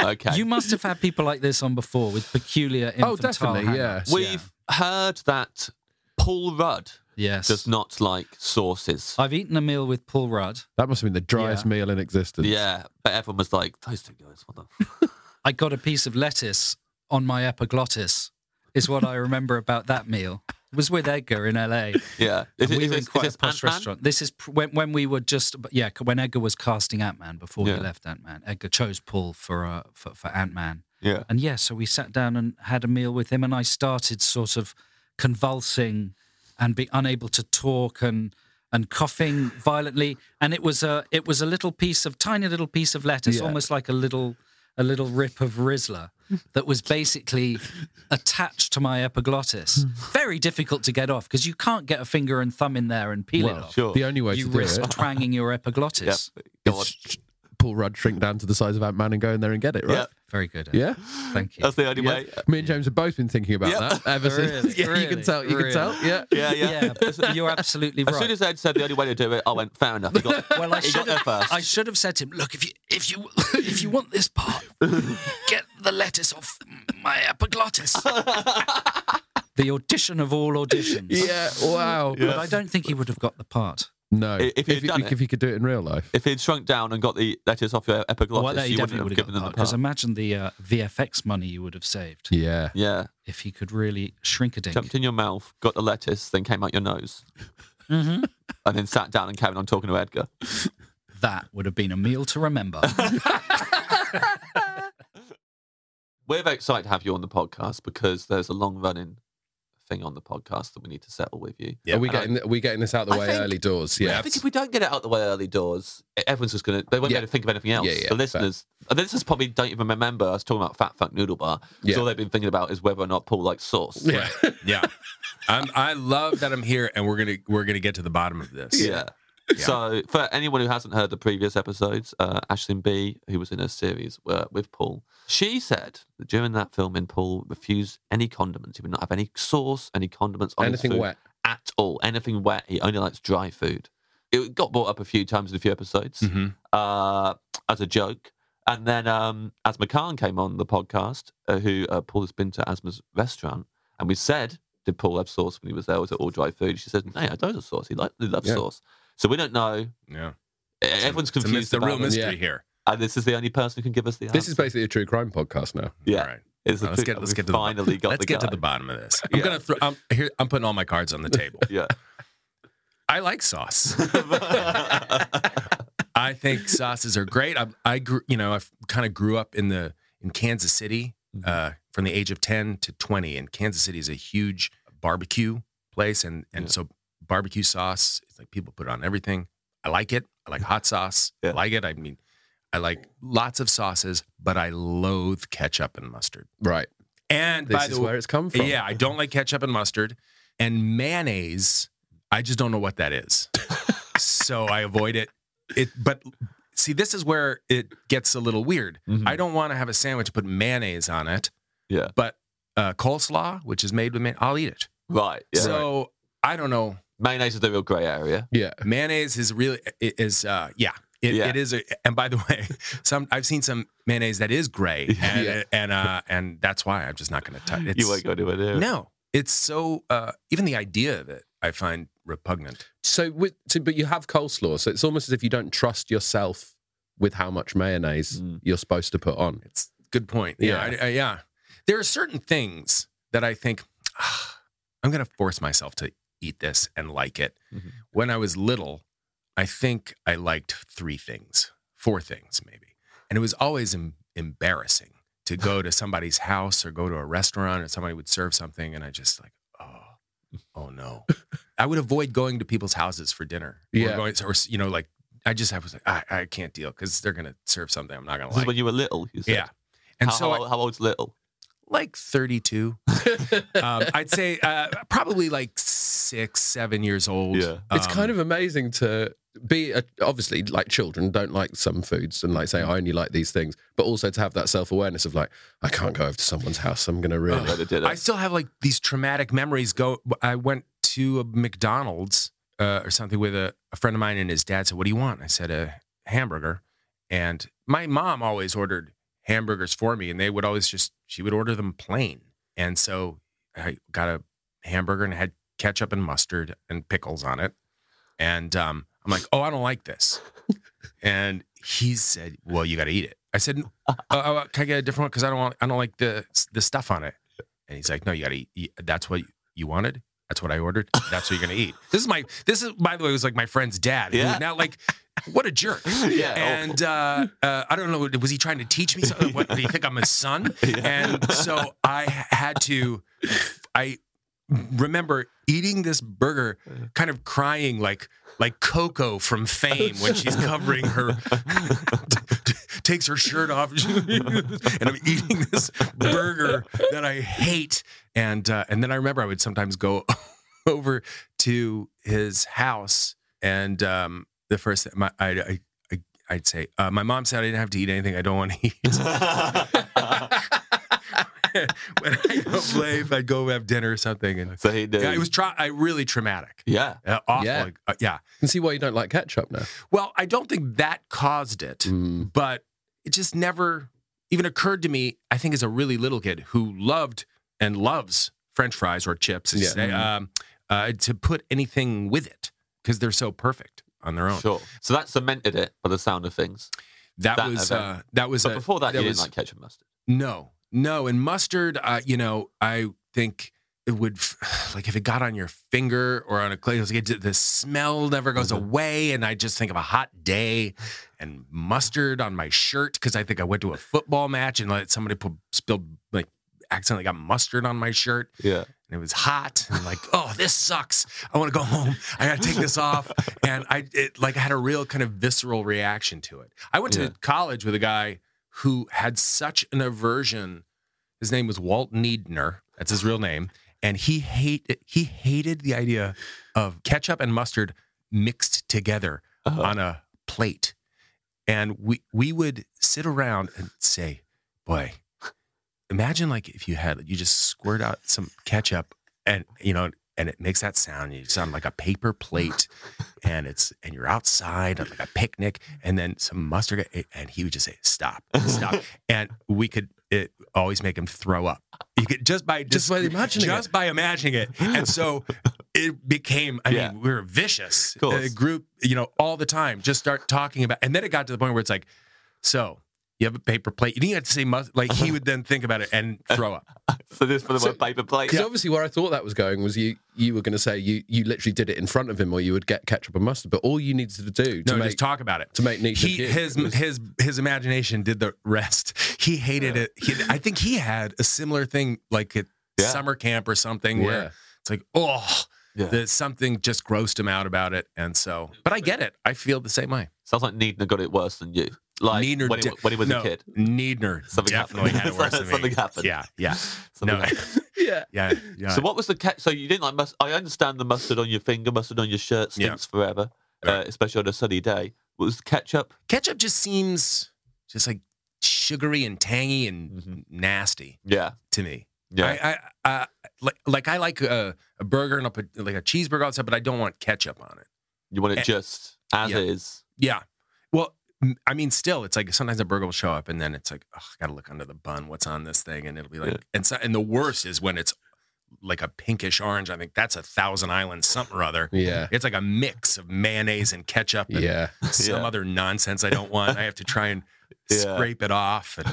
Speaker 2: Okay.
Speaker 6: You must have had people like this on before with peculiar.
Speaker 1: Oh,
Speaker 6: Infantile hang-ups.
Speaker 2: We've heard that Paul Rudd
Speaker 6: yes.
Speaker 2: does not like sauces.
Speaker 6: I've eaten a meal with Paul Rudd.
Speaker 1: That must have been the driest meal in existence.
Speaker 2: Yeah, but everyone was like, "Those two guys, what the?"
Speaker 6: I got a piece of lettuce on my epiglottis. Is what I remember about that meal. It was with Edgar in LA.
Speaker 2: Yeah,
Speaker 6: And
Speaker 2: Is
Speaker 6: we were
Speaker 2: it- is it-
Speaker 6: in
Speaker 2: is
Speaker 6: quite
Speaker 2: it
Speaker 6: a posh
Speaker 2: Ant-Man?
Speaker 6: restaurant. This is pr- when, when we were just yeah when Edgar was casting Ant Man before
Speaker 2: Yeah.
Speaker 6: he left Ant Man. Edgar chose Paul for uh, for, for Ant Man.
Speaker 2: Yeah.
Speaker 6: and yeah, so we sat down and had a meal with him, and I started sort of convulsing and be unable to talk and and coughing violently. And it was a it was a little piece of tiny little piece of lettuce,
Speaker 16: Yeah.
Speaker 6: almost like a little a little rip of Rizzler that was basically attached to my epiglottis. Very difficult to get off because you can't get a finger and thumb in there and peel it
Speaker 1: Well,
Speaker 6: off.
Speaker 1: sure. the only way
Speaker 6: you
Speaker 1: to do
Speaker 6: risk
Speaker 1: it-
Speaker 6: twanging your epiglottis.
Speaker 1: It's Paul Rudd shrink down to the size of Ant Man and go in there and get it, right?
Speaker 6: Yeah. Very good.
Speaker 1: Yeah.
Speaker 6: Thank you.
Speaker 2: That's the only
Speaker 1: Yeah.
Speaker 2: way.
Speaker 1: Me and James have both been thinking about
Speaker 2: Yeah.
Speaker 1: that ever since. yeah, you can tell. You can tell. Yeah.
Speaker 2: yeah, yeah.
Speaker 6: you're absolutely
Speaker 2: As soon
Speaker 6: right.
Speaker 2: as Ed said the only way to do it, I went, "Fair enough." He got,
Speaker 6: Well, I
Speaker 2: he
Speaker 6: should
Speaker 2: got there
Speaker 6: have,
Speaker 2: first.
Speaker 6: I should have said to him, "Look, if you if you if you want this part, get the lettuce off my epiglottis." the audition of all auditions.
Speaker 1: Yeah, wow.
Speaker 6: But I don't think he would have got the part.
Speaker 1: No.
Speaker 2: If- if he'd
Speaker 1: you-
Speaker 2: done
Speaker 1: if
Speaker 2: it.
Speaker 1: you could do it in real life.
Speaker 2: If he'd shrunk down and got the lettuce off your epiglottis,
Speaker 6: well, he
Speaker 2: you wouldn't
Speaker 6: definitely would
Speaker 2: have given
Speaker 6: have got
Speaker 2: them
Speaker 6: the
Speaker 2: the
Speaker 6: part. Because
Speaker 2: part.
Speaker 6: imagine the uh, VFX money you would have saved
Speaker 1: Yeah.
Speaker 2: Yeah.
Speaker 6: if he
Speaker 2: Mm-hmm.
Speaker 6: could really shrink a dink.
Speaker 2: Jumped in your mouth, got the lettuce, then came out your nose,
Speaker 6: Mm-hmm.
Speaker 2: and then sat down and carried on talking to Edgar.
Speaker 6: That would have been a meal to remember.
Speaker 2: We're very excited to have you on the podcast because there's a long running thing on the podcast that we need to settle with you.
Speaker 1: Are we
Speaker 2: And I-
Speaker 1: getting are we getting this out the
Speaker 2: I
Speaker 1: way
Speaker 2: think-
Speaker 1: early doors?
Speaker 2: Yeah,
Speaker 1: Yeah.
Speaker 2: I think if we don't get it out the way early doors, e, everyone's just gonna they won't
Speaker 1: Yeah.
Speaker 2: be able to think of anything else.
Speaker 1: Yeah, yeah,
Speaker 2: the listeners, and the listeners probably don't even remember us talking about Fat Funk Noodle Bar. 'cause
Speaker 9: Yeah.
Speaker 2: all they've been thinking about is whether or not Paul likes sauce.
Speaker 9: Yeah, yeah. I'm, I love that I'm here, and we're gonna we're gonna get to the bottom of this.
Speaker 2: Yeah. So, for anyone who hasn't heard the previous episodes, uh, Ashlyn B, who was in a series uh, with Paul, she said that during that filming, Paul refused any condiments. He would not have any sauce, any condiments, on his
Speaker 1: Anything
Speaker 2: food
Speaker 1: wet.
Speaker 2: at all. Anything wet. He only likes dry food. It got brought up a few times in a few episodes uh, as a joke. And then um, Asma Khan came on the podcast, uh, who uh, Paul has been to Asma's restaurant. And we said, Did Paul have sauce when he was there? Was it all dry food? She said, No, I don't have sauce. He, like, he loves
Speaker 20: Yeah.
Speaker 2: sauce. So we don't know. E-,
Speaker 20: Yeah.
Speaker 2: Everyone's
Speaker 20: it's a
Speaker 2: confused.
Speaker 20: mys- a real
Speaker 2: about it.
Speaker 20: mystery Yeah. here.
Speaker 2: And this is the only person who can give us the answer.
Speaker 10: This is basically a true crime podcast now.
Speaker 2: yeah.
Speaker 10: All right.
Speaker 2: It's the
Speaker 10: Let's
Speaker 2: two-
Speaker 10: get- let's
Speaker 2: we
Speaker 10: get to the bottom.
Speaker 2: finally got
Speaker 10: Let's
Speaker 2: the
Speaker 10: get to
Speaker 2: guy.
Speaker 10: the
Speaker 20: bottom of this. I'm
Speaker 2: Yeah.
Speaker 20: gonna throw. I'm, here, I'm putting all my cards on the table.
Speaker 2: yeah.
Speaker 20: I like sauce. I think sauces are great. I, I grew, you know, I kind of grew up in the in Kansas City
Speaker 10: Mm-hmm.
Speaker 20: uh, from the age of ten to twenty, and Kansas City is a huge barbecue place, and and so barbecue sauce, it's like people put it on everything. I like it. I like hot sauce. I like it. I mean, I like lots of sauces, but I loathe ketchup and mustard.
Speaker 10: Right.
Speaker 20: And
Speaker 10: This
Speaker 20: by
Speaker 10: is
Speaker 20: the way,
Speaker 10: where it's come from.
Speaker 20: Yeah, I don't like ketchup and mustard, and mayonnaise. I just don't know what that is, so I avoid it. It, but see, this is where it gets a little weird. I don't want to have a sandwich and put mayonnaise on it.
Speaker 2: Mm-hmm. Yeah,
Speaker 20: but uh, coleslaw, which is made with mayonnaise, I'll eat it.
Speaker 2: Right. Yeah.
Speaker 20: so I don't know.
Speaker 2: Mayonnaise is the real grey area.
Speaker 10: Yeah.
Speaker 20: Mayonnaise is really it is uh yeah. It,
Speaker 2: Yeah.
Speaker 20: it is a, and by the way, some I've seen some mayonnaise that is gray and
Speaker 2: Yeah.
Speaker 20: and uh and that's why I'm just not going to touch it.
Speaker 2: You won't go anywhere near it.
Speaker 20: No. It's so uh even the idea of it I find repugnant.
Speaker 10: So, with, so, but you have coleslaw, so it's almost as if you don't trust yourself with how much mayonnaise you're supposed to put on.
Speaker 20: Mm. It's good point. Yeah, I- I- yeah. There are certain things that I think "Ah, I'm going to force myself to eat this and like it.
Speaker 2: Mm-hmm.
Speaker 20: When I was little, I think I liked three things, four things maybe, and it was always em- embarrassing to go to somebody's house or go to a restaurant and somebody would serve something, and I just like, oh, oh no. I would avoid going to people's houses for dinner.
Speaker 2: Yeah.
Speaker 20: Or, going, or you know, like I just I was like, I, I can't deal because they're going to serve something I'm not going to
Speaker 2: This is
Speaker 20: like.
Speaker 2: when you were little. You said.
Speaker 20: Yeah. And
Speaker 2: how,
Speaker 20: so I-
Speaker 2: how, how old's little?
Speaker 20: Like 32. um, I'd say uh, probably like six, seven years old. Um, Yeah.
Speaker 10: it's kind of amazing to be a, obviously like children don't like some foods and like say
Speaker 20: Mm.
Speaker 10: I only like these things, but also to have that self awareness of like I can't go over to someone's house. I'm going to ruin it.
Speaker 20: I still have like these traumatic memories. Go, I went to a McDonald's uh, or something with a, a friend of mine, and his dad said, "What do you want?" I said, "A hamburger." And my mom always ordered hamburgers for me, and they would always just she would order them plain. And so I got a hamburger and it had ketchup and mustard and pickles on it. And um, I'm like, "Oh, I don't like this." and he said, "Well, you got to eat it." I said, uh, uh, "Can I get a different one? Because I don't want, I don't like the the stuff on it." And he's like, "No, you got to eat. That's what you wanted. That's what I ordered. That's what you're gonna eat." This is my. This is by the way, it was like my friend's dad. who
Speaker 2: Yeah.
Speaker 20: Now, like, what a jerk.
Speaker 2: Yeah, oh.
Speaker 20: And uh, uh, I don't know. Was he trying to teach me something? What, do you think I'm his son? And so I had to. I remember eating this burger, kind of crying like like Coco from Fame when she's covering her, takes her shirt off, and I'm eating this burger that I hate. And uh, and then I remember I would sometimes go over to his house, and um, the first thing my, I. I I- I'd say uh, my mom said I didn't have to eat anything I don't want to eat. when I go play, if I'd go have dinner or something, and
Speaker 2: so he did.
Speaker 20: Yeah, it was tra- I, really traumatic.
Speaker 2: Yeah,
Speaker 20: Uh, awful.
Speaker 10: Yeah.
Speaker 20: Like, uh, yeah.
Speaker 10: And see why you don't like ketchup now.
Speaker 20: Well, I don't think that caused it,
Speaker 2: Mm.
Speaker 20: but it just never even occurred to me. I think as a really little kid who loved and loves French fries or chips, as you
Speaker 10: Yeah. Mm-hmm.
Speaker 20: say, um, uh, to put anything with it because they're so perfect on their own.
Speaker 2: Sure. So that cemented it by the sound of things.
Speaker 20: That was,
Speaker 2: event.
Speaker 20: uh, that was
Speaker 2: But
Speaker 20: a-
Speaker 2: before that,
Speaker 20: that
Speaker 2: you
Speaker 20: was-
Speaker 2: didn't like ketchup mustard.
Speaker 20: No, no. And mustard, uh, you know, I think it would, f- like, if it got on your finger or on a clay, it was like it- the smell never goes away. And I just think of a hot day and mustard on my shirt because I think I went to a football match and let somebody put, spilled, like, accidentally got mustard on my shirt.
Speaker 2: Yeah.
Speaker 20: And it was hot. And like, oh, this sucks. I want to go home. I got to take this off. And I, it, like, I had a real kind of visceral reaction to it. I went
Speaker 2: Yeah.
Speaker 20: to college with a guy who had such an aversion. His name was Walt Niedner. That's his real name. And he hate he hated the idea of ketchup and mustard mixed together on a plate. And we we would sit around and say, boy, imagine like if you had you just squirt out some ketchup and you know and it makes that sound you sound like a paper plate and it's and you're outside on like a picnic and then some mustard eh, and he would just say stop stop and we could it always make him throw up you could just by just, by
Speaker 27: imagining
Speaker 20: just
Speaker 27: it.
Speaker 20: by imagining it and so it became i
Speaker 27: Yeah.
Speaker 20: mean we were vicious
Speaker 27: course.
Speaker 20: uh, group you know all the time just start talking about and then it got to the point where it's like so you have a paper plate. You didn't have to say must. Like he would then think about it and throw up.
Speaker 2: so this for the word paper plate.
Speaker 1: Because obviously, where I thought that was going was you you were going to say you you literally did it in front of him, or you would get ketchup and mustard. But all you needed to do to
Speaker 20: No,
Speaker 1: make,
Speaker 20: just talk about it
Speaker 1: to make Nietzsche
Speaker 20: He, his his his imagination did the rest. He hated it. He, I think he had a similar thing like at
Speaker 27: Yeah.
Speaker 20: summer camp or something
Speaker 27: Yeah.
Speaker 20: where it's like oh,
Speaker 27: Yeah.
Speaker 20: there's something just grossed him out about it, and so. But I get it. I feel the same way.
Speaker 2: Sounds like Needner got it worse than you. Like when, he,
Speaker 20: de-
Speaker 2: when he was
Speaker 20: no,
Speaker 2: a kid.
Speaker 20: Needner
Speaker 2: Something
Speaker 20: definitely had
Speaker 2: happened.
Speaker 20: it worse than me.
Speaker 2: Something happened.
Speaker 20: Yeah, yeah, no,
Speaker 2: yeah,
Speaker 20: yeah, yeah.
Speaker 2: So what was the catch? So you didn't like mustard. I understand the mustard on your finger, mustard on your shirt stinks forever, uh, especially on a sunny day. What was the ketchup?
Speaker 20: Ketchup just seems just like sugary and tangy and nasty.
Speaker 2: Mm-hmm. Yeah.
Speaker 20: To me.
Speaker 2: Yeah.
Speaker 20: I, I, I like like I like a, a burger and I'll put like a cheeseburger on stuff, but I don't want ketchup on it.
Speaker 2: You want it
Speaker 20: Eh,
Speaker 2: just as
Speaker 20: yeah.
Speaker 2: is.
Speaker 20: Yeah. Well, m- I mean, still, it's like sometimes a burger will show up and then it's like, oh, I gotta look under the bun. What's on this thing? And it'll be like, and so, and the worst is when it's like a pinkish orange. I think that's a Thousand Island something or other.
Speaker 1: Yeah.
Speaker 20: It's like a mix of mayonnaise and ketchup. And
Speaker 1: Yeah.
Speaker 20: Some
Speaker 1: Yeah.
Speaker 20: other nonsense I don't want. I have to try and
Speaker 2: Yeah.
Speaker 20: scrape it off and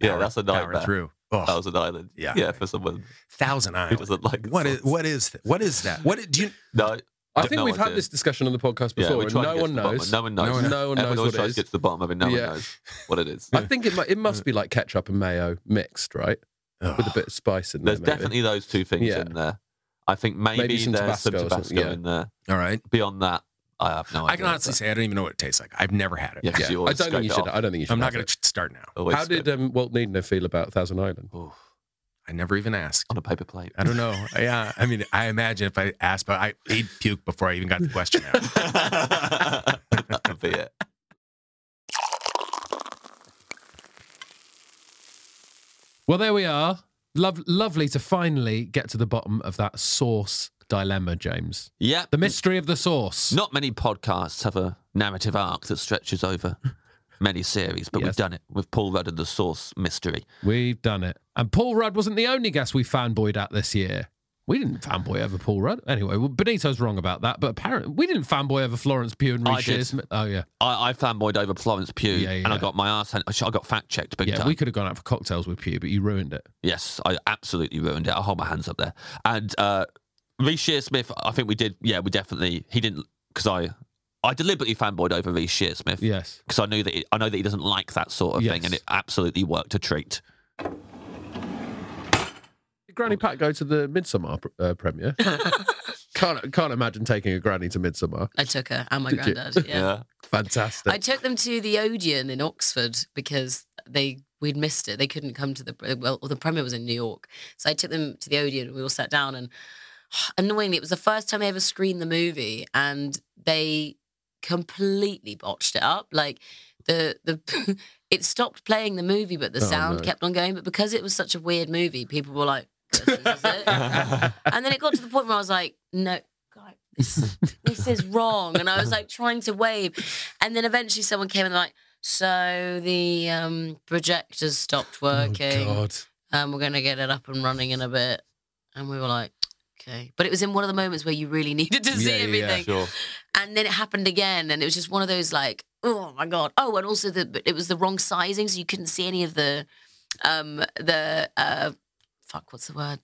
Speaker 2: Yeah,
Speaker 20: power-
Speaker 2: that's a
Speaker 20: power
Speaker 2: nightmare.
Speaker 20: through.
Speaker 2: Thousand Island.
Speaker 20: Yeah.
Speaker 2: yeah, for someone
Speaker 20: Thousand Island.
Speaker 2: who doesn't like
Speaker 20: What is what is th- what is that? What do you?
Speaker 2: No,
Speaker 1: I
Speaker 2: I've
Speaker 1: think
Speaker 2: no
Speaker 1: we've had
Speaker 2: idea.
Speaker 1: this discussion on the podcast
Speaker 2: Yeah,
Speaker 1: before,
Speaker 2: we
Speaker 1: and
Speaker 2: tried to
Speaker 1: no
Speaker 2: get
Speaker 1: one,
Speaker 2: to the bottom
Speaker 1: knows.
Speaker 2: of it. No one knows.
Speaker 1: No
Speaker 2: Everyone
Speaker 1: one
Speaker 2: always
Speaker 1: knows. what it
Speaker 2: tries
Speaker 1: is.
Speaker 2: to get to the bottom of it. No one
Speaker 1: Yeah.
Speaker 2: knows what it is.
Speaker 1: I think it mu- it must be like ketchup and mayo mixed, right? With a bit of spice in
Speaker 2: There's
Speaker 1: there. maybe.
Speaker 2: definitely those two things
Speaker 1: Yeah.
Speaker 2: in there. I think maybe,
Speaker 1: Maybe some
Speaker 2: there's some
Speaker 1: Tabasco or
Speaker 2: Tabasco
Speaker 1: something, yeah.
Speaker 2: in there.
Speaker 20: All right.
Speaker 2: Beyond that, I have no idea.
Speaker 20: I can honestly say I don't even know what it tastes like. I've never had it.
Speaker 2: Yeah, 'cause you
Speaker 1: I
Speaker 2: always
Speaker 1: don't think
Speaker 2: scrape
Speaker 1: you
Speaker 2: it
Speaker 1: should.
Speaker 2: off.
Speaker 1: I don't think you should.
Speaker 20: I'm not
Speaker 1: have
Speaker 20: going
Speaker 1: it.
Speaker 20: to start now.
Speaker 2: Always
Speaker 1: How did um, Walt Needner feel about Thousand Island?
Speaker 20: I never even asked
Speaker 2: on a paper plate.
Speaker 20: I don't know. Yeah, I mean, I imagine if I asked, but I he'd puke before I even got the question out.
Speaker 2: that would be it.
Speaker 28: Well, there we are. Lov- lovely to finally get to the bottom of that sauce dilemma, James.
Speaker 2: Yeah.
Speaker 28: The mystery of the sauce.
Speaker 2: Not many podcasts have a narrative arc that stretches over many series, but we've done it with Paul Rudd and the Source mystery.
Speaker 28: We've done it. And Paul Rudd wasn't the only guest we fanboyed at this year. We didn't fanboy over Paul Rudd. Anyway, well, Benito's wrong about that, but apparently we didn't fanboy over Florence Pugh and
Speaker 2: I
Speaker 28: Reese
Speaker 2: did.
Speaker 28: Shearsmith. Oh, yeah.
Speaker 2: I, I fanboyed over Florence Pugh,
Speaker 28: Yeah, yeah.
Speaker 2: and I got my ass. Hand, I got fact checked big
Speaker 28: yeah,
Speaker 2: time.
Speaker 28: we could have gone out for cocktails with Pugh, but you ruined it.
Speaker 2: Yes, I absolutely ruined it. I hold my hands up there. And uh, Reece Shearsmith, I think we did. Yeah, we definitely. He didn't because I, I deliberately fanboyed over Reece Shearsmith.
Speaker 28: Yes.
Speaker 2: because I knew that he, I know that he doesn't like that sort of thing, and
Speaker 28: Yes.
Speaker 2: it absolutely worked a treat.
Speaker 1: Did Granny Pat go to the Midsummer uh, premiere? can't can't imagine taking a granny to Midsummer.
Speaker 29: I took her and my
Speaker 1: Did you?
Speaker 29: granddad. Yeah.
Speaker 1: fantastic.
Speaker 29: I took them to the Odeon in Oxford because they we'd missed it. They couldn't come to the well. The premiere was in New York, so I took them to the Odeon. and We all sat down, and annoyingly, it was the first time I ever screened the movie, and they completely botched it up. Like the the it stopped playing the movie, but the
Speaker 30: Oh,
Speaker 29: sound
Speaker 30: no.
Speaker 29: kept on going. But because it was such a weird movie, people were like, and then it got to the point where I was like, no, this is wrong. And I was like trying to wave. And then eventually someone came and like, so the um, projectors stopped working.
Speaker 30: God.
Speaker 29: And we're going to get it up and running in a bit. And we were like, okay. But it was in one of the moments where you really needed to see everything. And then it happened again. And it was just one of those like, oh my God. Oh, and also the, but it was the wrong sizing. So you couldn't see any of the, um, the, uh, fuck, what's the word?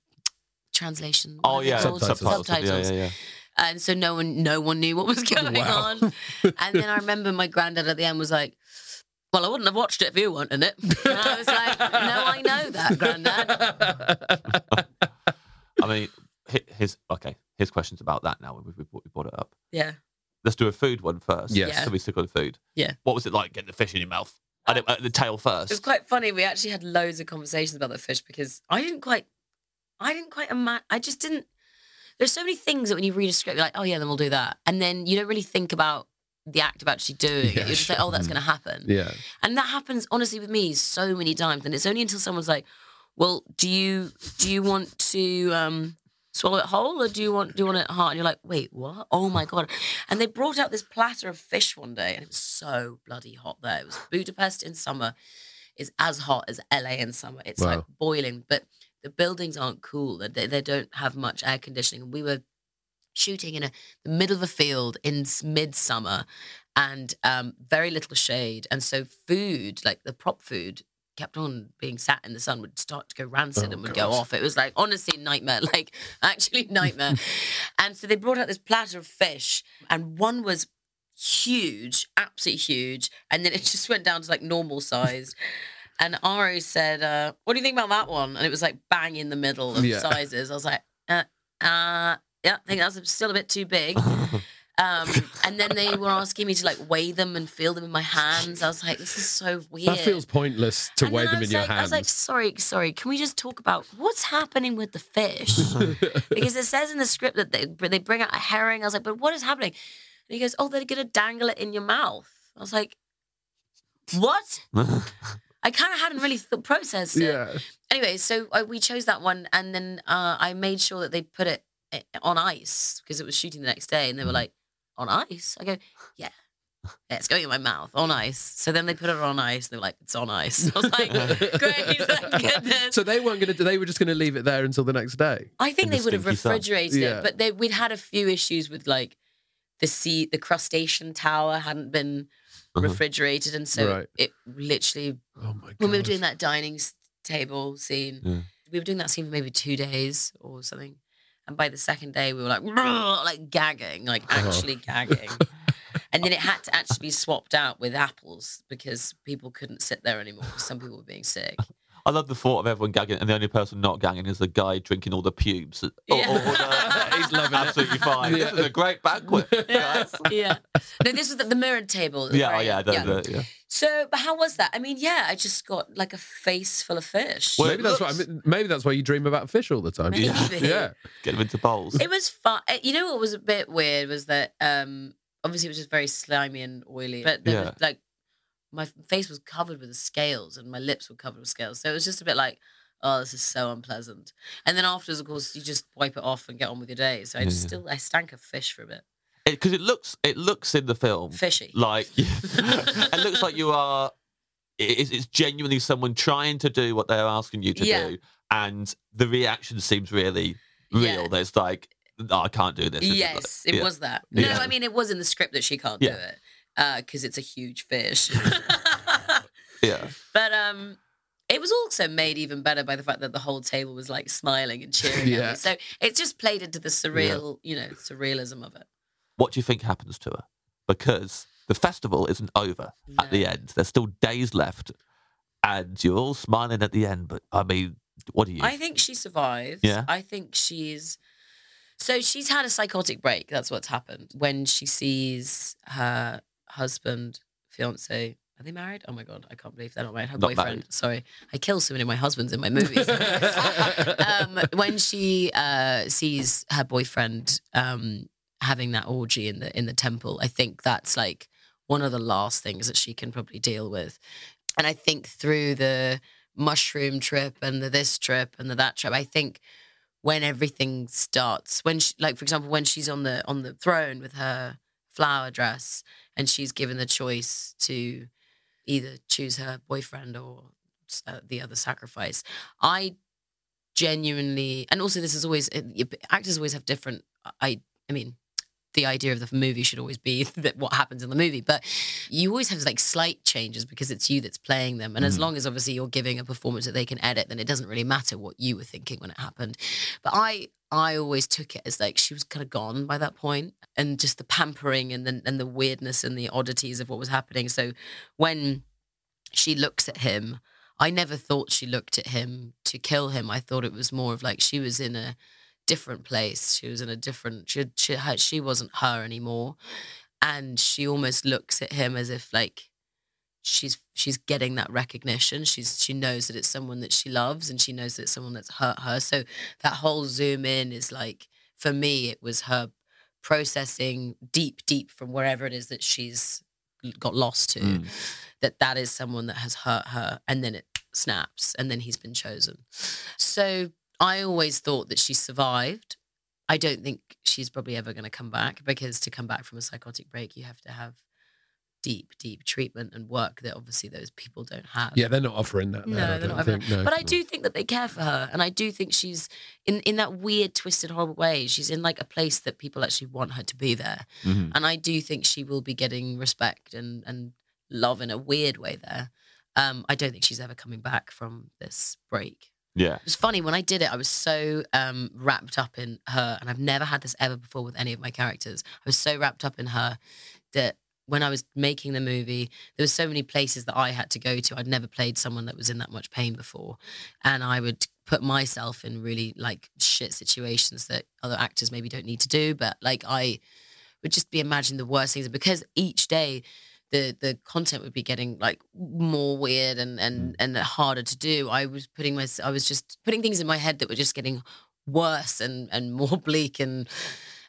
Speaker 29: Translation.
Speaker 2: Oh
Speaker 29: what are they
Speaker 2: yeah,
Speaker 29: called?
Speaker 2: Yeah, yeah, yeah.
Speaker 29: and so no one no one knew what was going
Speaker 2: Wow.
Speaker 29: on. And then I remember my granddad at the end was like, "Well, I wouldn't have watched it if you weren't in it." And I was like, "No, I know that, granddad."
Speaker 2: I mean, hi- his okay. His questions about that now. We, we, we brought it up.
Speaker 29: Yeah,
Speaker 2: Let's do a food one first.
Speaker 29: Yes. Yeah.
Speaker 2: So we stick on food.
Speaker 29: yeah.
Speaker 2: What was it like getting the fish in your mouth? I don't- uh, the tail
Speaker 29: It was
Speaker 2: first.
Speaker 29: quite funny. We actually had loads of conversations about the fish because I didn't quite, I didn't quite imagine. I just didn't. There's so many things that when you read a script, you're like, oh yeah, then we'll do that, and then you don't really think about the act of actually doing it.
Speaker 13: Yeah,
Speaker 29: You're just like,
Speaker 13: sure.
Speaker 29: oh, that's
Speaker 13: Mm.
Speaker 29: going to happen.
Speaker 13: Yeah.
Speaker 29: And that happens honestly with me so many times. And it's only until someone's like, Well, do you do you want to um swallow it whole or do you want do you want it hard? And you're like, wait, what? Oh my god. And they brought out this platter of fish one day and it was so bloody hot there. It was Budapest in summer. It's as hot as LA in summer. It's like
Speaker 13: Wow.
Speaker 29: boiling, but the buildings aren't cool. They, they don't have much air conditioning. And we were shooting in a, the middle of a field in s- midsummer and um, very little shade. And so food, like the prop food, kept on being sat in the sun, would start to go rancid
Speaker 13: Oh,
Speaker 29: and would go
Speaker 13: God.
Speaker 29: off. It was like, honestly, nightmare, like actually nightmare. and so they brought out this platter of fish and one was huge, absolutely huge. And then it just went down to like normal size. And Ari said, uh, "What do you think about that one?" And it was like bang in the middle of
Speaker 13: Yeah.
Speaker 29: sizes. I was like, uh, uh, "Yeah, I think that's still a bit too big." Um, and then they were asking me to like weigh them and feel them in my hands. I was like, "This is so weird."
Speaker 1: That feels pointless to
Speaker 29: And
Speaker 1: weigh
Speaker 29: then I
Speaker 1: them in
Speaker 29: was
Speaker 1: your
Speaker 29: like- I was
Speaker 1: hands.
Speaker 29: like, sorry, sorry. Can we just talk about what's happening with the fish? because it says in the script that they they bring out a herring. I was like, but what is happening? And he goes, oh, they're gonna dangle it in your mouth. I was like, what? I kind of hadn't really th- processed it.
Speaker 13: Yeah.
Speaker 29: Anyway, so I, we chose that one, and then uh, I made sure that they put it eh, on ice because it was shooting the next day, and they were like, on ice. I go, yeah. Yeah, it's going in my mouth on ice. So then they put it on ice. And they were like, "It's on ice." I was like, "Great, thank goodness."
Speaker 1: so they weren't going to. They were just going to leave it there until the next day.
Speaker 29: I think
Speaker 1: In
Speaker 29: they
Speaker 1: the
Speaker 29: would have
Speaker 1: stinky sun.
Speaker 29: refrigerated
Speaker 1: Yeah.
Speaker 29: it, but they, we'd had a few issues with like the sea, the crustacean tower hadn't been
Speaker 13: Uh-huh.
Speaker 29: refrigerated, and so
Speaker 13: Right.
Speaker 29: it literally.
Speaker 1: Oh my
Speaker 29: When we were doing that dining s- table scene,
Speaker 13: Yeah.
Speaker 29: we were doing that scene for maybe two days or something, and by the second day we were like, like gagging, like
Speaker 1: Uh-huh.
Speaker 13: Oh.
Speaker 29: actually gagging. And then it had to actually be swapped out with apples because people couldn't sit there anymore. 'cause Some people were being sick.
Speaker 2: I love the thought of everyone gagging, and the only person not gagging is the guy drinking all the pubes. Or,
Speaker 29: Yeah.
Speaker 2: or- or the- he's loving absolutely fine. This is a great banquet.
Speaker 29: yeah. No, this was the, the mirrored table. at the
Speaker 2: yeah, oh,
Speaker 29: very
Speaker 2: yeah,
Speaker 29: end,
Speaker 2: the, the- yeah.
Speaker 29: So, but how was that? I mean, yeah, I just got like a face full of fish.
Speaker 1: maybe that's why. I mean, maybe that's why you dream about fish all the time.
Speaker 29: Yeah. Maybe.
Speaker 1: yeah.
Speaker 2: Get them into bowls.
Speaker 29: It was fun. uh, You know what was a bit weird was that um obviously it was just very slimy and oily, but there
Speaker 13: Yeah.
Speaker 29: was like my face was covered with scales and my lips were covered with scales, so it was just a bit like. Oh, this is so unpleasant. And then afterwards, of course, you just wipe it off and get on with your day. So I just
Speaker 2: Yeah.
Speaker 29: still I stank of fish for a bit.
Speaker 2: because it looks it looks in the film
Speaker 29: Fishy.
Speaker 2: Like it looks like you are. it- It's, it's genuinely someone trying to do what they're asking you to
Speaker 29: Yeah.
Speaker 2: do, and the reaction seems really real. There's like, "No, I can't do this. This is like-"
Speaker 29: Yes, it
Speaker 2: Yeah.
Speaker 29: was that. No,
Speaker 2: Yeah.
Speaker 29: I mean it was in the script that she can't do
Speaker 2: Yeah.
Speaker 29: it because it's a huge fish.
Speaker 2: yeah.
Speaker 29: But um, it was also made even better by the fact that the whole table was like smiling and cheering. At
Speaker 2: Yeah.
Speaker 29: me. So it just played into the surreal, you know, surrealism of it.
Speaker 2: What do you think happens to her? Because the festival isn't over at the end. There's still days left, and you're all smiling at the end. But I mean, what do you?
Speaker 29: I think she survives.
Speaker 2: Yeah.
Speaker 29: I think she's. So she's had a psychotic break. That's what's happened when she sees her husband, fiance. Are they married? Oh my god, I can't believe they're not married. Her
Speaker 13: Not
Speaker 29: boyfriend.
Speaker 13: married.
Speaker 29: Sorry, I kill so many of my husbands in my movies. um, when she uh, sees her boyfriend um, having that orgy in the in the temple, I think that's like one of the last things that she can probably deal with. And I think through the mushroom trip and the this trip and the that trip, I think when everything starts, when she, like for example, when she's on the on the throne with her flower dress and she's given the choice to either choose her boyfriend or uh, the other sacrifice. I genuinely, and also this is always actors always have different. uh, I I mean, the idea of the movie should always be that what happens in the movie, but you always have like slight changes because it's you that's playing them, and as
Speaker 13: Mhm.
Speaker 29: long as obviously you're giving a performance that they can edit, then it doesn't really matter what you were thinking when it happened. But I. I always took it as like she was kind of gone by that point, and just the pampering and the, and the weirdness and the oddities of what was happening. So, when she looks at him. I never thought she looked at him to kill him. I thought it was more of like she was in a different place. She was in a different. She she her, she wasn't her anymore, and she almost looks at him as if like she's she's getting that recognition. She's she knows that it's someone that she loves, and she knows that it's someone that's hurt her. So that whole zoom in is like for me, it was her processing deep, deep from wherever it is that she's got lost to,
Speaker 2: Mm.
Speaker 29: that that is someone that has hurt her, and then it snaps, and then he's been chosen. So I always thought that she survived. I don't think she's probably ever going to come back because to come back from a psychotic break, you have to have deep, deep treatment and work that obviously those people don't have.
Speaker 10: Yeah, they're not offering that.
Speaker 29: No,
Speaker 10: there, I
Speaker 29: they're
Speaker 10: don't
Speaker 29: not having
Speaker 10: think,
Speaker 29: her.
Speaker 10: no.
Speaker 29: But I do think that they care for her, and I do think she's in in that weird, twisted, horrible way. She's in like a place that people actually want her to be there,
Speaker 10: Mm-hmm.
Speaker 2: Mhm.
Speaker 29: and I do think she will be getting respect and and love in a weird way there. Um, I don't think she's ever coming back from this break.
Speaker 2: Yeah.
Speaker 29: It was funny when I did it. I was so um, wrapped up in her, and I've never had this ever before with any of my characters. I was so wrapped up in her that when I was making the movie, there were so many places that I had to go to. I'd never played someone that was in that much pain before, and I would put myself in really like shit situations that other actors maybe don't need to do. But like I would just be imagining the worst things, and because each day the the content would be getting like more weird and and and harder to do. I was putting my I was just putting things in my head that were just getting worse and and more bleak and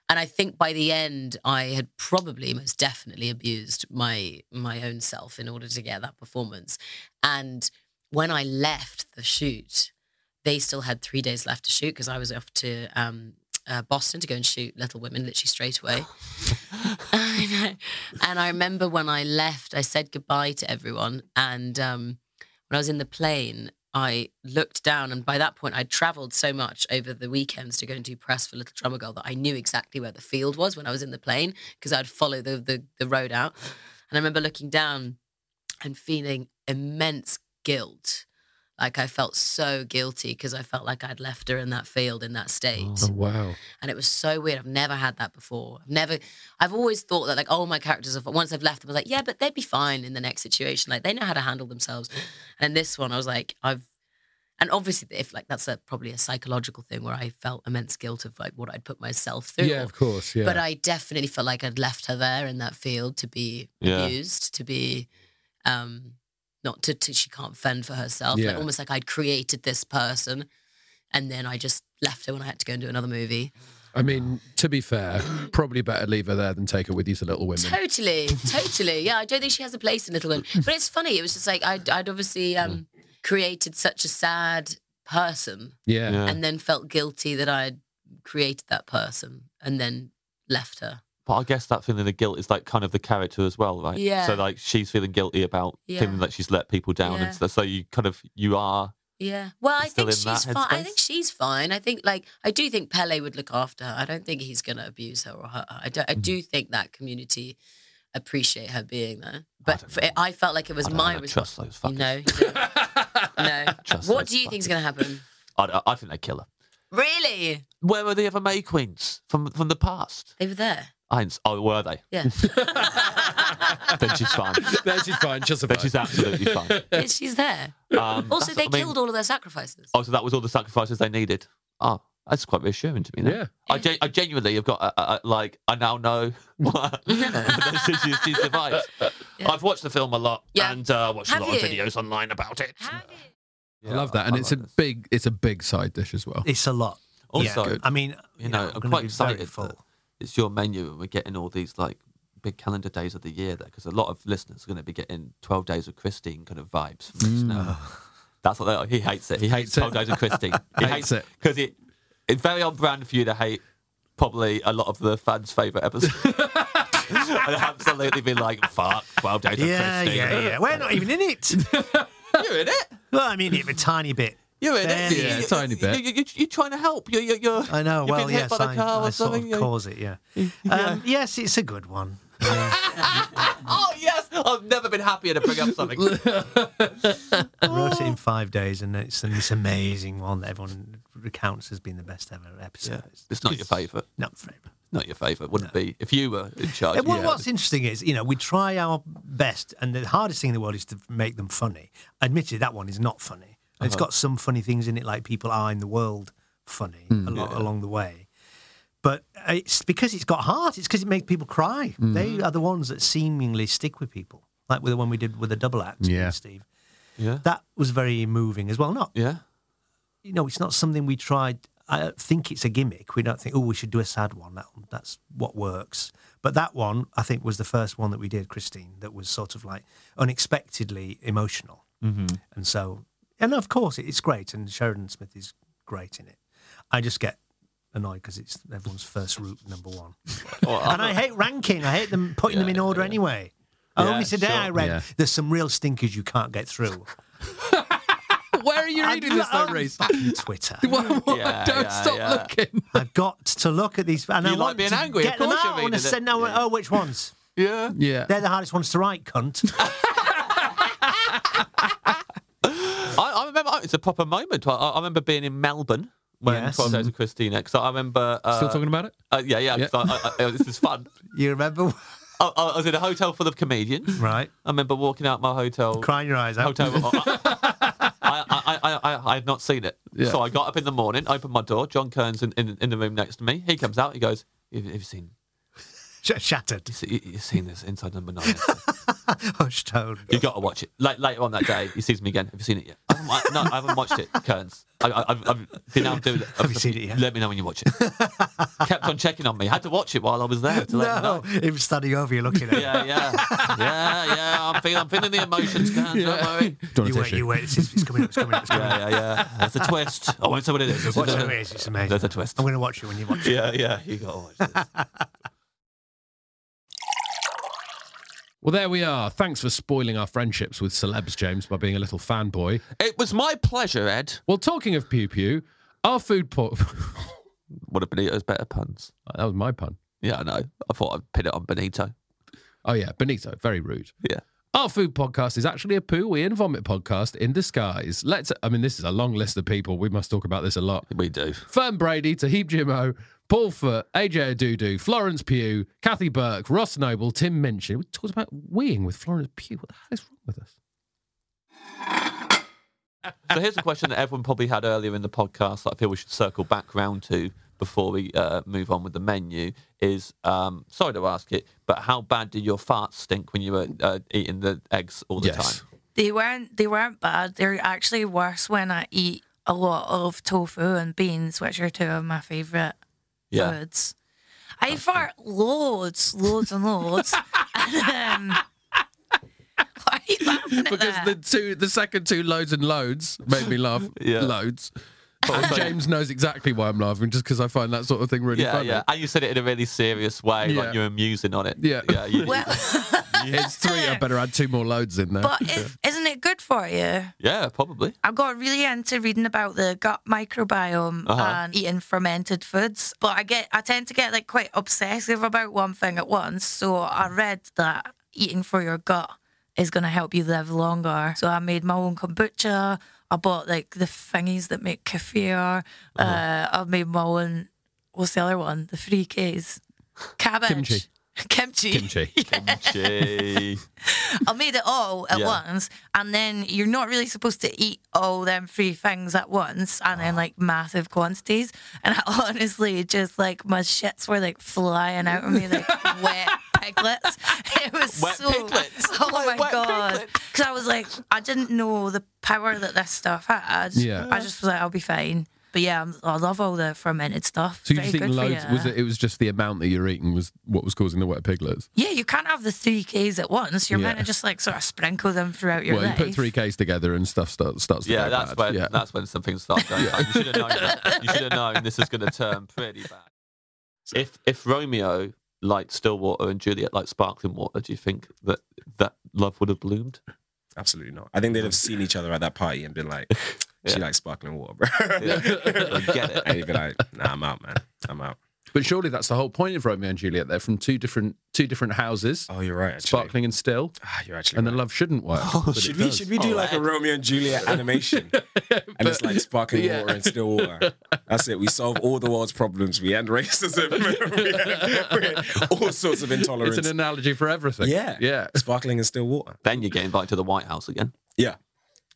Speaker 29: and I think by the end I had probably most definitely abused my my own self in order to get that performance. And when I left the shoot, they still had three days left to shoot because I was off to um, uh, Boston to go and shoot Little Women literally straight away. I know. And I remember when I left, I said goodbye to everyone. And um, when I was in the plane, I looked down, and by that point, I'd traveled so much over the weekends to go and do press for Little Drummer Girl that I knew exactly where the field was when I was in the plane because I'd follow the, the, the road out. And I remember looking down and feeling immense guilt. Like I felt so guilty because I felt like I'd left her in that field in that state.
Speaker 10: Oh, wow.
Speaker 29: And it was so weird. I've never had that before. I've never, I've always thought that, like, oh, my characters are, once I've left them, I was like, yeah, but they'd be fine in the next situation. Like, they know how to handle themselves. And in this one, I was like, I've, and obviously, if like that's a, probably a psychological thing where I felt immense guilt of like what I'd put myself through.
Speaker 10: Yeah, of course, yeah.
Speaker 29: But I definitely felt like I'd left her there in that field to be
Speaker 10: Yeah.
Speaker 29: abused, to be, um, not to, to she can't fend for herself.
Speaker 2: Yeah.
Speaker 29: Like, almost like I'd created this person, and then I just left her when I had to go and do another movie.
Speaker 10: I mean, to be fair, probably better leave her there than take her with you to Little Women.
Speaker 29: Totally, totally. Yeah, I don't think she has a place in Little Women. But it's funny. It was just like I'd, I'd obviously um, created such a sad person.
Speaker 10: Yeah. Yeah.
Speaker 29: And then felt guilty that I'd created that person and then left her.
Speaker 2: But I guess that feeling of guilt is like kind of the character as well, right?
Speaker 29: Yeah.
Speaker 2: So like she's feeling guilty about
Speaker 29: Yeah.
Speaker 2: feeling like she's let people down,
Speaker 29: Yeah.
Speaker 2: and so, so you kind of you are.
Speaker 29: Yeah. Well, I
Speaker 2: Still
Speaker 29: think
Speaker 2: in that
Speaker 29: she's fine. I
Speaker 2: headspace?
Speaker 29: think she's fine. I think like I do think Pele would look after her. I don't think he's going to abuse her or hurt her. I do, I
Speaker 2: Mm-hmm.
Speaker 29: do think that community appreciate her being there. But for, I felt like it was
Speaker 2: I don't
Speaker 29: my
Speaker 2: wanna trust
Speaker 29: responsibility.
Speaker 2: those fuckers.
Speaker 29: No. you don't. no.
Speaker 2: Trust
Speaker 29: what
Speaker 2: those
Speaker 29: do you think is going to happen?
Speaker 2: I, I think they kill her.
Speaker 29: Really?
Speaker 2: Where were the other May Queens from from the past?
Speaker 29: They were there.
Speaker 2: I didn't, oh, were they?
Speaker 29: Yeah.
Speaker 2: then she's fine.
Speaker 10: then she's fine. She's
Speaker 2: Then she's absolutely fine.
Speaker 29: Yeah, She's there.
Speaker 2: Um,
Speaker 29: also,
Speaker 2: that's-
Speaker 29: they
Speaker 2: I mean-
Speaker 29: killed all of their sacrifices.
Speaker 2: Oh, so that was all the sacrifices they needed. Oh, that's quite reassuring to me. then.
Speaker 29: Yeah.
Speaker 2: I, gen- I genuinely have got, uh, uh, like, I now know why she, she, she survived. I've watched the film a lot and uh, watched
Speaker 29: Have
Speaker 2: a lot
Speaker 29: you?
Speaker 2: of videos online about it.
Speaker 10: I love that, and it's a big, it's a big side dish as well.
Speaker 13: It's a lot.
Speaker 2: Also,
Speaker 13: Yeah. I mean,
Speaker 2: you know, I'm
Speaker 13: gonna
Speaker 2: quite
Speaker 13: be very
Speaker 2: excited. that It's your menu, and we're getting all these, like, big calendar days of the year there because a lot of listeners are going to be getting 12 days of Christine kind of vibes from this
Speaker 10: Mm.
Speaker 2: now. That's what they are. He hates it. He hates
Speaker 10: Hates it.
Speaker 2: 12 days of Christine. He
Speaker 10: Hates it.
Speaker 2: Because it, it's very on brand for you to hate probably a lot of the fans' favourite episode. I'd absolutely be like, fuck, 12 days
Speaker 13: Yeah,
Speaker 2: of Christine.
Speaker 13: yeah, yeah. We're not even in it.
Speaker 2: You're in it.
Speaker 13: Well, I mean, even a tiny bit.
Speaker 2: You're in it.
Speaker 13: Barely.
Speaker 2: You- you- You, you, you're trying to help. You're, you're, you're,
Speaker 13: I know.
Speaker 2: You've
Speaker 13: Well,
Speaker 2: been hit
Speaker 13: yes,
Speaker 2: by the
Speaker 13: I,
Speaker 2: car or
Speaker 13: I sort
Speaker 2: something,
Speaker 13: of
Speaker 2: yeah.
Speaker 13: cause it. Yeah. Um, yes, it's a good one.
Speaker 2: oh, yes. I've never been happier to bring up something.
Speaker 13: I wrote it in five days, and it's an this amazing one that everyone recounts as being the best ever episode.
Speaker 2: It's not your favourite.
Speaker 13: Not favourite.
Speaker 2: Not your favourite. Wouldn't be if you were in charge.
Speaker 13: And what,
Speaker 2: yeah.
Speaker 13: What's interesting is, you know, we try our best, and the hardest thing in the world is to make them funny. Admittedly, that one is not funny. And It's
Speaker 2: Uh-huh.
Speaker 13: got some funny things in it, like people are in the world funny a lot
Speaker 2: Hmm. Yeah.
Speaker 13: along the way. But it's because it's got heart. It's because it makes people cry.
Speaker 10: Mm.
Speaker 2: Hmm.
Speaker 13: They are the ones that seemingly stick with people, like with the one we did with the double act, with
Speaker 10: Yeah.
Speaker 13: Steve.
Speaker 2: Yeah.
Speaker 13: That was very moving as well. Not
Speaker 2: yeah.
Speaker 13: you know, it's not something we tried
Speaker 31: I don't think it's a gimmick. We don't think, oh, we should do a sad one. That, that's what works. But that one, I think, was the first one that we did, Christine, that was sort of like unexpectedly emotional.
Speaker 1: Mm-hmm.
Speaker 25: Mhm.
Speaker 31: And so, and of course, it's great. And Sheridan Smith is great in it. I just get annoyed because it's everyone's first route number one. and I hate ranking. I hate them putting them in order anyway.
Speaker 25: Oh. Yeah,
Speaker 31: Only today
Speaker 25: sure.
Speaker 31: I read
Speaker 25: Yeah.
Speaker 31: there's some real stinkers you can't get through.
Speaker 1: Where are you reading this though, Reese?
Speaker 31: Twitter.
Speaker 1: What- what- Yeah, don't yeah, stop yeah. looking.
Speaker 31: I've got to look at these. And
Speaker 1: You
Speaker 31: I
Speaker 1: like
Speaker 31: want
Speaker 1: being
Speaker 31: to
Speaker 1: angry, of
Speaker 31: Get them
Speaker 1: course
Speaker 31: out.
Speaker 1: you're
Speaker 31: I want to
Speaker 1: reading it.
Speaker 31: send out. Oh, which ones?
Speaker 2: yeah.
Speaker 1: Yeah.
Speaker 31: They're the hardest ones to write, cunt.
Speaker 2: I, I remember oh, it's a proper moment. I, I remember being in Melbourne when
Speaker 31: Yes.
Speaker 2: 12 Days of Christina because I remember. Uh,
Speaker 1: Still talking about it?
Speaker 2: Uh, yeah, yeah. 'cause I, I, I, this is fun.
Speaker 31: You remember?
Speaker 2: I, I was in a hotel full of comedians.
Speaker 31: Right.
Speaker 2: I remember walking out my hotel.
Speaker 31: Crying your eyes out.
Speaker 2: Hotel. I, I, I, I, I, I had not seen it.
Speaker 31: Yeah.
Speaker 2: So I got up in the morning, opened my door. John Kearns in, in, in the room next to me. He comes out. He goes, Have have you seen?
Speaker 31: Shattered.
Speaker 2: You, you've seen this inside number nine.
Speaker 31: Hush tone.
Speaker 2: You got to watch it. Like later on that day, he sees me again. Have you seen it yet? I haven't, I- no, I haven't watched it, Kearns. I, I, I've, I've been out doing it. Have you seen it yet? Let me know when you watch it. Kept on checking on me. Had to watch it while I was there to let me know.
Speaker 31: No, him standing over you looking at it.
Speaker 2: Yeah, yeah, yeah, yeah. I'm feeling, I'm feeling the emotions, Kearns. Don't worry.
Speaker 31: You wait, you wait. It's, it's coming up. It's coming up. It's coming up.
Speaker 2: Yeah, yeah, yeah. That's a twist. I won't say what it is.
Speaker 31: Watch it, it's- it's amazing.
Speaker 2: That's a twist.
Speaker 31: I'm going to watch it when you watch it.
Speaker 2: Yeah, yeah. You oh, got to watch it.
Speaker 1: Well, there we are. Thanks for spoiling our friendships with celebs, James, by being a little fanboy.
Speaker 2: It was my pleasure, Ed.
Speaker 1: Well, talking of pew pew, our food por
Speaker 2: Would have Benito's better puns?
Speaker 1: That was my pun.
Speaker 2: Yeah, I know. I thought I'd pin it on Benito.
Speaker 1: Oh yeah, Benito, very rude.
Speaker 2: Yeah.
Speaker 1: Our food podcast is actually a poo wee and vomit podcast in disguise. Let's I mean this is a long list of people. We must talk about this a lot.
Speaker 2: We do.
Speaker 1: Fern Brady, Tahib Jimmo, Paul Foot, AJ Adudu, Florence Pugh, Kathy Burke, Ross Noble, Tim Minchin. We talked about weeing with Florence Pugh. What the hell is wrong with us?
Speaker 2: So here's a question that everyone probably had earlier in the podcast that I feel we should circle back round to before we uh, move on with the menu is um, sorry to ask it, but how bad did your farts stink when you were uh, eating the eggs all the time?
Speaker 32: They weren't they weren't bad. They're actually worse when I eat a lot of tofu and beans, which are two of my favourite
Speaker 2: Yeah.
Speaker 32: foods. I fart loads, loads and loads. and, um,
Speaker 1: because the two the second two loads and loads made me laugh loads. And James knows exactly why I'm laughing, just because I find that sort of thing really
Speaker 2: yeah,
Speaker 1: funny.
Speaker 2: yeah. And you said it in a really serious way,
Speaker 1: Yeah.
Speaker 2: like you're amusing on it.
Speaker 1: Yeah.
Speaker 2: Yeah. You,
Speaker 1: it's three. I better add two more loads in there.
Speaker 32: but is, isn't it good for you?
Speaker 2: yeah, probably.
Speaker 32: I got really into reading about the gut microbiome
Speaker 2: Uh-huh.
Speaker 32: and eating fermented foods, but I get I tend to get like quite obsessive about one thing at once. So I read that eating for your gut is going to help you live longer. So I made my own kombucha. I bought like the thingies that make kefir. uh
Speaker 1: Uh-huh.
Speaker 32: I've made my own. What's the other one? The free K's. Cabbage.
Speaker 1: Kimchi.
Speaker 32: Kimchi.
Speaker 1: Kimchi.
Speaker 2: Kimchi.
Speaker 32: I made it all at
Speaker 2: Yeah.
Speaker 32: once, and then you're not really supposed to eat all them three things at once, and
Speaker 1: Ah.
Speaker 32: in like massive quantities. And I honestly just like my shits were like flying out of me like wet piglets. It was
Speaker 33: Wet
Speaker 32: so
Speaker 33: piglets.
Speaker 32: oh my god, because I was like I didn't know the power that this stuff had.
Speaker 1: Yeah.
Speaker 32: I just was like I'll be fine. But yeah, I'm- I love all the fermented stuff.
Speaker 1: so you
Speaker 32: Very
Speaker 1: just eating
Speaker 32: good for
Speaker 1: loads?
Speaker 32: you.
Speaker 1: Was it? It was just the amount that you're eating was what was causing the wet piglets.
Speaker 32: Yeah, you can't have the three Ks at once. You're
Speaker 1: Yeah.
Speaker 32: meant to just like sort of sprinkle them throughout your
Speaker 1: well,
Speaker 32: life.
Speaker 1: you put three Ks together and stuff starts starts. to
Speaker 2: Yeah,
Speaker 1: go
Speaker 2: that's
Speaker 1: bad.
Speaker 2: when
Speaker 1: Yeah.
Speaker 2: that's when some things start going bad. You should have known. that. You should have known this is going to turn pretty bad. If if Romeo liked still water and Juliet liked sparkling water, do you think that that love would have bloomed?
Speaker 34: Absolutely not. I think they'd have seen each other at that party and been like, she likes sparkling water, bro.
Speaker 2: Get it.
Speaker 34: And you'd be like, nah, I'm out, man. I'm out.
Speaker 1: But surely that's the whole point of Romeo and Juliet. They're from two different two different houses. Oh,
Speaker 34: you're right.
Speaker 1: Sparkling and still. Ah,
Speaker 34: you're actually.
Speaker 1: And the love shouldn't work. but it
Speaker 34: Oh, should we
Speaker 1: does.
Speaker 34: should we
Speaker 2: Oh,
Speaker 34: do like a Romeo and Juliet animation? and it's like sparkling
Speaker 1: Yeah.
Speaker 34: water and still water. That's it. We solve all the world's problems. We end racism. we, end, we end all sorts of intolerance.
Speaker 1: It's an analogy for everything.
Speaker 34: Yeah.
Speaker 1: Yeah.
Speaker 34: Sparkling and still water.
Speaker 2: Then you get invited to the White House again.
Speaker 34: Yeah.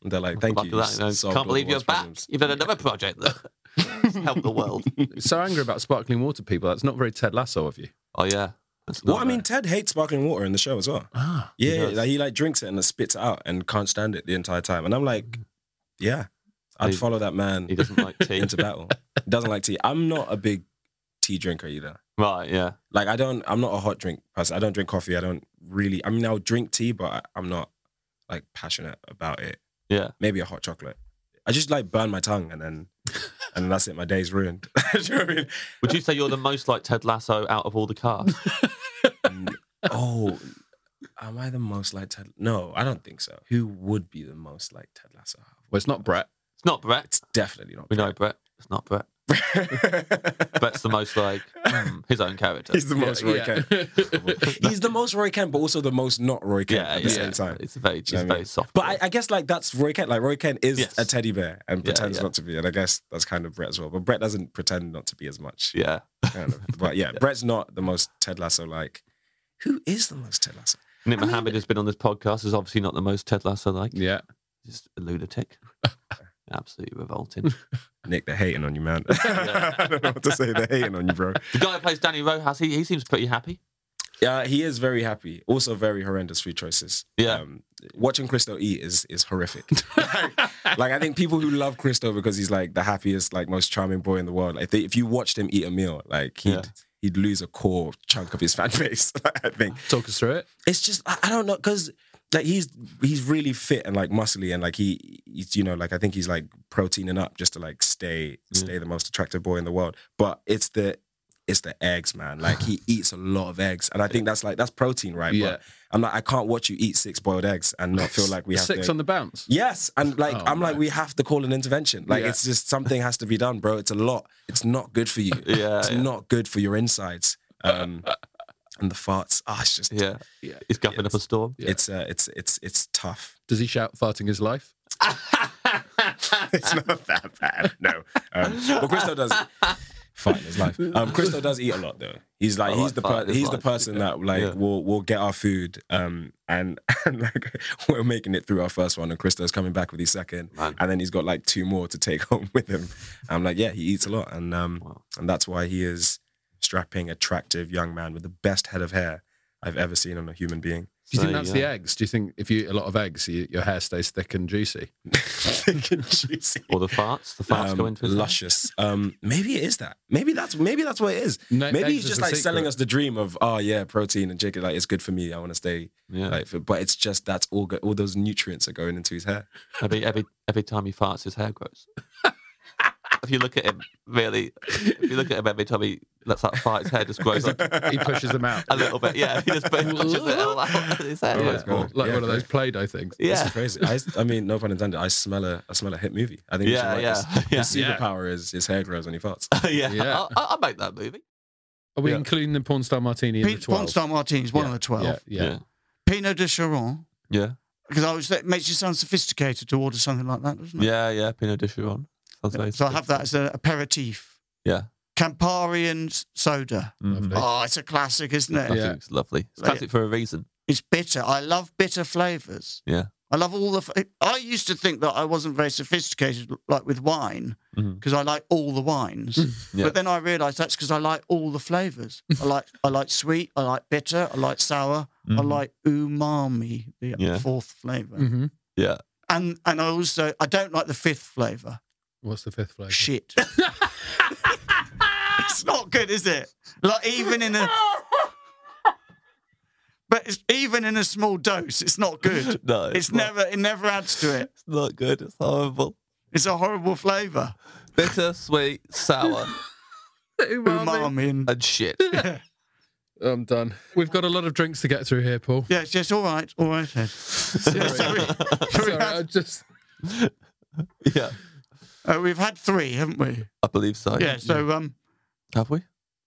Speaker 34: And they're like, thank
Speaker 2: Back
Speaker 34: you.
Speaker 2: to that, you know,
Speaker 34: solved all
Speaker 2: can't
Speaker 34: the
Speaker 2: believe you're
Speaker 34: world's
Speaker 2: back.
Speaker 34: problems."
Speaker 2: You've done another project that helped the world.
Speaker 1: so angry about sparkling water people. That's not very Ted Lasso of you.
Speaker 2: Oh yeah.
Speaker 34: Well, I mean, Ted hates sparkling water in the show as well.
Speaker 1: Ah,
Speaker 34: yeah, yeah, like he like drinks it and then spits it out and can't stand it the entire time. And I'm like, yeah, I'd follow that man. He doesn't like tea into battle. He doesn't like tea. I'm not a big tea drinker either.
Speaker 2: Right, yeah.
Speaker 34: Like I don't. I'm not a hot drink person. I don't drink coffee. I don't really. I mean, I'll drink tea, but I, I'm not like passionate about it.
Speaker 2: Yeah.
Speaker 34: Maybe a hot chocolate. I just like burn my tongue and then, and then that's it. My day's ruined. Do you know what I mean?
Speaker 2: Would you say you're the most like Ted Lasso out of all the cast?
Speaker 34: oh, am I the most like Ted? No, I don't think so. Who would be the most like Ted Lasso?
Speaker 2: Well, it's not Brett. It's not Brett. It's
Speaker 34: definitely not.
Speaker 2: We know Brett. It's not Brett. Brett's the most like hmm, his own character.
Speaker 34: He's the most Roy
Speaker 2: yeah.
Speaker 34: Kent. He's the most Roy Kent, but also the most not Roy Kent
Speaker 2: Yeah,
Speaker 34: at the
Speaker 2: yeah.
Speaker 34: same time.
Speaker 2: It's very, it's
Speaker 34: Do you know what I
Speaker 2: very
Speaker 34: mean?
Speaker 2: soft.
Speaker 34: But I, I guess like that's Roy Kent. Like Roy Kent is a teddy bear and
Speaker 2: Yeah,
Speaker 34: pretends
Speaker 2: yeah.
Speaker 34: not to be, and I guess that's kind of Brett as well. But Brett doesn't pretend not to be as much.
Speaker 2: Yeah.
Speaker 34: Kind of. But yeah, Brett's not the most Ted Lasso like. Who is the most Ted Lasso?
Speaker 2: Nick Mohammed has been on this podcast. Is obviously not the most Ted Lasso like.
Speaker 1: Yeah,
Speaker 2: just a lunatic. Absolutely revolting.
Speaker 34: Nick, they're hating on you, man. I don't know what to say. They're hating on you, bro.
Speaker 2: The guy who plays Danny Rojas, he, he seems pretty happy.
Speaker 34: Yeah, he is very happy. Also, very horrendous food choices.
Speaker 2: Yeah.
Speaker 34: Um, watching Christo eat is is horrific. like, like, I think people who love Christo because he's like the happiest, like most charming boy in the world. Like, they, if you watched him eat a meal, like he'd he'd lose a core chunk of his fan base. I think.
Speaker 1: Talk us through it.
Speaker 34: It's just I, I don't know because like he's he's really fit and like muscly and like he he's, you know like I think he's like proteining up just to like stay
Speaker 1: Mm.
Speaker 34: stay the most attractive boy in the world. But it's the it's the eggs, man. Like he eats a lot of eggs, and I think that's like that's protein, right?
Speaker 1: Yeah.
Speaker 34: But I'm like I can't watch you eat six boiled eggs and not feel like we have
Speaker 1: six
Speaker 34: to...
Speaker 1: on the bounce.
Speaker 34: Yes, and like
Speaker 1: Oh,
Speaker 34: I'm like we have to call an intervention. Like
Speaker 1: Yeah.
Speaker 34: it's just something has to be done, bro. It's a lot. It's not good for you.
Speaker 2: Yeah,
Speaker 34: it's
Speaker 2: yeah.
Speaker 34: not good for your insides. Um, and the farts. Ah, it's just
Speaker 2: yeah, yeah. He's guffing up a storm.
Speaker 34: It's uh, it's it's it's tough.
Speaker 1: Does he shout farting his life?
Speaker 34: it's not that bad. No. Um, well, Christo does. Fine, his life. Um, Christo does eat a lot though. He's like
Speaker 2: I
Speaker 34: he's
Speaker 2: like
Speaker 34: the
Speaker 2: fart
Speaker 34: per-
Speaker 2: in his
Speaker 34: he's the
Speaker 2: life,
Speaker 34: person that like
Speaker 2: Yeah.
Speaker 34: will will get our food um and, and like we're making it through our first one and Christo's coming back with his second and then he's got like two more to take home with him. I'm like yeah he eats a lot and um and that's why he is strapping attractive young man with the best head of hair I've ever seen on a human being.
Speaker 1: Do you think that's the eggs? Do you think if you eat a lot of eggs, you, your hair stays thick and juicy?
Speaker 34: thick and juicy.
Speaker 2: Or the farts? The farts
Speaker 34: um,
Speaker 2: go into his life?
Speaker 34: luscious. Um, maybe it is that. Maybe that's maybe that's what it is.
Speaker 2: No,
Speaker 34: maybe
Speaker 2: eggs
Speaker 34: he's
Speaker 2: is
Speaker 34: just
Speaker 2: the
Speaker 34: like selling
Speaker 2: secret.
Speaker 34: us the dream of oh yeah, protein and chicken. Like it's good for me. I want to stay.
Speaker 2: Yeah.
Speaker 34: Like, fit. but it's just that's all. Go- all those nutrients are going into his hair.
Speaker 2: Every every every time he farts, his hair grows. if you look at him, really, if you look at him every time he lets that fart, his hair just grows. Like,
Speaker 1: He pushes them out
Speaker 2: a little bit. Yeah, he just pushes it all out. His hair
Speaker 1: Yeah.
Speaker 2: grows more.
Speaker 1: Oh, Like one of those Play-Doh things.
Speaker 34: This
Speaker 2: Yeah.
Speaker 34: is crazy. I, I mean, no pun intended. I smell a I smell a hit movie. I think we
Speaker 2: Yeah,
Speaker 34: should write
Speaker 2: yeah,
Speaker 34: this.
Speaker 2: yeah.
Speaker 34: His
Speaker 2: Yeah.
Speaker 34: superpower is his hair grows when he farts.
Speaker 2: yeah,
Speaker 1: Yeah.
Speaker 2: I'll, I'll make that movie.
Speaker 1: Are we including the porn star martini in the
Speaker 35: Pete,
Speaker 1: 12?
Speaker 35: Porn Star Martini's one
Speaker 1: Yeah,
Speaker 35: of the 12.
Speaker 1: yeah, yeah. Yeah.
Speaker 35: Pinot de Charon.
Speaker 2: Yeah.
Speaker 35: Because I was, that makes you sound sophisticated to order something like that, doesn't it?
Speaker 2: Yeah, yeah. Pinot de Chiron. Sounds very
Speaker 35: So I have that as an aperitif.
Speaker 2: Yeah.
Speaker 35: Campari and s- soda.
Speaker 1: Mm.
Speaker 2: Mhm. Lovely.
Speaker 35: Oh, it's a classic, isn't it?
Speaker 2: I think It's lovely. It's
Speaker 35: Like-
Speaker 2: classic for a reason.
Speaker 35: It's bitter. I love bitter flavours.
Speaker 2: Yeah.
Speaker 35: I love all the. F- I used to think that I wasn't very sophisticated, like with wine, because I like all the wines.
Speaker 2: Mm-hmm. Yeah.
Speaker 35: But then I realised that's because I like all the flavours. I like I like sweet, I like bitter, I like sour, I
Speaker 2: Mhm.
Speaker 35: like umami, the
Speaker 2: Yeah.
Speaker 35: fourth flavour,
Speaker 2: Yeah.
Speaker 35: and and I also I don't like the fifth flavour.
Speaker 1: What's the fifth flavour?
Speaker 35: Shit. it's not good, is it? Like even in a. But it's, even in a small dose, it's not good.
Speaker 2: No,
Speaker 35: it's,
Speaker 2: it's
Speaker 35: never. It never adds to it. It's
Speaker 2: not good. It's horrible.
Speaker 35: It's a horrible flavour.
Speaker 2: Bitter, sweet, sour.
Speaker 35: Umami and,
Speaker 2: shit.
Speaker 1: I'm done. We've got a lot of drinks to get through here, Paul.
Speaker 35: Yeah, it's just all right. All right. Ed. Yeah, sorry.
Speaker 1: Sorry, I just.
Speaker 2: Yeah.
Speaker 35: Uh, we've had three, haven't we?
Speaker 2: I believe so.
Speaker 35: Yeah. So um.
Speaker 2: have we?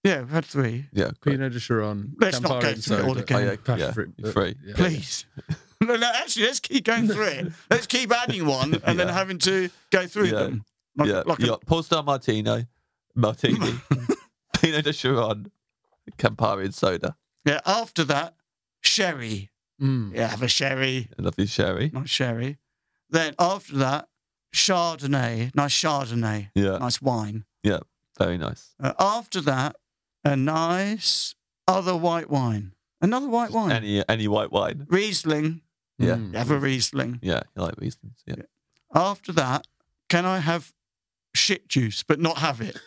Speaker 35: Yeah, we've had three.
Speaker 2: Yeah. Oh,
Speaker 1: Pinot de Chiron.
Speaker 35: Let's not go through it all again.
Speaker 2: Free.
Speaker 35: Please. No, no, actually, let's keep going through it. Let's keep adding one and then
Speaker 2: Yeah.
Speaker 35: having to go through
Speaker 2: yeah.
Speaker 35: them.
Speaker 2: yeah.
Speaker 35: like a-
Speaker 2: you got Paul Star Martino, Martini, Pinot de Chiron, Campari and soda.
Speaker 35: Yeah. After that, sherry. Yeah, have a sherry.
Speaker 2: I love you, Mm. Sherry.
Speaker 35: Nice sherry. Then after that, Chardonnay. Nice Chardonnay.
Speaker 2: Yeah.
Speaker 35: Nice wine.
Speaker 2: Yeah. Very nice.
Speaker 35: Uh, after that, a nice other white wine. Another white wine.
Speaker 2: Any any white wine.
Speaker 35: Riesling.
Speaker 2: Yeah.
Speaker 1: Hmm.
Speaker 35: You Have a Riesling.
Speaker 2: Yeah. You like Riesling. Yeah.
Speaker 35: After that, can I have shit juice but not have it?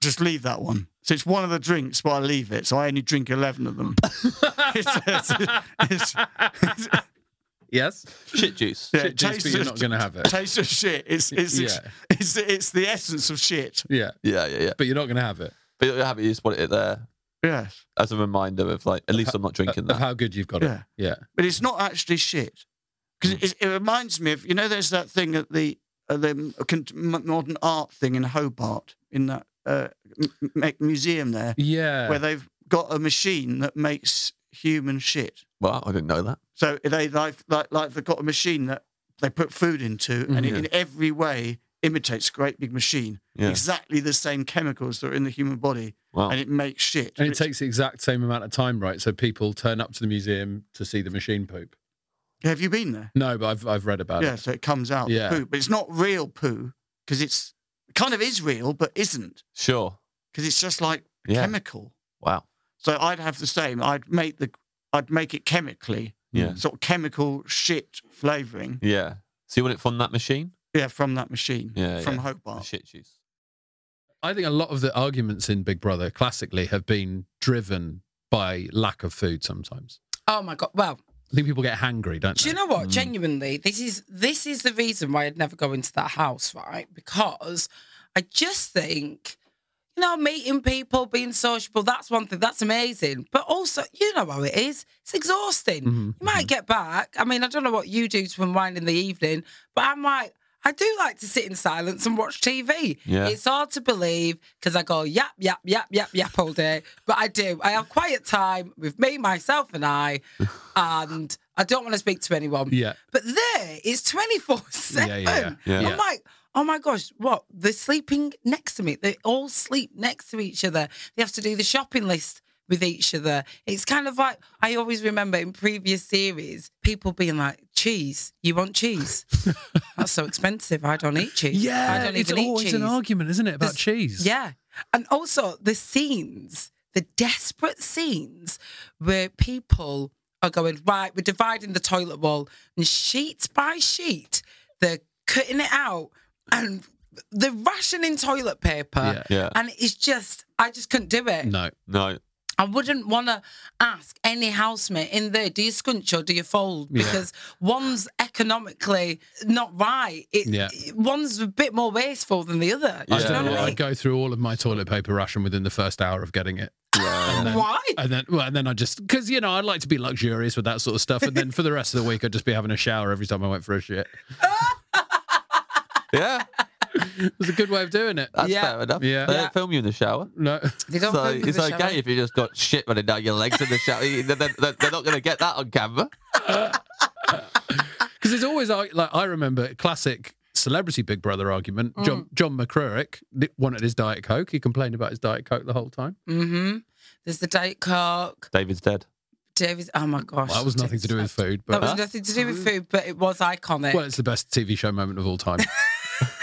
Speaker 35: Just leave that one. So it's one of the drinks, but I leave it. So I only drink 11 of them.
Speaker 1: yes?
Speaker 2: Shit juice.
Speaker 35: Yeah,
Speaker 1: Shit juice, but you're not gonna have it.
Speaker 35: Taste of shit. It's, it's, it's,
Speaker 1: Yeah.
Speaker 35: it's, it's the essence of shit.
Speaker 1: Yeah.
Speaker 2: Yeah, yeah, yeah.
Speaker 1: But you're not going to have it.
Speaker 2: But you're happy you just want it there.
Speaker 35: Yeah.
Speaker 2: As a reminder of like, at least I'm not drinking that.
Speaker 1: Of how good you've got
Speaker 35: Yeah.
Speaker 1: it. Yeah.
Speaker 35: but it's not actually shit
Speaker 1: Hmm.
Speaker 35: because it, it reminds me of you know there's that thing at the at the con- modern art thing in Hobart in that uh, m- m- museum there
Speaker 1: Yeah.
Speaker 35: where they've got a machine that makes human shit
Speaker 2: Wow, I didn't know that.
Speaker 35: so they like like, like they've got a machine that they put food into and it,
Speaker 2: Mhm.
Speaker 35: in every way imitates a great big machine
Speaker 1: Mm-hmm. Yeah.
Speaker 35: exactly the same chemicals that are in the human body
Speaker 1: Wow.
Speaker 35: and it makes shit
Speaker 1: And it takes the exact same amount of time, right? So people turn up to the museum to see the machine poop.
Speaker 35: have you been there
Speaker 1: No, but I've, I've read
Speaker 2: Uh,
Speaker 1: about
Speaker 35: yeah,
Speaker 1: it.
Speaker 35: so it comes out
Speaker 1: Yeah.
Speaker 35: poo, but it's not real poo because it's it kind of is real but isn't
Speaker 2: Sure.
Speaker 35: because it's just like
Speaker 2: Yeah.
Speaker 35: chemical.
Speaker 2: Wow.
Speaker 35: So I'd have the same. I'd make the I'd make it chemically,
Speaker 2: Yeah.
Speaker 35: sort of chemical shit flavoring.
Speaker 2: Yeah. So you want it from that machine?
Speaker 35: Yeah, from that machine.
Speaker 2: Yeah.
Speaker 35: from
Speaker 2: yeah.
Speaker 35: Hobart.
Speaker 2: The shit juice.
Speaker 1: I think a lot of the arguments in Big Brother classically have been driven by lack of food sometimes.
Speaker 36: Oh my god! Well,
Speaker 1: I think people get hangry, don't
Speaker 36: do
Speaker 1: they?
Speaker 36: you know what? Genuinely, this is this is the reason why I'd never go into that house, right? Because I just think, you know, meeting people, being sociable, that's one thing, that's amazing. But also, you know how it is. It's exhausting.
Speaker 1: Mhm,
Speaker 5: Mm-hmm.
Speaker 36: You might get back. I mean, I don't know what you do to unwind in the evening, but I'm like, I do like to sit in silence and watch TV.
Speaker 23: Yeah.
Speaker 36: It's hard to believe because I go yap, yap, yap, yap, yap all day. But I do. I have quiet time with me, myself, and I. And I don't want to speak to anyone.
Speaker 1: Yeah.
Speaker 36: But there is 24 7.
Speaker 1: Yeah, yeah, yeah. Yeah.
Speaker 36: I'm like, oh my gosh, what? They're sleeping next to me. They all sleep next to each other. They have to do the shopping list with each other. It's kind of like, I always remember in previous series, people being like, cheese, you want cheese? That's so expensive. I don't eat cheese.
Speaker 1: Yeah,
Speaker 36: I don't
Speaker 1: it's
Speaker 36: even eat
Speaker 1: always
Speaker 36: cheese.
Speaker 1: an argument, isn't it, about cheese?
Speaker 36: Yeah. And also the scenes, the desperate scenes where people are going, right, we're dividing the toilet wall and sheet by sheet, they're cutting it out and they're rationing toilet paper.
Speaker 2: Yeah. Yeah.
Speaker 36: And it's just, I just couldn't do it.
Speaker 1: No.
Speaker 2: No.
Speaker 36: I wouldn't want to ask any housemate in there, do you scrunch or do you fold?
Speaker 1: Yeah.
Speaker 36: Because one's economically not right. It,
Speaker 1: Yeah.
Speaker 36: One's a bit more wasteful than the other. Do
Speaker 1: I
Speaker 36: you
Speaker 1: don't
Speaker 36: know
Speaker 1: know
Speaker 36: what
Speaker 1: what,
Speaker 36: I mean?
Speaker 1: I'd go through all of my toilet paper ration within the first hour of getting it. And then,
Speaker 36: Why?
Speaker 1: And then, well, and then I just because you know I'd like to be luxurious with that sort of stuff, and then for the rest of the week I'd just be having a shower every time I went for a shit.
Speaker 2: yeah,
Speaker 1: it was a good way of doing it.
Speaker 2: That's fair enough.
Speaker 1: Yeah.
Speaker 2: They don't film you in the shower.
Speaker 1: No.
Speaker 36: They don't
Speaker 2: so
Speaker 36: film you in
Speaker 2: it's
Speaker 36: the
Speaker 2: okay
Speaker 36: shower.
Speaker 2: if you just got shit running down your legs in the shower. You- they're, they're- they're not going to get that on camera.
Speaker 1: Because there's always ar- like I remember classic celebrity Big Brother argument.
Speaker 36: Mm.
Speaker 1: John John McCrurick li- wanted his diet coke. He complained about his diet coke the whole time.
Speaker 36: Mm-hmm. There's the Diet Coke.
Speaker 2: David's dead.
Speaker 36: David. Oh my gosh.
Speaker 1: Well, that was nothing to do with food, but
Speaker 36: That was nothing to do with food, but it was iconic.
Speaker 1: Well, it's the best TV show moment of all time,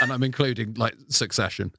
Speaker 1: and I'm including like Succession.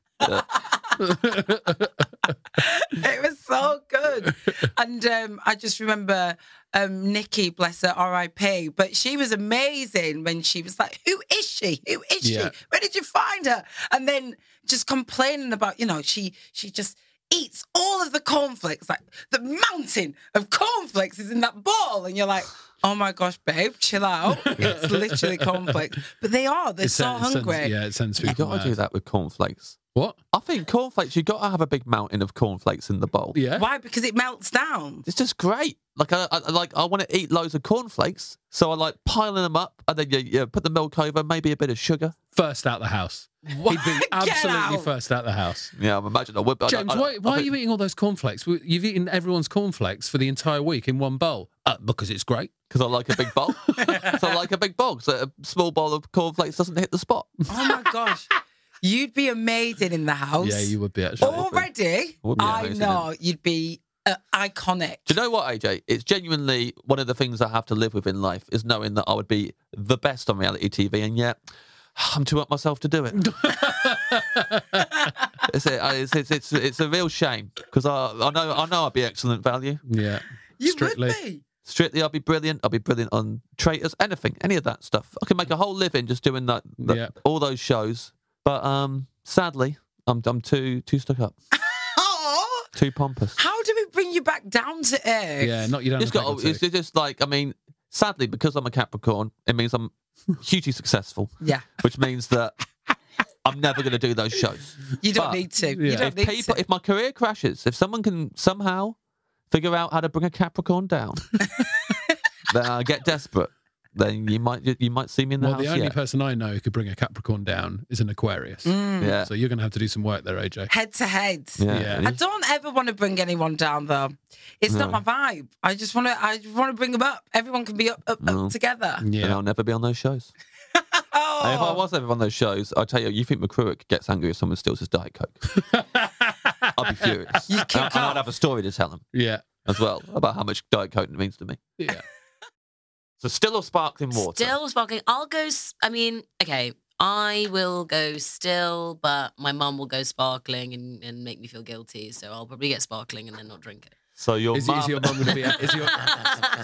Speaker 36: it was so good. And um, I just remember um, Nikki, bless her, R.I.P. But she was amazing when she was like, "Who is she? Who is
Speaker 23: Yeah.
Speaker 36: she? Where did you find her?" And then just complaining about, you know, she she just eats all of the cornflakes, like the mountain of cornflakes is in that bowl, and you're like. Oh my gosh, babe, chill out. It's literally cornflakes. But they are, they're
Speaker 2: It
Speaker 36: so
Speaker 2: sounds- it sounds-
Speaker 36: hungry.
Speaker 1: yeah, it sends
Speaker 2: You
Speaker 1: people
Speaker 2: got to
Speaker 1: mad.
Speaker 2: do that with cornflakes.
Speaker 1: What?
Speaker 2: I think cornflakes. You got to have a big mountain of cornflakes in the bowl.
Speaker 1: Yeah.
Speaker 36: Why? Because it melts down.
Speaker 2: It's just great. Like I, I I- like I want to eat loads of cornflakes, so I like piling them up, and then you, you put the milk over, maybe a bit of sugar.
Speaker 1: First out the house. He'd be absolutely
Speaker 2: out.
Speaker 1: first out the house.
Speaker 2: Yeah, I'm imagining I would. But I-
Speaker 1: James,
Speaker 2: I- I-
Speaker 1: why, why
Speaker 2: I
Speaker 1: are
Speaker 2: think-
Speaker 1: you eating all those cornflakes? We- You've eaten everyone's cornflakes for the entire week in one bowl. Uh, because it's great.
Speaker 2: Because I like a big bowl. so I like a big bowl. So a small bowl of cornflakes doesn't hit the spot.
Speaker 36: Oh my gosh. You'd be amazing in the house.
Speaker 2: Yeah, you
Speaker 1: would be
Speaker 36: Already,
Speaker 2: Would be
Speaker 36: I
Speaker 2: amazing,
Speaker 36: know you'd be uh, iconic.
Speaker 2: Do you know what, AJ? It's genuinely one of the things I have to live with in life is knowing that I would be the best on reality TV, and yet I'm too up myself to do it. it's, a, it's, it's, it's, it's a real shame because I, I know I know I'd be excellent value.
Speaker 1: Yeah,
Speaker 36: you
Speaker 2: strictly.
Speaker 36: would be.
Speaker 2: Strictly, I'll be brilliant. I'll be brilliant on traitors, anything, any of that stuff. I can make a whole living just doing that, that- all those shows, But um, sadly, I'm I'm too too stuck up, too pompous.
Speaker 36: How do we bring you back down to earth?
Speaker 2: It's got. It's, it's just like I mean, sadly, because I'm a Capricorn, it means I'm hugely successful.
Speaker 36: Yeah.
Speaker 2: Which means that I'm never going to do those shows.
Speaker 36: You don't need to. You don't
Speaker 2: if
Speaker 36: need
Speaker 2: people, if my career crashes, if someone can somehow figure out how to bring a Capricorn down, then I get desperate. Then you might you might see me in the
Speaker 10: Well,
Speaker 2: house.
Speaker 10: the only
Speaker 2: yet.
Speaker 10: person I know who could bring a Capricorn down is an Aquarius.
Speaker 36: Mm. Yeah.
Speaker 10: So you're going to have to do some work there, AJ.
Speaker 36: Head to head.
Speaker 10: Yeah. Yeah.
Speaker 36: I don't ever want to bring anyone down though. It's
Speaker 2: No.
Speaker 36: not my vibe. I just want to. I want to bring them up. Everyone can be up, up,
Speaker 2: No.
Speaker 36: up together.
Speaker 2: And I'll never be on those shows. And if I was ever on those shows, I tell you, you think McCruick gets angry if someone steals his Diet Coke? I'll be furious. You and, and I'd have a story to tell him.
Speaker 10: Yeah.
Speaker 2: As well about how much Diet Coke means to me.
Speaker 10: Yeah.
Speaker 2: So still or sparkling water?
Speaker 29: Still sparkling. I'll go. s- I mean, okay, I will go still, but my mum will go sparkling and, and make me feel guilty. So I'll probably get sparkling and then not drink it.
Speaker 2: So your
Speaker 10: is,
Speaker 2: mum-
Speaker 10: is your mum going to be? Is your,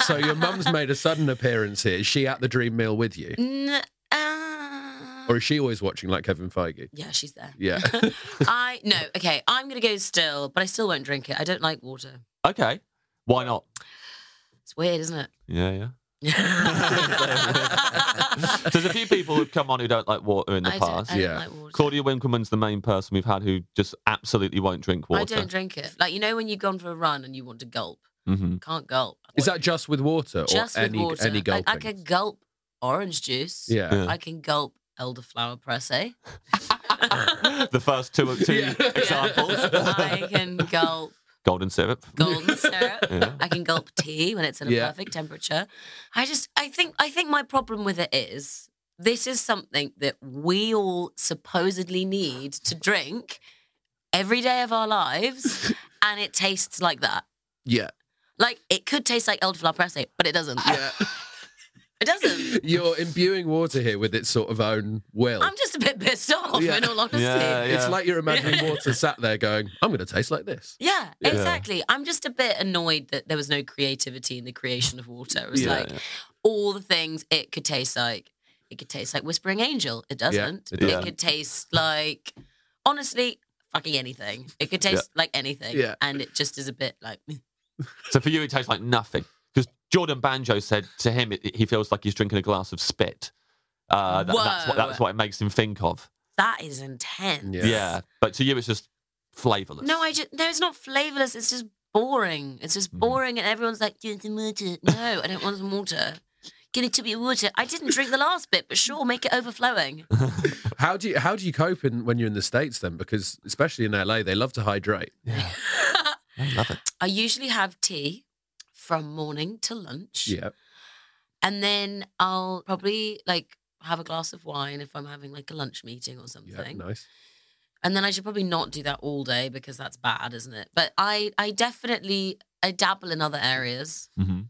Speaker 10: so your mum's made a sudden appearance here. Is she at the dream meal with you,
Speaker 29: N-
Speaker 10: or is she always watching like Kevin Feige?
Speaker 29: yeah, she's there.
Speaker 10: Yeah.
Speaker 29: I no. Okay, I'm gonna go still, but I still won't drink it. I don't like water.
Speaker 2: Okay. Why not?
Speaker 29: It's weird, isn't it?
Speaker 2: Yeah, yeah. There's a few people who've come on who don't like water in the
Speaker 29: I don't- I
Speaker 2: past.
Speaker 29: don't Yeah. like water.
Speaker 2: Claudia Winkleman's the main person we've had who just absolutely won't drink water.
Speaker 29: I don't drink it. Like you know when you've gone for a run and you want to gulp,
Speaker 2: Mm-hmm.
Speaker 29: can't gulp.
Speaker 10: Is that just with water Uh, or
Speaker 29: Just
Speaker 10: any
Speaker 29: with water.
Speaker 10: any
Speaker 29: Like,
Speaker 10: gulping?
Speaker 29: I can gulp orange juice.
Speaker 10: Yeah. Yeah.
Speaker 29: I can gulp elderflower presse.
Speaker 2: The first two, two examples.
Speaker 29: I can gulp
Speaker 2: Golden syrup.
Speaker 29: golden syrup.
Speaker 2: Yeah.
Speaker 29: I can gulp tea when it's at a
Speaker 2: Yeah.
Speaker 29: perfect temperature. I just I think I think my problem with it is this is something that we all supposedly need to drink every day of our lives and it tastes like that.
Speaker 10: yeah.
Speaker 29: Like it could taste like elderflower presse, but it doesn't.
Speaker 10: Yeah.
Speaker 29: It doesn't.
Speaker 10: You're imbuing water here with its sort of own will.
Speaker 29: I'm just a bit pissed off in all honesty.
Speaker 10: It's like you're imagining water sat there going, I'm going to taste like this.
Speaker 29: Yeah,
Speaker 10: Yeah.
Speaker 29: exactly. I'm just a bit annoyed that there was no creativity in the creation of water. It was
Speaker 10: Yeah.
Speaker 29: like all the things it could taste like. It could taste like Whispering Angel. It
Speaker 10: Yeah,
Speaker 29: doesn't.
Speaker 10: it doesn't.
Speaker 29: It could taste like, honestly, fucking anything. It could
Speaker 2: Yeah.
Speaker 29: taste like anything.
Speaker 2: Yeah.
Speaker 29: And it just is a bit like,
Speaker 2: So for you, it tastes like nothing. Because Jordan Banjo said to him, it, he feels like he's drinking a glass of spit. Uh, that- that's, what,
Speaker 29: Whoa.
Speaker 2: that's what it makes him think of.
Speaker 29: that is intense.
Speaker 2: Yeah. But to you, it's just flavorless.
Speaker 29: No, I just, no, it's not flavorless. It's just boring. It's
Speaker 10: Mm.
Speaker 29: just boring. And everyone's like, get some water. No, I don't want some water. Get it to be water. I didn't drink the last bit, but sure, make it overflowing.
Speaker 10: How do you how do you cope in, when you're in the states then? Because especially in LA, they love to hydrate. Yeah, I love it.
Speaker 29: I usually have tea from morning to lunch,
Speaker 10: Yeah,
Speaker 29: and then I'll probably like have a glass of wine if I'm having like a lunch meeting or
Speaker 10: yeah,
Speaker 29: something.
Speaker 10: nice.
Speaker 29: And then I should probably not do that all day because that's bad, isn't it? But I I definitely I dabble in other areas.
Speaker 2: Mm-hmm.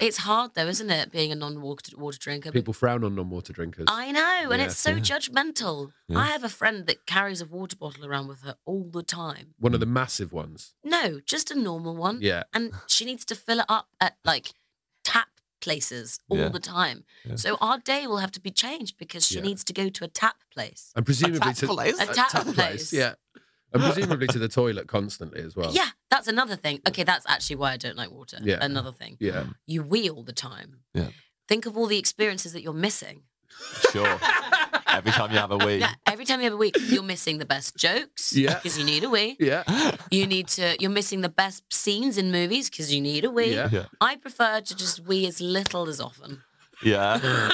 Speaker 29: It's hard though, isn't it, being a non-water water drinker?
Speaker 10: People frown on non-water drinkers.
Speaker 29: I know, and
Speaker 10: Yeah.
Speaker 29: it's so
Speaker 10: Yeah.
Speaker 29: judgmental.
Speaker 10: Yeah.
Speaker 29: I have a friend that carries a water bottle around with her all the time.
Speaker 10: One of the massive ones.
Speaker 29: No, just a normal one.
Speaker 10: Yeah.
Speaker 29: And she needs to fill it up at like tap places all
Speaker 10: Yeah.
Speaker 29: the time.
Speaker 10: Yeah.
Speaker 29: So our day will have to be changed because she
Speaker 10: Yeah.
Speaker 29: needs to go to a tap place.
Speaker 10: And presumably to
Speaker 29: A tap place.
Speaker 10: Yeah. And presumably to the toilet constantly as well.
Speaker 29: Yeah, that's another thing. Okay, that's actually why I don't like water.
Speaker 10: Yeah.
Speaker 29: Another thing.
Speaker 10: Yeah.
Speaker 29: You wee all the time.
Speaker 2: Yeah.
Speaker 29: Think of all the experiences that you're missing.
Speaker 2: Sure. Every time you have a wee.
Speaker 29: Yeah, every time you have a wee, you're missing the best jokes
Speaker 2: Yeah.
Speaker 29: because you need a wee.
Speaker 10: Yeah.
Speaker 29: You need to. You're missing the best scenes in movies because you need a wee.
Speaker 2: Yeah. Yeah.
Speaker 29: I prefer to just wee as little as often.
Speaker 2: Yeah.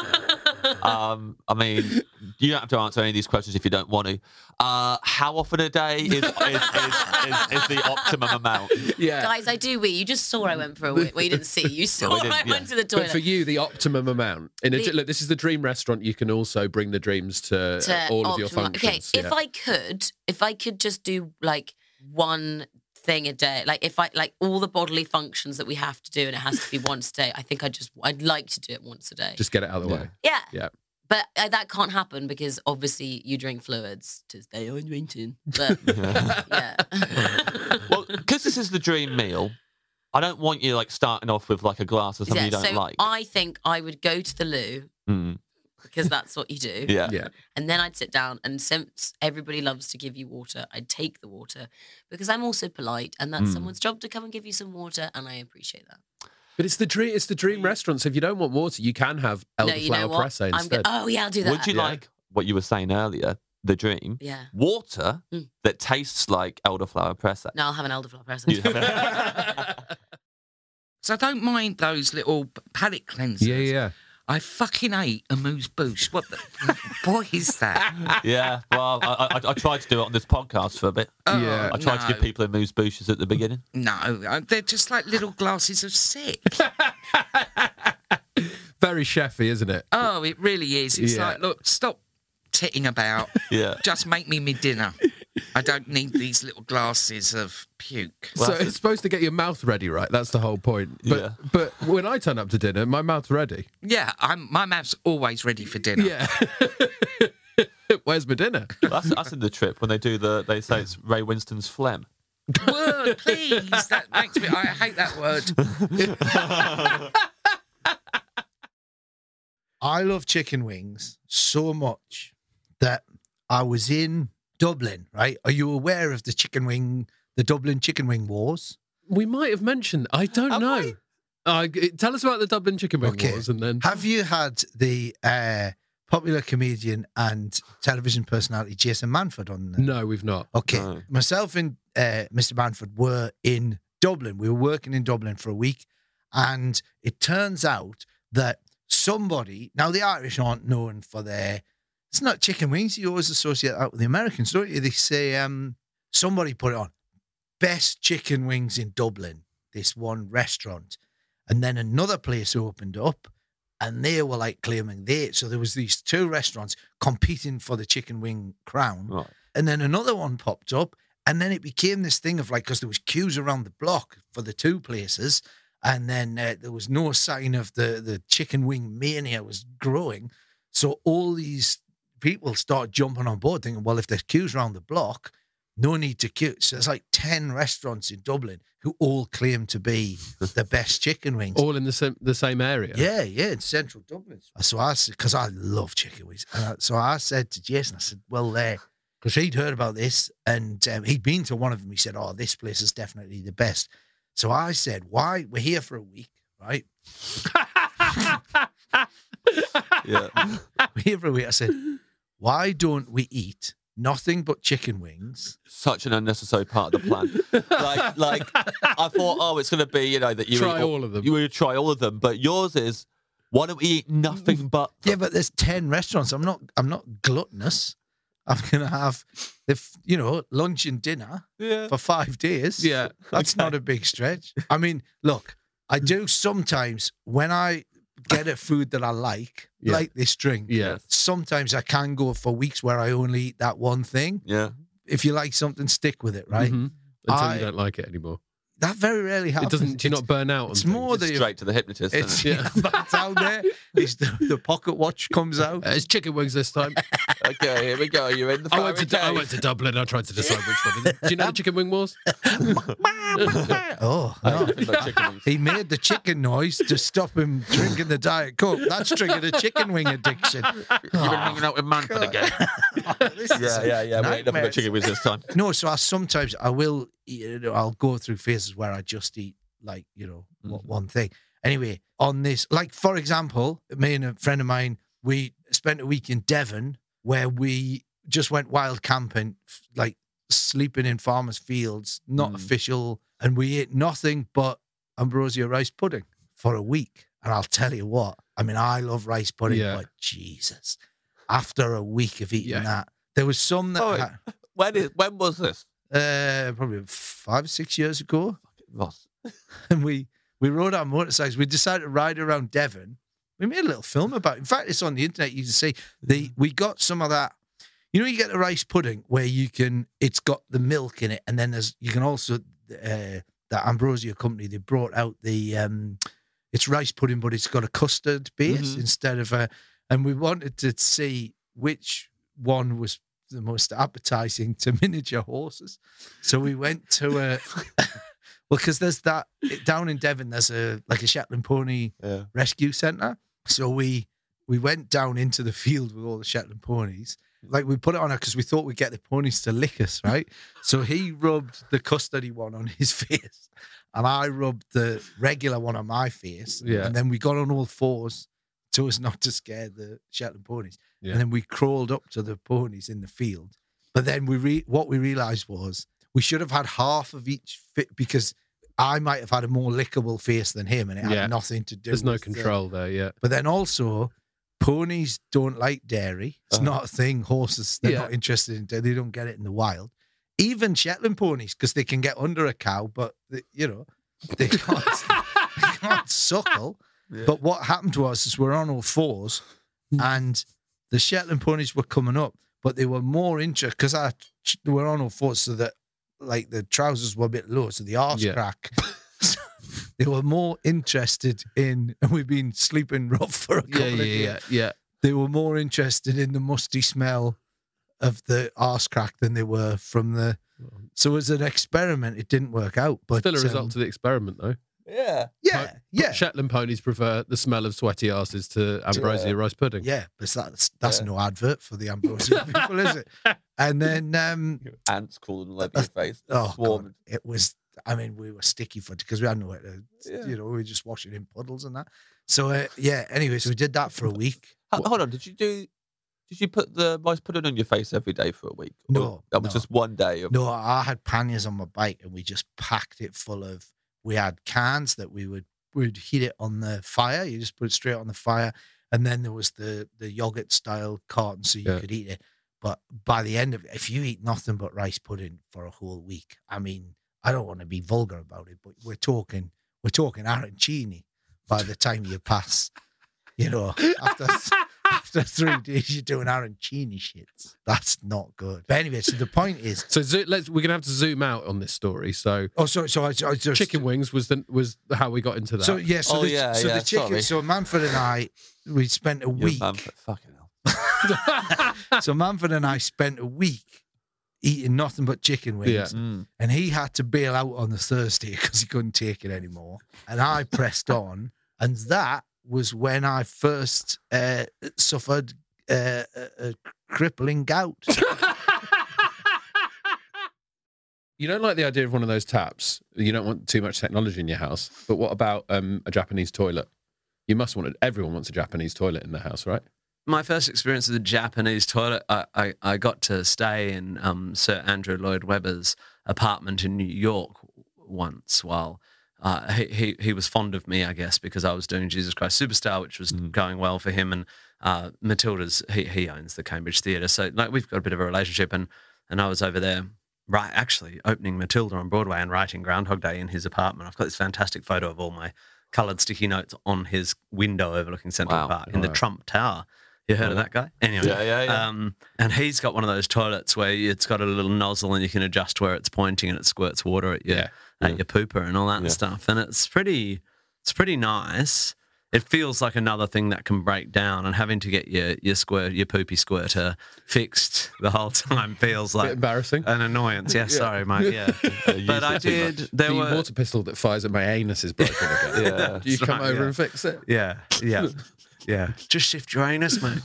Speaker 2: um, I mean, you don't have to answer any of these questions if you don't want to. Uh, how often a day is, is, is, is, is the optimum amount?
Speaker 10: Yeah.
Speaker 29: Guys, I do wee. You just saw I went for a wee. Well, you didn't see. You saw
Speaker 10: we didn't,
Speaker 29: I went
Speaker 10: yeah.
Speaker 29: to the toilet.
Speaker 10: But for you, the optimum amount. In a,
Speaker 29: The-
Speaker 10: look, this is the dream restaurant. You can also bring the dreams to,
Speaker 29: to
Speaker 10: uh, all of your
Speaker 29: optimi-
Speaker 10: functions.
Speaker 29: Okay,
Speaker 10: yeah.
Speaker 29: if I could, if I could just do like one thing a day, like if I like all the bodily functions that we have to do, and it has to be once a day. I think I just I'd like to do it once a day.
Speaker 10: just get it out of the way.
Speaker 29: Yeah.
Speaker 10: Yeah.
Speaker 29: But uh, that can't happen because obviously you drink fluids to stay hydrated. But
Speaker 2: well, because this is the dream meal, I don't want you like starting off with like a glass of something
Speaker 29: yeah,
Speaker 2: you don't
Speaker 29: so
Speaker 2: like.
Speaker 29: I think I would go to the loo
Speaker 2: Mm.
Speaker 29: because that's what you do.
Speaker 2: Yeah. Yeah.
Speaker 29: And then I'd sit down, and since everybody loves to give you water, I'd take the water because I'm also polite, and that's
Speaker 1: Mm.
Speaker 29: someone's job to come and give you some water, and I appreciate that.
Speaker 1: But it's the dream. It's the dream restaurants. If you don't want water, you can have elderflower
Speaker 29: No, you know what?
Speaker 1: presse
Speaker 29: I'm go-
Speaker 1: instead.
Speaker 29: oh, yeah, I'll do that.
Speaker 2: Would you
Speaker 29: Yeah.
Speaker 2: like what you were saying earlier? The dream.
Speaker 29: Yeah. Hmm.
Speaker 2: Water that tastes like elderflower press.
Speaker 29: No, I'll have an elderflower
Speaker 2: You
Speaker 29: present.
Speaker 2: have an-
Speaker 16: So I don't mind those little p- palate cleansers. Yeah, yeah. I fucking hate a moose boosh. What the boy is that?
Speaker 2: yeah. Well, I, I, I tried to do it on this podcast for a bit.
Speaker 29: Oh.
Speaker 16: Yeah.
Speaker 2: I tried to give
Speaker 16: no.
Speaker 2: people a moose bushes at the beginning.
Speaker 16: No, uh, they're just like little glasses of sick.
Speaker 10: Very chefy, isn't it?
Speaker 16: Oh, it really is. It's
Speaker 10: Yeah.
Speaker 16: like, look, stop titting about.
Speaker 2: Yeah.
Speaker 16: Just make me me dinner. I don't need these little glasses of puke.
Speaker 10: so it's supposed to get your mouth ready, right? That's the whole point. But
Speaker 16: Yeah.
Speaker 10: but when I turn up to dinner, my mouth's ready.
Speaker 16: yeah, I'm, my mouth's always ready for dinner.
Speaker 10: Yeah. Where's my dinner?
Speaker 2: That's, that's in the trip when they do the. They say it's Ray Winston's phlegm.
Speaker 16: word, please. That makes me. I hate that word.
Speaker 25: I love chicken wings so much that I was in Dublin, right? Are you aware of the chicken wing, the Dublin chicken wing wars?
Speaker 1: We might have mentioned. I don't know. Uh, g- tell us about the Dublin chicken wing wars, and then
Speaker 25: Have you had the uh, popular comedian and television personality Jason Manford on?
Speaker 1: No, we've not.
Speaker 25: Okay, myself and uh, Mr. Manford were in Dublin. We were working in Dublin for a week, and it turns out that somebody now the Irish aren't known for their it's not chicken wings. You always associate that with the Americans, don't you? They say um, somebody put it on best chicken wings in Dublin. This one restaurant, and then another place opened up and they were like claiming they so there was these two restaurants competing for the chicken wing crown and then another one popped up and then it became this thing of like because there was queues around the block for the two places and then uh, there was no sign of the the chicken wing mania was growing so all these people start jumping on board thinking well if there's queues around the block no need to queue. So there's like 10 restaurants in Dublin who all claim to be the best chicken wings.
Speaker 1: all in the same the same area.
Speaker 25: Yeah, yeah, in central Dublin. So I said, because I love chicken wings. And I- so I said to Jason, I said, well, because he'd heard about this and um, he'd been to one of them. He said, oh, this place is definitely the best. So I said, why? We're here for a week, right?
Speaker 2: yeah.
Speaker 25: We're here for a week. I said, why don't we eat nothing but chicken wings?
Speaker 2: Such an unnecessary part of the plan. like, like I thought, oh, it's going to be you know that you
Speaker 25: Try
Speaker 2: eat
Speaker 25: all of them.
Speaker 2: You would try all of them, but yours is why don't we eat nothing but
Speaker 25: Yeah, but there's ten restaurants. I'm not. I'm not gluttonous. I'm gonna have, if you know, lunch and dinner
Speaker 2: Yeah.
Speaker 25: for five days. Yeah, that's not a big stretch. I mean, look, I
Speaker 2: Hmm.
Speaker 25: do sometimes when I get a food that I like,
Speaker 1: Yeah.
Speaker 25: like this drink.
Speaker 1: Yeah.
Speaker 25: Sometimes I can go for weeks where I only eat that one thing.
Speaker 2: Yeah. Mm-hmm.
Speaker 25: If you like something, stick with it, right?
Speaker 1: Mhm. Until
Speaker 25: I-
Speaker 1: you don't like it anymore.
Speaker 25: That very rarely happens.
Speaker 1: It doesn't. Do you not burn out?
Speaker 25: It's more the
Speaker 2: straight to the hypnotist.
Speaker 25: it's,
Speaker 2: isn't it?
Speaker 25: yeah. that's out there. It's the, the pocket watch comes out.
Speaker 1: Uh, it's chicken wings this time.
Speaker 2: okay, here we go. You're in the.
Speaker 1: I went to Du- I went to Dublin. I tried to decide which one. Do you know the chicken wing wars?
Speaker 25: Oh, no. he made the chicken noise to stop him drinking the Diet Coke. That's triggered a chicken wing addiction.
Speaker 2: You've been hanging out with Manford again. yeah, yeah, yeah. We're eating nothing
Speaker 25: nightmare.
Speaker 2: but chicken wings this time.
Speaker 25: No, so I sometimes I will, you know, I'll go through phases where I just eat like you know what one thing. Anyway, on this, like for example, me and a friend of mine, we spent a week in Devon where we just went wild camping, f- like sleeping in farmers' fields, not official, and we ate nothing but ambrosia rice pudding for a week. And I'll tell you what, I mean, I love rice pudding,
Speaker 1: Yeah.
Speaker 25: but Jesus, after a week of eating that, there was some that.
Speaker 2: Oh,
Speaker 25: had-
Speaker 2: When is when was this?
Speaker 25: uh, probably five, six years ago.
Speaker 2: Lost.
Speaker 25: And we we rode our motorcycles. We decided to ride around Devon. We made a little film about. It. In fact, it's on the internet. You can see the we got some of that. You know, you get a rice pudding where you can. It's got the milk in it, and then there's you can also uh, the Ambrosia company. They brought out the um, it's rice pudding, but it's got a custard base
Speaker 13: Mhm.
Speaker 25: instead of a. And we wanted to see which one was the most appetizing to miniature horses. So we went to a well, because there's that down in Devon. There's a like a Shetland pony rescue centre. So we we went down into the field with all the Shetland ponies. Like we put it on her because we thought we'd get the ponies to lick us, right? so he rubbed the custody one on his face, and I rubbed the regular one on my face.
Speaker 1: Yeah.
Speaker 25: And then we got on all fours so as not to scare the Shetland ponies.
Speaker 1: Yeah.
Speaker 25: And then we crawled up to the ponies in the field. But then we re- what we realized was we should have had half of each fit because I might have had a more lickable face than him, and it
Speaker 1: Yeah.
Speaker 25: had nothing to do.
Speaker 1: There's no
Speaker 25: with the-
Speaker 1: control there, yeah.
Speaker 25: But then also, ponies don't like dairy. It's
Speaker 1: Uh-huh.
Speaker 25: not a thing. Horses, they're
Speaker 1: Yeah.
Speaker 25: not interested in dairy. They don't get it in the wild. Even Shetland ponies, because they can get under a cow, but they, you know they can't, they can't suckle.
Speaker 1: Yeah.
Speaker 25: But what happened to us is we're on all fours,
Speaker 1: Hmm.
Speaker 25: and the Shetland ponies were coming up, but they were more interested because I they were on all fours, so that like the trousers were a bit low, so the arse
Speaker 1: Yeah.
Speaker 25: crack. So they were more interested in, and we've been sleeping rough for a couple
Speaker 1: Yeah,
Speaker 25: of
Speaker 1: yeah,
Speaker 25: years.
Speaker 1: yeah, yeah.
Speaker 25: They were more interested in the musty smell of the arse crack than they were from the. So as an experiment, it didn't work out. But
Speaker 1: Still a result
Speaker 25: um,
Speaker 1: to the experiment, though.
Speaker 25: Yeah. Yeah. yeah.
Speaker 1: Shetland ponies prefer the smell of sweaty asses to ambrosia
Speaker 25: Yeah.
Speaker 1: rice pudding.
Speaker 25: Yeah, but that's that's no advert for the ambrosia people, is it? And then um,
Speaker 37: Ants crawling all over your face.
Speaker 25: oh
Speaker 37: swarm.
Speaker 25: God, it was. I mean, we were sticky footed because we had nowhere to, you know, we were just washing in puddles and that. So uh, yeah. Anyway, so we did that for a week.
Speaker 37: Ho- Hold on, did you do? Did you put the rice pudding on your face every day for a week? Or
Speaker 25: No,
Speaker 37: that was
Speaker 25: no.
Speaker 37: just one day. Of,
Speaker 25: No, I had panniers on my bike, and we just packed it full of. We had cans that we would would heat it on the fire. You just put it straight on the fire, and then there was the the yogurt style carton, so you
Speaker 1: Yeah.
Speaker 25: could eat it. But by the end of it, if you eat nothing but rice pudding for a whole week, I mean, I don't want to be vulgar about it, but we're talking we're talking arancini by the time you pass. You know, after after three days, you're doing arancini shits. That's not good. But anyway, so the point is,
Speaker 1: So zo- let's we're gonna have to zoom out on this story. So
Speaker 25: oh, so so I, I just
Speaker 1: chicken wings was the was how we got into that.
Speaker 25: So Oh, yeah, so the, so the chicken. So Manfred and I, we spent a week.
Speaker 37: fucking
Speaker 25: hell. so Manfred and I spent a week eating nothing but chicken wings,
Speaker 1: Yeah. Mm.
Speaker 25: and he had to bail out on the Thursday because he couldn't take it anymore, and I pressed on, and that was when I first uh, suffered uh, a, a crippling gout.
Speaker 1: You don't like the idea of one of those taps. You don't want too much technology in your house. But what about um, a Japanese toilet? You must want it. Everyone wants a Japanese toilet in their house, right?
Speaker 37: my first experience with the Japanese toilet, I, I, I got to stay in um, Sir Andrew Lloyd Webber's apartment in New York once while uh, he, he, he was fond of me, I guess, because I was doing Jesus Christ Superstar, which was going well for him. And uh, Matilda's, he, he owns the Cambridge Theatre. So like we've got a bit of a relationship. And, and I was over there, right, actually opening Matilda on Broadway and writing Groundhog Day in his apartment. I've got this fantastic photo of all my coloured sticky notes on his window overlooking Central Park in the
Speaker 1: Wow.
Speaker 37: Trump Tower. You heard of
Speaker 1: Wow.
Speaker 37: that guy? Anyway,
Speaker 1: Oh. Yeah, yeah, yeah.
Speaker 37: Um, and he's got one of those toilets where it's got a little nozzle and you can adjust where it's pointing and it squirts water at your at your pooper and all that stuff. And it's pretty it's pretty nice. It feels like another thing that can break down, and having to get your your squirt your poopy squirter fixed the whole time feels like
Speaker 1: embarrassing,
Speaker 37: an annoyance. Yeah, sorry, mate. Yeah, but I did. There
Speaker 1: the
Speaker 37: were
Speaker 1: water pistol that fires at my anus is broken again.
Speaker 37: Yeah,
Speaker 1: Do you
Speaker 37: that's
Speaker 1: come
Speaker 37: right,
Speaker 1: over
Speaker 37: yeah.
Speaker 1: and fix it?
Speaker 37: Yeah, yeah, yeah. Just shift your anus, mate.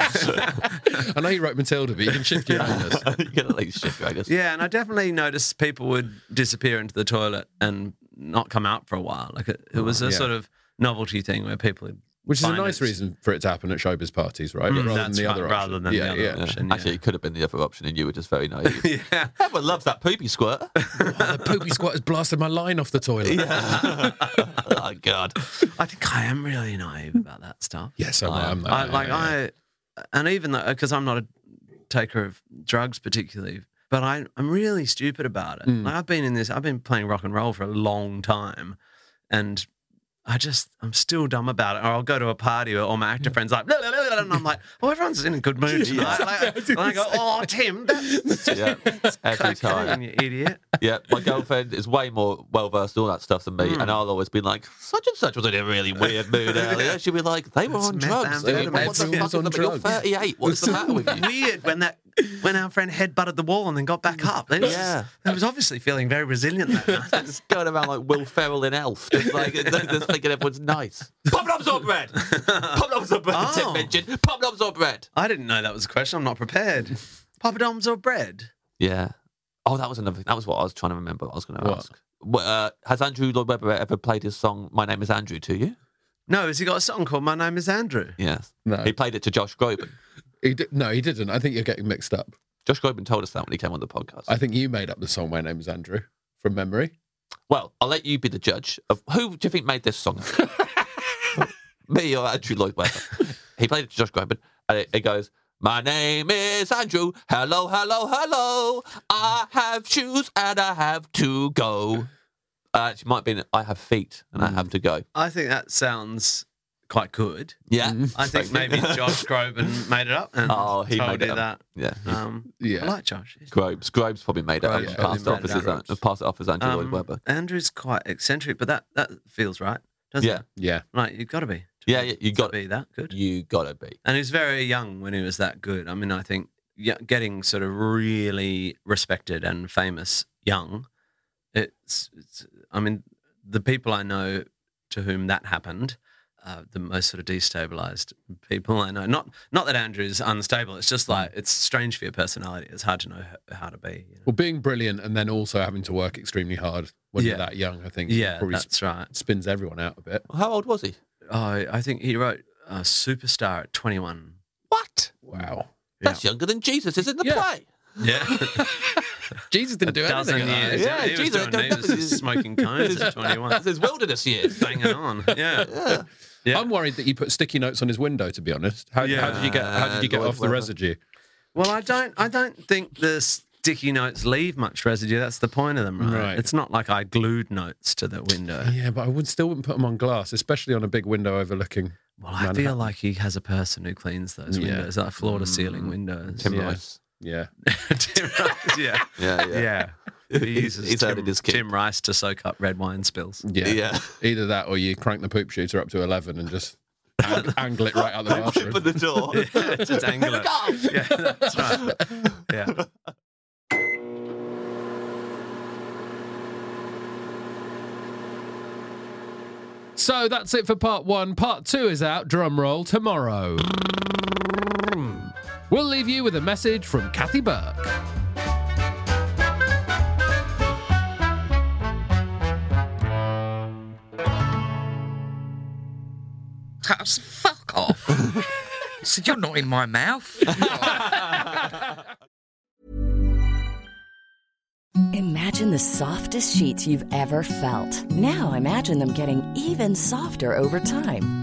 Speaker 1: I know you wrote Matilda, but you can shift your anus.
Speaker 37: you can at least shift your anus. Yeah, and I definitely noticed people would disappear into the toilet and not come out for a while. Like it, it was a
Speaker 1: Yeah.
Speaker 37: sort of novelty thing where people, would
Speaker 1: Which is a
Speaker 37: find
Speaker 1: nice
Speaker 37: it-
Speaker 1: reason for it to happen at showbiz parties, right?
Speaker 37: Mm,
Speaker 1: rather than
Speaker 37: that's
Speaker 1: the
Speaker 37: right,
Speaker 1: other
Speaker 37: rather
Speaker 1: option.
Speaker 37: than the
Speaker 1: yeah,
Speaker 37: other
Speaker 1: yeah.
Speaker 37: option, Actually,
Speaker 1: it could have been the other option, and you were just very naive.
Speaker 37: yeah, everyone loves that poopy squirt.
Speaker 1: the poopy squat has blasted my line off the toilet.
Speaker 37: oh god, I think I am really naive about that stuff.
Speaker 1: Yes, I'm-
Speaker 37: I
Speaker 1: I'm that
Speaker 37: I,
Speaker 1: way,
Speaker 37: like
Speaker 1: yeah.
Speaker 37: I, and even though because I'm not a taker of drugs particularly, but I, I'm really stupid about it.
Speaker 1: Mm.
Speaker 37: Like I've been in this. I've been playing rock and roll for a long time, and. I just, I'm still dumb about it. Or I'll go to a party, or all my actor friends like, "Blah, blah, blah," and I'm like, oh, everyone's in a good mood
Speaker 2: Yeah.
Speaker 37: tonight. Like, and I go, oh, Tim, that's
Speaker 2: Yeah.
Speaker 37: cocaine,
Speaker 2: Every time.
Speaker 37: you idiot.
Speaker 2: Yeah, my girlfriend is way more well versed in all that stuff than me,
Speaker 37: Mm.
Speaker 2: and I'll always be like, such and such was in a really weird mood earlier. She'll be like, they were
Speaker 37: It's
Speaker 2: on drugs. They were,
Speaker 37: methamphetamine.
Speaker 2: what
Speaker 37: Everyone's
Speaker 2: the fuck
Speaker 37: on
Speaker 2: is the- You're
Speaker 37: drugs.
Speaker 2: 38. What's the matter with you?
Speaker 37: Weird when that when our friend headbutted the wall and then got back up. They was,
Speaker 2: Mm. Yeah.
Speaker 37: they was obviously feeling very resilient that night.
Speaker 2: Just going around like Will Ferrell in Elf, just like just thinking everyone's nice. Pop it knobs or bread? Pop knobs or
Speaker 37: Oh.
Speaker 2: bread? Tim mentioned. Pop knobs or bread?
Speaker 37: I didn't know that was a question. I'm not prepared. Poppadoms or bread?
Speaker 2: Yeah. Oh, that was another. That was what I was trying to remember. I was going to
Speaker 37: What?
Speaker 2: ask. Well, uh, has Andrew Lloyd Webber ever played his song "My Name Is Andrew" to you?
Speaker 37: No, has he got a song called My Name Is Andrew?
Speaker 2: Yes.
Speaker 37: No.
Speaker 2: He played it to Josh Groban.
Speaker 1: He did, no, he didn't. I think you're getting mixed up.
Speaker 2: Josh Groban told us that when he came on the podcast.
Speaker 1: I think you made up the song My Name is Andrew from memory.
Speaker 2: Well, I'll let you be the judge of who do you think made this song? Me or Andrew Lloyd Webber? he played it to Josh Groban, and it, it goes, "My name is Andrew. Hello, hello, hello. I have shoes and I have to go." Uh, it might be, "I have feet and I have to go."
Speaker 37: I think that sounds quite good.
Speaker 2: Yeah,
Speaker 37: I think maybe Josh Groban made it up and
Speaker 2: oh, he
Speaker 37: told
Speaker 2: made it
Speaker 37: you that.
Speaker 2: up. Yeah,
Speaker 37: Um, I like Josh.
Speaker 2: Groves. Groves probably made it up
Speaker 37: Groves
Speaker 2: and
Speaker 37: probably
Speaker 2: passed it off
Speaker 37: made
Speaker 2: as
Speaker 37: it
Speaker 2: his own,
Speaker 37: up.
Speaker 2: passed it off as Andrew Lloyd
Speaker 37: Um,
Speaker 2: Webber.
Speaker 37: Andrew's quite eccentric, but that, that feels right, doesn't
Speaker 2: Yeah.
Speaker 37: it?
Speaker 1: Yeah.
Speaker 37: Like, you've got to be.
Speaker 2: Yeah, yeah, you got
Speaker 37: to be that good.
Speaker 2: You got to be.
Speaker 37: And he was very young when he was that good. I mean, I think yeah, getting sort of really respected and famous young, it's, it's I mean, the people I know to whom that happened, uh, the most sort of destabilized people I know. Not not that Andrew's unstable. It's
Speaker 2: Hmm.
Speaker 37: just like it's strange for your personality. It's hard to know h- how to be.
Speaker 1: Well, being brilliant and then also having to work extremely hard when you're
Speaker 37: Yeah.
Speaker 1: that young, I think.
Speaker 37: Yeah,
Speaker 1: probably
Speaker 37: that's right.
Speaker 1: Spins everyone out a bit.
Speaker 2: How old was he?
Speaker 37: Oh, I think he wrote uh, Superstar at 21.
Speaker 2: What?
Speaker 1: Wow.
Speaker 2: That's younger than Jesus is in the play.
Speaker 37: Yeah.
Speaker 1: Jesus didn't do
Speaker 37: dozen
Speaker 1: anything.
Speaker 37: years. Yeah, he was doing- he was smoking cones at 21.
Speaker 2: That's his wilderness years.
Speaker 37: Banging on. Yeah.
Speaker 1: I'm worried that you put sticky notes on his window. To be honest, how, how did you get how did you get
Speaker 37: Lloyd
Speaker 1: off the
Speaker 37: Webber.
Speaker 1: residue?
Speaker 37: Well, I don't. I don't think the sticky notes leave much residue. That's the point of them, right?
Speaker 1: Right.
Speaker 37: It's not like I glued notes to the window.
Speaker 1: Yeah, but I would still wouldn't put them on glass, especially on a big window overlooking.
Speaker 37: Well, I feel like he has a person who cleans those
Speaker 1: Yeah.
Speaker 37: windows, like floor to ceiling windows.
Speaker 1: Tim Yeah. Rice. Yeah.
Speaker 37: Tim Rice. Yeah.
Speaker 2: Yeah, yeah.
Speaker 37: Yeah. He uses
Speaker 2: He's
Speaker 37: Tim,
Speaker 2: earned his keep.
Speaker 37: Tim Rice to soak up red wine spills.
Speaker 1: Yeah. Either that or you crank the poop shooter up to 11 and just ang- angle it right out the bathroom.
Speaker 2: Open the door.
Speaker 37: Yeah, just angle
Speaker 2: Here we
Speaker 37: it.
Speaker 2: go.
Speaker 37: Yeah, that's right. Yeah.
Speaker 38: So that's it for part one. Part two is out, drum roll, tomorrow. We'll leave you with a message from Kathy Burke.
Speaker 16: Cuts, fuck off. I said, You're not in my mouth.
Speaker 39: Imagine the softest sheets you've ever felt. Now imagine them getting even softer over time.